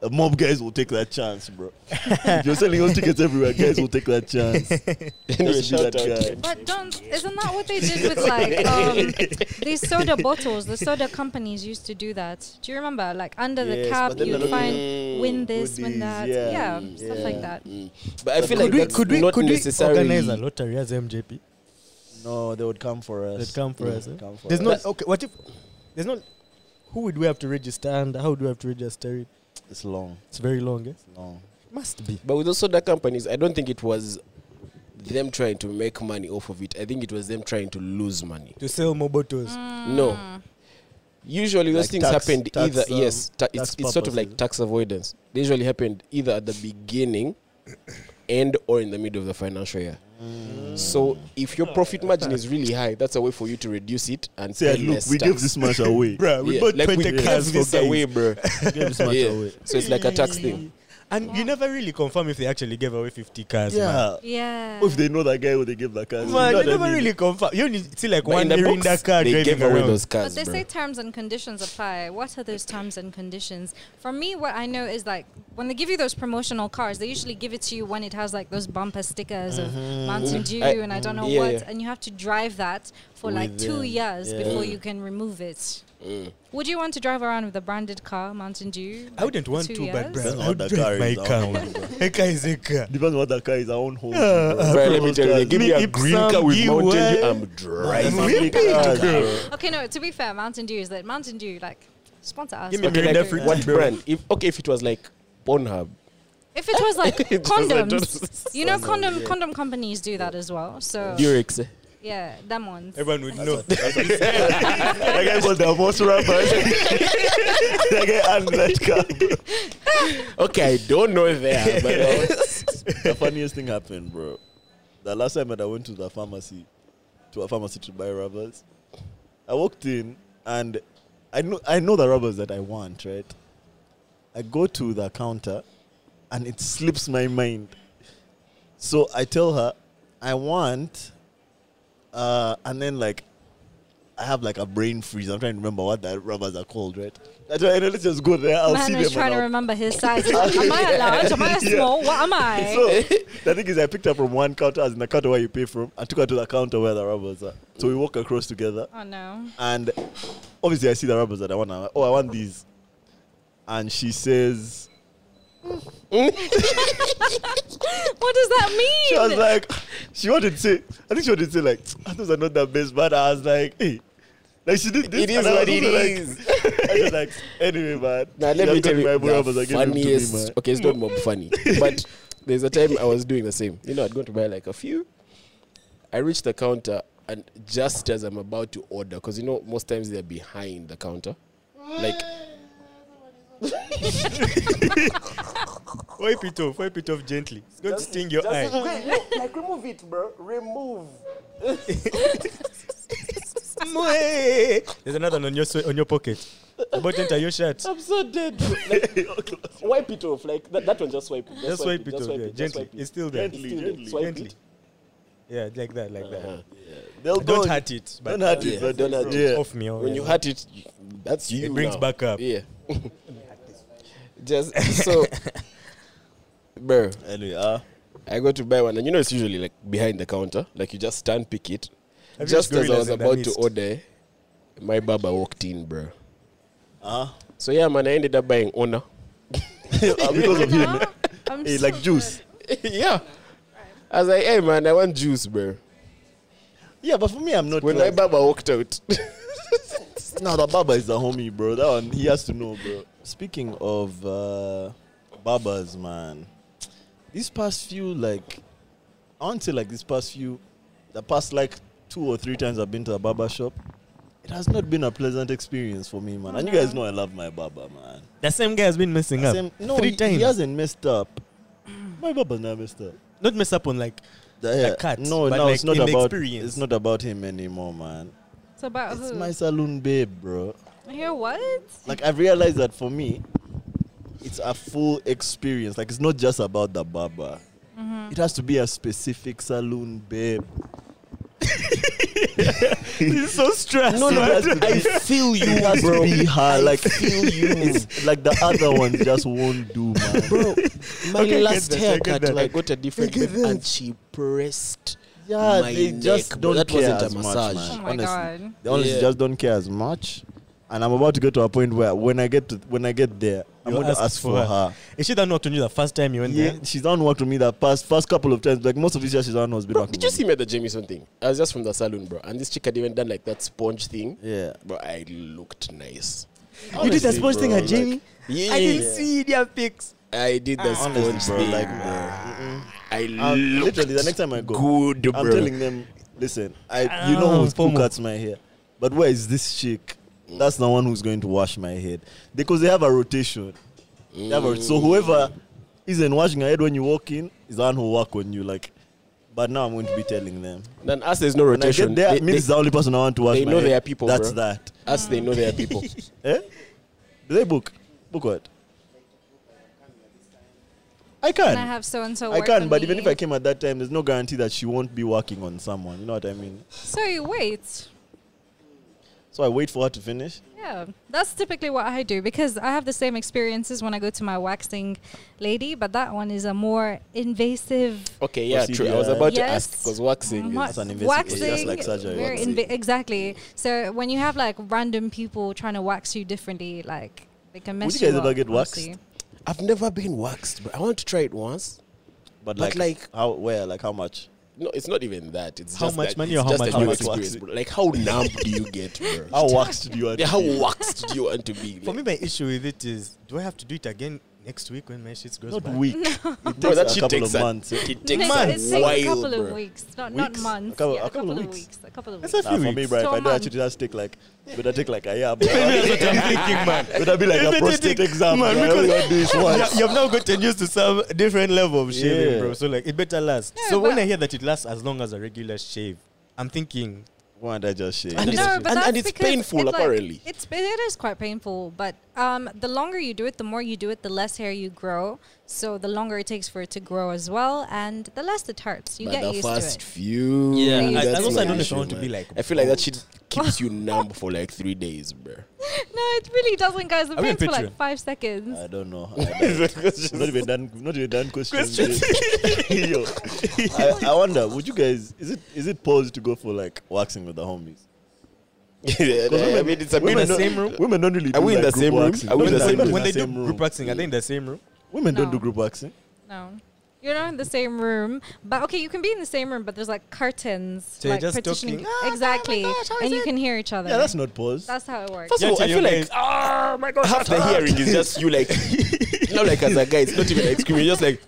Speaker 4: uh, mob guys will take that chance, bro. if you're selling all tickets everywhere, guys will take that chance.
Speaker 3: Anyway,
Speaker 4: Just be that
Speaker 3: shout out.
Speaker 4: guy.
Speaker 1: But don't isn't that what they did with like um, these soda bottles? The soda companies used to do that. Do you remember? Like under the
Speaker 4: Yes,
Speaker 1: cab,
Speaker 4: but then
Speaker 1: you'd
Speaker 4: the-
Speaker 1: find win this, win
Speaker 4: goodies,
Speaker 1: that,
Speaker 4: yeah,
Speaker 1: yeah, stuff like
Speaker 4: yeah.
Speaker 1: that.
Speaker 3: Mm. But I feel
Speaker 2: could
Speaker 3: like
Speaker 2: we
Speaker 3: that's
Speaker 2: could we
Speaker 3: not
Speaker 2: could we
Speaker 3: necessarily
Speaker 2: organize a lottery as MJP?
Speaker 4: No, they would come for us.
Speaker 2: That come for
Speaker 4: Yeah,
Speaker 2: us. eh?
Speaker 4: come for
Speaker 2: There's
Speaker 4: us.
Speaker 2: not okay. What if there's not? Who would we have to register and how do we have to register it?
Speaker 4: It's long.
Speaker 2: It's very long. Eh?
Speaker 4: It's long.
Speaker 2: Must be.
Speaker 3: But with those soda companies, I don't think it was them trying to make money off of it. I think it was them trying to lose money.
Speaker 2: To sell more bottles.
Speaker 3: Mm. No. Usually those
Speaker 4: Like
Speaker 3: things
Speaker 4: tax-
Speaker 3: happened
Speaker 4: tax,
Speaker 3: either
Speaker 4: um,
Speaker 3: yes, ta-
Speaker 4: tax
Speaker 3: it's, it's sort of like
Speaker 4: purposes.
Speaker 3: tax avoidance. They usually happened either at the beginning and or in the middle of the financial year. So if your profit margin is really high, that's a way for you to reduce it and
Speaker 4: Say,
Speaker 3: pay
Speaker 4: look,
Speaker 3: less
Speaker 4: we gave
Speaker 3: tax.
Speaker 4: this much away.
Speaker 2: Bruh, we
Speaker 3: Yeah,
Speaker 2: bought
Speaker 3: like we
Speaker 2: 20
Speaker 3: gave
Speaker 2: cars for
Speaker 3: this
Speaker 2: guys.
Speaker 3: away, bro.
Speaker 4: we gave this much
Speaker 3: Yeah.
Speaker 4: away.
Speaker 3: So it's like a tax thing.
Speaker 2: And you never really confirm if they actually gave away 50 cars. Man.
Speaker 4: yeah.
Speaker 1: Yeah.
Speaker 4: If they know that guy, would they give that
Speaker 2: Man,
Speaker 4: car? You
Speaker 2: you
Speaker 4: know
Speaker 2: never
Speaker 4: what I mean?
Speaker 2: really confirm. You only see like
Speaker 3: But
Speaker 2: one
Speaker 3: in the
Speaker 2: Mirinda
Speaker 3: books,
Speaker 2: car
Speaker 3: they
Speaker 2: driving
Speaker 3: gave away
Speaker 2: around.
Speaker 3: those
Speaker 1: But
Speaker 3: cars,
Speaker 1: they
Speaker 3: bro.
Speaker 1: say terms and conditions apply. What are those terms and conditions? For me, what I know is like when they give you those promotional cars, they usually give it to you when it has like those bumper stickers of Mountain Dew
Speaker 3: I-
Speaker 1: and I don't know
Speaker 3: yeah,
Speaker 1: what,
Speaker 3: yeah.
Speaker 1: and you have to drive that for like
Speaker 4: With
Speaker 1: two
Speaker 4: them.
Speaker 1: years
Speaker 4: Yeah.
Speaker 1: before you can remove it. Would you want to drive around with a branded car, Mountain Dew?
Speaker 2: I wouldn't
Speaker 1: like,
Speaker 2: want
Speaker 1: two
Speaker 2: to, but
Speaker 1: years?
Speaker 2: bro,
Speaker 4: Depends on
Speaker 2: I would
Speaker 4: what the
Speaker 2: drive
Speaker 4: car
Speaker 2: my
Speaker 4: is,
Speaker 2: car.
Speaker 4: I
Speaker 2: man. A car is a car.
Speaker 4: Depends on what that car is. Our own home. Uh,
Speaker 3: Bro, let me tell you, they give me a
Speaker 2: Give me
Speaker 3: green car with
Speaker 2: Ipsum,
Speaker 3: Mountain Dew.
Speaker 2: give
Speaker 3: I'm
Speaker 4: Right,
Speaker 3: driving.
Speaker 4: man.
Speaker 2: Whip it, girl.
Speaker 1: Okay, no. To be fair, Mountain Dew is that Mountain Dew like sponsor us.
Speaker 2: Give me
Speaker 1: but
Speaker 2: Mirinda
Speaker 1: anyway.
Speaker 2: free
Speaker 3: What
Speaker 2: tea, bro.
Speaker 3: brand? If okay, if it was like Pornhub,
Speaker 1: If it was like
Speaker 3: Just like
Speaker 1: condoms,
Speaker 3: those-
Speaker 1: you know, condom condom companies do that as well. So
Speaker 3: Durex. eh?
Speaker 1: yeah, them ones.
Speaker 2: Everyone would know.
Speaker 4: That guy got the most rapper. that guy and that car.
Speaker 3: Okay, I don't know there, but uh,
Speaker 4: the funniest thing happened, bro. The last time that I went to the pharmacy, to a pharmacy to buy rubbers, I walked in and I know I know the rubbers that I want, right? I go to the counter and it slips my mind. So I tell her I want, uh, and then like I have like a brain freeze. I'm trying to remember what the rubbers are called, right? That's why I know, let's just go there. I'll
Speaker 1: Man
Speaker 4: see them.
Speaker 1: is trying
Speaker 4: and
Speaker 1: to
Speaker 4: I'll
Speaker 1: remember his size. am I large? Am I
Speaker 4: Yeah.
Speaker 1: small? What am I?
Speaker 4: so the thing is, I picked her from one counter, as in the counter where you pay from, I took her to the counter where the rubbers are. So we walk across together,
Speaker 1: oh no.
Speaker 4: and obviously I see the rubbers that I want. I'm like, oh, I want these, and she says,
Speaker 3: mm.
Speaker 1: What does that mean?
Speaker 4: she was like, she wanted to say, I think she wanted to say like, "Ah, those are not the best, but I was like, hey. Like she did this.
Speaker 3: it is
Speaker 4: and I was
Speaker 3: what it
Speaker 4: also
Speaker 3: is.
Speaker 4: Like, I was like, anyway, man.
Speaker 3: Now let
Speaker 4: She
Speaker 3: me
Speaker 4: has got
Speaker 3: tell you,
Speaker 4: my rubbers,
Speaker 3: the
Speaker 4: I gave them to me,
Speaker 3: funniest.
Speaker 4: man.
Speaker 3: Okay, it's not more funny, but there's a time I was doing the same. You know, I'd go to buy like a few. I reached the counter, and just as I'm about to order, because you know most times they're behind the counter, like
Speaker 2: Wipe it off. Wipe it off gently. Don't sting your eye.
Speaker 3: like remove it, bro. Remove.
Speaker 2: There's another one on your swe- on your pocket. The button to your shirt.
Speaker 3: I'm so dead. Like, wipe it off. Like that, that one, just wipe it. Just,
Speaker 2: Just wipe it
Speaker 3: just
Speaker 2: off.
Speaker 3: wipe
Speaker 2: Yeah,
Speaker 3: it, just
Speaker 2: gently.
Speaker 3: wipe it.
Speaker 2: It's still there.
Speaker 4: Gently, Uh-huh.
Speaker 3: Still there,
Speaker 4: gently.
Speaker 3: swipe
Speaker 2: Gently.
Speaker 3: it.
Speaker 2: Yeah, like that, like that.
Speaker 4: They'll
Speaker 2: Don't
Speaker 4: go-
Speaker 2: hurt it. but
Speaker 4: Don't hurt it.
Speaker 3: Yeah,
Speaker 4: but
Speaker 3: don't hurt
Speaker 4: yeah.
Speaker 3: it.
Speaker 2: Off me.
Speaker 3: when you
Speaker 2: hurt.
Speaker 3: hurt it, you- that's you.
Speaker 2: brings
Speaker 3: now.
Speaker 2: back up.
Speaker 3: Yeah. Just so, bro.
Speaker 4: Anyway, ah.
Speaker 3: I go to buy one, and you know it's usually like behind the counter. Like you just stand, pick it.
Speaker 2: Have you
Speaker 3: just
Speaker 2: used
Speaker 3: as I
Speaker 2: gorillas
Speaker 3: was
Speaker 2: in the
Speaker 3: about to
Speaker 2: mist?
Speaker 3: order, my baba walked in, bro.
Speaker 4: Ah.
Speaker 3: So yeah, man, I ended up buying Ona.
Speaker 4: Ah, because of him.
Speaker 1: Huh? I'm
Speaker 4: Hey,
Speaker 1: so
Speaker 4: like juice.
Speaker 3: yeah. I was like, hey man, I want juice, bro.
Speaker 4: Yeah, but for me, I'm not.
Speaker 3: When my
Speaker 4: like,
Speaker 3: baba walked out,
Speaker 4: no, the Baba is the homie, bro. That one he has to know, bro. Speaking of uh, Babas, man, these past few like, I want to say like these past few, the past like two or three times I've been to a Baba shop, it has not been a pleasant experience for me, man. And you guys know I love my Baba, man.
Speaker 2: The same guy has been messing up.
Speaker 4: Same- no,
Speaker 2: Three
Speaker 4: he,
Speaker 2: times.
Speaker 4: he hasn't messed up. My Baba's never messed up.
Speaker 2: Not mess up on like
Speaker 4: The,
Speaker 2: The
Speaker 4: hair-
Speaker 2: cut,
Speaker 4: no,
Speaker 2: but
Speaker 4: no,
Speaker 2: like
Speaker 4: it's not
Speaker 2: in the
Speaker 4: about.
Speaker 2: experience.
Speaker 4: It's not about him anymore, man.
Speaker 1: It's about
Speaker 4: It's
Speaker 1: who?
Speaker 4: my saloon, babe, bro.
Speaker 1: Here what? Oh
Speaker 4: like I've realized that for me, it's a full experience. Like it's not just about the barber. It has to be a specific saloon, babe.
Speaker 2: He's so stressed.
Speaker 4: No, no,
Speaker 2: man.
Speaker 4: it has to be,
Speaker 3: feel
Speaker 4: it has to be her. Like
Speaker 3: feel you.
Speaker 4: it's like the other ones just won't do, man.
Speaker 3: bro.
Speaker 2: Okay,
Speaker 3: My
Speaker 2: I get
Speaker 3: last
Speaker 2: that, I get
Speaker 3: haircut,
Speaker 2: that.
Speaker 3: I, got a different,
Speaker 4: I get
Speaker 3: babe, and she pressed.
Speaker 4: Yeah,
Speaker 3: My
Speaker 4: they
Speaker 3: neck,
Speaker 4: just
Speaker 3: bro.
Speaker 4: don't
Speaker 3: That
Speaker 4: care
Speaker 3: wasn't a
Speaker 4: as much,
Speaker 3: massage.
Speaker 4: man.
Speaker 1: Oh my
Speaker 4: honestly,
Speaker 1: God.
Speaker 4: they honestly
Speaker 3: Yeah.
Speaker 4: just don't care as much. And I'm about to get to a point where when I get to when I get there, I'm
Speaker 2: You'll
Speaker 4: going to ask for her.
Speaker 2: Is she that not to you the first time you went
Speaker 4: Yeah,
Speaker 2: there?
Speaker 4: she's done work to me that past first couple of times. Like most of these years, she's done has been
Speaker 3: Bro,
Speaker 4: working
Speaker 3: did you
Speaker 4: with me.
Speaker 3: see me at the Jamison thing? I was just from the saloon, bro, and this chick had even done like that sponge thing.
Speaker 4: Yeah.
Speaker 3: Bro, I looked nice.
Speaker 2: you did the
Speaker 4: Honestly,
Speaker 2: sports thing
Speaker 4: bro,
Speaker 2: at
Speaker 4: like-
Speaker 2: Jamie?
Speaker 3: Yeah,
Speaker 2: I didn't see their pics.
Speaker 3: I did the sponge
Speaker 4: Ah, Honestly, bro,
Speaker 3: thing.
Speaker 4: like,
Speaker 3: bro.
Speaker 4: bro.
Speaker 3: I
Speaker 4: Um,
Speaker 3: looked
Speaker 4: literally, the next time I go,
Speaker 3: good, bro.
Speaker 4: I'm telling them, listen, I you know
Speaker 2: Ah,
Speaker 4: who's who
Speaker 2: FOMO.
Speaker 4: cuts my hair, but where is this chick? That's the one who's going to wash my head because they have a rotation. They have a rot- so whoever isn't washing her head when you walk in is the one who work on you. Like, but now I'm going to be telling them.
Speaker 3: Then us, there's no
Speaker 4: When I
Speaker 3: rotation.
Speaker 4: get there,
Speaker 3: They-
Speaker 4: it means it's
Speaker 3: they-
Speaker 4: the only person I want to wash
Speaker 3: they
Speaker 4: my
Speaker 3: know
Speaker 4: head.
Speaker 3: they are people,
Speaker 4: That's
Speaker 3: bro.
Speaker 4: that.
Speaker 3: us, they know their people.
Speaker 4: Eh? Do they book? Book what? I can.
Speaker 1: Can I have so and so?
Speaker 4: I can, but even if I came at that time, there's no guarantee that she won't be working on someone. You know what I mean?
Speaker 1: So you wait.
Speaker 4: So I wait for her to finish.
Speaker 1: Yeah, that's typically what I do because I have the same experiences when I go to my waxing lady, but that one is a more invasive.
Speaker 3: Okay, yeah,
Speaker 4: Procedure.
Speaker 3: true. I was about to
Speaker 1: Yes.
Speaker 3: ask because waxing
Speaker 1: Wa-
Speaker 3: is.
Speaker 4: an invasive
Speaker 1: waxing,
Speaker 4: procedure, just like surgery.
Speaker 1: very
Speaker 4: Waxing.
Speaker 1: inva- exactly. So when you have like random people trying to wax you differently, like they can mess
Speaker 4: you guys
Speaker 1: up,
Speaker 4: ever get waxed?
Speaker 1: honestly.
Speaker 3: I've never been waxed, but I want to try it once.
Speaker 4: But,
Speaker 3: But
Speaker 4: like,
Speaker 3: like-
Speaker 4: how where? Like how much?
Speaker 3: No, it's not even that. It's
Speaker 2: How
Speaker 3: just
Speaker 2: much
Speaker 3: that
Speaker 2: money
Speaker 3: it's
Speaker 2: or how
Speaker 3: just
Speaker 2: much
Speaker 3: a new
Speaker 4: waxing?
Speaker 3: experience, bro. Like how numb do you get, bro?
Speaker 4: How waxed do you want?
Speaker 3: yeah,
Speaker 4: to
Speaker 3: how
Speaker 4: be?
Speaker 3: waxed do you want to be?
Speaker 2: For me, my issue with it is, do I have to do it again next week when my shit goes
Speaker 4: Not
Speaker 2: bad?
Speaker 4: weak. It
Speaker 3: bro,
Speaker 4: takes
Speaker 3: that
Speaker 4: a
Speaker 3: shit
Speaker 4: couple
Speaker 3: takes
Speaker 4: of months.
Speaker 3: A,
Speaker 4: yeah.
Speaker 3: it takes
Speaker 1: No,
Speaker 3: a
Speaker 1: it takes a
Speaker 3: while,
Speaker 1: couple
Speaker 3: bro.
Speaker 1: of weeks, not not
Speaker 4: Weeks?
Speaker 1: months.
Speaker 4: A couple-
Speaker 1: yeah,
Speaker 4: a couple of weeks.
Speaker 1: a couple of
Speaker 2: That's
Speaker 1: weeks.
Speaker 2: a
Speaker 4: Nah, for me,
Speaker 2: weeks.
Speaker 4: bro, if
Speaker 1: So
Speaker 4: I do
Speaker 1: much.
Speaker 4: actually just take like, better take like a year.
Speaker 2: That's
Speaker 4: Better
Speaker 2: what I'm thinking, man.
Speaker 4: be like
Speaker 2: If
Speaker 4: a
Speaker 2: they
Speaker 4: prostate
Speaker 2: take-
Speaker 4: exam.
Speaker 2: man,
Speaker 4: Man,
Speaker 2: because-
Speaker 4: do this
Speaker 2: Yeah,
Speaker 4: once.
Speaker 2: You've now gotten used to some different level of shaving,
Speaker 4: Yeah.
Speaker 2: bro. So like, it better last.
Speaker 1: No,
Speaker 2: so when
Speaker 1: but-
Speaker 2: I hear that it lasts as long as a regular shave, I'm thinking
Speaker 4: Why don't I just shave?
Speaker 3: And
Speaker 1: no,
Speaker 3: it's-
Speaker 1: but
Speaker 3: and-
Speaker 1: that's
Speaker 3: and it's
Speaker 1: because
Speaker 3: painful,
Speaker 1: it, like,
Speaker 3: apparently.
Speaker 1: it's it is quite painful, but um, the longer you do it, the more you do it, the less hair you grow. So the longer it takes for it to grow as well, and the less it hurts. You
Speaker 3: but
Speaker 1: get
Speaker 3: the
Speaker 1: used
Speaker 3: first
Speaker 1: to it.
Speaker 3: few.
Speaker 2: Yeah,
Speaker 1: I-
Speaker 3: that's
Speaker 1: I also
Speaker 3: my
Speaker 1: don't know if I
Speaker 3: issue,
Speaker 2: want to be
Speaker 3: man.
Speaker 2: like,
Speaker 3: I feel like that
Speaker 2: oh.
Speaker 3: shit keeps you numb for like three days, bro.
Speaker 1: No, it really doesn't, guys. The
Speaker 2: Are we on
Speaker 1: pain's for like
Speaker 2: Patreon?
Speaker 1: five seconds.
Speaker 3: Uh,
Speaker 4: I don't know. I don't- We've not even done. we've Not even done questions.
Speaker 2: Questions.
Speaker 4: yet. Yo, I, I wonder. Would you guys? Is it is it pause to go for like waxing with the homies?
Speaker 3: Yeah, I mean, it's a
Speaker 2: women in
Speaker 3: bit.
Speaker 2: the
Speaker 4: don't-
Speaker 2: same room?
Speaker 4: Women don't really.
Speaker 3: Are
Speaker 4: do,
Speaker 3: we in
Speaker 4: like,
Speaker 3: the same
Speaker 4: group
Speaker 3: room?
Speaker 4: waxing.
Speaker 3: Are we
Speaker 4: Women
Speaker 3: in the
Speaker 4: don't
Speaker 3: same
Speaker 4: do
Speaker 3: room?
Speaker 2: when they do
Speaker 4: same
Speaker 2: group waxing, are they in the same room?
Speaker 4: Women don't
Speaker 1: No.
Speaker 4: do group waxing.
Speaker 1: No. You're not in the same room, but okay, you can be in the same room, but there's like curtains,
Speaker 2: So you're
Speaker 1: like
Speaker 2: just
Speaker 1: partitioning.
Speaker 2: talking, "Ah, oh my
Speaker 1: exactly,
Speaker 2: gosh, how
Speaker 1: and
Speaker 2: is
Speaker 1: you
Speaker 2: it?"
Speaker 1: can hear each other.
Speaker 4: Yeah, that's not pause.
Speaker 1: That's how it works.
Speaker 3: First of
Speaker 2: Yeah,
Speaker 3: all, I
Speaker 2: to
Speaker 3: feel
Speaker 2: your
Speaker 3: like
Speaker 2: guys.
Speaker 3: oh my god, half the hearing is just you like. Not like as a guy, it's not even like screaming, just like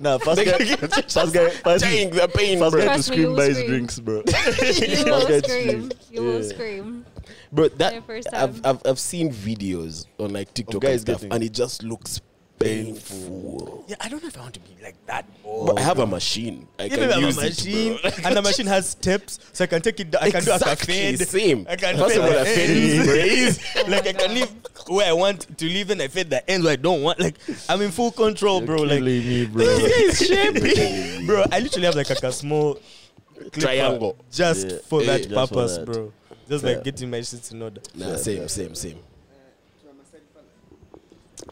Speaker 4: nah, first guy. First guy. First,
Speaker 3: dying the pain,
Speaker 4: first guy
Speaker 3: bro.
Speaker 4: to
Speaker 1: Trust me, you
Speaker 4: scream
Speaker 1: will
Speaker 4: by his
Speaker 1: scream.
Speaker 4: drinks, bro.
Speaker 1: you
Speaker 4: First guy
Speaker 1: will
Speaker 4: to
Speaker 1: scream. You will
Speaker 4: Yeah.
Speaker 1: scream.
Speaker 3: Bro,
Speaker 1: My
Speaker 3: that
Speaker 1: first time.
Speaker 3: I've, I've I've seen videos on like TikTok
Speaker 4: guys
Speaker 3: and stuff,
Speaker 4: getting-
Speaker 3: and it just looks painful.
Speaker 2: Yeah, I don't know if I want to be like that.
Speaker 3: but I have a machine. I
Speaker 2: Oh. Even
Speaker 3: can
Speaker 2: if I'm a
Speaker 3: use
Speaker 2: machine,
Speaker 3: it, bro.
Speaker 2: and the machine has steps, so I can take it. down- I can do a
Speaker 3: exactly
Speaker 2: fade.
Speaker 3: same.
Speaker 2: I can
Speaker 3: First
Speaker 2: fade
Speaker 3: of all,
Speaker 2: the
Speaker 3: I fade
Speaker 2: ends.
Speaker 3: it, raise.
Speaker 2: like I can leave where I want to leave, and I fade the ends where I don't want. Like I'm in full control, bro. Like
Speaker 4: Killing me, bro.
Speaker 2: this is shaping, bro. I literally have like a, a small clipper
Speaker 3: Triangle.
Speaker 2: just
Speaker 4: Yeah.
Speaker 2: for
Speaker 3: Yeah,
Speaker 2: that
Speaker 4: just for
Speaker 2: purpose,
Speaker 4: that.
Speaker 2: bro. Just
Speaker 4: Yeah.
Speaker 2: like getting my shit in order.
Speaker 3: Nah, same, same, same.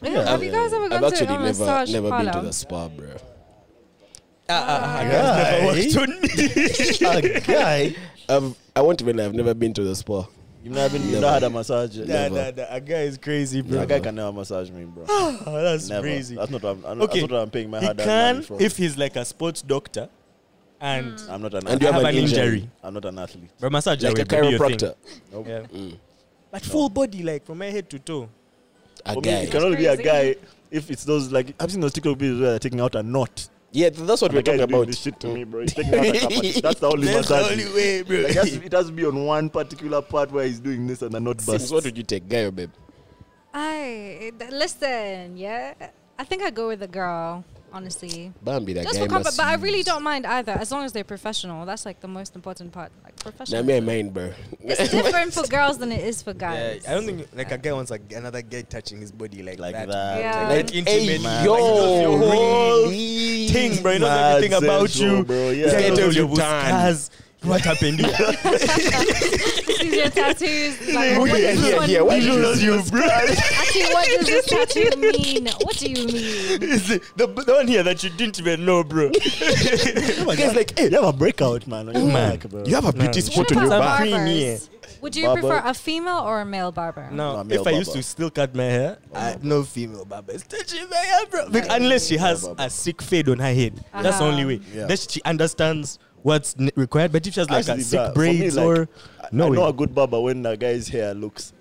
Speaker 1: Yeah, Have you guys ever
Speaker 3: I've
Speaker 1: gone
Speaker 3: actually
Speaker 1: to a
Speaker 3: never
Speaker 1: massage
Speaker 3: never been to
Speaker 1: parlor?
Speaker 3: the spa, bro.
Speaker 2: Ah, ah, ah, guys, never worked on me.
Speaker 4: a guy.
Speaker 3: I've I won't even. lie, I've never been to the spa.
Speaker 4: You've never been. You've
Speaker 3: Never.
Speaker 4: never had a massage.
Speaker 2: Nah,
Speaker 3: Never.
Speaker 2: nah, nah. A guy is crazy, bro.
Speaker 4: A guy can never massage me, bro.
Speaker 2: Oh, that's
Speaker 4: Never.
Speaker 2: crazy.
Speaker 4: That's not what I'm, I'm-
Speaker 2: Okay.
Speaker 4: that's not what I'm paying my
Speaker 2: he
Speaker 4: hard earned money
Speaker 2: can
Speaker 4: for.
Speaker 2: if he's like a sports doctor and
Speaker 4: I'm not an
Speaker 3: And you
Speaker 2: have,
Speaker 3: have
Speaker 2: an
Speaker 3: an
Speaker 2: injury.
Speaker 4: I'm not an athlete.
Speaker 2: But massage
Speaker 3: Like
Speaker 2: away,
Speaker 3: a
Speaker 2: but do your thing.
Speaker 3: chiropractor.
Speaker 2: Yeah.
Speaker 4: Hmm.
Speaker 3: Mm.
Speaker 2: But full body, like from my head to toe.
Speaker 3: A
Speaker 4: For me,
Speaker 3: guy.
Speaker 4: you can only be a
Speaker 1: Crazy.
Speaker 4: guy if it's those like I've seen those TikTok videos where they're taking out a knot.
Speaker 3: Yeah, th- that's what
Speaker 4: And the
Speaker 3: we're
Speaker 4: guy is
Speaker 3: talking
Speaker 4: doing
Speaker 3: about.
Speaker 4: this shit to me, bro. He's taking out a kappa. That's the only
Speaker 2: That's the
Speaker 4: massage.
Speaker 2: only way, bro.
Speaker 4: Like, that's- it has to be on one particular part where he's doing this and the knot
Speaker 3: Sims,
Speaker 4: bursts.
Speaker 3: what would you take, guy or babe?
Speaker 1: I th- listen, yeah. I think I go with a girl, honestly.
Speaker 3: Bambi, that
Speaker 1: Just
Speaker 3: guy
Speaker 1: for comfort,
Speaker 3: must
Speaker 1: but I really
Speaker 3: use.
Speaker 1: don't mind either, as long as they're professional. That's like the most important part, like
Speaker 3: Nah,
Speaker 1: professional.
Speaker 3: me, I mind, bro.
Speaker 1: it's different for girls than it is for
Speaker 2: Yeah,
Speaker 1: guys.
Speaker 2: I don't think like a guy wants like another guy touching his body like,
Speaker 4: Like
Speaker 2: that.
Speaker 4: that.
Speaker 1: Yeah.
Speaker 2: Like
Speaker 1: Hey,
Speaker 2: intimate,
Speaker 3: man.
Speaker 2: Like, he knows your whole
Speaker 3: Really?
Speaker 2: thing, bro. He knows
Speaker 4: Mad
Speaker 2: everything about
Speaker 4: sensual,
Speaker 2: you.
Speaker 4: bro. Yeah.
Speaker 2: He knows
Speaker 3: Get
Speaker 2: all your
Speaker 3: every time.
Speaker 2: scars. What happened here?
Speaker 1: Sees your tattoos. Like, what
Speaker 3: Yeah,
Speaker 1: does this
Speaker 3: yeah,
Speaker 1: one
Speaker 3: yeah. Why
Speaker 1: mean?
Speaker 3: did you-
Speaker 2: you, bro.
Speaker 1: Actually, what does this tattoo mean? What do you mean?
Speaker 2: Is it the, the one here that you didn't even know, bro.
Speaker 4: You guys like, hey, you have a breakout, man. On your back, bro.
Speaker 3: You have a beauty
Speaker 2: Nah.
Speaker 3: spot on your
Speaker 2: about
Speaker 3: back.
Speaker 2: Barb? Creamy,
Speaker 1: barbers? Would you
Speaker 4: Barber.
Speaker 1: prefer a female or a male barber?
Speaker 2: No,
Speaker 4: No,
Speaker 2: if
Speaker 4: male
Speaker 2: I used
Speaker 4: barber.
Speaker 2: to still cut my hair, I, no female barber is touching my hair, bro. Bec- unless she has
Speaker 4: barber.
Speaker 2: a sick fade on her head, that's the
Speaker 1: Ah.
Speaker 2: only way.
Speaker 4: Yeah.
Speaker 2: Then she understands what's n- required. But if she has like
Speaker 4: Actually,
Speaker 2: a sick
Speaker 4: nah, for
Speaker 2: braids
Speaker 4: me, like,
Speaker 2: or
Speaker 4: I-
Speaker 2: no,
Speaker 4: I know
Speaker 2: way.
Speaker 4: a good barber when a guy's hair looks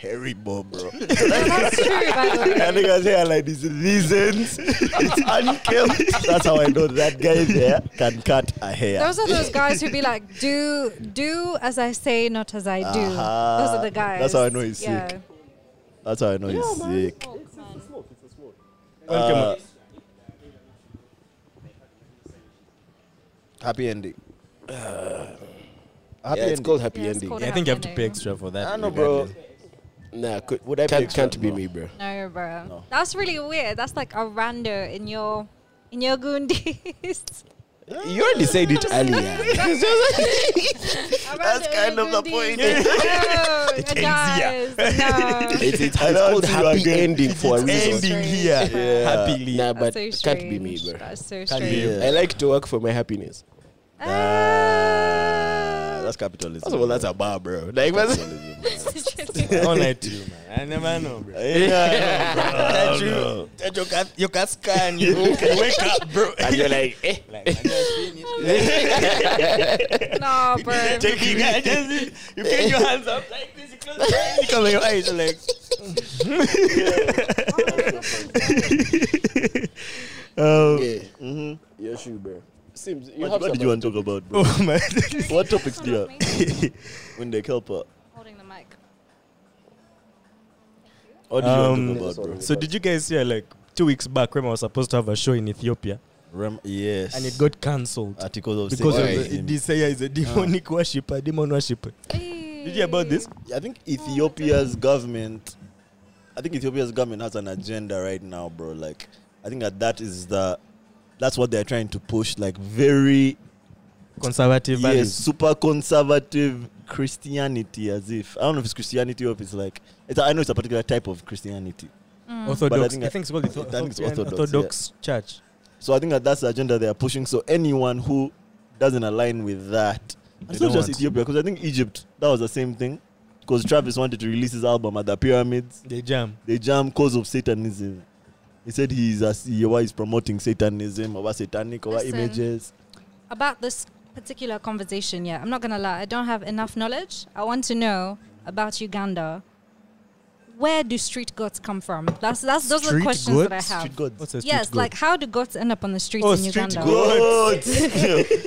Speaker 4: terrible, bro.
Speaker 1: That's true, by the way.
Speaker 4: That nigga's hairline is reasons. It's unkempt. That's how I know that guy there can cut a hair.
Speaker 1: Those are those guys who be like, do do as I say, not as I do.
Speaker 4: Aha.
Speaker 1: Those are the guys.
Speaker 4: That's how I know he's
Speaker 1: yeah.
Speaker 4: sick. That's how I know he's sick.
Speaker 2: Okay,
Speaker 4: Uh,
Speaker 2: man.
Speaker 4: happy ending. Uh, happy
Speaker 3: Yeah, it's
Speaker 4: ending.
Speaker 3: called happy
Speaker 1: Yeah, it's
Speaker 3: ending.
Speaker 1: called
Speaker 2: Yeah, I think you have to pay
Speaker 1: happening.
Speaker 2: extra for that.
Speaker 4: I know, bro.
Speaker 2: regardless.
Speaker 3: Nah, could,
Speaker 4: Would I pay
Speaker 3: can't,
Speaker 4: extra?
Speaker 3: can't be
Speaker 4: No.
Speaker 3: me, bro.
Speaker 1: No, bro.
Speaker 4: No.
Speaker 1: That's really weird. That's like a rando in your in your goondies.
Speaker 3: You already said it earlier.
Speaker 1: That's
Speaker 4: kind of the point.
Speaker 1: it
Speaker 2: ends
Speaker 1: No.
Speaker 3: it's, it's,
Speaker 4: I
Speaker 3: it's
Speaker 4: know
Speaker 3: called
Speaker 4: you
Speaker 3: happy
Speaker 4: again.
Speaker 3: ending for a
Speaker 4: It's
Speaker 3: reason.
Speaker 4: ending
Speaker 1: Strange.
Speaker 4: here.
Speaker 2: Happily.
Speaker 3: Nah, but
Speaker 1: That's so
Speaker 3: can't be me,
Speaker 1: strange.
Speaker 3: bro.
Speaker 1: That's so
Speaker 2: Can't be
Speaker 1: strange.
Speaker 2: you.
Speaker 3: I like to work for my happiness.
Speaker 4: Ah, that's capitalism.
Speaker 3: First of all, that's a bar, bro. Like, that's
Speaker 2: All night to you, man. I never know, bro. Oh,
Speaker 4: yeah,
Speaker 2: That you-
Speaker 4: you,
Speaker 2: that you can- you can scan, you can wake up, bro.
Speaker 3: and you're like, eh.
Speaker 2: Like, I just seen it.
Speaker 1: No, bro.
Speaker 2: Taking, I just- you put your hands up like this, you close your eyes, you cover your eyes, like,
Speaker 4: Um,
Speaker 3: Yeah. Your shoe, bro. Seems you
Speaker 4: Mm-hmm. what,
Speaker 3: have
Speaker 4: what did you want to talk about, bro?
Speaker 2: oh man.
Speaker 4: what topics do you have? when they help her.
Speaker 1: Holding the mic.
Speaker 4: What did
Speaker 2: Um,
Speaker 4: you want to talk about, bro?
Speaker 2: So did you guys hear like two weeks back Rema was supposed to have a show in Ethiopia
Speaker 4: Rem- yes.
Speaker 2: and it got cancelled
Speaker 4: articles of
Speaker 2: because of
Speaker 3: Why?
Speaker 2: the, this sayer is a demonic worshipper, demon worshipper. Did you hear about this?
Speaker 4: I think Ethiopia's government, I think Ethiopia's government has an agenda right now, bro. Like, I think that that is the, that's what they're trying to push. Like, very
Speaker 2: Conservative
Speaker 4: yes,
Speaker 2: values.
Speaker 4: super conservative Christianity, as if I don't know if it's Christianity or if it's like it's, I know it's a particular type of Christianity. But I
Speaker 2: Orthodox.
Speaker 4: think
Speaker 2: I,
Speaker 4: that-
Speaker 2: think it's called
Speaker 4: I think it's
Speaker 2: Ethiopian
Speaker 4: Orthodox,
Speaker 2: Orthodox Church.
Speaker 4: So I think that that's the agenda they are pushing. So anyone who doesn't align with that, and it's
Speaker 2: They
Speaker 4: not
Speaker 2: don't
Speaker 4: just
Speaker 2: want.
Speaker 4: Ethiopia because I think Egypt that was the same thing. Because Travis wanted to release his album at the pyramids,
Speaker 2: They jam.
Speaker 4: they jam cause of Satanism. He said he's a CEO is promoting Satanism over satanic over
Speaker 1: Listen.
Speaker 4: images.
Speaker 1: About this particular conversation, yeah, I'm not going to lie. I don't have enough knowledge. I want to know about Uganda. Where do street goats come from? That's, that's those are the
Speaker 2: Street
Speaker 1: questions
Speaker 2: goats?
Speaker 1: that I have.
Speaker 4: Street gods.
Speaker 2: What's a street
Speaker 1: yes,
Speaker 2: goat?
Speaker 1: like how do goats end up on the streets
Speaker 2: Oh,
Speaker 1: in
Speaker 2: street
Speaker 1: Uganda?
Speaker 2: goat.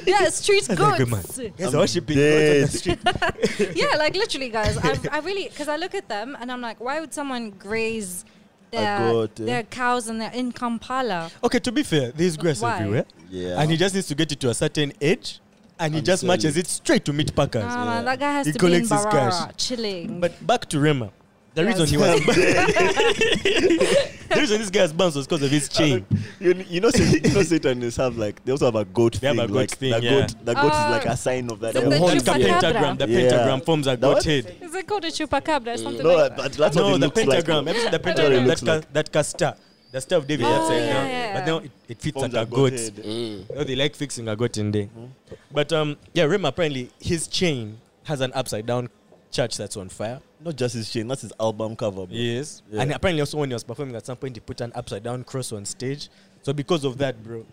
Speaker 1: Yeah, street
Speaker 2: That's a good man.
Speaker 1: goats.
Speaker 2: Yes,
Speaker 4: I'm
Speaker 2: worshiping God on the
Speaker 4: dead.
Speaker 2: street.
Speaker 1: yeah, like literally, guys. I, I really because I look at them and I'm like, why would someone graze their
Speaker 4: goat, eh?
Speaker 1: their cows and their in Kampala?
Speaker 2: Okay, to be fair, there's grass
Speaker 1: Why?
Speaker 2: everywhere.
Speaker 4: Yeah,
Speaker 2: And he just needs to get it to a certain age and he
Speaker 4: I'm
Speaker 2: just
Speaker 4: telling
Speaker 2: matches
Speaker 4: you.
Speaker 2: it straight to meat packers.
Speaker 1: Ah, man, that guy has
Speaker 2: He
Speaker 1: to be in
Speaker 2: collects his cash.
Speaker 1: Barara, chilling.
Speaker 2: But back to Rema. The
Speaker 1: Yes.
Speaker 2: reason he was the reason this guy's bounced was because of his chain.
Speaker 4: You, you know, Sat- you know, Satanists have like they also have a goat
Speaker 2: They
Speaker 4: thing.
Speaker 2: have a goat
Speaker 4: like,
Speaker 2: thing,
Speaker 4: The
Speaker 2: yeah. Oh.
Speaker 4: goat, the goat
Speaker 1: Ah.
Speaker 4: is like a sign of that.
Speaker 1: So
Speaker 4: Yeah.
Speaker 1: the
Speaker 2: Like the
Speaker 1: chupacabra.
Speaker 2: pentagram, the
Speaker 4: Yeah.
Speaker 2: pentagram forms a
Speaker 4: The what?
Speaker 2: goat head.
Speaker 1: is it called a chupacabra or something
Speaker 4: No,
Speaker 1: like
Speaker 4: but
Speaker 1: that?
Speaker 4: that's what
Speaker 2: no,
Speaker 4: it
Speaker 2: the
Speaker 4: looks
Speaker 2: pentagram.
Speaker 4: Like.
Speaker 2: Ever seen the
Speaker 1: don't
Speaker 2: pentagram?
Speaker 4: know.
Speaker 2: That, ca- that castor. The star of David
Speaker 1: Oh,
Speaker 2: upside
Speaker 1: yeah,
Speaker 2: down.
Speaker 1: yeah.
Speaker 2: But now it, it fits
Speaker 4: Forms
Speaker 2: like a
Speaker 4: a
Speaker 2: goat.
Speaker 4: goat head.
Speaker 3: Mm.
Speaker 4: Mm-hmm.
Speaker 2: No, they like fixing a goat in there. But um, yeah, Rema apparently his chain has an upside down church that's on fire.
Speaker 4: Not just his chain, that's his album cover. Bro.
Speaker 2: Yes.
Speaker 4: Yeah.
Speaker 2: And apparently also when he was performing at some point he put an upside down cross on stage. So because of that, bro,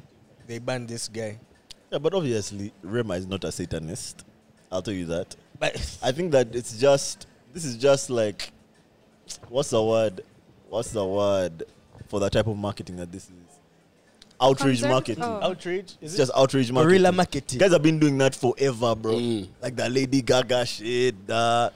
Speaker 2: they banned this guy.
Speaker 4: Yeah, but obviously, Rema is not a Satanist. I'll tell you that.
Speaker 2: But
Speaker 4: I think that it's just this is just like what's the word? What's the word for the type of marketing that this is? Outrage
Speaker 1: Concern?
Speaker 4: marketing.
Speaker 1: Oh.
Speaker 2: outrage is just
Speaker 4: It's just outrage marketing.
Speaker 2: guerrilla marketing.
Speaker 4: Guys have been doing that forever, bro.
Speaker 3: Mm.
Speaker 4: Like the Lady Gaga shit. The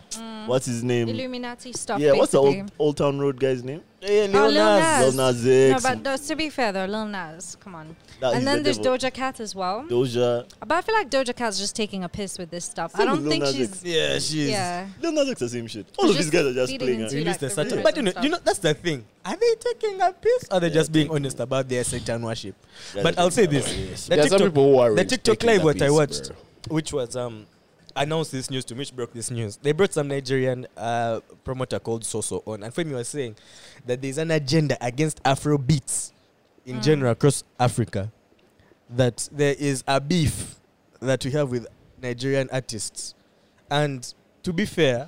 Speaker 4: what's his name?
Speaker 1: Mm. Illuminati stuff.
Speaker 4: yeah, what's the
Speaker 1: basically.
Speaker 4: old, old Town Road guy's name?
Speaker 2: Hey,
Speaker 1: Oh, Lil
Speaker 4: Lil
Speaker 1: Nas.
Speaker 4: Nas
Speaker 1: No,
Speaker 4: X,
Speaker 1: but no, to be fair though, Lil Nas, come on.
Speaker 4: That is
Speaker 1: and
Speaker 4: the
Speaker 1: then there's
Speaker 4: devil.
Speaker 1: Doja Cat as well.
Speaker 4: Doja.
Speaker 1: but I feel like Doja Cat's just taking a piss with this stuff. I
Speaker 4: Same
Speaker 1: don't
Speaker 4: with Lil
Speaker 1: think
Speaker 4: Nas
Speaker 1: she's.
Speaker 4: X.
Speaker 2: Yeah, she's
Speaker 1: Yeah.
Speaker 4: Lil Nas X the same shit. All of
Speaker 1: Just
Speaker 4: these guys are just
Speaker 1: leading
Speaker 4: playing.
Speaker 1: into
Speaker 4: huh?
Speaker 1: it.
Speaker 2: released
Speaker 1: like the
Speaker 2: the Satan.
Speaker 1: rumors
Speaker 2: But you
Speaker 1: and
Speaker 2: know, you know,
Speaker 1: stuff.
Speaker 2: that's the thing. Are they taking a piss? Or are they just being honest about their Satan worship?
Speaker 4: Yeah,
Speaker 2: but
Speaker 4: they're
Speaker 2: I'll say
Speaker 4: taking a
Speaker 2: this:
Speaker 4: piss.
Speaker 2: the
Speaker 3: There are some people who are
Speaker 2: the
Speaker 3: really
Speaker 2: TikTok
Speaker 3: taking
Speaker 2: live
Speaker 3: a
Speaker 2: what I
Speaker 3: piss,
Speaker 2: watched,
Speaker 3: bro.
Speaker 2: which was um, announced this news to me, which broke this news. They brought some Nigerian uh, promoter called Soso on, and Femi was saying that there's an agenda against Afro beats in general across Africa. That there is a beef that we have with Nigerian artists, and to be fair,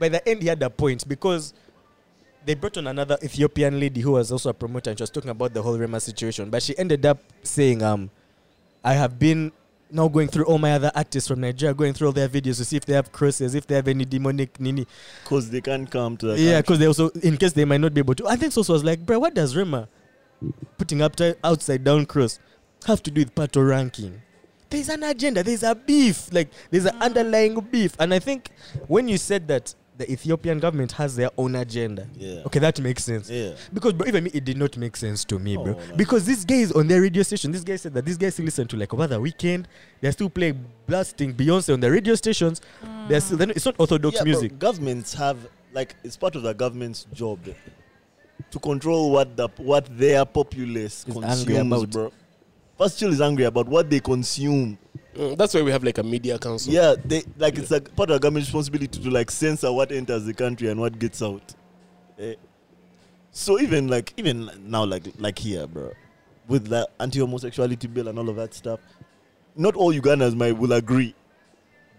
Speaker 2: by the end he had a point because they brought on another Ethiopian lady who was also a promoter and she was talking about the whole Rema situation. But she ended up saying, um, I have been now going through all my other artists from Nigeria, going through all their videos to see if they have crosses, if they have any demonic nini.
Speaker 4: Because they can't come to the
Speaker 2: yeah,
Speaker 4: country.
Speaker 2: because they also, in case they might not be able to. I think Soso was like, bro, what does Rema putting up ti- outside down cross have to do with Pato ranking? There's an agenda, there's a beef, like there's an underlying beef. And I think when you said that the Ethiopian government has their own agenda,
Speaker 4: Yeah.
Speaker 2: okay, that makes sense.
Speaker 4: Yeah.
Speaker 2: Because bro, even me, it did not make sense to me, bro.
Speaker 4: Oh, no.
Speaker 2: Because this guy is on their radio station. This guy said that this guy still listen to like over the weekend. They're still playing blasting Beyonce on the radio stations. They're still they're not- it's not orthodox
Speaker 4: Yeah, but
Speaker 2: music.
Speaker 4: Governments have like it's part of the government's job to to control what the what their populace
Speaker 6: Is
Speaker 4: consumes,
Speaker 6: angry about.
Speaker 4: bro. Pastoral is angry about what they consume.
Speaker 3: Mm, that's why we have like a media council.
Speaker 4: yeah, they like it's like part of the government's responsibility to like censor what enters the country and what gets out. Eh, So even like even now like like here, bro, with the anti-homosexuality bill and all of that stuff, not all Ugandans might will agree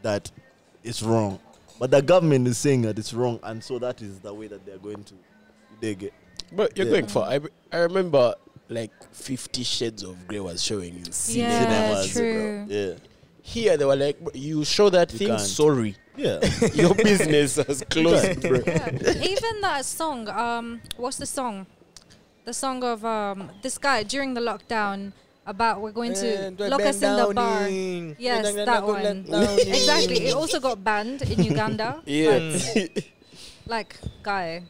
Speaker 4: that it's wrong, but the government is saying that it's wrong, and so that is the way that they are going to dig it.
Speaker 3: But you're
Speaker 4: Yeah.
Speaker 3: going for. I, I remember like Fifty Shades of Grey was showing in cinema.
Speaker 1: Yeah,
Speaker 4: Cinemas, bro.
Speaker 1: true.
Speaker 4: Yeah,
Speaker 3: Here they were like, "Bro, you show that
Speaker 4: You
Speaker 3: thing,
Speaker 4: can't.
Speaker 3: sorry.
Speaker 4: yeah.
Speaker 3: Your business has closed, bro.
Speaker 1: Even that song, um, what's the song? The song of um, this guy during the lockdown about we're going to lock us in the bar. Yes, that one. exactly. It also got banned in Uganda.
Speaker 3: Yeah.
Speaker 1: but, Like, guy,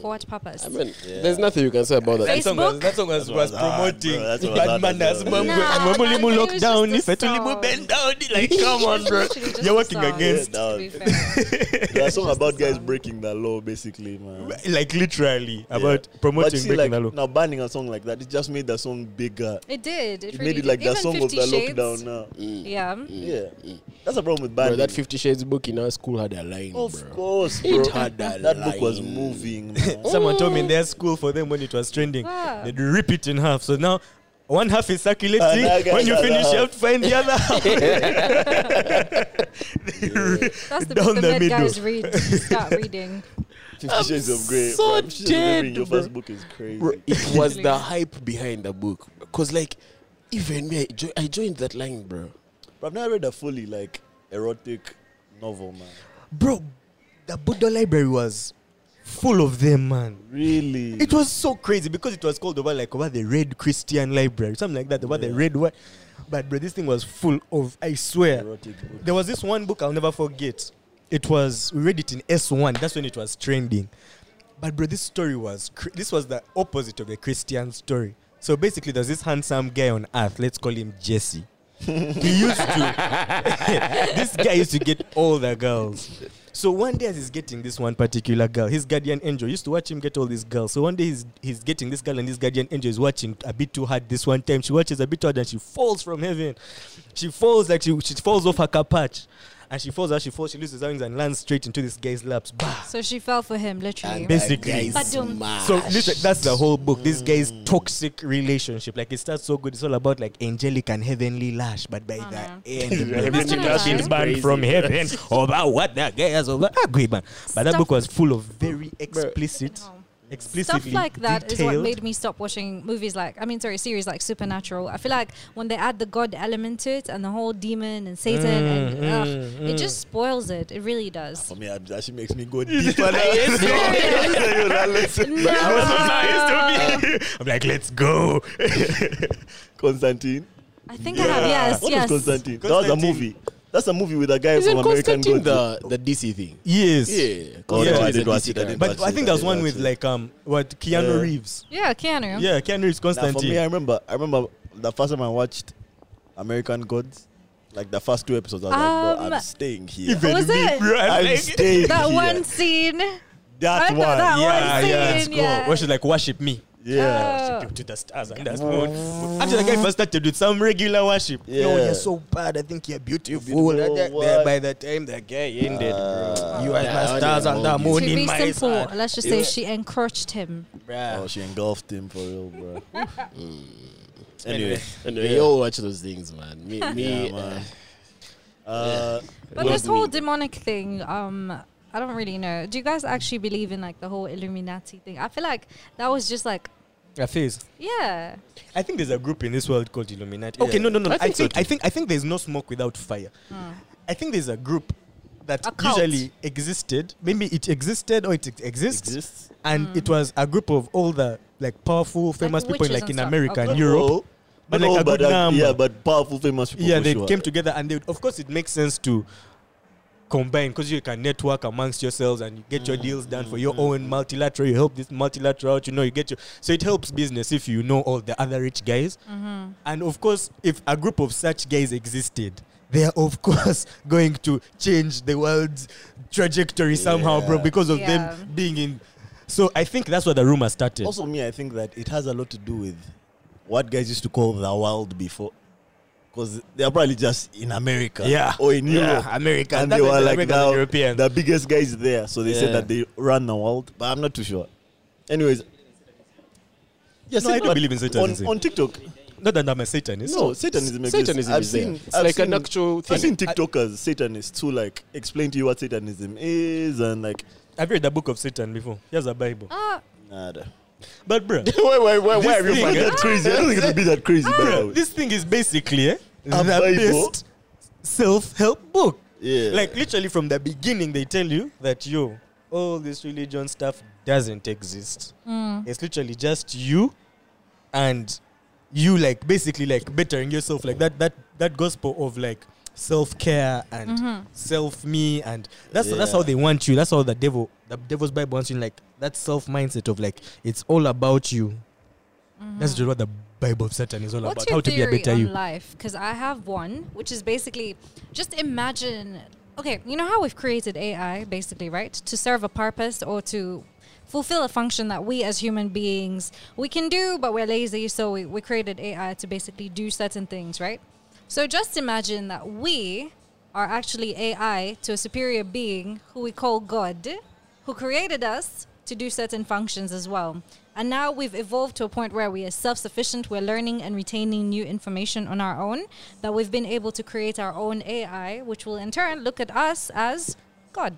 Speaker 1: for what purpose?
Speaker 3: I mean,
Speaker 4: Yeah.
Speaker 3: there's nothing you can say about that.
Speaker 2: That song was,
Speaker 1: Facebook?
Speaker 2: that song was,
Speaker 4: That's
Speaker 2: was
Speaker 4: what I had,
Speaker 2: promoting
Speaker 4: bro. That's what I
Speaker 2: bad
Speaker 4: had
Speaker 2: manners.
Speaker 4: as well.
Speaker 2: Mum-
Speaker 1: Nah,
Speaker 2: mum- mum-
Speaker 1: I
Speaker 2: mum-
Speaker 1: think
Speaker 2: lock
Speaker 1: it was
Speaker 2: down,
Speaker 1: just a
Speaker 2: if I tell you,
Speaker 1: song.
Speaker 2: bend down. Like, come on, bro.
Speaker 1: Literally just
Speaker 2: You're
Speaker 1: a
Speaker 2: working
Speaker 1: song,
Speaker 2: against.
Speaker 1: to be fair.
Speaker 4: That's all
Speaker 1: Just
Speaker 4: about
Speaker 1: the
Speaker 4: guys
Speaker 1: song.
Speaker 4: breaking the law, basically, man.
Speaker 2: Like, literally,
Speaker 4: Yeah.
Speaker 2: about promoting
Speaker 4: but see,
Speaker 2: breaking
Speaker 4: like,
Speaker 2: the law.
Speaker 4: Now banning a song like that, it just made the song bigger.
Speaker 1: It did. It,
Speaker 4: It,
Speaker 1: really
Speaker 4: made it like
Speaker 1: did.
Speaker 4: the
Speaker 1: Even
Speaker 4: song of the
Speaker 1: 50 Shades.
Speaker 4: lockdown now.
Speaker 1: Yeah.
Speaker 4: Yeah, that's a problem with
Speaker 3: Bro,
Speaker 4: banning.
Speaker 3: that Fifty Shades book in our school had a line,
Speaker 4: of
Speaker 3: bro.
Speaker 4: course,
Speaker 3: It
Speaker 4: bro.
Speaker 3: had a
Speaker 4: that book was
Speaker 3: line.
Speaker 4: moving. Man.
Speaker 2: Someone told me in their school for them when it was trending,
Speaker 1: Ah.
Speaker 2: they'd rip it in half. So now one half is circulating.
Speaker 4: Another
Speaker 2: when you
Speaker 4: another
Speaker 2: finish, you
Speaker 4: half.
Speaker 2: have to find the other half.
Speaker 1: That's the
Speaker 2: Down
Speaker 1: book the,
Speaker 2: the
Speaker 1: med
Speaker 2: middle.
Speaker 1: guys read. Start reading.
Speaker 4: Fifty Shades of Grey.
Speaker 3: so
Speaker 4: bro. Fifty Shades of Grey being
Speaker 3: dead,
Speaker 4: your
Speaker 3: bro.
Speaker 4: first book is crazy.
Speaker 3: Bro, it was the
Speaker 1: Literally.
Speaker 3: hype behind the book. Because, like, even me, I, jo- I joined that line, bro.
Speaker 4: Bro, I've never read a fully like erotic novel, man.
Speaker 2: Bro, the Buddha library was full of them, man.
Speaker 4: Really,
Speaker 2: It was so crazy because it was called over like over the Red Christian Library, something like that. Over the Red what? But bro, this thing was full of. I swear,
Speaker 4: erotic book.
Speaker 2: there was this one book I'll never forget. It was we read it in S one. That's when it was trending. But bro, this story was cr- this was the opposite of a Christian story. So basically, there's this handsome guy on Earth. Let's call him Jesse. he used to. this guy used to get all the girls. So one day, as he's getting this one particular girl, his guardian angel used to watch him get all these girls. So one day, he's, he's getting this girl, and this guardian angel is watching a bit too hard this one time. She watches a bit too hard, and she falls from heaven. She falls like she, she falls off her carpatch. And she falls as she falls, she loses her wings and lands straight into this guy's laps. Bah!
Speaker 1: So she fell for him, literally.
Speaker 2: And Basically.
Speaker 3: That guy
Speaker 1: Badum.
Speaker 3: smashed.
Speaker 2: Um, So listen, that's the whole book. This guy's toxic relationship. Like it starts so good. It's all about like angelic and heavenly lash, but by
Speaker 1: Oh, no.
Speaker 2: the end, bro,
Speaker 1: That's
Speaker 2: this
Speaker 1: what I
Speaker 2: has been
Speaker 1: like.
Speaker 2: banned from heaven about what that guy has over. I Agree, man. But that
Speaker 1: Stuff-
Speaker 2: book was full of very explicit,
Speaker 1: Fucking hell.
Speaker 2: explicitly
Speaker 1: Stuff like that is
Speaker 2: detailed.
Speaker 1: what made me stop watching movies like, I mean, sorry, series like Supernatural. I feel like when they add the God element to it and the whole demon and Satan, and
Speaker 2: Mm,
Speaker 4: Mm,
Speaker 1: ugh, it just spoils it. It really does.
Speaker 4: For me, that actually makes me go deeper. now.
Speaker 2: I was so
Speaker 1: No.
Speaker 2: nice to me. I'm like, let's go.
Speaker 4: Constantine.
Speaker 1: I think I have, yes,
Speaker 4: What was
Speaker 1: yes.
Speaker 4: Constantine? That was a
Speaker 2: Constantine.
Speaker 4: movie. That's a movie with a guy
Speaker 3: Isn't
Speaker 4: from American
Speaker 3: Constantine
Speaker 4: Gods.
Speaker 3: the, the DC thing?
Speaker 2: yes.
Speaker 3: Yeah.
Speaker 4: Oh,
Speaker 2: Yeah.
Speaker 4: no,
Speaker 2: I
Speaker 4: I
Speaker 3: is
Speaker 4: did
Speaker 3: a
Speaker 4: watch
Speaker 3: DC
Speaker 4: it. I did
Speaker 3: guy.
Speaker 2: But I think there was one with like um what Keanu
Speaker 4: Yeah.
Speaker 2: Reeanu.
Speaker 1: Yeah, Keanu.
Speaker 2: Yeah, Keanu Reeves
Speaker 4: Nah, for
Speaker 2: Constantine.
Speaker 4: me, I remember. I remember the first time I watched American Gods, like the first two episodes. I was like,
Speaker 1: Um,
Speaker 4: bro, I'm staying here.
Speaker 1: Even Was me, it? bro,
Speaker 4: I'm staying
Speaker 1: That
Speaker 4: here.
Speaker 1: one scene.
Speaker 4: That
Speaker 1: I know
Speaker 4: one.
Speaker 1: that one
Speaker 2: yeah,
Speaker 1: scene,
Speaker 2: yeah, it's cool.
Speaker 1: yeah.
Speaker 2: Where she's like, worship me.
Speaker 4: Yeah.
Speaker 1: Uh,
Speaker 2: Give to the stars and the moon. After the guy first started with some regular worship.
Speaker 4: Yeah.
Speaker 2: No, you're so bad. I think you're beautiful.
Speaker 4: Beautiful,
Speaker 2: And that-
Speaker 4: what? Ah,
Speaker 2: that- by the time the guy ended, bro, you are
Speaker 3: yeah,
Speaker 2: my stars
Speaker 3: yeah,
Speaker 2: and the
Speaker 3: yeah.
Speaker 2: moon
Speaker 1: to
Speaker 2: in
Speaker 1: be
Speaker 2: my
Speaker 1: simple,
Speaker 2: side.
Speaker 1: let's just say she encouraged him.
Speaker 4: oh, she engulfed him for real, bro. anyway,
Speaker 3: Anyway, You all watch those things, man. Me, me
Speaker 4: yeah,
Speaker 3: uh,
Speaker 4: man. Uh,
Speaker 1: But
Speaker 3: Love
Speaker 1: this whole
Speaker 3: me.
Speaker 1: demonic thing, um, I don't really know. Do you guys actually believe in like the whole Illuminati thing? I feel like that was just like,
Speaker 2: Her face.
Speaker 1: yeah,
Speaker 2: I think there's a group in this world called Illuminati. Okay, no, no, no. I think, I think, I think, there's no smoke without fire.
Speaker 1: Hmm.
Speaker 2: I think there's a group that
Speaker 1: A cult.
Speaker 2: usually existed. Maybe it existed or it ex- exists,
Speaker 4: exists.
Speaker 2: and it was a group of all the like powerful, famous people
Speaker 1: Hmm. witches
Speaker 2: like
Speaker 1: and
Speaker 2: in
Speaker 1: stuff.
Speaker 2: America
Speaker 1: Okay.
Speaker 2: and Europe.
Speaker 4: Oh,
Speaker 2: But like
Speaker 4: oh,
Speaker 2: a
Speaker 4: but
Speaker 2: good number.
Speaker 4: yeah, but powerful, famous people.
Speaker 2: yeah,
Speaker 4: for
Speaker 2: they
Speaker 4: sure.
Speaker 2: came together, and they would, of course it makes sense to combine because you can network amongst yourselves and you get your deals done for your
Speaker 4: Mm-hmm.
Speaker 2: own multilateral. You help this multilateral out, you know, you get your so it helps business if you know all the other rich guys,
Speaker 4: Mm-hmm.
Speaker 2: and of course if a group of such guys existed. They are of course going to change the world's trajectory somehow, bro, because of
Speaker 1: Yeah.
Speaker 2: them being in So I think that's where the rumor started.
Speaker 4: Also, me, I think that it has a lot to do with what guys used to call the world before. Because they're probably just in America
Speaker 2: Yeah.
Speaker 4: or oh, in
Speaker 2: Yeah,
Speaker 4: Europe.
Speaker 2: America.
Speaker 4: And
Speaker 2: That
Speaker 4: they
Speaker 2: is
Speaker 4: were like
Speaker 2: Americans and
Speaker 4: now,
Speaker 2: Europeans.
Speaker 4: the biggest guys there. So they said
Speaker 3: Yeah.
Speaker 4: that they run the world. But I'm not too sure. Anyways. Yes,
Speaker 2: No, I don't believe in Satanism.
Speaker 4: On, on TikTok.
Speaker 2: Not that I'm a Satanist.
Speaker 4: No, Satanism exists.
Speaker 3: Satanism
Speaker 4: I've
Speaker 3: is there.
Speaker 4: seen-
Speaker 3: It's
Speaker 4: I've
Speaker 3: like an
Speaker 4: seen-
Speaker 3: actual
Speaker 4: I've seen
Speaker 3: thing.
Speaker 4: TikTokers, Satanists, who like explain to you what Satanism is and like,
Speaker 2: I've read the book of Satan before. Here's a Bible.
Speaker 1: Ah,
Speaker 4: nada.
Speaker 2: But bro,
Speaker 3: wait, wait, wait, where are
Speaker 2: This
Speaker 3: you
Speaker 2: thing-
Speaker 3: finding
Speaker 4: that crazy. I don't think it'll be that crazy, by the way.
Speaker 2: Ah! this thing is basically eh,
Speaker 4: A
Speaker 2: the
Speaker 4: Bible.
Speaker 2: best self-help book.
Speaker 4: Yeah.
Speaker 2: Like literally from the beginning, they tell you that yo, all this religion stuff doesn't exist.
Speaker 1: Hmm.
Speaker 2: It's literally just you and you like basically like bettering yourself like that that that gospel of like self-care and
Speaker 1: Mm-hmm.
Speaker 2: self-me and that's that's
Speaker 4: Yeah.
Speaker 2: how they want you that's how the devil the devil's bible wants you like that self-mindset of like it's all about you that's just what the bible of satan is all
Speaker 1: Mm-hmm. what's
Speaker 2: about
Speaker 1: your
Speaker 2: how to be
Speaker 1: theory
Speaker 2: a better
Speaker 1: on
Speaker 2: you
Speaker 1: life? Because I have one, which is basically just imagine. Okay, you know how we've created AI basically, right, to serve a purpose or to fulfill a function that we as human beings we can do, but we're lazy, so we, we created AI to basically do certain things, right? So just imagine that we are actually AI to a superior being who we call God, who created us to do certain functions as well. And now we've evolved to a point where we are self sufficient, we're learning and retaining new information on our own, that we've been able to create our own AI, which will in turn look at us as God.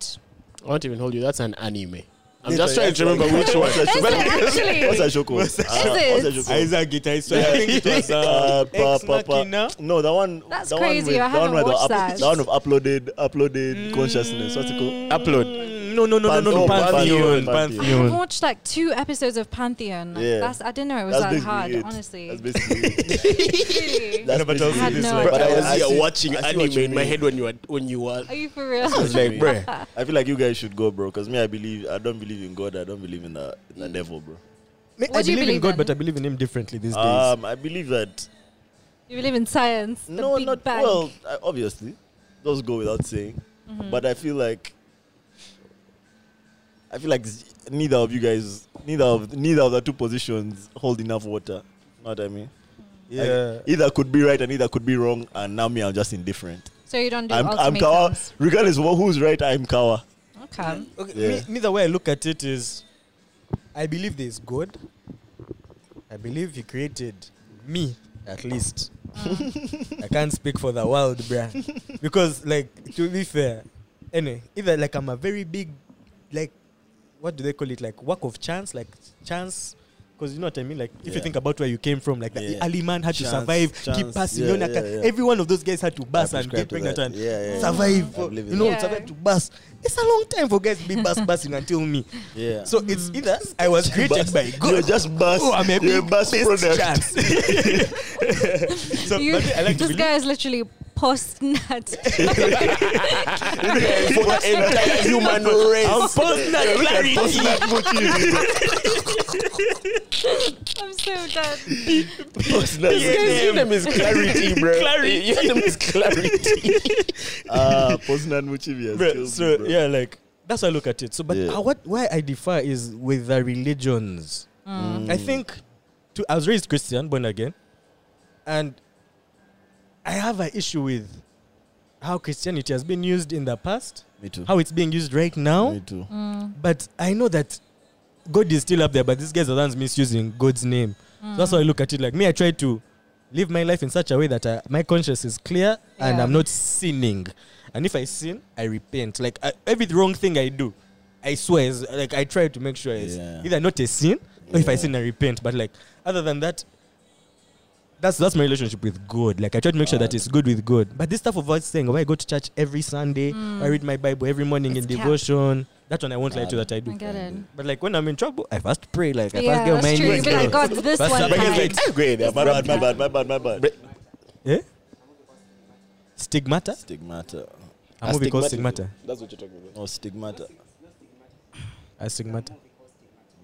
Speaker 3: I won't even hold you. That's an anime. I'm
Speaker 4: Yeah,
Speaker 3: just trying
Speaker 4: sorry,
Speaker 3: to
Speaker 4: that's
Speaker 3: remember
Speaker 4: like-
Speaker 3: which one.
Speaker 4: What's that
Speaker 1: Is
Speaker 4: show
Speaker 1: it
Speaker 4: called?
Speaker 1: actually?
Speaker 4: What's that show called?
Speaker 1: Is
Speaker 4: Is
Speaker 1: it?
Speaker 4: What's that show called?
Speaker 2: I think it was
Speaker 4: Uh, pa-
Speaker 2: Ex
Speaker 4: pa- pa-
Speaker 2: Machina.
Speaker 4: No, that one.
Speaker 1: That's
Speaker 4: that
Speaker 1: crazy, I
Speaker 4: One with, that one
Speaker 1: haven't
Speaker 4: where the
Speaker 1: watched that. Mm.
Speaker 4: that one of uploaded, uploaded consciousness. What's it called?
Speaker 3: Upload.
Speaker 2: No, no, no, no, no, no. Pantheon,
Speaker 4: Pantheon, Pantheon,
Speaker 1: I have
Speaker 2: Pantheon.
Speaker 1: watched like two episodes of Pantheon. Like,
Speaker 4: Yeah.
Speaker 1: That's I didn't know it was
Speaker 4: That's
Speaker 1: that
Speaker 4: basically
Speaker 1: hard,
Speaker 4: it.
Speaker 1: honestly.
Speaker 4: That's basically
Speaker 1: Really?
Speaker 4: it. That's
Speaker 2: No, but I'll
Speaker 4: basically
Speaker 2: see
Speaker 1: had
Speaker 4: it.
Speaker 2: this
Speaker 1: no
Speaker 2: like-
Speaker 3: But I was
Speaker 4: I
Speaker 3: here
Speaker 4: see-
Speaker 3: watching
Speaker 4: I see what
Speaker 3: anime
Speaker 4: you
Speaker 3: in my
Speaker 4: mean. Oh,
Speaker 3: head when you were when you were.
Speaker 1: Are
Speaker 3: I
Speaker 1: you for real?
Speaker 3: was like,
Speaker 4: mean.
Speaker 3: bruh.
Speaker 4: I feel like you guys should go, bro. Because me, I believe. I don't believe in God. I don't believe in the, in the devil, bro.
Speaker 2: Me-
Speaker 1: What
Speaker 2: I
Speaker 1: do you
Speaker 2: believe in
Speaker 1: believe
Speaker 2: God,
Speaker 1: in?
Speaker 2: but I believe in him differently Mm. these days.
Speaker 4: Um, I believe that.
Speaker 1: You believe in science? the
Speaker 4: No,
Speaker 1: Big
Speaker 4: not
Speaker 1: Bang.
Speaker 4: well. I- Obviously, those go without saying.
Speaker 1: Mm-hmm.
Speaker 4: But I feel like. I feel like z- neither of you guys, neither of neither of the two positions hold enough water. Know what I mean? Like, either could be right and either could be wrong, and now me, I'm just indifferent.
Speaker 1: So you don't do
Speaker 4: I'm, I'm Kawa.
Speaker 1: ultimatums.
Speaker 4: Regardless of who's right, I'm Kawa.
Speaker 1: Okay.
Speaker 2: Okay,
Speaker 4: Yeah.
Speaker 2: me, me, the way I look at it is, I believe there's God. I believe He created me, at least. I can't speak for the world, bruh. Because, like, to be fair, anyway, either like I'm a very big, like, what do they call it? Like, work of chance, like, chance. Because you know what I mean? Like, if you
Speaker 4: Yeah.
Speaker 2: think about where you came from, like, the
Speaker 4: Yeah.
Speaker 2: early man had to
Speaker 4: Chance,
Speaker 2: survive, keep
Speaker 4: chance.
Speaker 2: passing
Speaker 4: Yeah,
Speaker 2: on. like,
Speaker 4: yeah, yeah.
Speaker 2: Every one of those guys had to bust
Speaker 4: I
Speaker 2: and get
Speaker 4: prescribe to
Speaker 2: pregnant
Speaker 4: that.
Speaker 2: and
Speaker 4: Yeah, yeah, yeah.
Speaker 2: survive.
Speaker 4: I believe in
Speaker 2: You know,
Speaker 1: that.
Speaker 2: survive to bust. It's a long time for guys to be bust busting until me.
Speaker 4: Yeah.
Speaker 2: So it's either I was created
Speaker 4: Bust.
Speaker 2: by God.
Speaker 4: You're just bust.
Speaker 2: Oh, I'm a
Speaker 4: You're a
Speaker 2: big
Speaker 4: bust
Speaker 2: best
Speaker 4: product.
Speaker 2: chance. so
Speaker 1: You-
Speaker 2: but I like to
Speaker 1: this
Speaker 2: believe
Speaker 1: guy is literally post nut.
Speaker 3: For the entire human
Speaker 2: I'm
Speaker 3: race.
Speaker 2: post-nat clarity.
Speaker 1: I'm so done.
Speaker 3: This guy's
Speaker 2: PNM.
Speaker 3: name is clarity, bro.
Speaker 2: Clarity.
Speaker 3: Your name is clarity.
Speaker 4: Ah, Poznan Muchibi has
Speaker 2: Bruh,
Speaker 4: killed
Speaker 2: so
Speaker 4: me, bro.
Speaker 2: yeah, like that's how I look at it. So, but
Speaker 4: Yeah.
Speaker 2: uh, what why I differ is with the religions.
Speaker 1: Mm,
Speaker 4: Mm.
Speaker 2: I think, to, I was raised Christian, born again, and I have an issue with how Christianity has been used in the past,
Speaker 4: Me too.
Speaker 2: how it's being used right now.
Speaker 4: Me too.
Speaker 1: Mm.
Speaker 2: But I know that God is still up there, but these guys are the ones misusing God's name. So that's how I look at it. Like me, I try to live my life in such a way that I, my conscience is clear and
Speaker 1: Yeah.
Speaker 2: I'm not sinning. And if I sin, I repent. Like I, every wrong thing I do, I swear, is, like I try to make sure it's
Speaker 4: Yeah.
Speaker 2: either not a sin or if I
Speaker 4: Yeah.
Speaker 2: sin, I repent. But like other than that, that's that's my relationship with God. Like I try to make sure that
Speaker 4: Alright.
Speaker 2: it's good with God. But this stuff of us saying, "Why I go to church every Sunday? I read my Bible every morning
Speaker 1: It's
Speaker 2: in
Speaker 1: cap.
Speaker 2: devotion." That one I won't lie to
Speaker 4: Nah,
Speaker 2: that I do.
Speaker 1: I get it.
Speaker 2: But like when I'm in trouble, I first pray. Like I first
Speaker 1: Yeah,
Speaker 2: get on my
Speaker 1: that's true.
Speaker 2: knees.
Speaker 1: You be like,
Speaker 2: bro.
Speaker 1: God, this
Speaker 2: First
Speaker 1: one
Speaker 2: up-
Speaker 1: time.
Speaker 3: It's like, great.
Speaker 4: Yeah, my bad, my
Speaker 1: Yeah.
Speaker 4: bad, my bad, my bad.
Speaker 2: Eh? Stigmata.
Speaker 4: Stigmata.
Speaker 2: A movie called Stigmata.
Speaker 3: That's what you're talking about.
Speaker 4: No, stigmata.
Speaker 2: A stigmata.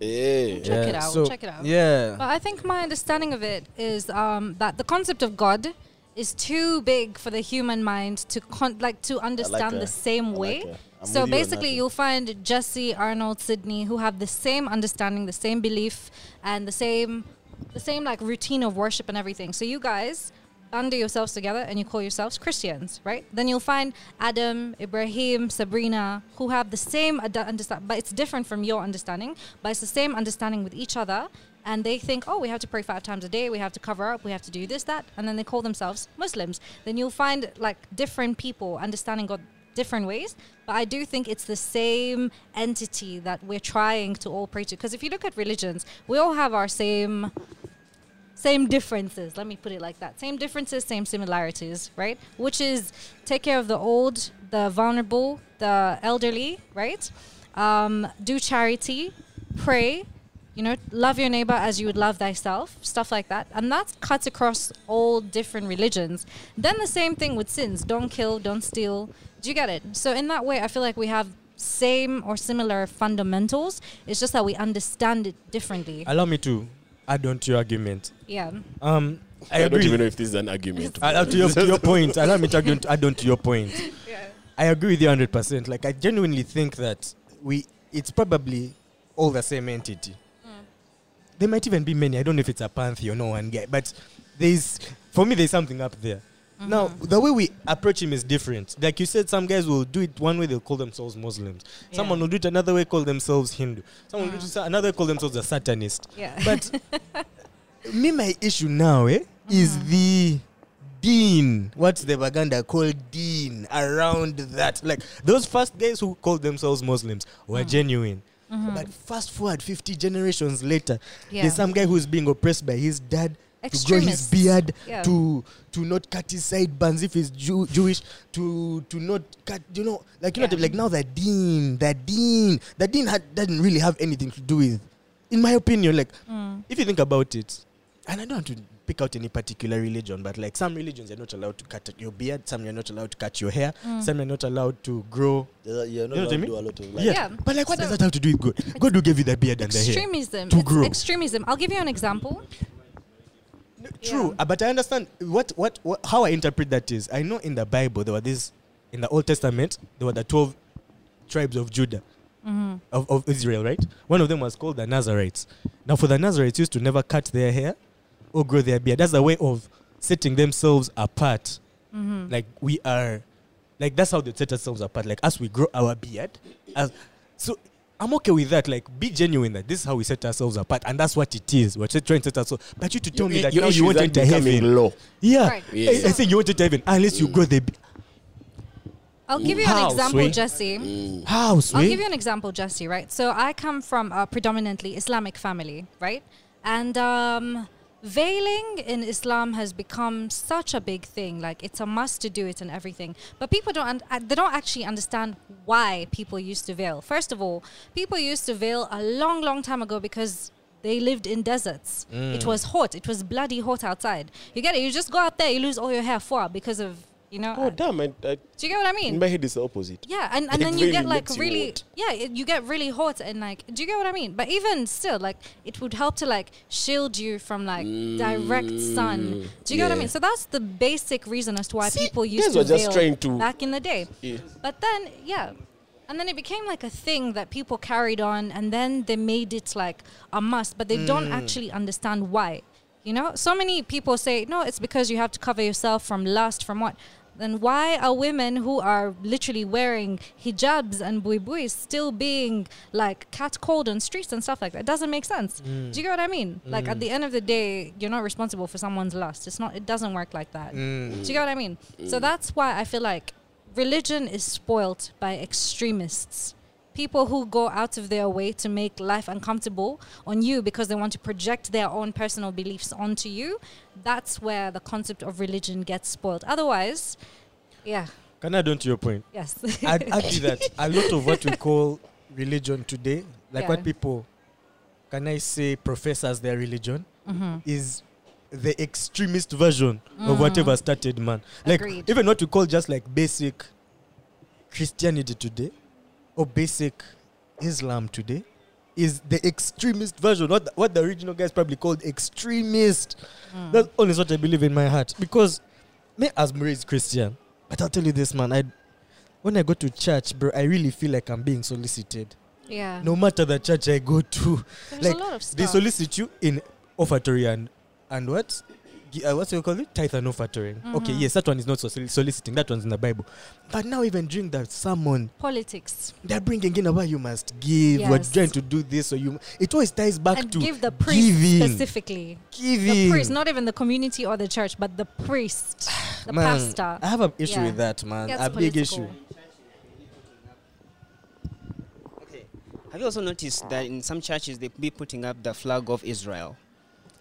Speaker 3: Yeah.
Speaker 1: Check it
Speaker 2: Yeah,
Speaker 1: out,
Speaker 2: so-
Speaker 1: check it out.
Speaker 2: Yeah.
Speaker 1: But I think my understanding of it is um, that the concept of God is too big for the human mind to con- like to understand
Speaker 4: her.
Speaker 1: the same
Speaker 4: like
Speaker 1: way.
Speaker 4: her. I'm
Speaker 1: so
Speaker 4: with you on
Speaker 1: basically,
Speaker 4: that.
Speaker 1: you'll find Jesse, Arnold, Sydney, who have the same understanding, the same belief, and the same the same like routine of worship and everything. So you guys bundle yourselves together and you call yourselves Christians, right? Then you'll find Adam, Ibrahim, Sabrina, who have the same ad- understand, but it's different from your understanding, but it's the same understanding with each other. And they think, oh, we have to pray five times a day, we have to cover up, we have to do this, that. And then they call themselves Muslims. Then you'll find like different people understanding God different ways. But I do think it's the same entity that we're trying to all pray to. Because if you look at religions, we all have our same same differences. Let me put it like that: same differences, same similarities, right? Which is take care of the old, the vulnerable, the elderly, right? Um, do charity, pray, you know, love your neighbor as you would love thyself, stuff like that, and that cuts across all different religions. Then the same thing with sins: don't kill, don't steal. Do you get it? So in that way, I feel like we have same or similar fundamentals. It's just that we understand it differently.
Speaker 2: Allow me to add on to your argument.
Speaker 1: yeah.
Speaker 2: Um, I,
Speaker 3: I, don't
Speaker 2: agree.
Speaker 3: even know if this is an argument.
Speaker 2: I- add to your, to your point. Allow me to argue on to add on to your point.
Speaker 1: Yeah.
Speaker 2: I agree with you hundred percent. Like I genuinely think that we it's probably all the same entity.
Speaker 1: Hmm.
Speaker 2: There might even be many. I don't know if it's a pantheon or one guy, but there's for me there's something up there.
Speaker 1: Mm-hmm.
Speaker 2: Now the way we approach him is different. Like you said, some guys will do it one way; they'll call themselves Muslims.
Speaker 1: Yeah.
Speaker 2: Someone
Speaker 1: Mm.
Speaker 2: will do it another way, call themselves Hindu. Someone will do it sa- another, way, call themselves a Satanist.
Speaker 1: Yeah.
Speaker 2: But me, my issue now eh, is
Speaker 1: Mm-hmm.
Speaker 2: the dean. What the Baganda call dean around that. Like those first guys who called themselves Muslims were
Speaker 1: Mm-hmm.
Speaker 2: genuine. But fast forward 50 generations later,
Speaker 1: Yeah.
Speaker 2: there's some guy who's being oppressed by his dad. To grow
Speaker 1: Extremists.
Speaker 2: his beard,
Speaker 1: Yeah.
Speaker 2: to to not cut his sideburns if he's Jew, Jewish, to to not cut, you know, like you know,
Speaker 1: Yeah.
Speaker 2: like now the dean, the dean, the dean had, doesn't really have anything to do with, in my opinion, like if you think about it, and I don't want to pick out any particular religion, but like some religions, you're not allowed to cut your beard, some you're not allowed to cut your hair, some you're not allowed to grow.
Speaker 4: You're not
Speaker 2: what I
Speaker 4: allowed to
Speaker 2: mean?
Speaker 4: do a lot of like.
Speaker 2: Yeah.
Speaker 1: Yeah.
Speaker 2: But like, what does
Speaker 1: So-
Speaker 2: that have to do with God? God who gave you the beard and the hair.
Speaker 1: extremism.
Speaker 2: to
Speaker 1: It's
Speaker 2: grow.
Speaker 1: extremism. I'll give you an example.
Speaker 2: No, True, uh, but I understand what, what what how I interpret that is. I know in the Bible there were these in the Old Testament there were the twelve tribes of Judah of, of Israel, right? One of them was called the Nazarites. Now, for the Nazarites, used to never cut their hair or grow their beard. That's a way of setting themselves apart.
Speaker 1: Mm-hmm.
Speaker 2: Like we are, like that's how they set ourselves apart. Like as we grow our beard, as so. I'm okay with that. Like, be genuine that this is how we set ourselves apart, and that's what it is. We're just trying to set ourselves. But you to tell me that now you want to enter heaven.
Speaker 3: law.
Speaker 2: Yeah,
Speaker 1: Right.
Speaker 2: I, I think you want to dive in unless you grow the b-
Speaker 1: I'll give you
Speaker 2: How,
Speaker 1: an example,
Speaker 2: Sway?
Speaker 1: Jesse.
Speaker 2: house.
Speaker 1: I'll
Speaker 2: eh?
Speaker 1: give you an example, Jesse, right? So I come from a predominantly Islamic family, right? And um, veiling in Islam has become such a big thing. Like it's a must to do it and everything. But people don't, un- uh, they don't actually understand why people used to veil. First of all, people used to veil a long, long time ago because they lived in deserts. It was hot. It was bloody hot outside. You get it? You just go out there, you lose all your hair for because of, you know.
Speaker 3: Oh
Speaker 1: uh,
Speaker 3: damn! I, I,
Speaker 1: do you get what I mean?
Speaker 3: in my head, it's the opposite.
Speaker 1: Yeah, and,
Speaker 3: It
Speaker 1: and then you get
Speaker 3: really
Speaker 1: like
Speaker 3: makes you
Speaker 1: really
Speaker 3: hot.
Speaker 1: yeah, it, you get really hot and like do you get what I mean? But even still, like it would help to like shield you from like direct sun. Do you get what I
Speaker 3: Mm, yeah.
Speaker 1: mean? So that's the basic reason as to why
Speaker 3: See,
Speaker 1: people
Speaker 3: guys
Speaker 1: used to
Speaker 3: were just
Speaker 1: veil
Speaker 3: trying to-
Speaker 1: back in the day.
Speaker 3: Yeah.
Speaker 1: But then yeah. And then it became like a thing that people carried on and then they made it like a must, but they don't actually understand why. You know, so many people say, no, it's because you have to cover yourself from lust, from what? Then why are women who are literally wearing hijabs and buibui still being like catcalled on streets and stuff like that? It doesn't make sense. Do you get what I mean? Like at the end of the day, you're not responsible for someone's lust. It's not. It doesn't work like that.
Speaker 2: Mm.
Speaker 1: Do you get what I mean? So that's why I feel like religion is spoilt by extremists people who go out of their way to make life uncomfortable on you because they want to project their own personal beliefs onto you that's where the concept of religion gets spoiled otherwise yeah
Speaker 2: Can I add on to your point?
Speaker 1: yes
Speaker 2: I'd add to that a lot of what we call religion today, like
Speaker 1: Yeah.
Speaker 2: what people can I say profess as their religion, is the extremist version of whatever started man. Like
Speaker 1: Agreed.
Speaker 2: even what we call just like basic Christianity today or basic Islam today is the extremist version. What the, what
Speaker 1: Mm.
Speaker 2: the original guys probably called extremist. That's always what I believe in my heart because me as raised Christian, but I'll tell you this, man. I when I go to church, bro, I really feel like I'm being solicited.
Speaker 1: Yeah.
Speaker 2: No matter the church I go to,
Speaker 1: There's
Speaker 2: like,
Speaker 1: a lot of
Speaker 2: they
Speaker 1: stuff.
Speaker 2: solicit you in offertory and and what? Gi- Uh, what's it called? it? Tithe and offering. Okay,
Speaker 1: Mhm.
Speaker 2: yes, that one is not so soliciting. That one's in the Bible. But now, even during that sermon,
Speaker 1: Politics.
Speaker 2: they're bringing in about you must give. We're
Speaker 1: Yes.
Speaker 2: trying to do this, so you. It always ties back
Speaker 1: and
Speaker 2: to
Speaker 1: give the priest
Speaker 2: giving.
Speaker 1: specifically. The
Speaker 2: Giving.
Speaker 1: priest, not even the community or the church, but the priest, the
Speaker 2: Man,
Speaker 1: pastor.
Speaker 2: I have an issue
Speaker 1: Yeah.
Speaker 2: with that, man.
Speaker 1: Gets
Speaker 2: A big
Speaker 1: political.
Speaker 2: issue.
Speaker 6: Okay. Have you also noticed that in some churches they be putting up the flag of Israel?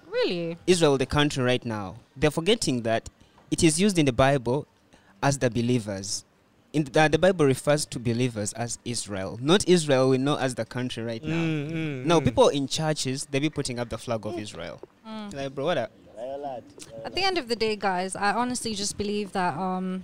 Speaker 1: Really?
Speaker 6: Israel, the country right now, they're forgetting that it is used in the Bible as the believers. In the, the Bible refers to believers as Israel, not Israel we know as the country right now.
Speaker 2: Mm, mm,
Speaker 6: Now,
Speaker 2: mm.
Speaker 6: people in churches, they be putting up the flag of Israel.
Speaker 2: Mm.
Speaker 6: Like, bro, what? A,
Speaker 1: At the end of the day, guys, I honestly just believe that um,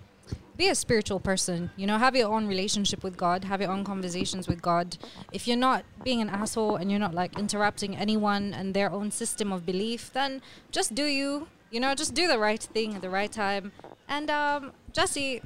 Speaker 1: be a spiritual person. You know, have your own relationship with God, have your own conversations with God. If you're not being an asshole and you're not like interrupting anyone and their own system of belief, then just do you. You know, just do the right thing at the right time. And um, Jesse,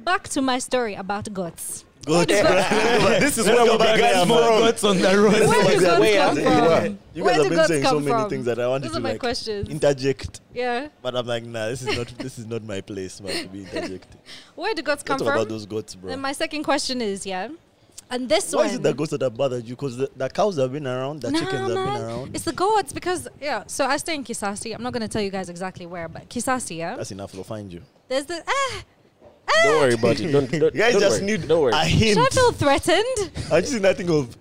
Speaker 1: back to my story about goats. Where do goats-
Speaker 4: this is where we began from.
Speaker 2: What's on the road?
Speaker 1: where do
Speaker 3: Where
Speaker 1: goats come
Speaker 3: they were.
Speaker 1: from?
Speaker 4: You
Speaker 1: Where do
Speaker 4: guys have been
Speaker 1: goats
Speaker 4: saying so
Speaker 1: come
Speaker 4: many
Speaker 1: from?
Speaker 4: things that I wanted
Speaker 1: Those
Speaker 4: to
Speaker 1: are my
Speaker 4: like
Speaker 1: questions.
Speaker 4: interject,
Speaker 1: yeah.
Speaker 4: but I'm like, nah, this is not this is not my place, man, to be interjecting.
Speaker 1: Where do goats
Speaker 4: Let's
Speaker 1: come
Speaker 4: talk about
Speaker 1: from?
Speaker 4: those goats, bro.
Speaker 1: Then my second question is, yeah, and this
Speaker 4: Why
Speaker 1: one.
Speaker 4: is it the goats that have bothered you? Because the, the cows have been around, the
Speaker 1: Nah,
Speaker 4: chickens have
Speaker 1: man,
Speaker 4: been around.
Speaker 1: It's the goats because yeah. So I stay in Kisasi. I'm not gonna tell you guys exactly where, but Kisasi. Yeah,
Speaker 4: That's enough. They'll find you.
Speaker 1: there's the ah,
Speaker 3: Don't worry about it. Don't, don't,
Speaker 4: You guys
Speaker 3: don't
Speaker 4: just
Speaker 3: worry.
Speaker 4: need
Speaker 3: Don't worry.
Speaker 4: a hint.
Speaker 1: don't feel threatened.
Speaker 4: I just need nothing of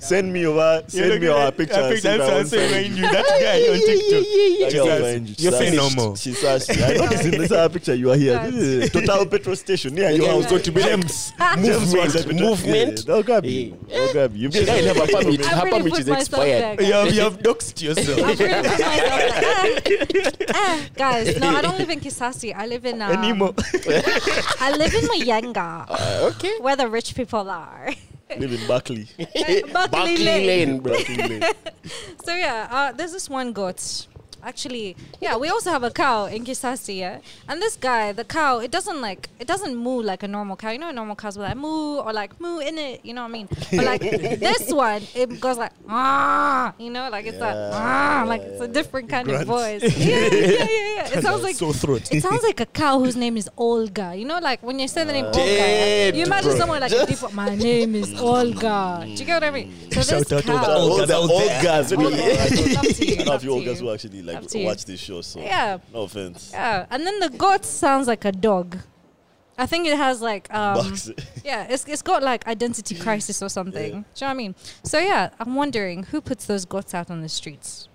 Speaker 4: send me over, send me our picture. and see if I won't find you.
Speaker 2: That guy on
Speaker 4: That
Speaker 2: TikTok.
Speaker 4: girl
Speaker 2: Jesus.
Speaker 4: find you.
Speaker 2: You're
Speaker 4: She's
Speaker 2: saying
Speaker 4: asked-
Speaker 2: normal.
Speaker 4: She's asked. I noticed in this other picture you are here.
Speaker 1: Guys.
Speaker 4: This is Total petrol station. Yeah, you
Speaker 3: Yeah,
Speaker 4: are
Speaker 3: it's going to be
Speaker 4: gems. Gems was a
Speaker 3: movement.
Speaker 4: petrol- Yeah,
Speaker 3: Movement.
Speaker 4: They'll grab
Speaker 3: Yeah.
Speaker 4: you. They'll grab you.
Speaker 3: The guy will have a permit.
Speaker 1: I've
Speaker 3: Her
Speaker 1: really
Speaker 3: permit
Speaker 1: put
Speaker 3: is
Speaker 1: myself
Speaker 3: expired.
Speaker 1: there,
Speaker 2: You have, you have doxed
Speaker 1: I've
Speaker 2: yourself.
Speaker 1: really put myself there. Ah, ah, guys, no, I don't live in Kisasi. I live in
Speaker 6: Ah.
Speaker 1: um,
Speaker 2: Anymore.
Speaker 1: I live in Mayenga,
Speaker 4: Uh,
Speaker 3: Okay.
Speaker 1: where the rich people are.
Speaker 4: Live in Barkley.
Speaker 1: Buckley Lane.
Speaker 3: bro.
Speaker 4: Barkley Lane.
Speaker 1: So yeah, uh, there's this one goat. Actually, yeah, we also have a cow in Kisasi, yeah. And this guy, the cow, it doesn't like it doesn't moo like a normal cow. You know, normal cows will like moo or like moo in it. You know what I mean? But like this one, it goes like ah, you know, like it's like ah, like it's a different kind of voice.
Speaker 4: Grunts.
Speaker 1: Yeah, yeah, yeah, yeah. It sounds like
Speaker 2: so throat.
Speaker 1: it sounds like a cow whose name is Olga. You know, like when you say the name
Speaker 3: Uh, Dead,
Speaker 1: Olga, you imagine
Speaker 3: bro.
Speaker 1: someone like a deep. My name is Olga. Do you get what I mean? So this
Speaker 2: Shout out
Speaker 1: cow,
Speaker 2: Olga.
Speaker 4: All
Speaker 2: Olgas
Speaker 4: the
Speaker 2: out
Speaker 4: old
Speaker 2: there.
Speaker 4: guys. Let me-
Speaker 1: Olgas, love to you,
Speaker 4: I don't know if you
Speaker 1: love
Speaker 4: old
Speaker 1: to
Speaker 4: guys
Speaker 1: you.
Speaker 4: will actually like
Speaker 1: Love to you.
Speaker 4: watch this show. So
Speaker 1: Yeah.
Speaker 4: no offense.
Speaker 1: Yeah, and then the goat sounds like a dog. I think it has like um,
Speaker 4: Bucks.
Speaker 1: yeah, it's it's got like identity crisis or something. Do you know what I mean? So yeah, I'm wondering who puts those goats out on the streets.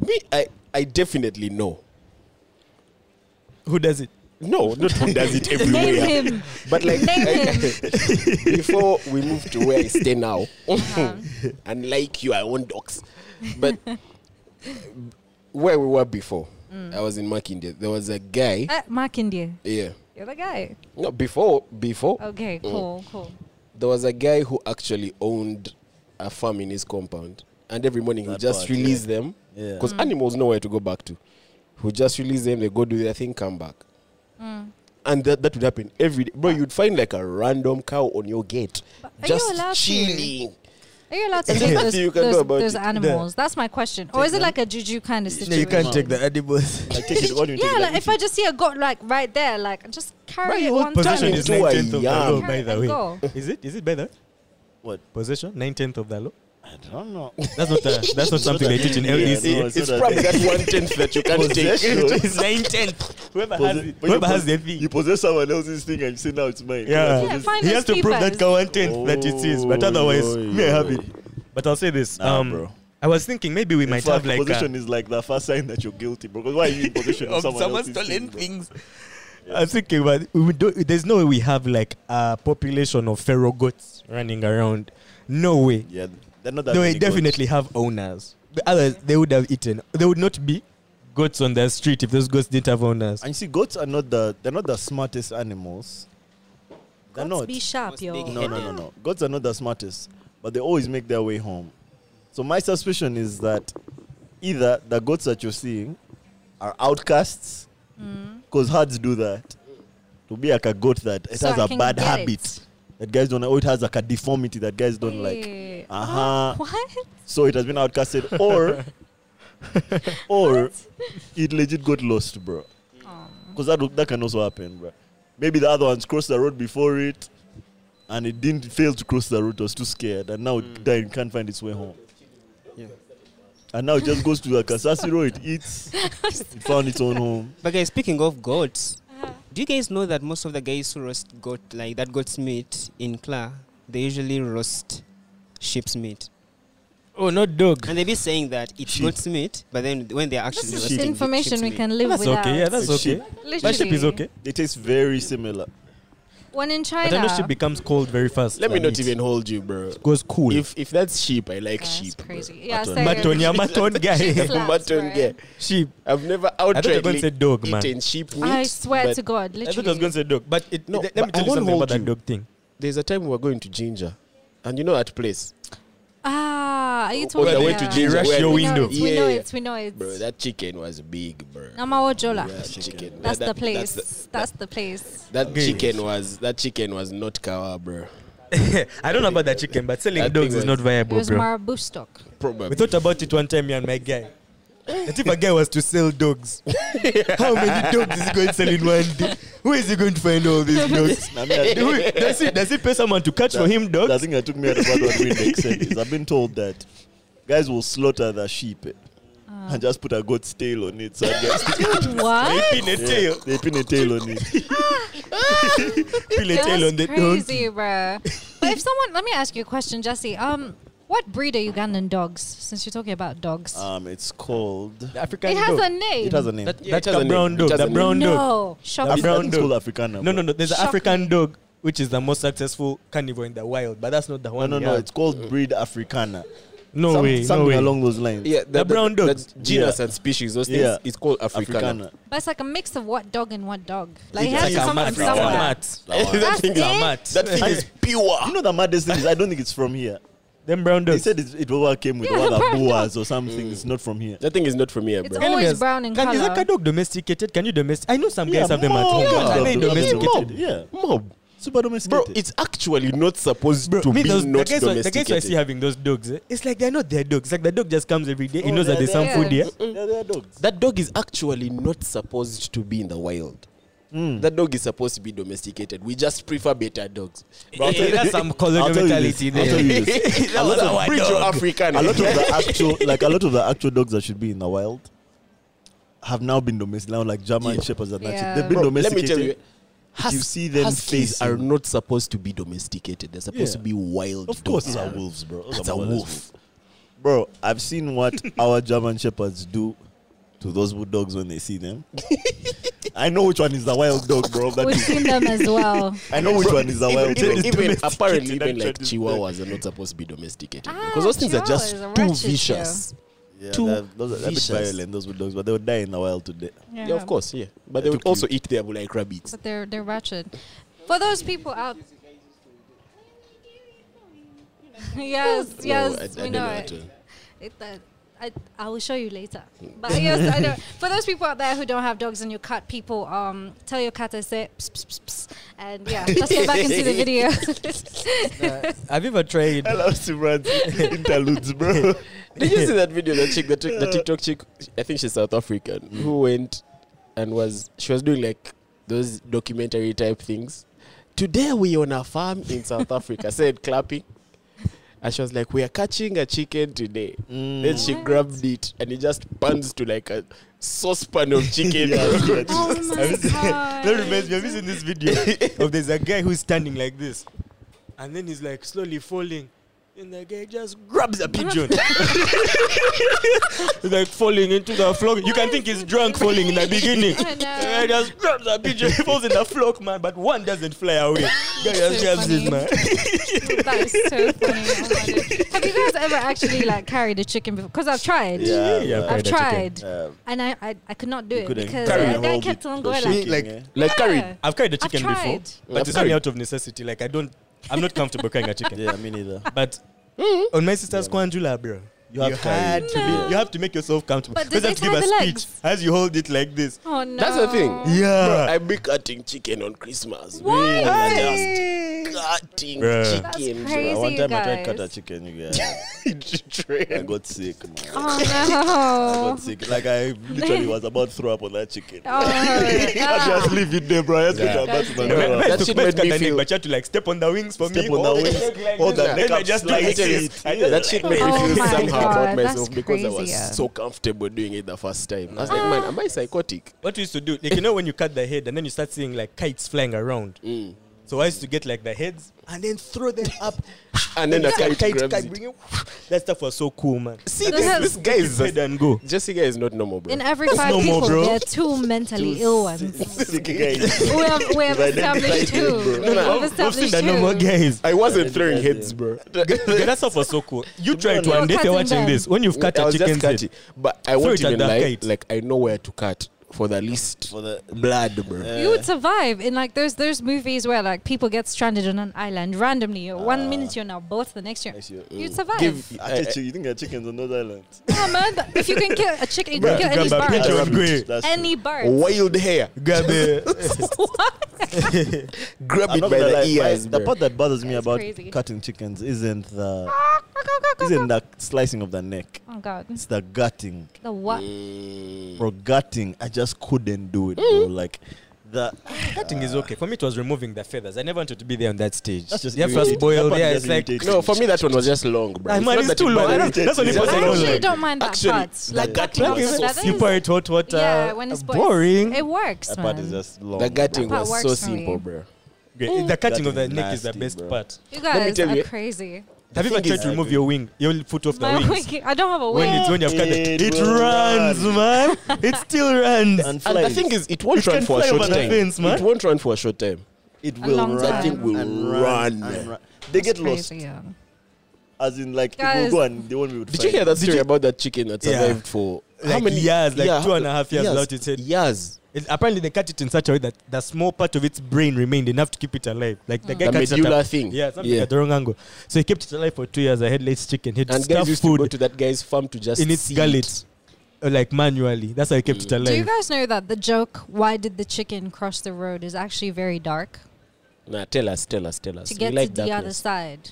Speaker 3: Me, I, I definitely know.
Speaker 2: Who does it?
Speaker 3: No, not who does it
Speaker 1: Name
Speaker 3: everywhere.
Speaker 1: him.
Speaker 3: But like
Speaker 1: Name
Speaker 3: before we move to where I stay now, unlike you, I own dogs. But where we were before, I was in Mackindia. There was a guy.
Speaker 1: Uh, Mark India,
Speaker 3: Yeah,
Speaker 1: you're the guy.
Speaker 3: no, before before
Speaker 1: Okay, cool, cool.
Speaker 3: there was a guy who actually owned a farm in his compound, and every morning he
Speaker 4: That
Speaker 3: just
Speaker 4: part, yeah.
Speaker 3: released them
Speaker 4: Yeah.
Speaker 3: because animals know where to go back to. Who just release them, they go do their thing, come back. And that, that would happen every day. Bro, you'd find like a random cow on your gate.
Speaker 1: But are you
Speaker 3: just
Speaker 1: allowed to?
Speaker 3: chilling.
Speaker 1: Are you allowed to
Speaker 3: There's
Speaker 1: take
Speaker 3: nothing
Speaker 1: those,
Speaker 3: you can do
Speaker 1: those,
Speaker 3: about
Speaker 1: those
Speaker 3: it.
Speaker 1: animals? That's my question. Or is it like a juju kind of situation?
Speaker 2: No, you can't take the animals.
Speaker 4: I take it. What do you
Speaker 1: Yeah,
Speaker 4: take?
Speaker 1: like if I just see a goat like right there, like just carry
Speaker 3: Right,
Speaker 1: it
Speaker 3: what
Speaker 1: on
Speaker 3: position
Speaker 1: time.
Speaker 3: is Turn into a yam.
Speaker 2: law, by the
Speaker 1: And go.
Speaker 2: way. Is it? Is it by the way?
Speaker 4: What?
Speaker 2: Possession? Nine tenth of the law?
Speaker 4: I don't know.
Speaker 2: That's not, a, that's not something they teach in
Speaker 4: Yeah,
Speaker 2: LDC.
Speaker 4: no,
Speaker 3: it's
Speaker 4: it's not
Speaker 3: probably
Speaker 4: a
Speaker 3: that one tenth that you can't
Speaker 4: Possession.
Speaker 3: take.
Speaker 2: it's nine tenth. Whoever has,
Speaker 4: Possess-
Speaker 2: it,
Speaker 4: but you
Speaker 2: whoever
Speaker 4: pos-
Speaker 2: has the thing.
Speaker 4: You possess someone else's thing and you say now it's mine.
Speaker 2: Yeah.
Speaker 1: Yeah, find
Speaker 2: he
Speaker 1: those
Speaker 2: has to prove that
Speaker 1: papers.
Speaker 2: cow one tenth that it is, but
Speaker 4: Oh,
Speaker 2: otherwise,
Speaker 4: yo,
Speaker 2: me, I have
Speaker 4: yo.
Speaker 2: it. But I'll say this,
Speaker 4: Nah,
Speaker 2: um,
Speaker 4: bro.
Speaker 2: I was thinking maybe we
Speaker 4: In
Speaker 2: might
Speaker 4: fact,
Speaker 2: have like
Speaker 4: possession
Speaker 2: a,
Speaker 4: is like the first sign that you're guilty because why are you in possession of
Speaker 2: of
Speaker 4: someone,
Speaker 2: someone
Speaker 4: else's
Speaker 2: stolen
Speaker 4: thing, bro?
Speaker 2: things. I was thinking, but we don't, there's no way we have like a population of feral goats running around. No way.
Speaker 4: Yeah, they're not that.
Speaker 2: no,
Speaker 4: many
Speaker 2: they
Speaker 4: goats.
Speaker 2: definitely have owners. The others, they would have eaten. They would not be goats on the street if those goats didn't have owners.
Speaker 4: And you see, goats are not the they're not the smartest animals. They're
Speaker 1: Goats
Speaker 4: not.
Speaker 1: be sharp,
Speaker 6: Must
Speaker 1: yo.
Speaker 6: be-
Speaker 4: no, no, no, no. Goats are not the smartest, but they always make their way home. So my suspicion is that either the goats that you're seeing are outcasts Because herds do that. To be like a goat that it
Speaker 1: So
Speaker 4: has
Speaker 1: I
Speaker 4: a
Speaker 1: can
Speaker 4: bad
Speaker 1: get
Speaker 4: habit
Speaker 1: it.
Speaker 4: that guys don't or it has like a deformity that guys don't like.
Speaker 1: Hey. Oh,
Speaker 4: Uh-huh.
Speaker 1: What?
Speaker 2: Mm.
Speaker 4: So it has been outcasted or or it legit got lost, bro.
Speaker 1: Oh,
Speaker 4: Because that, that can also happen, bro. Maybe the other ones crossed the road before it and it didn't fail to cross the road, was too scared, and now
Speaker 2: Mm.
Speaker 4: it died and can't find its way home.
Speaker 6: Yeah.
Speaker 4: And now it just goes to the Kasasiro, it eats, it found its own home.
Speaker 6: But guys, speaking of goats,
Speaker 1: Uh-huh.
Speaker 6: do you guys know that most of the guys who roast goat, like that goat's meat in Kla, they usually roast sheep's meat,
Speaker 2: Oh, not dog.
Speaker 6: and they be saying that it's
Speaker 4: Sheep.
Speaker 6: goat's meat, but then when they're actually
Speaker 1: This
Speaker 4: Sheep.
Speaker 1: is
Speaker 6: roasting
Speaker 1: information
Speaker 6: sheep's
Speaker 1: we
Speaker 6: meat.
Speaker 1: can live
Speaker 2: That's
Speaker 1: without.
Speaker 2: okay. Yeah, that's
Speaker 4: It's
Speaker 2: okay.
Speaker 4: sheep.
Speaker 2: But
Speaker 1: Literally.
Speaker 2: sheep is okay.
Speaker 4: They taste very similar.
Speaker 1: When in
Speaker 2: But I
Speaker 1: China,
Speaker 2: know sheep becomes cold very fast.
Speaker 3: Let me
Speaker 2: like
Speaker 3: not
Speaker 2: meat.
Speaker 3: even hold you, bro.
Speaker 2: Goes cool.
Speaker 3: If if that's sheep, I like
Speaker 1: Yeah,
Speaker 3: sheep.
Speaker 1: That's
Speaker 3: bro.
Speaker 1: crazy. Yeah,
Speaker 4: Mutton.
Speaker 1: same.
Speaker 2: Maton, yeah, maton guy.
Speaker 1: Sheep. Slaps,
Speaker 3: Mutton,
Speaker 1: right?
Speaker 3: yeah.
Speaker 2: sheep.
Speaker 3: I've never
Speaker 2: I thought you were going to say
Speaker 3: outrightly
Speaker 2: dog, man.
Speaker 3: eaten sheep meat.
Speaker 1: I swear
Speaker 3: but
Speaker 1: to God,
Speaker 2: I thought I was
Speaker 1: literally.
Speaker 2: going to say dog. But it,
Speaker 3: No,
Speaker 2: let
Speaker 3: but
Speaker 2: me
Speaker 3: I
Speaker 2: tell you
Speaker 3: won't
Speaker 2: something about
Speaker 3: hold
Speaker 2: that
Speaker 3: you.
Speaker 2: dog thing.
Speaker 3: There's a time we were going to Ginger, and you know that place,
Speaker 1: Ah, are you
Speaker 2: Oh,
Speaker 3: On
Speaker 1: talking
Speaker 3: the
Speaker 1: about
Speaker 3: way to Ginger,
Speaker 2: rush
Speaker 3: where
Speaker 2: your
Speaker 3: the-
Speaker 1: We know
Speaker 2: window.
Speaker 1: it. We know
Speaker 3: Yeah.
Speaker 1: it. We know it.
Speaker 3: bro. That chicken was big, bro.
Speaker 1: Namawa Jola.
Speaker 3: That chicken.
Speaker 1: That's
Speaker 3: that,
Speaker 1: the
Speaker 3: that-
Speaker 1: place.
Speaker 3: That's
Speaker 1: That's,
Speaker 3: the,
Speaker 1: the place.
Speaker 3: that
Speaker 2: Okay.
Speaker 3: chicken was that chicken was not kawa, bro.
Speaker 2: I don't know about that chicken, but selling
Speaker 3: That
Speaker 2: dogs
Speaker 3: thing
Speaker 2: is
Speaker 3: was-
Speaker 2: not
Speaker 1: It
Speaker 2: viable,
Speaker 1: was
Speaker 2: bro.
Speaker 1: Marabu stock.
Speaker 3: Probably.
Speaker 2: We thought about it one time, me and my guy. That if a guy was to sell dogs, how many dogs is he going to sell in one day? Where is he going to find all these dogs?
Speaker 4: I mean, I think-
Speaker 2: Who- does, he, does he pay someone to catch for him
Speaker 4: The
Speaker 2: dogs?
Speaker 4: thing that took me out about what Windex said is I've been told that guys will slaughter the sheep eh, and just put a goat's tail on it. So guys
Speaker 1: what?
Speaker 2: Pin a tail.
Speaker 4: they pin a tail on it.
Speaker 2: Pin a
Speaker 1: That's
Speaker 2: tail on the dog.
Speaker 1: crazy, bro. But if someone, let me ask you a question, Jesse. Um, what breed are Ugandan dogs? Since you're talking about dogs,
Speaker 4: Um, it's called.
Speaker 2: The African
Speaker 1: it has
Speaker 2: Uh,
Speaker 1: a
Speaker 2: dog.
Speaker 1: name.
Speaker 4: It has a name.
Speaker 3: That- yeah,
Speaker 2: That's
Speaker 3: it has
Speaker 2: the
Speaker 3: a
Speaker 2: brown
Speaker 3: name.
Speaker 2: dog.
Speaker 3: It has
Speaker 2: The
Speaker 3: a
Speaker 2: brown
Speaker 3: name.
Speaker 1: no,
Speaker 4: Af-
Speaker 1: shocking.
Speaker 2: brown
Speaker 4: I think it's
Speaker 2: dog.
Speaker 4: called Africana.
Speaker 2: No,
Speaker 4: bro.
Speaker 2: no, no. There's an
Speaker 1: Shocking.
Speaker 2: African dog, which is the most successful carnivore in the wild, but that's not the
Speaker 4: No,
Speaker 2: one.
Speaker 4: no,
Speaker 2: we
Speaker 4: no.
Speaker 2: have.
Speaker 4: It's called breed Africana.
Speaker 2: no
Speaker 4: Some-
Speaker 2: way, no
Speaker 4: Something
Speaker 2: way.
Speaker 4: along those lines.
Speaker 3: Yeah,
Speaker 2: The brown dog.
Speaker 3: that's genus
Speaker 4: Yeah.
Speaker 3: and species. Those things.
Speaker 4: Yeah.
Speaker 3: It's called Africana.
Speaker 4: Africana.
Speaker 1: But it's like a mix of what dog and what dog. Like it
Speaker 4: It's
Speaker 1: has
Speaker 4: like
Speaker 1: to
Speaker 4: a
Speaker 1: come
Speaker 4: mat.
Speaker 1: from
Speaker 4: It's like a
Speaker 1: somewhere.
Speaker 2: mat.
Speaker 3: that thing,
Speaker 1: That's
Speaker 2: A
Speaker 1: it?
Speaker 2: mat.
Speaker 3: that thing is pure.
Speaker 4: You know the maddest thing is I don't think it's from here.
Speaker 2: Them brown
Speaker 4: They
Speaker 2: dogs.
Speaker 4: said it, it overcame with
Speaker 1: Yeah,
Speaker 4: one of the
Speaker 1: brown
Speaker 4: boas or something. It's not from here.
Speaker 3: That thing is not from here,
Speaker 1: It's
Speaker 3: bro.
Speaker 1: all- Always
Speaker 2: Animals.
Speaker 1: brown in
Speaker 2: Can- Is
Speaker 1: colour.
Speaker 2: that dog domesticated? Can you domesticate? I know some guys have them at
Speaker 4: mob.
Speaker 2: home.
Speaker 4: Yeah,
Speaker 2: Are they
Speaker 4: mob.
Speaker 2: domesticated?
Speaker 4: Yeah,
Speaker 3: Mob,
Speaker 4: super
Speaker 3: bro.
Speaker 4: domesticated.
Speaker 3: It's actually not supposed
Speaker 2: Bro,
Speaker 3: to
Speaker 2: me,
Speaker 3: be
Speaker 2: those,
Speaker 3: not
Speaker 2: the, guys who- the guys who I see
Speaker 3: domesticated.
Speaker 2: having those dogs, eh, it's like they're not their dogs. Like the dog just comes every day. He
Speaker 4: Oh,
Speaker 2: knows that
Speaker 4: they're
Speaker 2: there's some
Speaker 1: there.
Speaker 2: food here.
Speaker 4: yeah, they are dogs.
Speaker 3: That dog is actually not supposed to be in the wild. That dog is supposed to be domesticated. We just prefer better dogs.
Speaker 4: I'll tell
Speaker 2: Eh,
Speaker 4: you-
Speaker 2: that's some colonial
Speaker 4: I'll tell you this.
Speaker 2: mentality
Speaker 4: I'll tell
Speaker 2: there.
Speaker 4: you this.
Speaker 2: That was our
Speaker 3: Bridge
Speaker 2: dog.
Speaker 3: African.
Speaker 4: a lot of the actual like a lot of the actual dogs that should be in the wild have now been domesticated now like German
Speaker 3: Yeah.
Speaker 4: shepherds and that
Speaker 1: Yeah.
Speaker 4: shit. They've been
Speaker 3: Bro, let me
Speaker 4: domesticated.
Speaker 3: tell you, hus-
Speaker 4: you see them
Speaker 3: huskies
Speaker 4: facing-
Speaker 3: are not supposed to be domesticated. They're supposed
Speaker 4: Yeah.
Speaker 3: to be wild.
Speaker 4: Of course, those
Speaker 3: dogs.
Speaker 4: are wolves, bro. Those
Speaker 3: That's
Speaker 4: are
Speaker 3: a
Speaker 4: more or less wolves.
Speaker 3: wolf.
Speaker 4: Bro, I've seen what our German shepherds do to those wood dogs when they see them. I know which one is the wild dog, bro. That
Speaker 1: We've
Speaker 4: is,
Speaker 1: seen them as well.
Speaker 4: I know which one is the wild
Speaker 3: Even,
Speaker 4: dog.
Speaker 3: even, even apparently, even like
Speaker 4: domesticated.
Speaker 3: chihuahuas are not supposed to be domesticated
Speaker 1: Ah,
Speaker 3: because those things are just
Speaker 1: chihuahuas are
Speaker 3: too
Speaker 1: wretched,
Speaker 3: vicious.
Speaker 4: Yeah,
Speaker 3: Too
Speaker 4: they're- those are they're a bit
Speaker 3: vicious.
Speaker 4: violent, those wood dogs, but they would die in the wild today.
Speaker 3: Yeah, of course, yeah. But they would
Speaker 4: too
Speaker 3: also eat their like rabbits.
Speaker 1: But they're they're ratchet. For those people out. yes, yes,
Speaker 3: No, I, I
Speaker 1: we
Speaker 3: don't
Speaker 1: know
Speaker 3: know
Speaker 1: it.
Speaker 3: what to-
Speaker 1: it uh, I, I will show you later. But yes, I don't. For those people out there who don't have dogs and you cut people, um, tell your cat I say pss, pss, pss, pss, and yeah, just go back and see the video.
Speaker 2: Have you ever tried?
Speaker 4: I love Simran's interludes, bro.
Speaker 3: Did you see that video? That chick, the, trick, the TikTok chick, I think she's South African, who went and was she was doing like those documentary type things. Today we on a farm in South Africa. Said clapping, and she was like, "We are catching a chicken today." Mm.
Speaker 4: Mm,
Speaker 3: Then she
Speaker 1: What?
Speaker 3: grabbed it and it just pans to like a saucepan of chicken.
Speaker 1: oh my god!
Speaker 2: That reminds me. Have you seen this video of there's a guy who's standing like this, and then he's like slowly falling, and the guy just grabs a pigeon. he's like falling into the flock. You can think he's drunk falling in the beginning.
Speaker 1: I know.
Speaker 2: The guy just grabs a pigeon. He falls in the flock, man. But one doesn't fly away. Guy just
Speaker 1: So
Speaker 2: grabs
Speaker 1: funny.
Speaker 2: it, man.
Speaker 1: That is so funny. Oh my days. have you guys ever actually like carried a chicken before? Because I've tried.
Speaker 4: Yeah,
Speaker 2: Yeah,
Speaker 1: I've
Speaker 4: bro.
Speaker 2: Fried a chicken.
Speaker 1: tried,
Speaker 4: Yeah.
Speaker 1: and I, I I could not do
Speaker 4: You
Speaker 1: it
Speaker 4: couldn't
Speaker 1: because
Speaker 2: carry
Speaker 1: the
Speaker 4: and
Speaker 1: guy
Speaker 4: hold
Speaker 1: kept
Speaker 4: it.
Speaker 1: on
Speaker 4: It
Speaker 1: going
Speaker 4: was
Speaker 1: like.
Speaker 4: shaking,
Speaker 2: like-
Speaker 4: eh?
Speaker 3: like
Speaker 1: Yeah.
Speaker 3: carried.
Speaker 2: I've carried a chicken
Speaker 1: tried.
Speaker 2: before, but
Speaker 3: I've
Speaker 2: it's only
Speaker 3: carried.
Speaker 2: out of necessity. Like I don't, I'm not comfortable carrying a chicken.
Speaker 4: Yeah, me neither.
Speaker 2: But on my Mm-hmm. sister's Kwanjula, bro,
Speaker 4: You have
Speaker 2: had
Speaker 4: carried.
Speaker 2: to be. You have to make yourself comfortable.
Speaker 1: But
Speaker 2: Because
Speaker 1: does
Speaker 2: you have
Speaker 1: it
Speaker 2: to give a
Speaker 1: have
Speaker 2: speech
Speaker 1: legs?
Speaker 2: as you hold it like this.
Speaker 1: Oh no.
Speaker 3: That's the thing. Bro,
Speaker 2: Yeah.
Speaker 3: I'll be cutting chicken on Christmas.
Speaker 1: Why?
Speaker 3: Really? Just cutting
Speaker 2: Bruh.
Speaker 1: That's
Speaker 3: chicken. bro.
Speaker 1: crazy,
Speaker 4: One
Speaker 1: you
Speaker 4: time I tried
Speaker 1: guys.
Speaker 4: cut a chicken, you guys. I
Speaker 3: Train.
Speaker 4: got sick, man. I
Speaker 1: Oh
Speaker 4: got sick. Like I literally was about to throw up on that chicken.
Speaker 1: no. Oh,
Speaker 4: Just leave it there, bro. I just
Speaker 2: Yeah.
Speaker 4: put my back to my
Speaker 2: No,
Speaker 4: mirror.
Speaker 2: man,
Speaker 3: That
Speaker 2: to
Speaker 3: shit
Speaker 2: commit
Speaker 3: made me
Speaker 2: Kaepernick,
Speaker 3: feel-
Speaker 2: But you have to like step on the wings for me.
Speaker 4: Step on the
Speaker 2: hold it.
Speaker 4: wings.
Speaker 3: like
Speaker 4: Hold
Speaker 3: this.
Speaker 4: the
Speaker 2: Then
Speaker 4: neck
Speaker 2: I
Speaker 4: up
Speaker 2: just do
Speaker 4: slightly.
Speaker 2: like this. I just
Speaker 4: Yeah.
Speaker 3: That shit made me
Speaker 1: Oh
Speaker 3: feel
Speaker 1: my
Speaker 3: somehow
Speaker 1: God,
Speaker 3: about
Speaker 1: that's
Speaker 3: myself because I was
Speaker 1: crazy.
Speaker 3: so comfortable doing it the first time. I was like, man, am
Speaker 1: Ah.
Speaker 3: I psychotic?
Speaker 2: What we used to do, like you know, when you cut the head and then you start seeing like kites flying around. So I used to get like the heads and then throw them up.
Speaker 3: And then the
Speaker 2: Some
Speaker 3: kite
Speaker 2: kite-
Speaker 3: grabs
Speaker 2: kite
Speaker 3: it.
Speaker 2: bring it. That stuff was so cool, man.
Speaker 3: See,
Speaker 1: This
Speaker 3: this,
Speaker 1: has-
Speaker 3: this guy is
Speaker 2: Head
Speaker 3: just,
Speaker 2: and go.
Speaker 3: Jessica is not normal, bro.
Speaker 1: in every five
Speaker 2: no more,
Speaker 1: people,
Speaker 2: bro.
Speaker 1: there are two mentally ill ones.
Speaker 4: Sick guy.
Speaker 1: we have, we have
Speaker 4: You've
Speaker 1: established
Speaker 4: identified
Speaker 1: two.
Speaker 4: it, bro.
Speaker 1: We've
Speaker 2: No, no, I've- I've seen
Speaker 1: established
Speaker 2: that no more
Speaker 1: two.
Speaker 2: guys.
Speaker 3: I wasn't throwing
Speaker 4: Yeah.
Speaker 3: heads, bro.
Speaker 2: Yeah, that stuff was so cool. You try to,
Speaker 1: You were
Speaker 2: and if
Speaker 1: cutting
Speaker 2: you're watching
Speaker 1: them.
Speaker 2: this, when you've cut
Speaker 3: I
Speaker 2: a
Speaker 3: was
Speaker 2: chicken's
Speaker 3: just
Speaker 2: head,
Speaker 3: cutting. But I won't
Speaker 2: it at
Speaker 3: even
Speaker 2: the
Speaker 3: lie.
Speaker 2: kite.
Speaker 3: Like, I know where to cut for the least
Speaker 4: For the
Speaker 3: blood, bro.
Speaker 1: You would survive in like there's there's movies where like people get stranded on an island randomly. One minute you're now both, the next year
Speaker 4: Next year.
Speaker 1: you'd survive.
Speaker 3: Give-
Speaker 4: I tell you, you think there are chickens on those islands?
Speaker 1: Yeah, man, th- if you can kill a chicken, you
Speaker 2: Bruh,
Speaker 1: can kill
Speaker 2: grab
Speaker 1: any
Speaker 2: a picture
Speaker 1: bird.
Speaker 2: of- Grey.
Speaker 4: That's true.
Speaker 1: Any bird.
Speaker 3: Wild hair.
Speaker 2: grab a-
Speaker 3: Grab
Speaker 4: I'm
Speaker 3: it
Speaker 4: not gonna
Speaker 3: by the
Speaker 4: lie, my-
Speaker 3: ears,
Speaker 4: the
Speaker 3: bro.
Speaker 4: part that bothers me
Speaker 1: That's
Speaker 4: about
Speaker 1: crazy.
Speaker 4: cutting chickens isn't the isn't the slicing of the neck.
Speaker 1: Oh god.
Speaker 4: It's the gutting.
Speaker 1: The what?
Speaker 4: Bro, gutting, I just couldn't do it, bro. Like the
Speaker 2: Cutting is okay. For me, it was removing the feathers. I never wanted to be there on that stage.
Speaker 4: that's just
Speaker 2: yeah, first
Speaker 4: irritating. That
Speaker 2: boiled.
Speaker 4: part
Speaker 2: Yeah,
Speaker 4: just
Speaker 2: it's like
Speaker 4: irritates
Speaker 3: No,
Speaker 4: me.
Speaker 3: for me that one was just long, bro.
Speaker 2: Ah, man,
Speaker 3: not
Speaker 2: it's
Speaker 3: that
Speaker 2: too
Speaker 3: it
Speaker 2: long. I
Speaker 3: bothered
Speaker 2: don't-
Speaker 3: me.
Speaker 2: that's only
Speaker 3: It's just
Speaker 1: I
Speaker 2: possible.
Speaker 3: that
Speaker 1: actually
Speaker 3: one.
Speaker 1: don't mind that
Speaker 3: Actually,
Speaker 1: part.
Speaker 3: the
Speaker 1: Like
Speaker 3: gut
Speaker 1: cutting off
Speaker 3: is
Speaker 1: the
Speaker 3: so
Speaker 1: feathers.
Speaker 2: You pour it hot water.
Speaker 1: yeah, when it's boiled,
Speaker 2: uh, boring.
Speaker 1: It works,
Speaker 4: That
Speaker 1: man.
Speaker 4: part is just long.
Speaker 3: The
Speaker 1: That
Speaker 3: gutting
Speaker 1: part
Speaker 3: was so
Speaker 1: works for me.
Speaker 3: simple, bro.
Speaker 2: Okay, The cutting
Speaker 4: That
Speaker 2: of the
Speaker 4: is
Speaker 2: neck is the
Speaker 4: nasty,
Speaker 2: best
Speaker 4: bro.
Speaker 2: part.
Speaker 1: You
Speaker 3: me
Speaker 1: guys
Speaker 3: tell
Speaker 1: are
Speaker 3: you-
Speaker 1: crazy.
Speaker 2: Have you ever
Speaker 3: thing
Speaker 2: tried
Speaker 3: is-
Speaker 2: to remove your wing, your foot off the
Speaker 1: My
Speaker 2: wings?
Speaker 1: wing- I don't have a
Speaker 2: When
Speaker 1: wing.
Speaker 2: it's when you've cut
Speaker 4: It
Speaker 2: it, it
Speaker 4: will
Speaker 2: runs,
Speaker 4: run.
Speaker 2: man. It still runs.
Speaker 4: And
Speaker 3: And the
Speaker 4: flies.
Speaker 3: thing is, it won't
Speaker 2: can
Speaker 3: run for a
Speaker 2: fly
Speaker 3: short
Speaker 2: over the
Speaker 3: time.
Speaker 2: fence, man.
Speaker 3: It won't run for a short time.
Speaker 4: it
Speaker 1: A
Speaker 4: will
Speaker 1: long
Speaker 4: run.
Speaker 1: That thing
Speaker 4: and
Speaker 3: will
Speaker 4: run.
Speaker 3: run.
Speaker 4: and run. They get lost.
Speaker 1: Yeah.
Speaker 4: As in, like, it
Speaker 1: Guys.
Speaker 4: will go and they won't be able to
Speaker 3: Did
Speaker 4: find
Speaker 3: you hear that
Speaker 4: it.
Speaker 3: story about that chicken that
Speaker 2: Yeah.
Speaker 3: survived for how
Speaker 2: Like
Speaker 3: many
Speaker 2: years, like
Speaker 3: Yeah,
Speaker 2: two and a half years
Speaker 3: years,
Speaker 2: without its head.
Speaker 3: Years.
Speaker 2: It, apparently, they cut it in such a way that the small part of its brain remained enough to keep it alive. Like
Speaker 1: Mm.
Speaker 2: the guy
Speaker 3: The
Speaker 2: cut it at
Speaker 3: medulla
Speaker 2: a-
Speaker 3: thing.
Speaker 2: Yeah, something
Speaker 3: Yeah.
Speaker 2: at the wrong angle. So he kept it alive for two years. I had late chicken. He
Speaker 3: And
Speaker 2: stuffed
Speaker 3: guys used to go
Speaker 2: food
Speaker 3: to that guy's farm to just
Speaker 2: in its
Speaker 3: see
Speaker 2: gullet, uh, like manually. That's how he kept it
Speaker 1: Mm. Do you
Speaker 2: alive.
Speaker 1: guys know that the joke "Why did the chicken cross the road?" is actually very dark
Speaker 3: Nah, tell us, tell us, tell us.
Speaker 1: to
Speaker 3: We
Speaker 1: get
Speaker 3: like
Speaker 1: to the other
Speaker 3: darkness.
Speaker 1: side.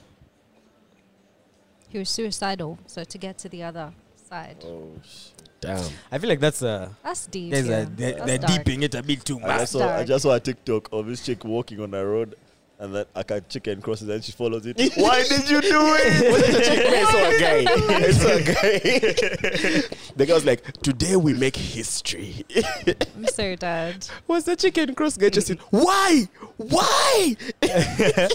Speaker 1: He was suicidal, so to get to the other side.
Speaker 4: Oh.
Speaker 3: Damn.
Speaker 2: I feel like that's uh,
Speaker 1: That's deep.
Speaker 2: guys
Speaker 1: yeah.
Speaker 2: are they're,
Speaker 1: That's
Speaker 2: they're
Speaker 1: dark.
Speaker 2: deeping it a bit too
Speaker 4: I
Speaker 2: much.
Speaker 4: just, saw, I
Speaker 1: Bastard.
Speaker 4: just saw a TikTok of this chick walking on a road and then a cat chicken crosses and she follows it. Why did you do it?
Speaker 3: I saw a guy. I saw a guy. the guy was like, "Today we make history."
Speaker 1: I'm so dead.
Speaker 3: was the chicken cross guy just in? Why? Why?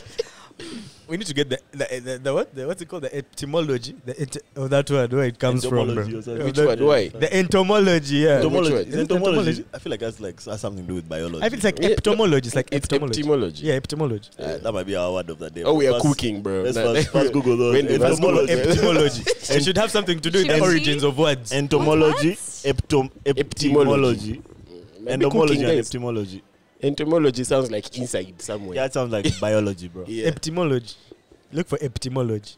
Speaker 2: We need to get the the, the, the what the, what's it called the etymology the et- of that word where it comes
Speaker 4: Entomology
Speaker 2: from.
Speaker 4: or something.
Speaker 2: bro. Oh,
Speaker 4: Which
Speaker 2: the,
Speaker 3: word? Why?
Speaker 2: The entomology. Yeah.
Speaker 3: Entom-
Speaker 4: Entomology.
Speaker 3: word?
Speaker 4: Is it
Speaker 2: Is it entomology?
Speaker 4: entomology? I feel like that's like has something to do with biology.
Speaker 2: I feel it's like
Speaker 3: Yeah,
Speaker 2: eptomology. It's like
Speaker 3: It's
Speaker 2: eptomology.
Speaker 3: etymology.
Speaker 2: Yeah, eptomology.
Speaker 4: Uh, that might be our word of the day.
Speaker 3: Oh, we are
Speaker 4: First-
Speaker 3: cooking, bro.
Speaker 4: Let's
Speaker 3: Nah,
Speaker 4: first, first Google those.
Speaker 3: when did- let's Google
Speaker 4: Entomology.
Speaker 3: it.
Speaker 2: Etymology. it should have something to do with the
Speaker 1: Should we-
Speaker 2: origins of words.
Speaker 4: Entomology.
Speaker 1: What?
Speaker 4: Eptom,
Speaker 3: Etymology.
Speaker 4: eptomology. Entomology
Speaker 3: Cooking,
Speaker 4: and
Speaker 3: guys.
Speaker 4: eptomology.
Speaker 3: Entomology sounds like inside somewhere.
Speaker 4: Yeah, it sounds like biology, bro.
Speaker 3: Yeah.
Speaker 2: Eptomology. Look for eptomology.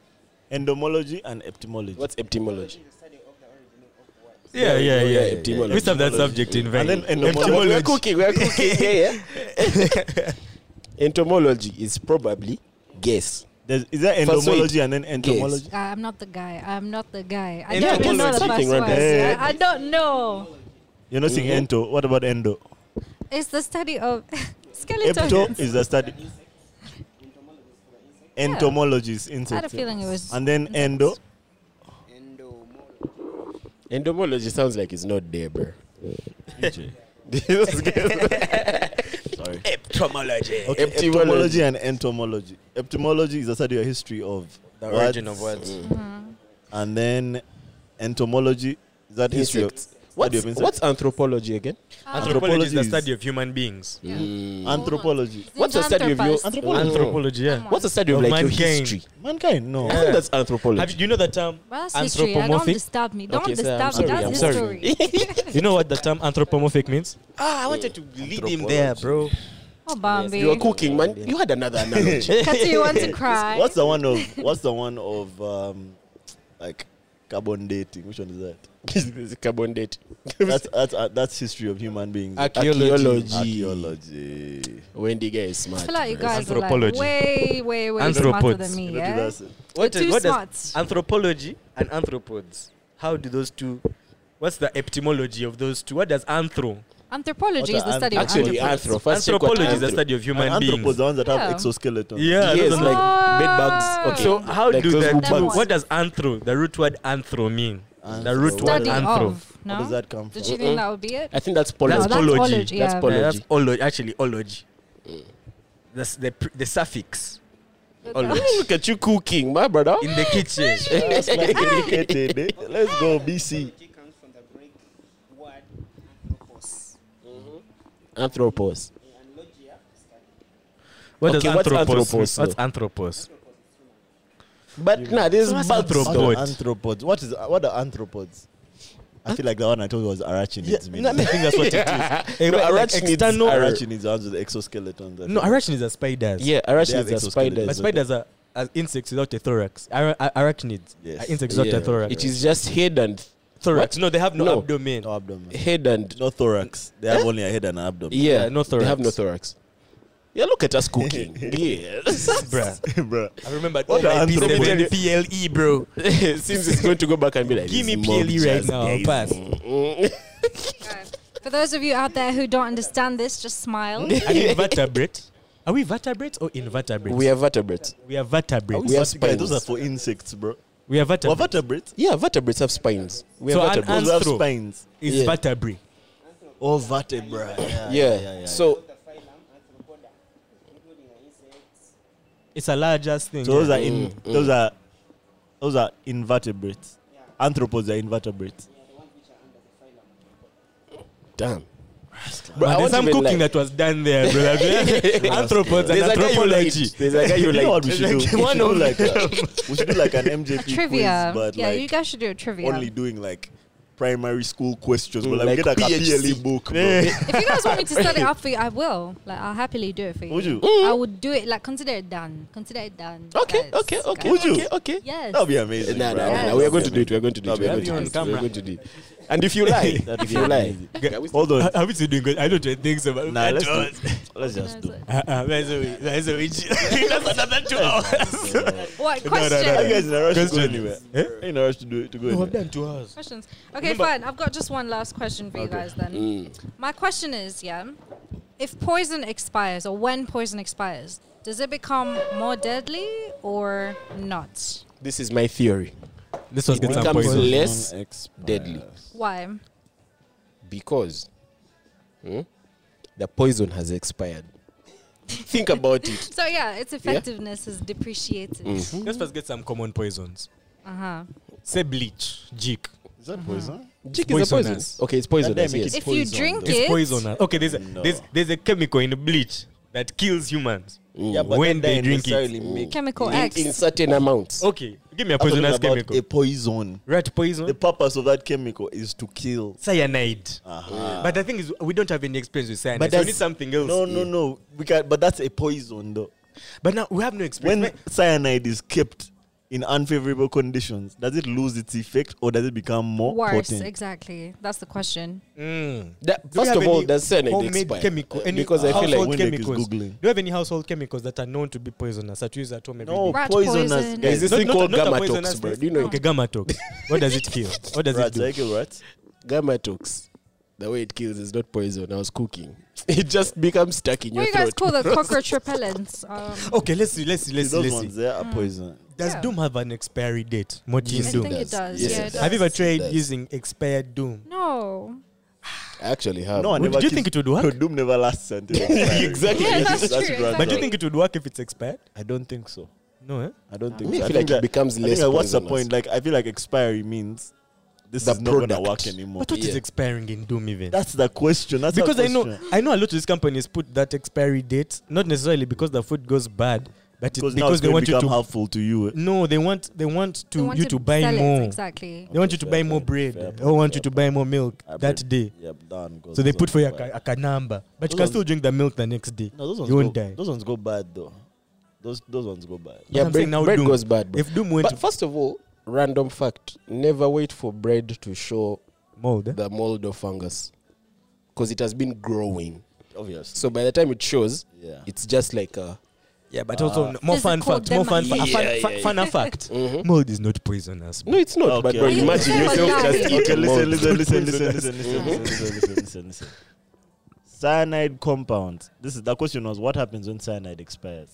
Speaker 4: Endomology and eptomology.
Speaker 3: What's etymology?
Speaker 2: Yeah, yeah, yeah.
Speaker 3: yeah, etymology.
Speaker 2: We have that subject in vain.
Speaker 4: And then
Speaker 3: Entomology. We're
Speaker 2: entomology.
Speaker 3: cooking. We're cooking. yeah, yeah. entomology is probably guess.
Speaker 4: There's, is there
Speaker 3: First
Speaker 4: endomology
Speaker 3: wait.
Speaker 4: and then entomology?
Speaker 1: Uh, I'm not the guy. I'm not the guy. I
Speaker 2: And
Speaker 1: don't
Speaker 2: yeah,
Speaker 1: even know the
Speaker 2: something
Speaker 1: first
Speaker 3: wrong
Speaker 1: words.
Speaker 4: there.
Speaker 1: Yeah, I don't know.
Speaker 4: You're not saying
Speaker 3: Mhm.
Speaker 4: ento. What about endo?
Speaker 1: It's the study of
Speaker 4: Epto
Speaker 1: skeletons.
Speaker 4: is the study. Entomology is insect.
Speaker 1: I had a feeling it was.
Speaker 4: And then endo.
Speaker 3: Entomology sounds like it's not there, bro.
Speaker 4: Sorry.
Speaker 2: Etymology.
Speaker 4: Okay,
Speaker 3: Etymology.
Speaker 4: etymology and e- entomology. Etymology is the study or history of
Speaker 2: The
Speaker 4: words,
Speaker 2: origin of words.
Speaker 4: And then entomology is that history of
Speaker 3: Insects. What's,
Speaker 4: Study of
Speaker 3: what's anthropology again?
Speaker 2: Anthropology is the
Speaker 4: Anthropology
Speaker 2: study of human beings. Mm.
Speaker 4: anthropology.
Speaker 3: What's the study of your- Anthropology.
Speaker 2: Anthropology, yeah.
Speaker 3: What's the study of,
Speaker 2: Of
Speaker 3: like your
Speaker 2: mankind.
Speaker 3: history?
Speaker 4: Mankind, no.
Speaker 3: I think that's
Speaker 2: Have you,
Speaker 3: anthropology.
Speaker 2: do you know the term
Speaker 1: Well, that's history. I don't
Speaker 2: anthropomorphic?
Speaker 1: disturb me. Don't
Speaker 3: Okay, sir, I'm
Speaker 1: disturb
Speaker 3: sorry,
Speaker 1: me. That's
Speaker 3: I'm sorry.
Speaker 1: history.
Speaker 2: You know what the term anthropomorphic means?
Speaker 3: Ah, I wanted to lead
Speaker 2: him there, bro.
Speaker 1: oh, Bambi.
Speaker 3: You were cooking, man. You had another analogy.
Speaker 1: Katsu, you want to cry?
Speaker 4: What's the one of what's the one of um like Carbon dating. Which one is that?
Speaker 3: It's carbon date.
Speaker 4: That's that's, uh, that's history of human beings.
Speaker 3: Archaeology.
Speaker 4: Archaeology.
Speaker 3: Wendy guy is
Speaker 1: I
Speaker 3: smart.
Speaker 1: feel like you guys are like
Speaker 2: Anthropology.
Speaker 1: way, way, way smarter than
Speaker 2: Anthropods.
Speaker 1: me.
Speaker 4: You know,
Speaker 1: Yeah?
Speaker 4: that's it.
Speaker 1: What You're is- too what does- smart.
Speaker 2: anthropology and anthropods? How do those two? What's the etymology of those two? What does anthro?
Speaker 1: Anthropology is
Speaker 4: What
Speaker 1: the
Speaker 4: are
Speaker 1: study of
Speaker 3: Actually,
Speaker 1: anthropods.
Speaker 3: anthro. First check what
Speaker 2: anthropology is the
Speaker 3: anthro-
Speaker 2: study of human
Speaker 4: And
Speaker 2: beings.
Speaker 4: anthropos, the ones that have
Speaker 1: Yeah.
Speaker 4: exoskeleton.
Speaker 2: yeah,
Speaker 3: yes,
Speaker 2: those are
Speaker 3: like
Speaker 1: Oh.
Speaker 3: bed bugs. Okay.
Speaker 2: So how
Speaker 3: like
Speaker 2: do
Speaker 3: those
Speaker 2: the
Speaker 3: wood
Speaker 1: That
Speaker 2: two,
Speaker 3: bugs.
Speaker 1: one.
Speaker 2: what does anthro the root word anthro mean? The
Speaker 4: Anthro.
Speaker 2: root word
Speaker 1: Study
Speaker 2: anthro.
Speaker 1: of. No?
Speaker 4: Where does that come from?
Speaker 1: Did you
Speaker 3: Mm-mm.
Speaker 1: think that would be it?
Speaker 3: I think that's polo.
Speaker 2: That's
Speaker 1: no, that's
Speaker 2: pology.
Speaker 1: ology,
Speaker 3: That's
Speaker 1: yeah.
Speaker 3: polo-
Speaker 2: Yeah, that's ology. Actually, ology. The s- the, pr- the suffix ology
Speaker 3: Look at you cooking, my brother.
Speaker 2: in the kitchen. Eh?
Speaker 4: That's like educated, eh? Let's go, BC.
Speaker 6: comes from the Greek word anthropos.
Speaker 3: Anthropos.
Speaker 6: And logia, study.
Speaker 2: What
Speaker 3: Okay,
Speaker 2: does
Speaker 3: what's
Speaker 2: anthropos?
Speaker 3: anthropos,
Speaker 2: What's anthropos?
Speaker 3: But nah, this
Speaker 2: So that's
Speaker 3: is bugs.
Speaker 2: anthropo- Robot.
Speaker 4: Anthropods. What is what are anthropods? I feel like the one I told you was arachnids.
Speaker 2: Yeah,
Speaker 4: maybe.
Speaker 2: no, I think that's what it is. Eh,
Speaker 3: No,
Speaker 2: but like
Speaker 3: arachnids
Speaker 2: external-
Speaker 3: are-
Speaker 4: arachnids are the exoskeletons. I
Speaker 2: No,
Speaker 4: think.
Speaker 2: arachnids are spiders.
Speaker 3: Yeah,
Speaker 4: They have
Speaker 3: arachnids are
Speaker 4: exoskeletons.
Speaker 2: But
Speaker 3: spiders.
Speaker 4: But
Speaker 2: spiders are, are insects without a thorax. Ara- ar- arachnids
Speaker 4: Yes.
Speaker 2: are insects without
Speaker 3: Yeah.
Speaker 2: a thorax.
Speaker 3: It is just head and
Speaker 2: thorax.
Speaker 3: what?
Speaker 2: No, they have no,
Speaker 3: No. Oh.
Speaker 2: abdomen.
Speaker 4: no abdomen,
Speaker 3: head and
Speaker 4: no thorax. They have only a head and an abdomen.
Speaker 3: yeah,
Speaker 2: Eh? Yeah, no
Speaker 3: They have
Speaker 2: thorax.
Speaker 3: no thorax. Yeah, look at us cooking. yeah,
Speaker 2: Bruh.
Speaker 4: Bruh.
Speaker 2: I remembered
Speaker 4: What
Speaker 2: all my E,
Speaker 4: are
Speaker 2: pieces
Speaker 4: anthropos?
Speaker 2: were in PLE, bro.
Speaker 3: seems it's going to go back and be like,
Speaker 2: Give me
Speaker 3: this mob
Speaker 2: PLE right
Speaker 3: just
Speaker 2: now. I'll
Speaker 3: is-
Speaker 2: Pass.
Speaker 3: Mm.
Speaker 1: Alright. For those of you out there who don't understand this, just smile.
Speaker 2: An invertebrate. Are we vertebrates or invertebrates?
Speaker 3: we are vertebrates.
Speaker 2: we are vertebrates.
Speaker 3: We are
Speaker 4: But guys, Those are
Speaker 3: spines.
Speaker 4: for insects, bro.
Speaker 2: We are
Speaker 4: Or
Speaker 2: vertebrates.
Speaker 4: vertebrates.
Speaker 3: Yeah, vertebrates have spines. We are
Speaker 2: So an
Speaker 3: vertebrates.
Speaker 2: ant-
Speaker 4: Those have
Speaker 2: Anthro. Oh,
Speaker 4: spines.
Speaker 2: Is
Speaker 3: Yeah.
Speaker 2: vertebrae.
Speaker 4: Or vertebrae. Yeah.
Speaker 3: yeah. So
Speaker 6: The phylum Anthropoda, including insects.
Speaker 2: It's a largest thing.
Speaker 4: So those
Speaker 2: yeah.
Speaker 4: are in
Speaker 2: mm.
Speaker 4: those are those are invertebrates. Anthropods are invertebrates.
Speaker 3: damn.
Speaker 2: But
Speaker 3: I
Speaker 2: there's
Speaker 3: won't
Speaker 2: some
Speaker 3: even
Speaker 2: cooking
Speaker 3: lie.
Speaker 2: that was done there, brother. Anthropods and
Speaker 3: There's a guy you
Speaker 2: anthropology.
Speaker 3: like. There's a guy you
Speaker 4: You know what
Speaker 3: like.
Speaker 4: we should do? We should do like a, we should do like an MJP
Speaker 1: trivia.
Speaker 4: quiz, but
Speaker 1: yeah, you
Speaker 4: like
Speaker 1: guys should do a trivia.
Speaker 4: only doing like primary school questions. But Mm, like,
Speaker 3: Like
Speaker 4: we get like
Speaker 3: PhD.
Speaker 4: a E. PLE book, bro.
Speaker 1: if you guys want me to study up for you, I will. Like, I'll happily do it for you.
Speaker 4: Would you?
Speaker 1: I would do it. Like, consider it done. Consider it done.
Speaker 3: Okay,
Speaker 1: guys.
Speaker 3: okay, okay,
Speaker 1: Guys.
Speaker 4: Would you?
Speaker 3: okay, okay.
Speaker 1: Yes.
Speaker 4: That'd be amazing.
Speaker 3: Nah,
Speaker 4: bro.
Speaker 3: nah, nah,
Speaker 1: Yes.
Speaker 3: nah. We are going to do it. We are going to do
Speaker 4: No,
Speaker 3: it. We
Speaker 4: we
Speaker 3: are
Speaker 4: have
Speaker 3: going
Speaker 2: you
Speaker 3: to do
Speaker 2: on
Speaker 3: it. We are
Speaker 2: camera.
Speaker 3: going to do it. And if you lie,
Speaker 4: That'd
Speaker 3: if
Speaker 4: be
Speaker 3: you lie,
Speaker 4: amazing.
Speaker 3: hold
Speaker 4: Hold on.
Speaker 2: How- How is he doing good? I don't think so. But
Speaker 4: Nah, let's, do, let's just do. it.
Speaker 2: Uh, uh, that's a way. That's a way. That's another two hours.
Speaker 1: What
Speaker 2: no, no.
Speaker 1: questions?
Speaker 4: Are you guys in a rush to go
Speaker 2: Question.
Speaker 4: anywhere? Ain't in a rush to do it, to go
Speaker 2: We've
Speaker 4: anywhere.
Speaker 2: done two hours.
Speaker 1: Questions. Okay, fine. I've got just one last question for you guys then.
Speaker 3: mm,
Speaker 1: My question is, yeah, if poison expires or when poison expires, does it become more deadly or not?
Speaker 3: this is my theory.
Speaker 2: This one's
Speaker 3: It
Speaker 2: got some
Speaker 3: becomes
Speaker 2: poison.
Speaker 3: less
Speaker 4: Non-expires.
Speaker 3: deadly
Speaker 1: Why?
Speaker 3: because hmm, the poison has expired. Think about it.
Speaker 1: So yeah, its effectiveness is depreciated.
Speaker 2: Let's first get some common poisons.
Speaker 1: Uh huh.
Speaker 2: Say bleach, jik.
Speaker 4: Is that poison?
Speaker 3: Jig is a poison.
Speaker 2: poisonous.
Speaker 3: Okay, it's poisonous.
Speaker 4: Goddamn it,
Speaker 3: Yes.
Speaker 1: If you
Speaker 4: poison,
Speaker 1: drink
Speaker 4: though.
Speaker 2: It's
Speaker 1: it,
Speaker 2: poisonous. Okay, there's a, there's,
Speaker 4: No.
Speaker 2: there's a chemical in bleach that kills humans.
Speaker 4: Yeah, but
Speaker 2: When
Speaker 4: then
Speaker 2: they drink it.
Speaker 4: necessarily make-
Speaker 1: chemical
Speaker 3: In,
Speaker 1: X.
Speaker 3: in certain amounts.
Speaker 2: Okay, give me a
Speaker 4: I'm talking
Speaker 2: poisonous
Speaker 4: about
Speaker 2: chemical.
Speaker 4: A poison.
Speaker 2: Rat poison.
Speaker 4: The purpose of that chemical is to kill.
Speaker 2: cyanide.
Speaker 4: Uh-huh.
Speaker 2: But the thing is, we don't have any experience with cyanide.
Speaker 4: But
Speaker 2: so we
Speaker 4: that's-
Speaker 2: need something else.
Speaker 4: No, no, no. We can, but that's a poison, though.
Speaker 2: But now we have no experience.
Speaker 4: When cyanide is kept in unfavorable conditions, does it lose its effect or does it become more
Speaker 1: worse.
Speaker 4: potent?
Speaker 1: Exactly. That's the question.
Speaker 2: Mm.
Speaker 3: That-
Speaker 2: Do we
Speaker 3: first
Speaker 2: have
Speaker 3: of all,
Speaker 2: any
Speaker 3: does cyanide
Speaker 2: homemade
Speaker 3: expire?
Speaker 2: chemical? Any
Speaker 3: because I feel like
Speaker 2: household
Speaker 4: Winnick is
Speaker 2: chemicals. Do
Speaker 4: Googling.
Speaker 2: you have any household chemicals that are known to be poisonous that you use at home every
Speaker 4: No,
Speaker 2: day?
Speaker 1: Rat
Speaker 4: poisonous.
Speaker 1: poison.
Speaker 4: Guys,
Speaker 3: There's this
Speaker 2: Not-
Speaker 3: thing
Speaker 2: not-
Speaker 3: called
Speaker 2: not a
Speaker 3: gamma
Speaker 2: poisonous
Speaker 3: tox, bro.
Speaker 2: thing. Oh.
Speaker 3: Do you know
Speaker 2: Okay, gamma tox. What does it kill? What does
Speaker 4: Rats, I
Speaker 2: it do?
Speaker 4: kill rats.
Speaker 3: gamma tox? The way it kills is not poison. I was cooking. It just becomes stuck in
Speaker 1: What do
Speaker 3: your
Speaker 1: Oh, you guys
Speaker 3: throat.
Speaker 1: call the cockroach repellents? Um,
Speaker 2: Okay, let's see, let's see,
Speaker 4: See,
Speaker 2: let's see,
Speaker 4: those
Speaker 2: let's
Speaker 4: ones
Speaker 2: see.
Speaker 4: there
Speaker 1: Hmm.
Speaker 4: are poison.
Speaker 2: Does
Speaker 1: Yeah.
Speaker 2: Doom have an expiry date? Martin
Speaker 1: I
Speaker 3: Yes,
Speaker 2: Doom.
Speaker 1: think it
Speaker 3: does.
Speaker 1: does.
Speaker 3: Yes,
Speaker 1: yeah,
Speaker 3: it
Speaker 1: it
Speaker 3: does.
Speaker 1: does.
Speaker 2: Have you ever tried
Speaker 3: does.
Speaker 2: using expired Doom?
Speaker 1: No.
Speaker 3: I actually have.
Speaker 4: No, I
Speaker 2: Would-
Speaker 4: never
Speaker 2: do you
Speaker 4: kissed-
Speaker 2: think it would work?
Speaker 4: No, Doom never lasts until
Speaker 3: Exactly.
Speaker 1: Yeah, that's true,
Speaker 2: But
Speaker 4: grand.
Speaker 2: do you
Speaker 1: Exactly.
Speaker 2: think it would work if it's expired?
Speaker 4: I don't think so.
Speaker 2: No, eh?
Speaker 4: I don't think.
Speaker 3: Me, I
Speaker 4: so.
Speaker 3: feel like
Speaker 4: think
Speaker 3: it
Speaker 4: that-
Speaker 3: becomes
Speaker 4: I
Speaker 3: less
Speaker 4: Think that what's the
Speaker 3: poisonous.
Speaker 4: point? Like I feel like expiry means this
Speaker 3: The
Speaker 4: is not gonna
Speaker 3: product.
Speaker 4: work anymore.
Speaker 2: But what is
Speaker 3: Yeah.
Speaker 2: expiring in Doom even?
Speaker 4: That's the question. That's
Speaker 2: because
Speaker 4: the
Speaker 2: I know
Speaker 4: question.
Speaker 2: I know a lot of these companies put that expiry date not necessarily because the food goes bad, but it,
Speaker 4: because
Speaker 2: because,
Speaker 4: now it's
Speaker 2: they
Speaker 4: going
Speaker 2: want
Speaker 4: to
Speaker 2: you
Speaker 4: become
Speaker 2: to
Speaker 4: harmful to you. eh?
Speaker 2: no they want they want to
Speaker 1: They want
Speaker 2: you to, buy
Speaker 1: sell it,
Speaker 2: more.
Speaker 1: Exactly.
Speaker 2: They want you to
Speaker 4: Okay,
Speaker 2: buy
Speaker 4: fair
Speaker 2: more
Speaker 4: point,
Speaker 2: bread
Speaker 4: fair
Speaker 2: or
Speaker 4: point,
Speaker 2: want
Speaker 4: fair
Speaker 2: you to buy more milk
Speaker 4: I
Speaker 2: that
Speaker 4: bet-
Speaker 2: day.
Speaker 4: Yep, done. 'cause
Speaker 2: So they
Speaker 4: those
Speaker 2: put for
Speaker 4: ones
Speaker 2: your
Speaker 4: bad.
Speaker 2: number, but
Speaker 4: Those
Speaker 2: you can
Speaker 4: ones-
Speaker 2: still drink the milk the next day.
Speaker 4: No, those ones
Speaker 2: you won't
Speaker 4: go,
Speaker 2: die.
Speaker 4: Those ones go bad though. Those those ones go bad.
Speaker 2: But
Speaker 3: Yeah,
Speaker 2: I'm
Speaker 3: bread,
Speaker 2: saying now
Speaker 3: bread
Speaker 2: Doom-
Speaker 3: goes bad, bro.
Speaker 2: If Doom went,
Speaker 3: But first of all, random fact never wait for bread to show
Speaker 2: Mold. eh?
Speaker 3: the mold of fungus because it has been growing.
Speaker 4: Obvious.
Speaker 3: So by the time it shows,
Speaker 4: Yeah.
Speaker 3: it's just like a.
Speaker 2: Yeah, but also n- more
Speaker 1: Does it
Speaker 2: fun
Speaker 1: call
Speaker 2: fact.
Speaker 1: them
Speaker 2: More
Speaker 1: a
Speaker 2: fun, fa-
Speaker 1: yeast?
Speaker 2: fun,
Speaker 3: Yeah,
Speaker 2: fa-
Speaker 3: yeah, yeah.
Speaker 2: fun fact.
Speaker 3: Mhm.
Speaker 2: Mold is not poisonous.
Speaker 3: No, it's not. But
Speaker 4: Okay.
Speaker 3: bro,
Speaker 4: Are you
Speaker 3: imagine
Speaker 1: serious?
Speaker 3: yourself
Speaker 1: Yeah.
Speaker 3: just
Speaker 1: Okay,
Speaker 3: eating mold.
Speaker 4: listen, listen, listen, listen, listen, listen, listen, listen, listen, listen. Cyanide compounds. This is the question was what happens when cyanide expires.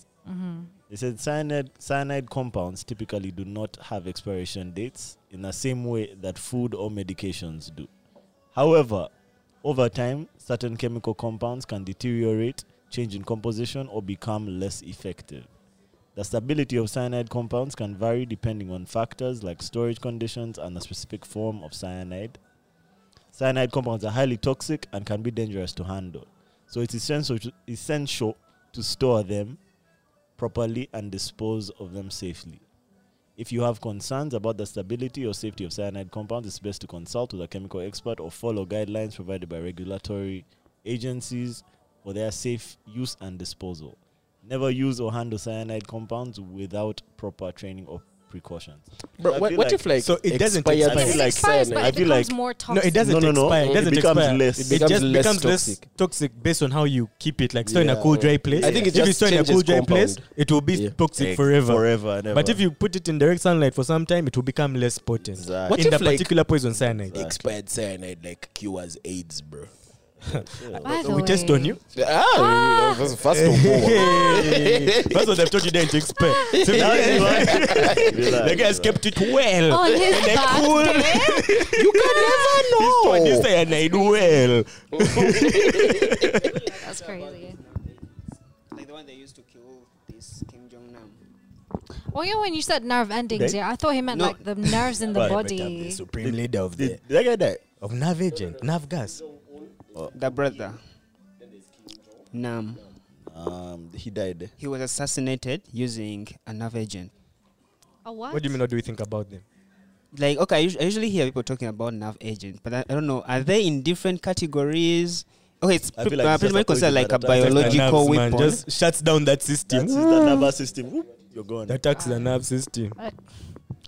Speaker 4: They said cyanide cyanide compounds typically do not have expiration dates in the same way that food or medications do. However, over time, certain chemical compounds can deteriorate, change in composition, or become less effective. The stability of cyanide compounds can vary depending on factors like storage conditions and the specific form of cyanide. Cyanide compounds are highly toxic and can be dangerous to handle. So it's essential to, essential to store them properly and dispose of them safely. If you have concerns about the stability or safety of cyanide compounds, it's best to consult with a chemical expert or follow guidelines provided by regulatory agencies for their safe use and disposal. Never use or handle cyanide compounds without proper training or precautions.
Speaker 3: Bro,
Speaker 4: I
Speaker 3: what,
Speaker 4: feel
Speaker 3: what
Speaker 4: like-
Speaker 3: if like
Speaker 2: So it doesn't
Speaker 3: expired
Speaker 4: expire.
Speaker 1: Yes,
Speaker 4: I feel
Speaker 1: it
Speaker 4: like
Speaker 3: uh,
Speaker 1: expires, but
Speaker 4: I
Speaker 1: it
Speaker 4: feel
Speaker 1: becomes
Speaker 4: like-
Speaker 1: more
Speaker 2: No,
Speaker 1: toxic.
Speaker 2: it doesn't
Speaker 4: No, no, no.
Speaker 2: expire. It
Speaker 4: It
Speaker 2: doesn't
Speaker 4: becomes
Speaker 2: expire.
Speaker 4: less.
Speaker 2: It,
Speaker 4: It
Speaker 3: becomes
Speaker 2: just
Speaker 3: less
Speaker 2: becomes less
Speaker 3: toxic.
Speaker 2: toxic based on how you keep it. Like store in a
Speaker 3: Yeah.
Speaker 2: cool dry place.
Speaker 3: I think it
Speaker 2: if
Speaker 3: just
Speaker 2: you store in a
Speaker 3: changes
Speaker 2: cool dry place,
Speaker 3: compound.
Speaker 2: it will be
Speaker 3: Yeah.
Speaker 2: toxic forever.
Speaker 4: Forever and ever.
Speaker 2: But if you put it in direct sunlight for some time, it will become less potent.
Speaker 4: Exactly.
Speaker 3: What
Speaker 2: in
Speaker 3: if,
Speaker 2: the
Speaker 3: like-
Speaker 2: particular poison cyanide.
Speaker 3: expired cyanide like cures AIDS, bro.
Speaker 1: By the way,
Speaker 2: We test on you.
Speaker 3: Ah, that's first of all.
Speaker 2: Hey, That's what they've told you there to expect. So now you are- the guys kept it well.
Speaker 1: On his birthday,
Speaker 3: you can
Speaker 2: This
Speaker 3: never know.
Speaker 2: cyanide well.
Speaker 1: that's crazy.
Speaker 6: Like the one they used to kill this Kim Jong Nam.
Speaker 1: Oh yeah, when you said nerve endings,
Speaker 4: They-
Speaker 1: yeah, I thought he meant
Speaker 6: No.
Speaker 1: like the nerves in the body.
Speaker 2: supreme leader of
Speaker 4: Did that guy die?
Speaker 2: of nerve agent, nerve gas.
Speaker 6: The brother. Nam.
Speaker 4: Um, he died.
Speaker 6: He was assassinated using a nerve agent.
Speaker 1: Oh what?
Speaker 2: What do you mean? What do we think about them?
Speaker 6: Like, okay, I, usu- I usually hear people talking about nerve agent, but I, I don't know. Are they in different categories? Okay, it's
Speaker 4: I
Speaker 6: pre-
Speaker 4: feel like
Speaker 6: uh,
Speaker 4: it's just
Speaker 6: pretty
Speaker 4: a
Speaker 6: much considered
Speaker 4: poison
Speaker 6: like a
Speaker 4: that attacks the
Speaker 6: biological weapon.
Speaker 2: just shuts down that system.
Speaker 4: That's the nervous system. Whoop, you're gone.
Speaker 2: attacks the nerve system.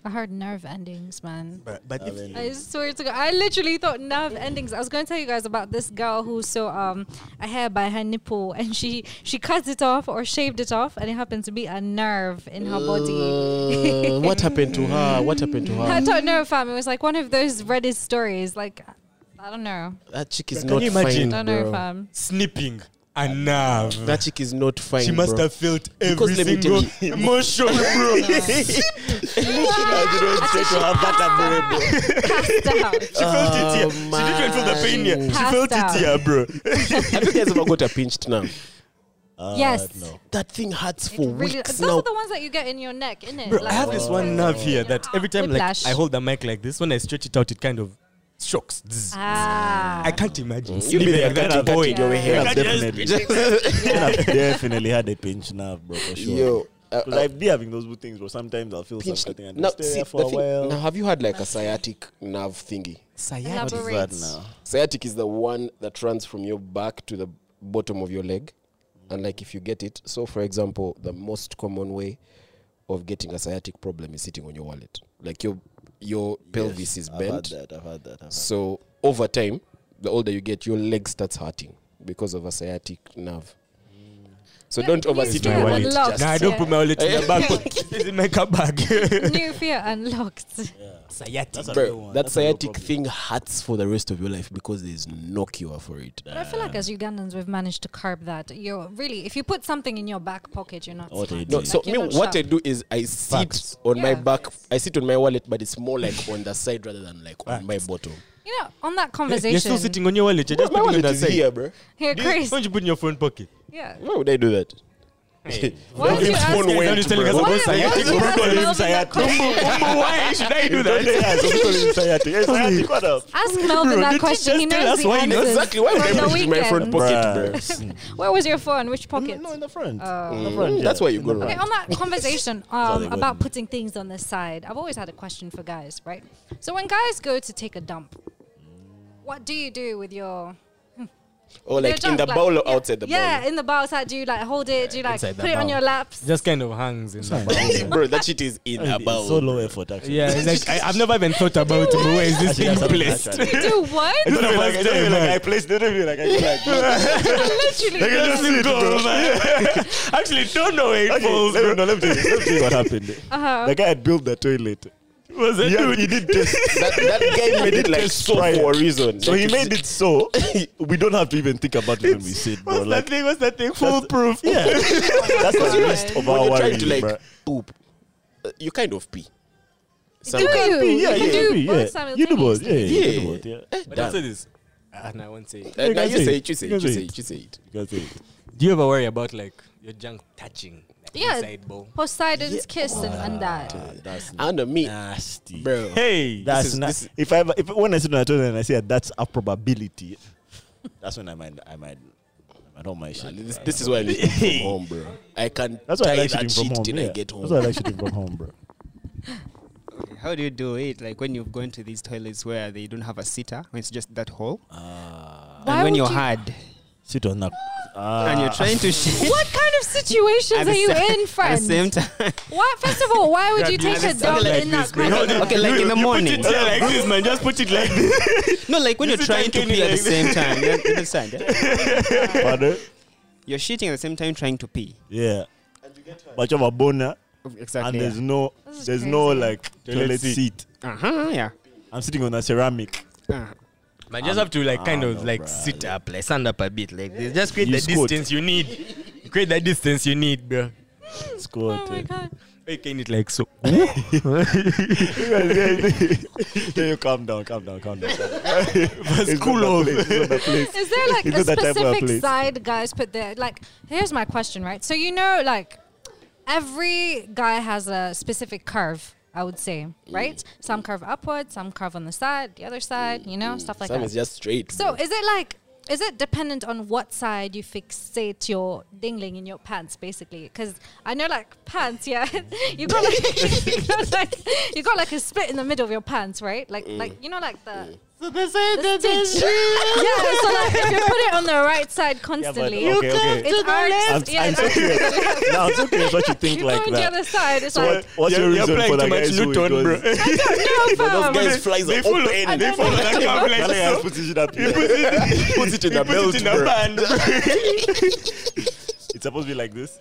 Speaker 1: I heard nerve endings, man.
Speaker 2: But, but
Speaker 4: I mean,
Speaker 1: I swear to God, I literally thought nerve endings. I was going to tell you guys about this girl who saw um a hair by her nipple, and she she cut it off or shaved it off, and it happened to be a nerve in her body.
Speaker 3: Uh, what happened to her? What happened
Speaker 2: Uh,
Speaker 3: to
Speaker 1: I
Speaker 3: her?
Speaker 1: don't know, fam. It was like one of those Reddit stories. Like, I don't know.
Speaker 3: That chick is
Speaker 2: Can
Speaker 3: not
Speaker 2: you imagine?
Speaker 1: I don't
Speaker 3: fine,
Speaker 1: know,
Speaker 3: bro.
Speaker 1: fam.
Speaker 2: snipping a nerve.
Speaker 3: That chick is not fine.
Speaker 2: she must
Speaker 3: bro.
Speaker 2: have felt
Speaker 3: Because
Speaker 2: every
Speaker 3: let me tell
Speaker 2: single
Speaker 3: you-
Speaker 2: emotion, bro.
Speaker 3: she
Speaker 1: Passed out.
Speaker 2: felt it here. she didn't even feel the pain here. She
Speaker 1: Passed
Speaker 2: felt
Speaker 1: out.
Speaker 2: it here, bro.
Speaker 3: Have you guys ever got a pinched nerve?
Speaker 4: uh,
Speaker 1: Yes.
Speaker 4: No.
Speaker 3: That thing hurts
Speaker 1: It
Speaker 3: for
Speaker 1: really-
Speaker 3: weeks
Speaker 1: those
Speaker 3: now.
Speaker 1: are the ones that you get in your neck, innit?
Speaker 2: Bro, I have this one nerve here that every time like,
Speaker 1: Whiplash.
Speaker 2: I hold the mic like this, when I stretch it out, it kind of shocks. Zzz.
Speaker 1: Ah.
Speaker 2: I can't imagine.
Speaker 3: You'll
Speaker 2: sleeping
Speaker 3: be there
Speaker 2: like that
Speaker 3: cutting,
Speaker 2: and
Speaker 3: cutting
Speaker 2: going.
Speaker 3: your
Speaker 4: Then
Speaker 3: hair.
Speaker 4: I've definitely, then I've definitely had a pinch nerve, bro, for sure.
Speaker 3: Yo, uh,
Speaker 4: Because I've been having those good things, bro. Sometimes I'll feel
Speaker 3: pinched.
Speaker 4: something and
Speaker 3: Now,
Speaker 4: stay
Speaker 3: see,
Speaker 4: there for
Speaker 3: the
Speaker 4: a
Speaker 3: thing-
Speaker 4: while.
Speaker 3: now, have you had like a sciatic nerve thingy?
Speaker 4: What is
Speaker 1: Elaborate.
Speaker 4: that now?
Speaker 3: Sciatic is the one that runs from your back to the bottom of your leg. And like if you get it, so for example, the most common way of getting a sciatic problem is sitting on your wallet. Like your your pelvis is
Speaker 4: I've had
Speaker 3: bent.
Speaker 4: that. I've had that. I've had that.
Speaker 3: So over time, the older you get, your leg starts hurting because of a sciatic nerve. So
Speaker 1: Yeah,
Speaker 3: don't
Speaker 1: you
Speaker 3: oversit
Speaker 1: still
Speaker 3: on your
Speaker 1: would
Speaker 3: wallet.
Speaker 1: love
Speaker 3: Just
Speaker 2: Nah, I don't put my wallet in the back. It's in my car bag.
Speaker 1: New fear unlocked.
Speaker 2: Sciatic.
Speaker 4: That's a real
Speaker 3: Bro,
Speaker 4: one.
Speaker 3: that
Speaker 4: That's a real
Speaker 3: sciatic
Speaker 4: problem.
Speaker 3: thing hurts for the rest of your life because there's no cure for it.
Speaker 1: But I feel like as Ugandans, we've managed to curb that. You're really, if you put something in your back pocket, you're not.
Speaker 4: What
Speaker 1: smart.
Speaker 4: I do.
Speaker 3: No,
Speaker 1: Like,
Speaker 3: so
Speaker 1: you're
Speaker 3: me,
Speaker 1: not
Speaker 3: what I
Speaker 1: sharp.
Speaker 3: do is I sit
Speaker 2: Facts.
Speaker 3: on my
Speaker 1: Yeah.
Speaker 3: back. I sit on my wallet, but it's more like on the side rather than like on my bottom.
Speaker 1: You know, on that conversation,
Speaker 2: You're still sitting on your wallet. You're just
Speaker 3: my
Speaker 2: putting it
Speaker 3: wallet
Speaker 2: on the
Speaker 3: is
Speaker 2: side.
Speaker 3: here, bro.
Speaker 1: Here,
Speaker 2: Do you- Why
Speaker 1: Chris.
Speaker 2: don't you put in your phone pocket?
Speaker 1: Yeah.
Speaker 3: Why would I do that?
Speaker 1: Why would you ask
Speaker 2: phone
Speaker 1: me-
Speaker 2: went,
Speaker 1: Why-
Speaker 2: telling us
Speaker 1: why
Speaker 2: about
Speaker 1: would you
Speaker 2: sciatic
Speaker 1: ask me
Speaker 2: problems,
Speaker 1: about that
Speaker 2: sciatic.
Speaker 1: question?
Speaker 2: Why should I do that?
Speaker 4: Yeah, so people in sciatic. Hey, sciatic, what up?
Speaker 1: Ask Melvin
Speaker 2: did
Speaker 1: that
Speaker 2: you
Speaker 1: question. He
Speaker 2: just tell
Speaker 1: knows
Speaker 2: us
Speaker 1: the
Speaker 2: why you-
Speaker 1: answers
Speaker 3: Exactly. Why would I
Speaker 1: from the Mm.
Speaker 3: put it in my
Speaker 1: weekend.
Speaker 3: front pocket, bro?
Speaker 4: Bruh.
Speaker 1: Where was your phone? Which pocket?
Speaker 4: No, in the front.
Speaker 1: Oh.
Speaker 4: In the front, yeah.
Speaker 3: Mm. That's why you go
Speaker 1: Okay,
Speaker 3: wrong.
Speaker 1: on that conversation
Speaker 4: they
Speaker 1: um,
Speaker 4: go
Speaker 1: about
Speaker 4: to-
Speaker 1: putting things on the side, I've always had a question for guys, right? So when guys go to take a dump, what do you do with your
Speaker 3: Or like
Speaker 1: They're
Speaker 3: in the
Speaker 1: drunk,
Speaker 3: bowl or
Speaker 1: yeah,
Speaker 3: outside the
Speaker 1: yeah,
Speaker 3: bowl.
Speaker 1: in the bowl. So do you like hold it? Do you like
Speaker 5: Inside
Speaker 1: put
Speaker 5: the
Speaker 1: it on
Speaker 5: bowl.
Speaker 1: your laps?
Speaker 2: Just kind of hangs in the
Speaker 3: Bro, that shit is in a bowl.
Speaker 4: It's so low effort, actually.
Speaker 2: Yeah, it's like, I, I've never even thought about it. Where is this
Speaker 4: Actually,
Speaker 2: thing
Speaker 4: that's something
Speaker 2: placed?
Speaker 4: natural.
Speaker 1: You do what?
Speaker 4: I don't feel like- I don't feel like I
Speaker 3: placed the review like I feel like
Speaker 1: Literally.
Speaker 5: Actually, don't know where it falls.
Speaker 4: let, me, no, let, me tell you, let me tell you what happened.
Speaker 1: Uh-huh.
Speaker 4: The guy had built the toilet.
Speaker 5: Was it
Speaker 4: He, had, he did test.
Speaker 3: that, that guy made it like
Speaker 4: Just
Speaker 3: so
Speaker 4: try
Speaker 3: for a
Speaker 4: it.
Speaker 3: reason.
Speaker 4: So
Speaker 3: Like,
Speaker 4: he
Speaker 3: it's-
Speaker 4: made it so we don't have to even think about it when we sit. Bro.
Speaker 5: What's that
Speaker 4: Like,
Speaker 5: thing? What's that thing? Foolproof.
Speaker 4: yeah, that's the least of
Speaker 3: when
Speaker 4: our
Speaker 3: you're trying
Speaker 4: worries,
Speaker 3: to like
Speaker 4: bro.
Speaker 3: poop. uh, You kind of pee.
Speaker 1: Do you?
Speaker 4: Yeah,
Speaker 1: you
Speaker 4: yeah,
Speaker 1: do
Speaker 4: yeah.
Speaker 1: both
Speaker 4: You do both.
Speaker 1: simultaneously.
Speaker 4: Yeah, yeah, you do
Speaker 3: Yeah.
Speaker 4: both. Yeah.
Speaker 2: But
Speaker 3: Damn.
Speaker 2: also this. Ah, no, I won't say it.
Speaker 3: Uh,
Speaker 4: You
Speaker 3: no,
Speaker 4: can
Speaker 3: you
Speaker 4: say
Speaker 3: say
Speaker 4: it.
Speaker 3: it, you say
Speaker 4: You
Speaker 3: it,
Speaker 4: can say
Speaker 3: you say
Speaker 4: it.
Speaker 3: it, you say it.
Speaker 4: You can say it.
Speaker 2: Do you ever worry about like your junk touching like,
Speaker 1: Yeah.
Speaker 2: inside bowl?
Speaker 1: Poseidon's kiss and, and that.
Speaker 4: "Ah, That's
Speaker 3: Under me,
Speaker 4: nasty.
Speaker 3: bro.
Speaker 2: Hey,
Speaker 4: That's
Speaker 3: is-
Speaker 4: not.
Speaker 3: this is-
Speaker 4: If I ever- if when I sit on a toilet and I say that's a probability, that's when I might I might I don't mind shit.
Speaker 3: This, this is why I live from home, bro. I can
Speaker 4: That's why I
Speaker 3: tie
Speaker 4: like
Speaker 3: that
Speaker 4: shooting from
Speaker 3: shit
Speaker 4: home.
Speaker 3: till
Speaker 4: yeah.
Speaker 3: I get home.
Speaker 4: That's why I like shooting from home, bro.
Speaker 6: How do you do it? Like when you've gone to these toilets where they don't have a sitter, when it's just that hole, and
Speaker 1: Why
Speaker 6: when
Speaker 1: would
Speaker 6: you're
Speaker 1: you-
Speaker 6: hard
Speaker 4: Sit on that. Ah.
Speaker 6: and you're trying to shit
Speaker 1: What kind of situations are you in,
Speaker 6: at the
Speaker 1: friend?
Speaker 6: same time.
Speaker 1: Why, first of all, why would you
Speaker 2: Grab
Speaker 1: take a
Speaker 2: your-
Speaker 1: dump
Speaker 6: Something like
Speaker 1: in that
Speaker 2: this, bro.
Speaker 1: kind of
Speaker 6: okay, like in the morning.
Speaker 5: Yeah, like this, man. Just put it like this.
Speaker 6: No, like when you're
Speaker 5: sit
Speaker 6: trying
Speaker 5: and
Speaker 6: to
Speaker 5: clean
Speaker 6: pee
Speaker 5: it
Speaker 6: at the
Speaker 5: like
Speaker 6: same time. You understand? yeah?
Speaker 4: Pardon?
Speaker 6: You're shitting at the same time trying to pee.
Speaker 4: Yeah. But you have a boner and
Speaker 6: Exactly.
Speaker 4: there's no
Speaker 1: This is
Speaker 4: there's no
Speaker 1: crazy.
Speaker 4: like
Speaker 2: Toilet
Speaker 4: toilet
Speaker 2: seat.
Speaker 4: seat.
Speaker 6: Uh huh. Yeah.
Speaker 4: I'm sitting on a ceramic.
Speaker 6: Uh,
Speaker 5: Man, just have to like kind
Speaker 4: Ah,
Speaker 5: of
Speaker 4: no,
Speaker 5: like
Speaker 4: bruh.
Speaker 5: sit up, like stand up a bit, like this. Just create
Speaker 4: You
Speaker 5: the
Speaker 4: squat.
Speaker 5: distance you need. Create that distance you need, bro.
Speaker 1: Oh
Speaker 4: Squat.
Speaker 1: my
Speaker 4: eh.
Speaker 1: god.
Speaker 5: Making it like so.
Speaker 4: yeah, you calm down, calm down, calm down.
Speaker 5: First cool off.
Speaker 1: Is there like
Speaker 4: Is
Speaker 1: a
Speaker 4: that that type of
Speaker 1: specific
Speaker 4: place?
Speaker 1: side guys put there? Like, here's my question, right? So you know, like, every guy has a specific curve. I would say, right? Some curve upward, some curve on the side, the other side, you know, stuff like
Speaker 3: Some
Speaker 1: that.
Speaker 3: is just straight.
Speaker 1: So
Speaker 3: bro.
Speaker 1: is it like is it dependent on what side you fixate your dingling in your pants, basically? Because I know, like pants, yeah, you got like you got like you got like a split in the middle of your pants, right?
Speaker 4: Mm.
Speaker 1: Like like you know, like the. the stitch. yeah, so like if you put it on the right side constantly,
Speaker 4: okay, You okay. can't
Speaker 1: it's arched.
Speaker 4: I'm,
Speaker 1: yeah,
Speaker 4: I'm so
Speaker 1: no,
Speaker 4: curious. no, I'm so curious what you think
Speaker 1: you
Speaker 4: like
Speaker 1: go on the
Speaker 4: that.
Speaker 1: other side. It's
Speaker 4: So
Speaker 1: like
Speaker 4: what, what's
Speaker 5: You're-
Speaker 4: your
Speaker 5: you're
Speaker 4: reason
Speaker 5: applying
Speaker 4: for that
Speaker 5: too much
Speaker 4: guys who
Speaker 5: Newton,
Speaker 4: it
Speaker 5: bro.
Speaker 4: was-
Speaker 1: I don't know, oh, fam.
Speaker 3: those guys flies
Speaker 5: They
Speaker 3: are
Speaker 5: follow,
Speaker 3: open.
Speaker 5: they follow that curve like
Speaker 4: That guy has
Speaker 5: so.
Speaker 4: positioned up
Speaker 5: He
Speaker 4: here.
Speaker 5: puts it,
Speaker 3: Puts it in
Speaker 5: he
Speaker 3: a
Speaker 5: puts
Speaker 3: belt,
Speaker 5: it in a
Speaker 3: bro.
Speaker 5: band.
Speaker 4: It's supposed to be like this.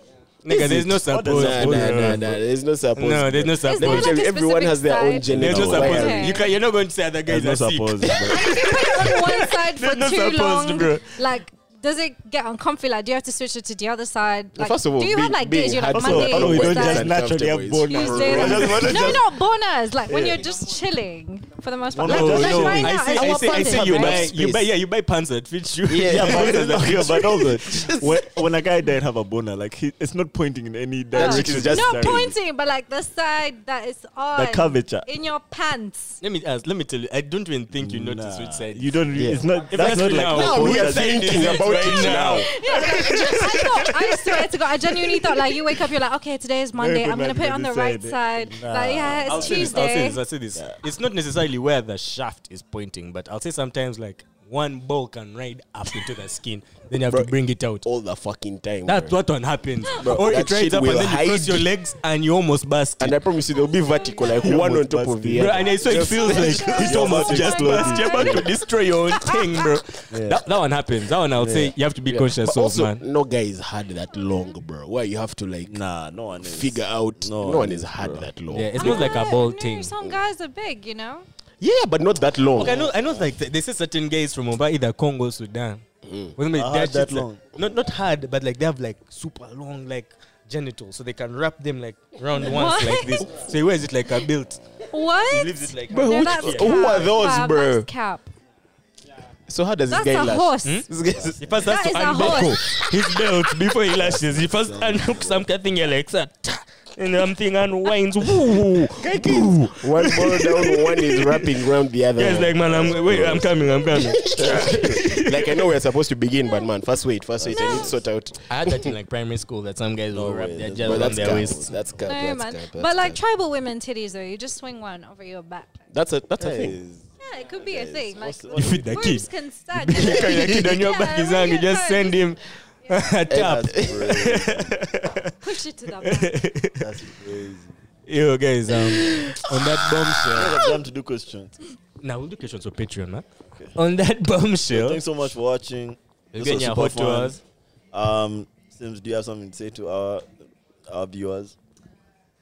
Speaker 2: nigga, there's no
Speaker 4: What
Speaker 2: support.
Speaker 4: does
Speaker 3: Nah,
Speaker 4: that
Speaker 2: No,
Speaker 4: mean?
Speaker 3: nah,
Speaker 4: yeah,
Speaker 3: nah, nah.
Speaker 4: yeah.
Speaker 3: There's no suppose.
Speaker 2: there's no
Speaker 1: Is there
Speaker 2: support.
Speaker 1: like a
Speaker 3: Everyone
Speaker 1: specific
Speaker 3: has their own
Speaker 1: side?
Speaker 3: genital
Speaker 2: There's no
Speaker 1: suppose.
Speaker 2: support.
Speaker 1: Okay.
Speaker 2: You can, you're not going to say other guys are
Speaker 4: There's no
Speaker 2: sick.
Speaker 4: suppose, bro.
Speaker 1: on one side for
Speaker 5: not
Speaker 1: too
Speaker 5: supposed,
Speaker 1: long,
Speaker 5: bro.
Speaker 1: like does it get uncomfy? Like, do you have to switch it to the other side? Like,
Speaker 3: First of all,
Speaker 1: do you
Speaker 3: being,
Speaker 1: have like
Speaker 3: being
Speaker 1: days? You're like
Speaker 3: hard to
Speaker 1: Monday,
Speaker 4: Oh,
Speaker 3: open
Speaker 4: we
Speaker 3: when
Speaker 4: don't
Speaker 3: it's
Speaker 4: just
Speaker 1: Tuesday,
Speaker 4: naturally have
Speaker 3: uncomfortable is-
Speaker 4: boners.
Speaker 1: Tuesday.
Speaker 4: I just wanna
Speaker 1: like- No,
Speaker 4: just-
Speaker 1: not bonus. Like when you're just chilling for the most part.
Speaker 4: No,
Speaker 1: Like,
Speaker 4: no,
Speaker 1: like
Speaker 4: no.
Speaker 1: right
Speaker 2: I
Speaker 1: now,
Speaker 2: see,
Speaker 1: it's
Speaker 2: I
Speaker 1: our
Speaker 2: see, I
Speaker 1: bondage,
Speaker 2: see. You
Speaker 1: right?
Speaker 2: buy, you
Speaker 3: space.
Speaker 2: buy, yeah, you buy pants that fit you.
Speaker 4: Yeah, but,
Speaker 2: pants that
Speaker 4: okay,
Speaker 2: fit
Speaker 4: but also, when, when a guy doesn't have a boner, like he, it's not pointing in any
Speaker 3: That
Speaker 4: direction.
Speaker 3: shit is just
Speaker 1: no
Speaker 3: dirty.
Speaker 1: pointing, but like the side that is on
Speaker 4: the curvature.
Speaker 1: in your pants.
Speaker 2: you. Let me ask. Let me tell you. I don't even think you know
Speaker 4: Nah,
Speaker 2: to switch side.
Speaker 4: You don't. Re-
Speaker 6: Yeah.
Speaker 4: It's not.
Speaker 2: If
Speaker 4: that's
Speaker 2: that's
Speaker 4: not
Speaker 2: true
Speaker 4: like
Speaker 2: now,
Speaker 4: the
Speaker 2: Now we
Speaker 4: boner
Speaker 2: are
Speaker 4: thing.
Speaker 2: saying
Speaker 3: Thinking about
Speaker 2: Right
Speaker 3: it
Speaker 2: now.
Speaker 3: now.
Speaker 1: Yeah, like, I thought I swear to God, I genuinely thought like you wake up, you're like, okay, today is Monday.
Speaker 4: put
Speaker 1: I'm gonna
Speaker 4: my
Speaker 1: put it on the
Speaker 4: penis
Speaker 1: right
Speaker 4: side.
Speaker 1: side. Like, yeah, it's
Speaker 2: I'll say this. I'll say
Speaker 1: Tuesday.
Speaker 2: this. I'll say this. It's not necessarily where the shaft is pointing, but I'll say sometimes like one ball can ride up into the skin, then you have
Speaker 3: Bro,
Speaker 2: to bring it out.
Speaker 3: all the fucking time.
Speaker 2: That's
Speaker 3: bro.
Speaker 2: what one happens.
Speaker 3: Bro,
Speaker 2: or
Speaker 3: that
Speaker 2: it rides
Speaker 3: shit
Speaker 2: up and
Speaker 3: will
Speaker 2: then you cross
Speaker 3: hide.
Speaker 2: your legs and you almost burst.
Speaker 3: And
Speaker 2: it.
Speaker 3: I promise you, they'll be vertical, like one on
Speaker 4: almost
Speaker 3: top of
Speaker 4: busted.
Speaker 3: the
Speaker 2: Bro,
Speaker 3: other.
Speaker 2: and I- so it feels like it
Speaker 4: You're
Speaker 2: almost
Speaker 4: about to
Speaker 2: just
Speaker 4: explode.
Speaker 2: burst. You're about to destroy your own thing, bro. That, that one happens. That one I'll say you have to be conscious
Speaker 3: But
Speaker 2: of,
Speaker 3: also,
Speaker 2: man.
Speaker 3: no guy is hard that long, bro. Where you have to like
Speaker 4: Nah, no one is.
Speaker 3: figure out. No,
Speaker 4: No,
Speaker 3: one is hard that long.
Speaker 2: Yeah,
Speaker 3: Yeah.
Speaker 2: it's not like a
Speaker 1: Ah,
Speaker 2: ball
Speaker 1: no,
Speaker 2: thing.
Speaker 1: Some guys are big, you know.
Speaker 3: but not that long.
Speaker 2: Okay, I know, I know, like th- they say certain guys from over either Congo, Sudan. When they-
Speaker 4: Ah,
Speaker 2: their
Speaker 4: that
Speaker 2: shits are-
Speaker 4: long.
Speaker 2: Not not hard, but like they have like super long like genitals, so they can wrap them like round once like this. So he wears it like a belt.
Speaker 1: What?
Speaker 2: Leaves it like.
Speaker 3: Bro,
Speaker 1: No,
Speaker 3: which-
Speaker 1: that's
Speaker 3: who
Speaker 1: cap,
Speaker 3: are those,
Speaker 1: fam,
Speaker 3: bro?
Speaker 1: That's cap.
Speaker 3: So how does
Speaker 1: That's
Speaker 3: this guy
Speaker 1: a
Speaker 3: lash?
Speaker 1: horse.
Speaker 2: Hmm?
Speaker 3: This guy's-
Speaker 2: He first has
Speaker 1: That
Speaker 2: to
Speaker 1: is a
Speaker 2: unbuckle
Speaker 1: horse.
Speaker 2: his belt before he lashes. He first unhooks something here like that, and something unwinds. Woo!
Speaker 3: one ball down, one is wrapping round the other.
Speaker 2: Guys, like man, I'm wait, I'm coming, I'm coming.
Speaker 3: Like, I know we're supposed to begin, but man, first wait, first wait. I need to sort out.
Speaker 2: I had that in like primary school that some guys will wrap their
Speaker 3: But
Speaker 2: gel on
Speaker 3: that's
Speaker 2: their
Speaker 3: cap.
Speaker 2: waist.
Speaker 3: That's cap.
Speaker 1: No,
Speaker 3: That's
Speaker 1: man.
Speaker 3: cap.
Speaker 1: But
Speaker 3: That's
Speaker 1: like
Speaker 3: cap.
Speaker 1: tribal women titties, though, you just swing one over your back.
Speaker 3: that's a that's a thing.
Speaker 1: Yeah, it could be a thing. Like
Speaker 4: what's-
Speaker 5: You feed the
Speaker 1: worms
Speaker 5: kid.
Speaker 1: can start.
Speaker 5: You carry a kid on your
Speaker 1: Yeah,
Speaker 5: back, his
Speaker 1: really
Speaker 5: hand, you just
Speaker 1: hard.
Speaker 5: send him a tap.
Speaker 1: Push it to the back.
Speaker 4: That's crazy.
Speaker 5: Yo, guys, um, on that bombshell.
Speaker 4: I have to do questions.
Speaker 5: Now we'll do questions on Patreon, man. On that bombshell,
Speaker 4: Thanks so much for watching. This
Speaker 5: Again,
Speaker 4: was
Speaker 5: yeah,
Speaker 4: super
Speaker 5: hot to
Speaker 4: fun.
Speaker 5: us.
Speaker 4: Um, Sims, do you have something to say to our our viewers?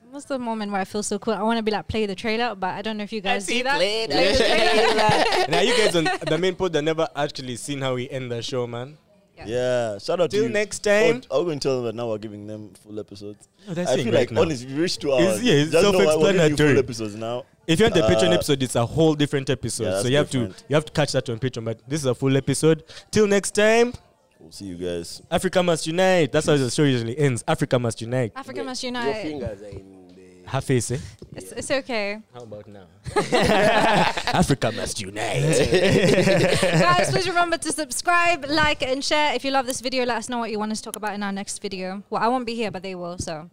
Speaker 1: What's the moment where I feel so cool? I want to be like play the trailer, but I don't know if you guys do that.
Speaker 6: Play the
Speaker 1: Play the trailer.
Speaker 2: now you guys on the main pod that never actually seen how we end the show, man.
Speaker 1: Yeah.
Speaker 4: Yeah. Shout out to
Speaker 2: Till
Speaker 4: you.
Speaker 2: next time.
Speaker 4: Oh, I'm going to tell them that now we're giving them full episodes.
Speaker 5: No, that's
Speaker 4: I
Speaker 5: it
Speaker 4: feel
Speaker 5: right
Speaker 4: like
Speaker 5: now.
Speaker 4: honestly, we reached two hours.
Speaker 2: yeah, it's
Speaker 4: Just know why we're giving you
Speaker 2: self-explanatory.
Speaker 4: Full episodes now.
Speaker 2: If you want the Patreon
Speaker 4: Uh,
Speaker 2: episode, it's a whole different episode.
Speaker 4: yeah,
Speaker 2: so
Speaker 4: that's
Speaker 2: you have to
Speaker 4: different.
Speaker 2: you have to catch that on Patreon. But this is a full episode. Till next time,
Speaker 4: We'll see you guys.
Speaker 2: Africa must unite. That's how the show usually ends. Africa must unite.
Speaker 1: Africa must
Speaker 3: Your
Speaker 1: unite.
Speaker 3: fingers are in the.
Speaker 2: Her face, eh?
Speaker 1: It's, it's okay,
Speaker 2: How about now? Africa must unite.
Speaker 1: guys. Please remember to subscribe, like, and share. If you love this video, let us know what you want us to talk about in our next video. Well, I won't be here, but they will. So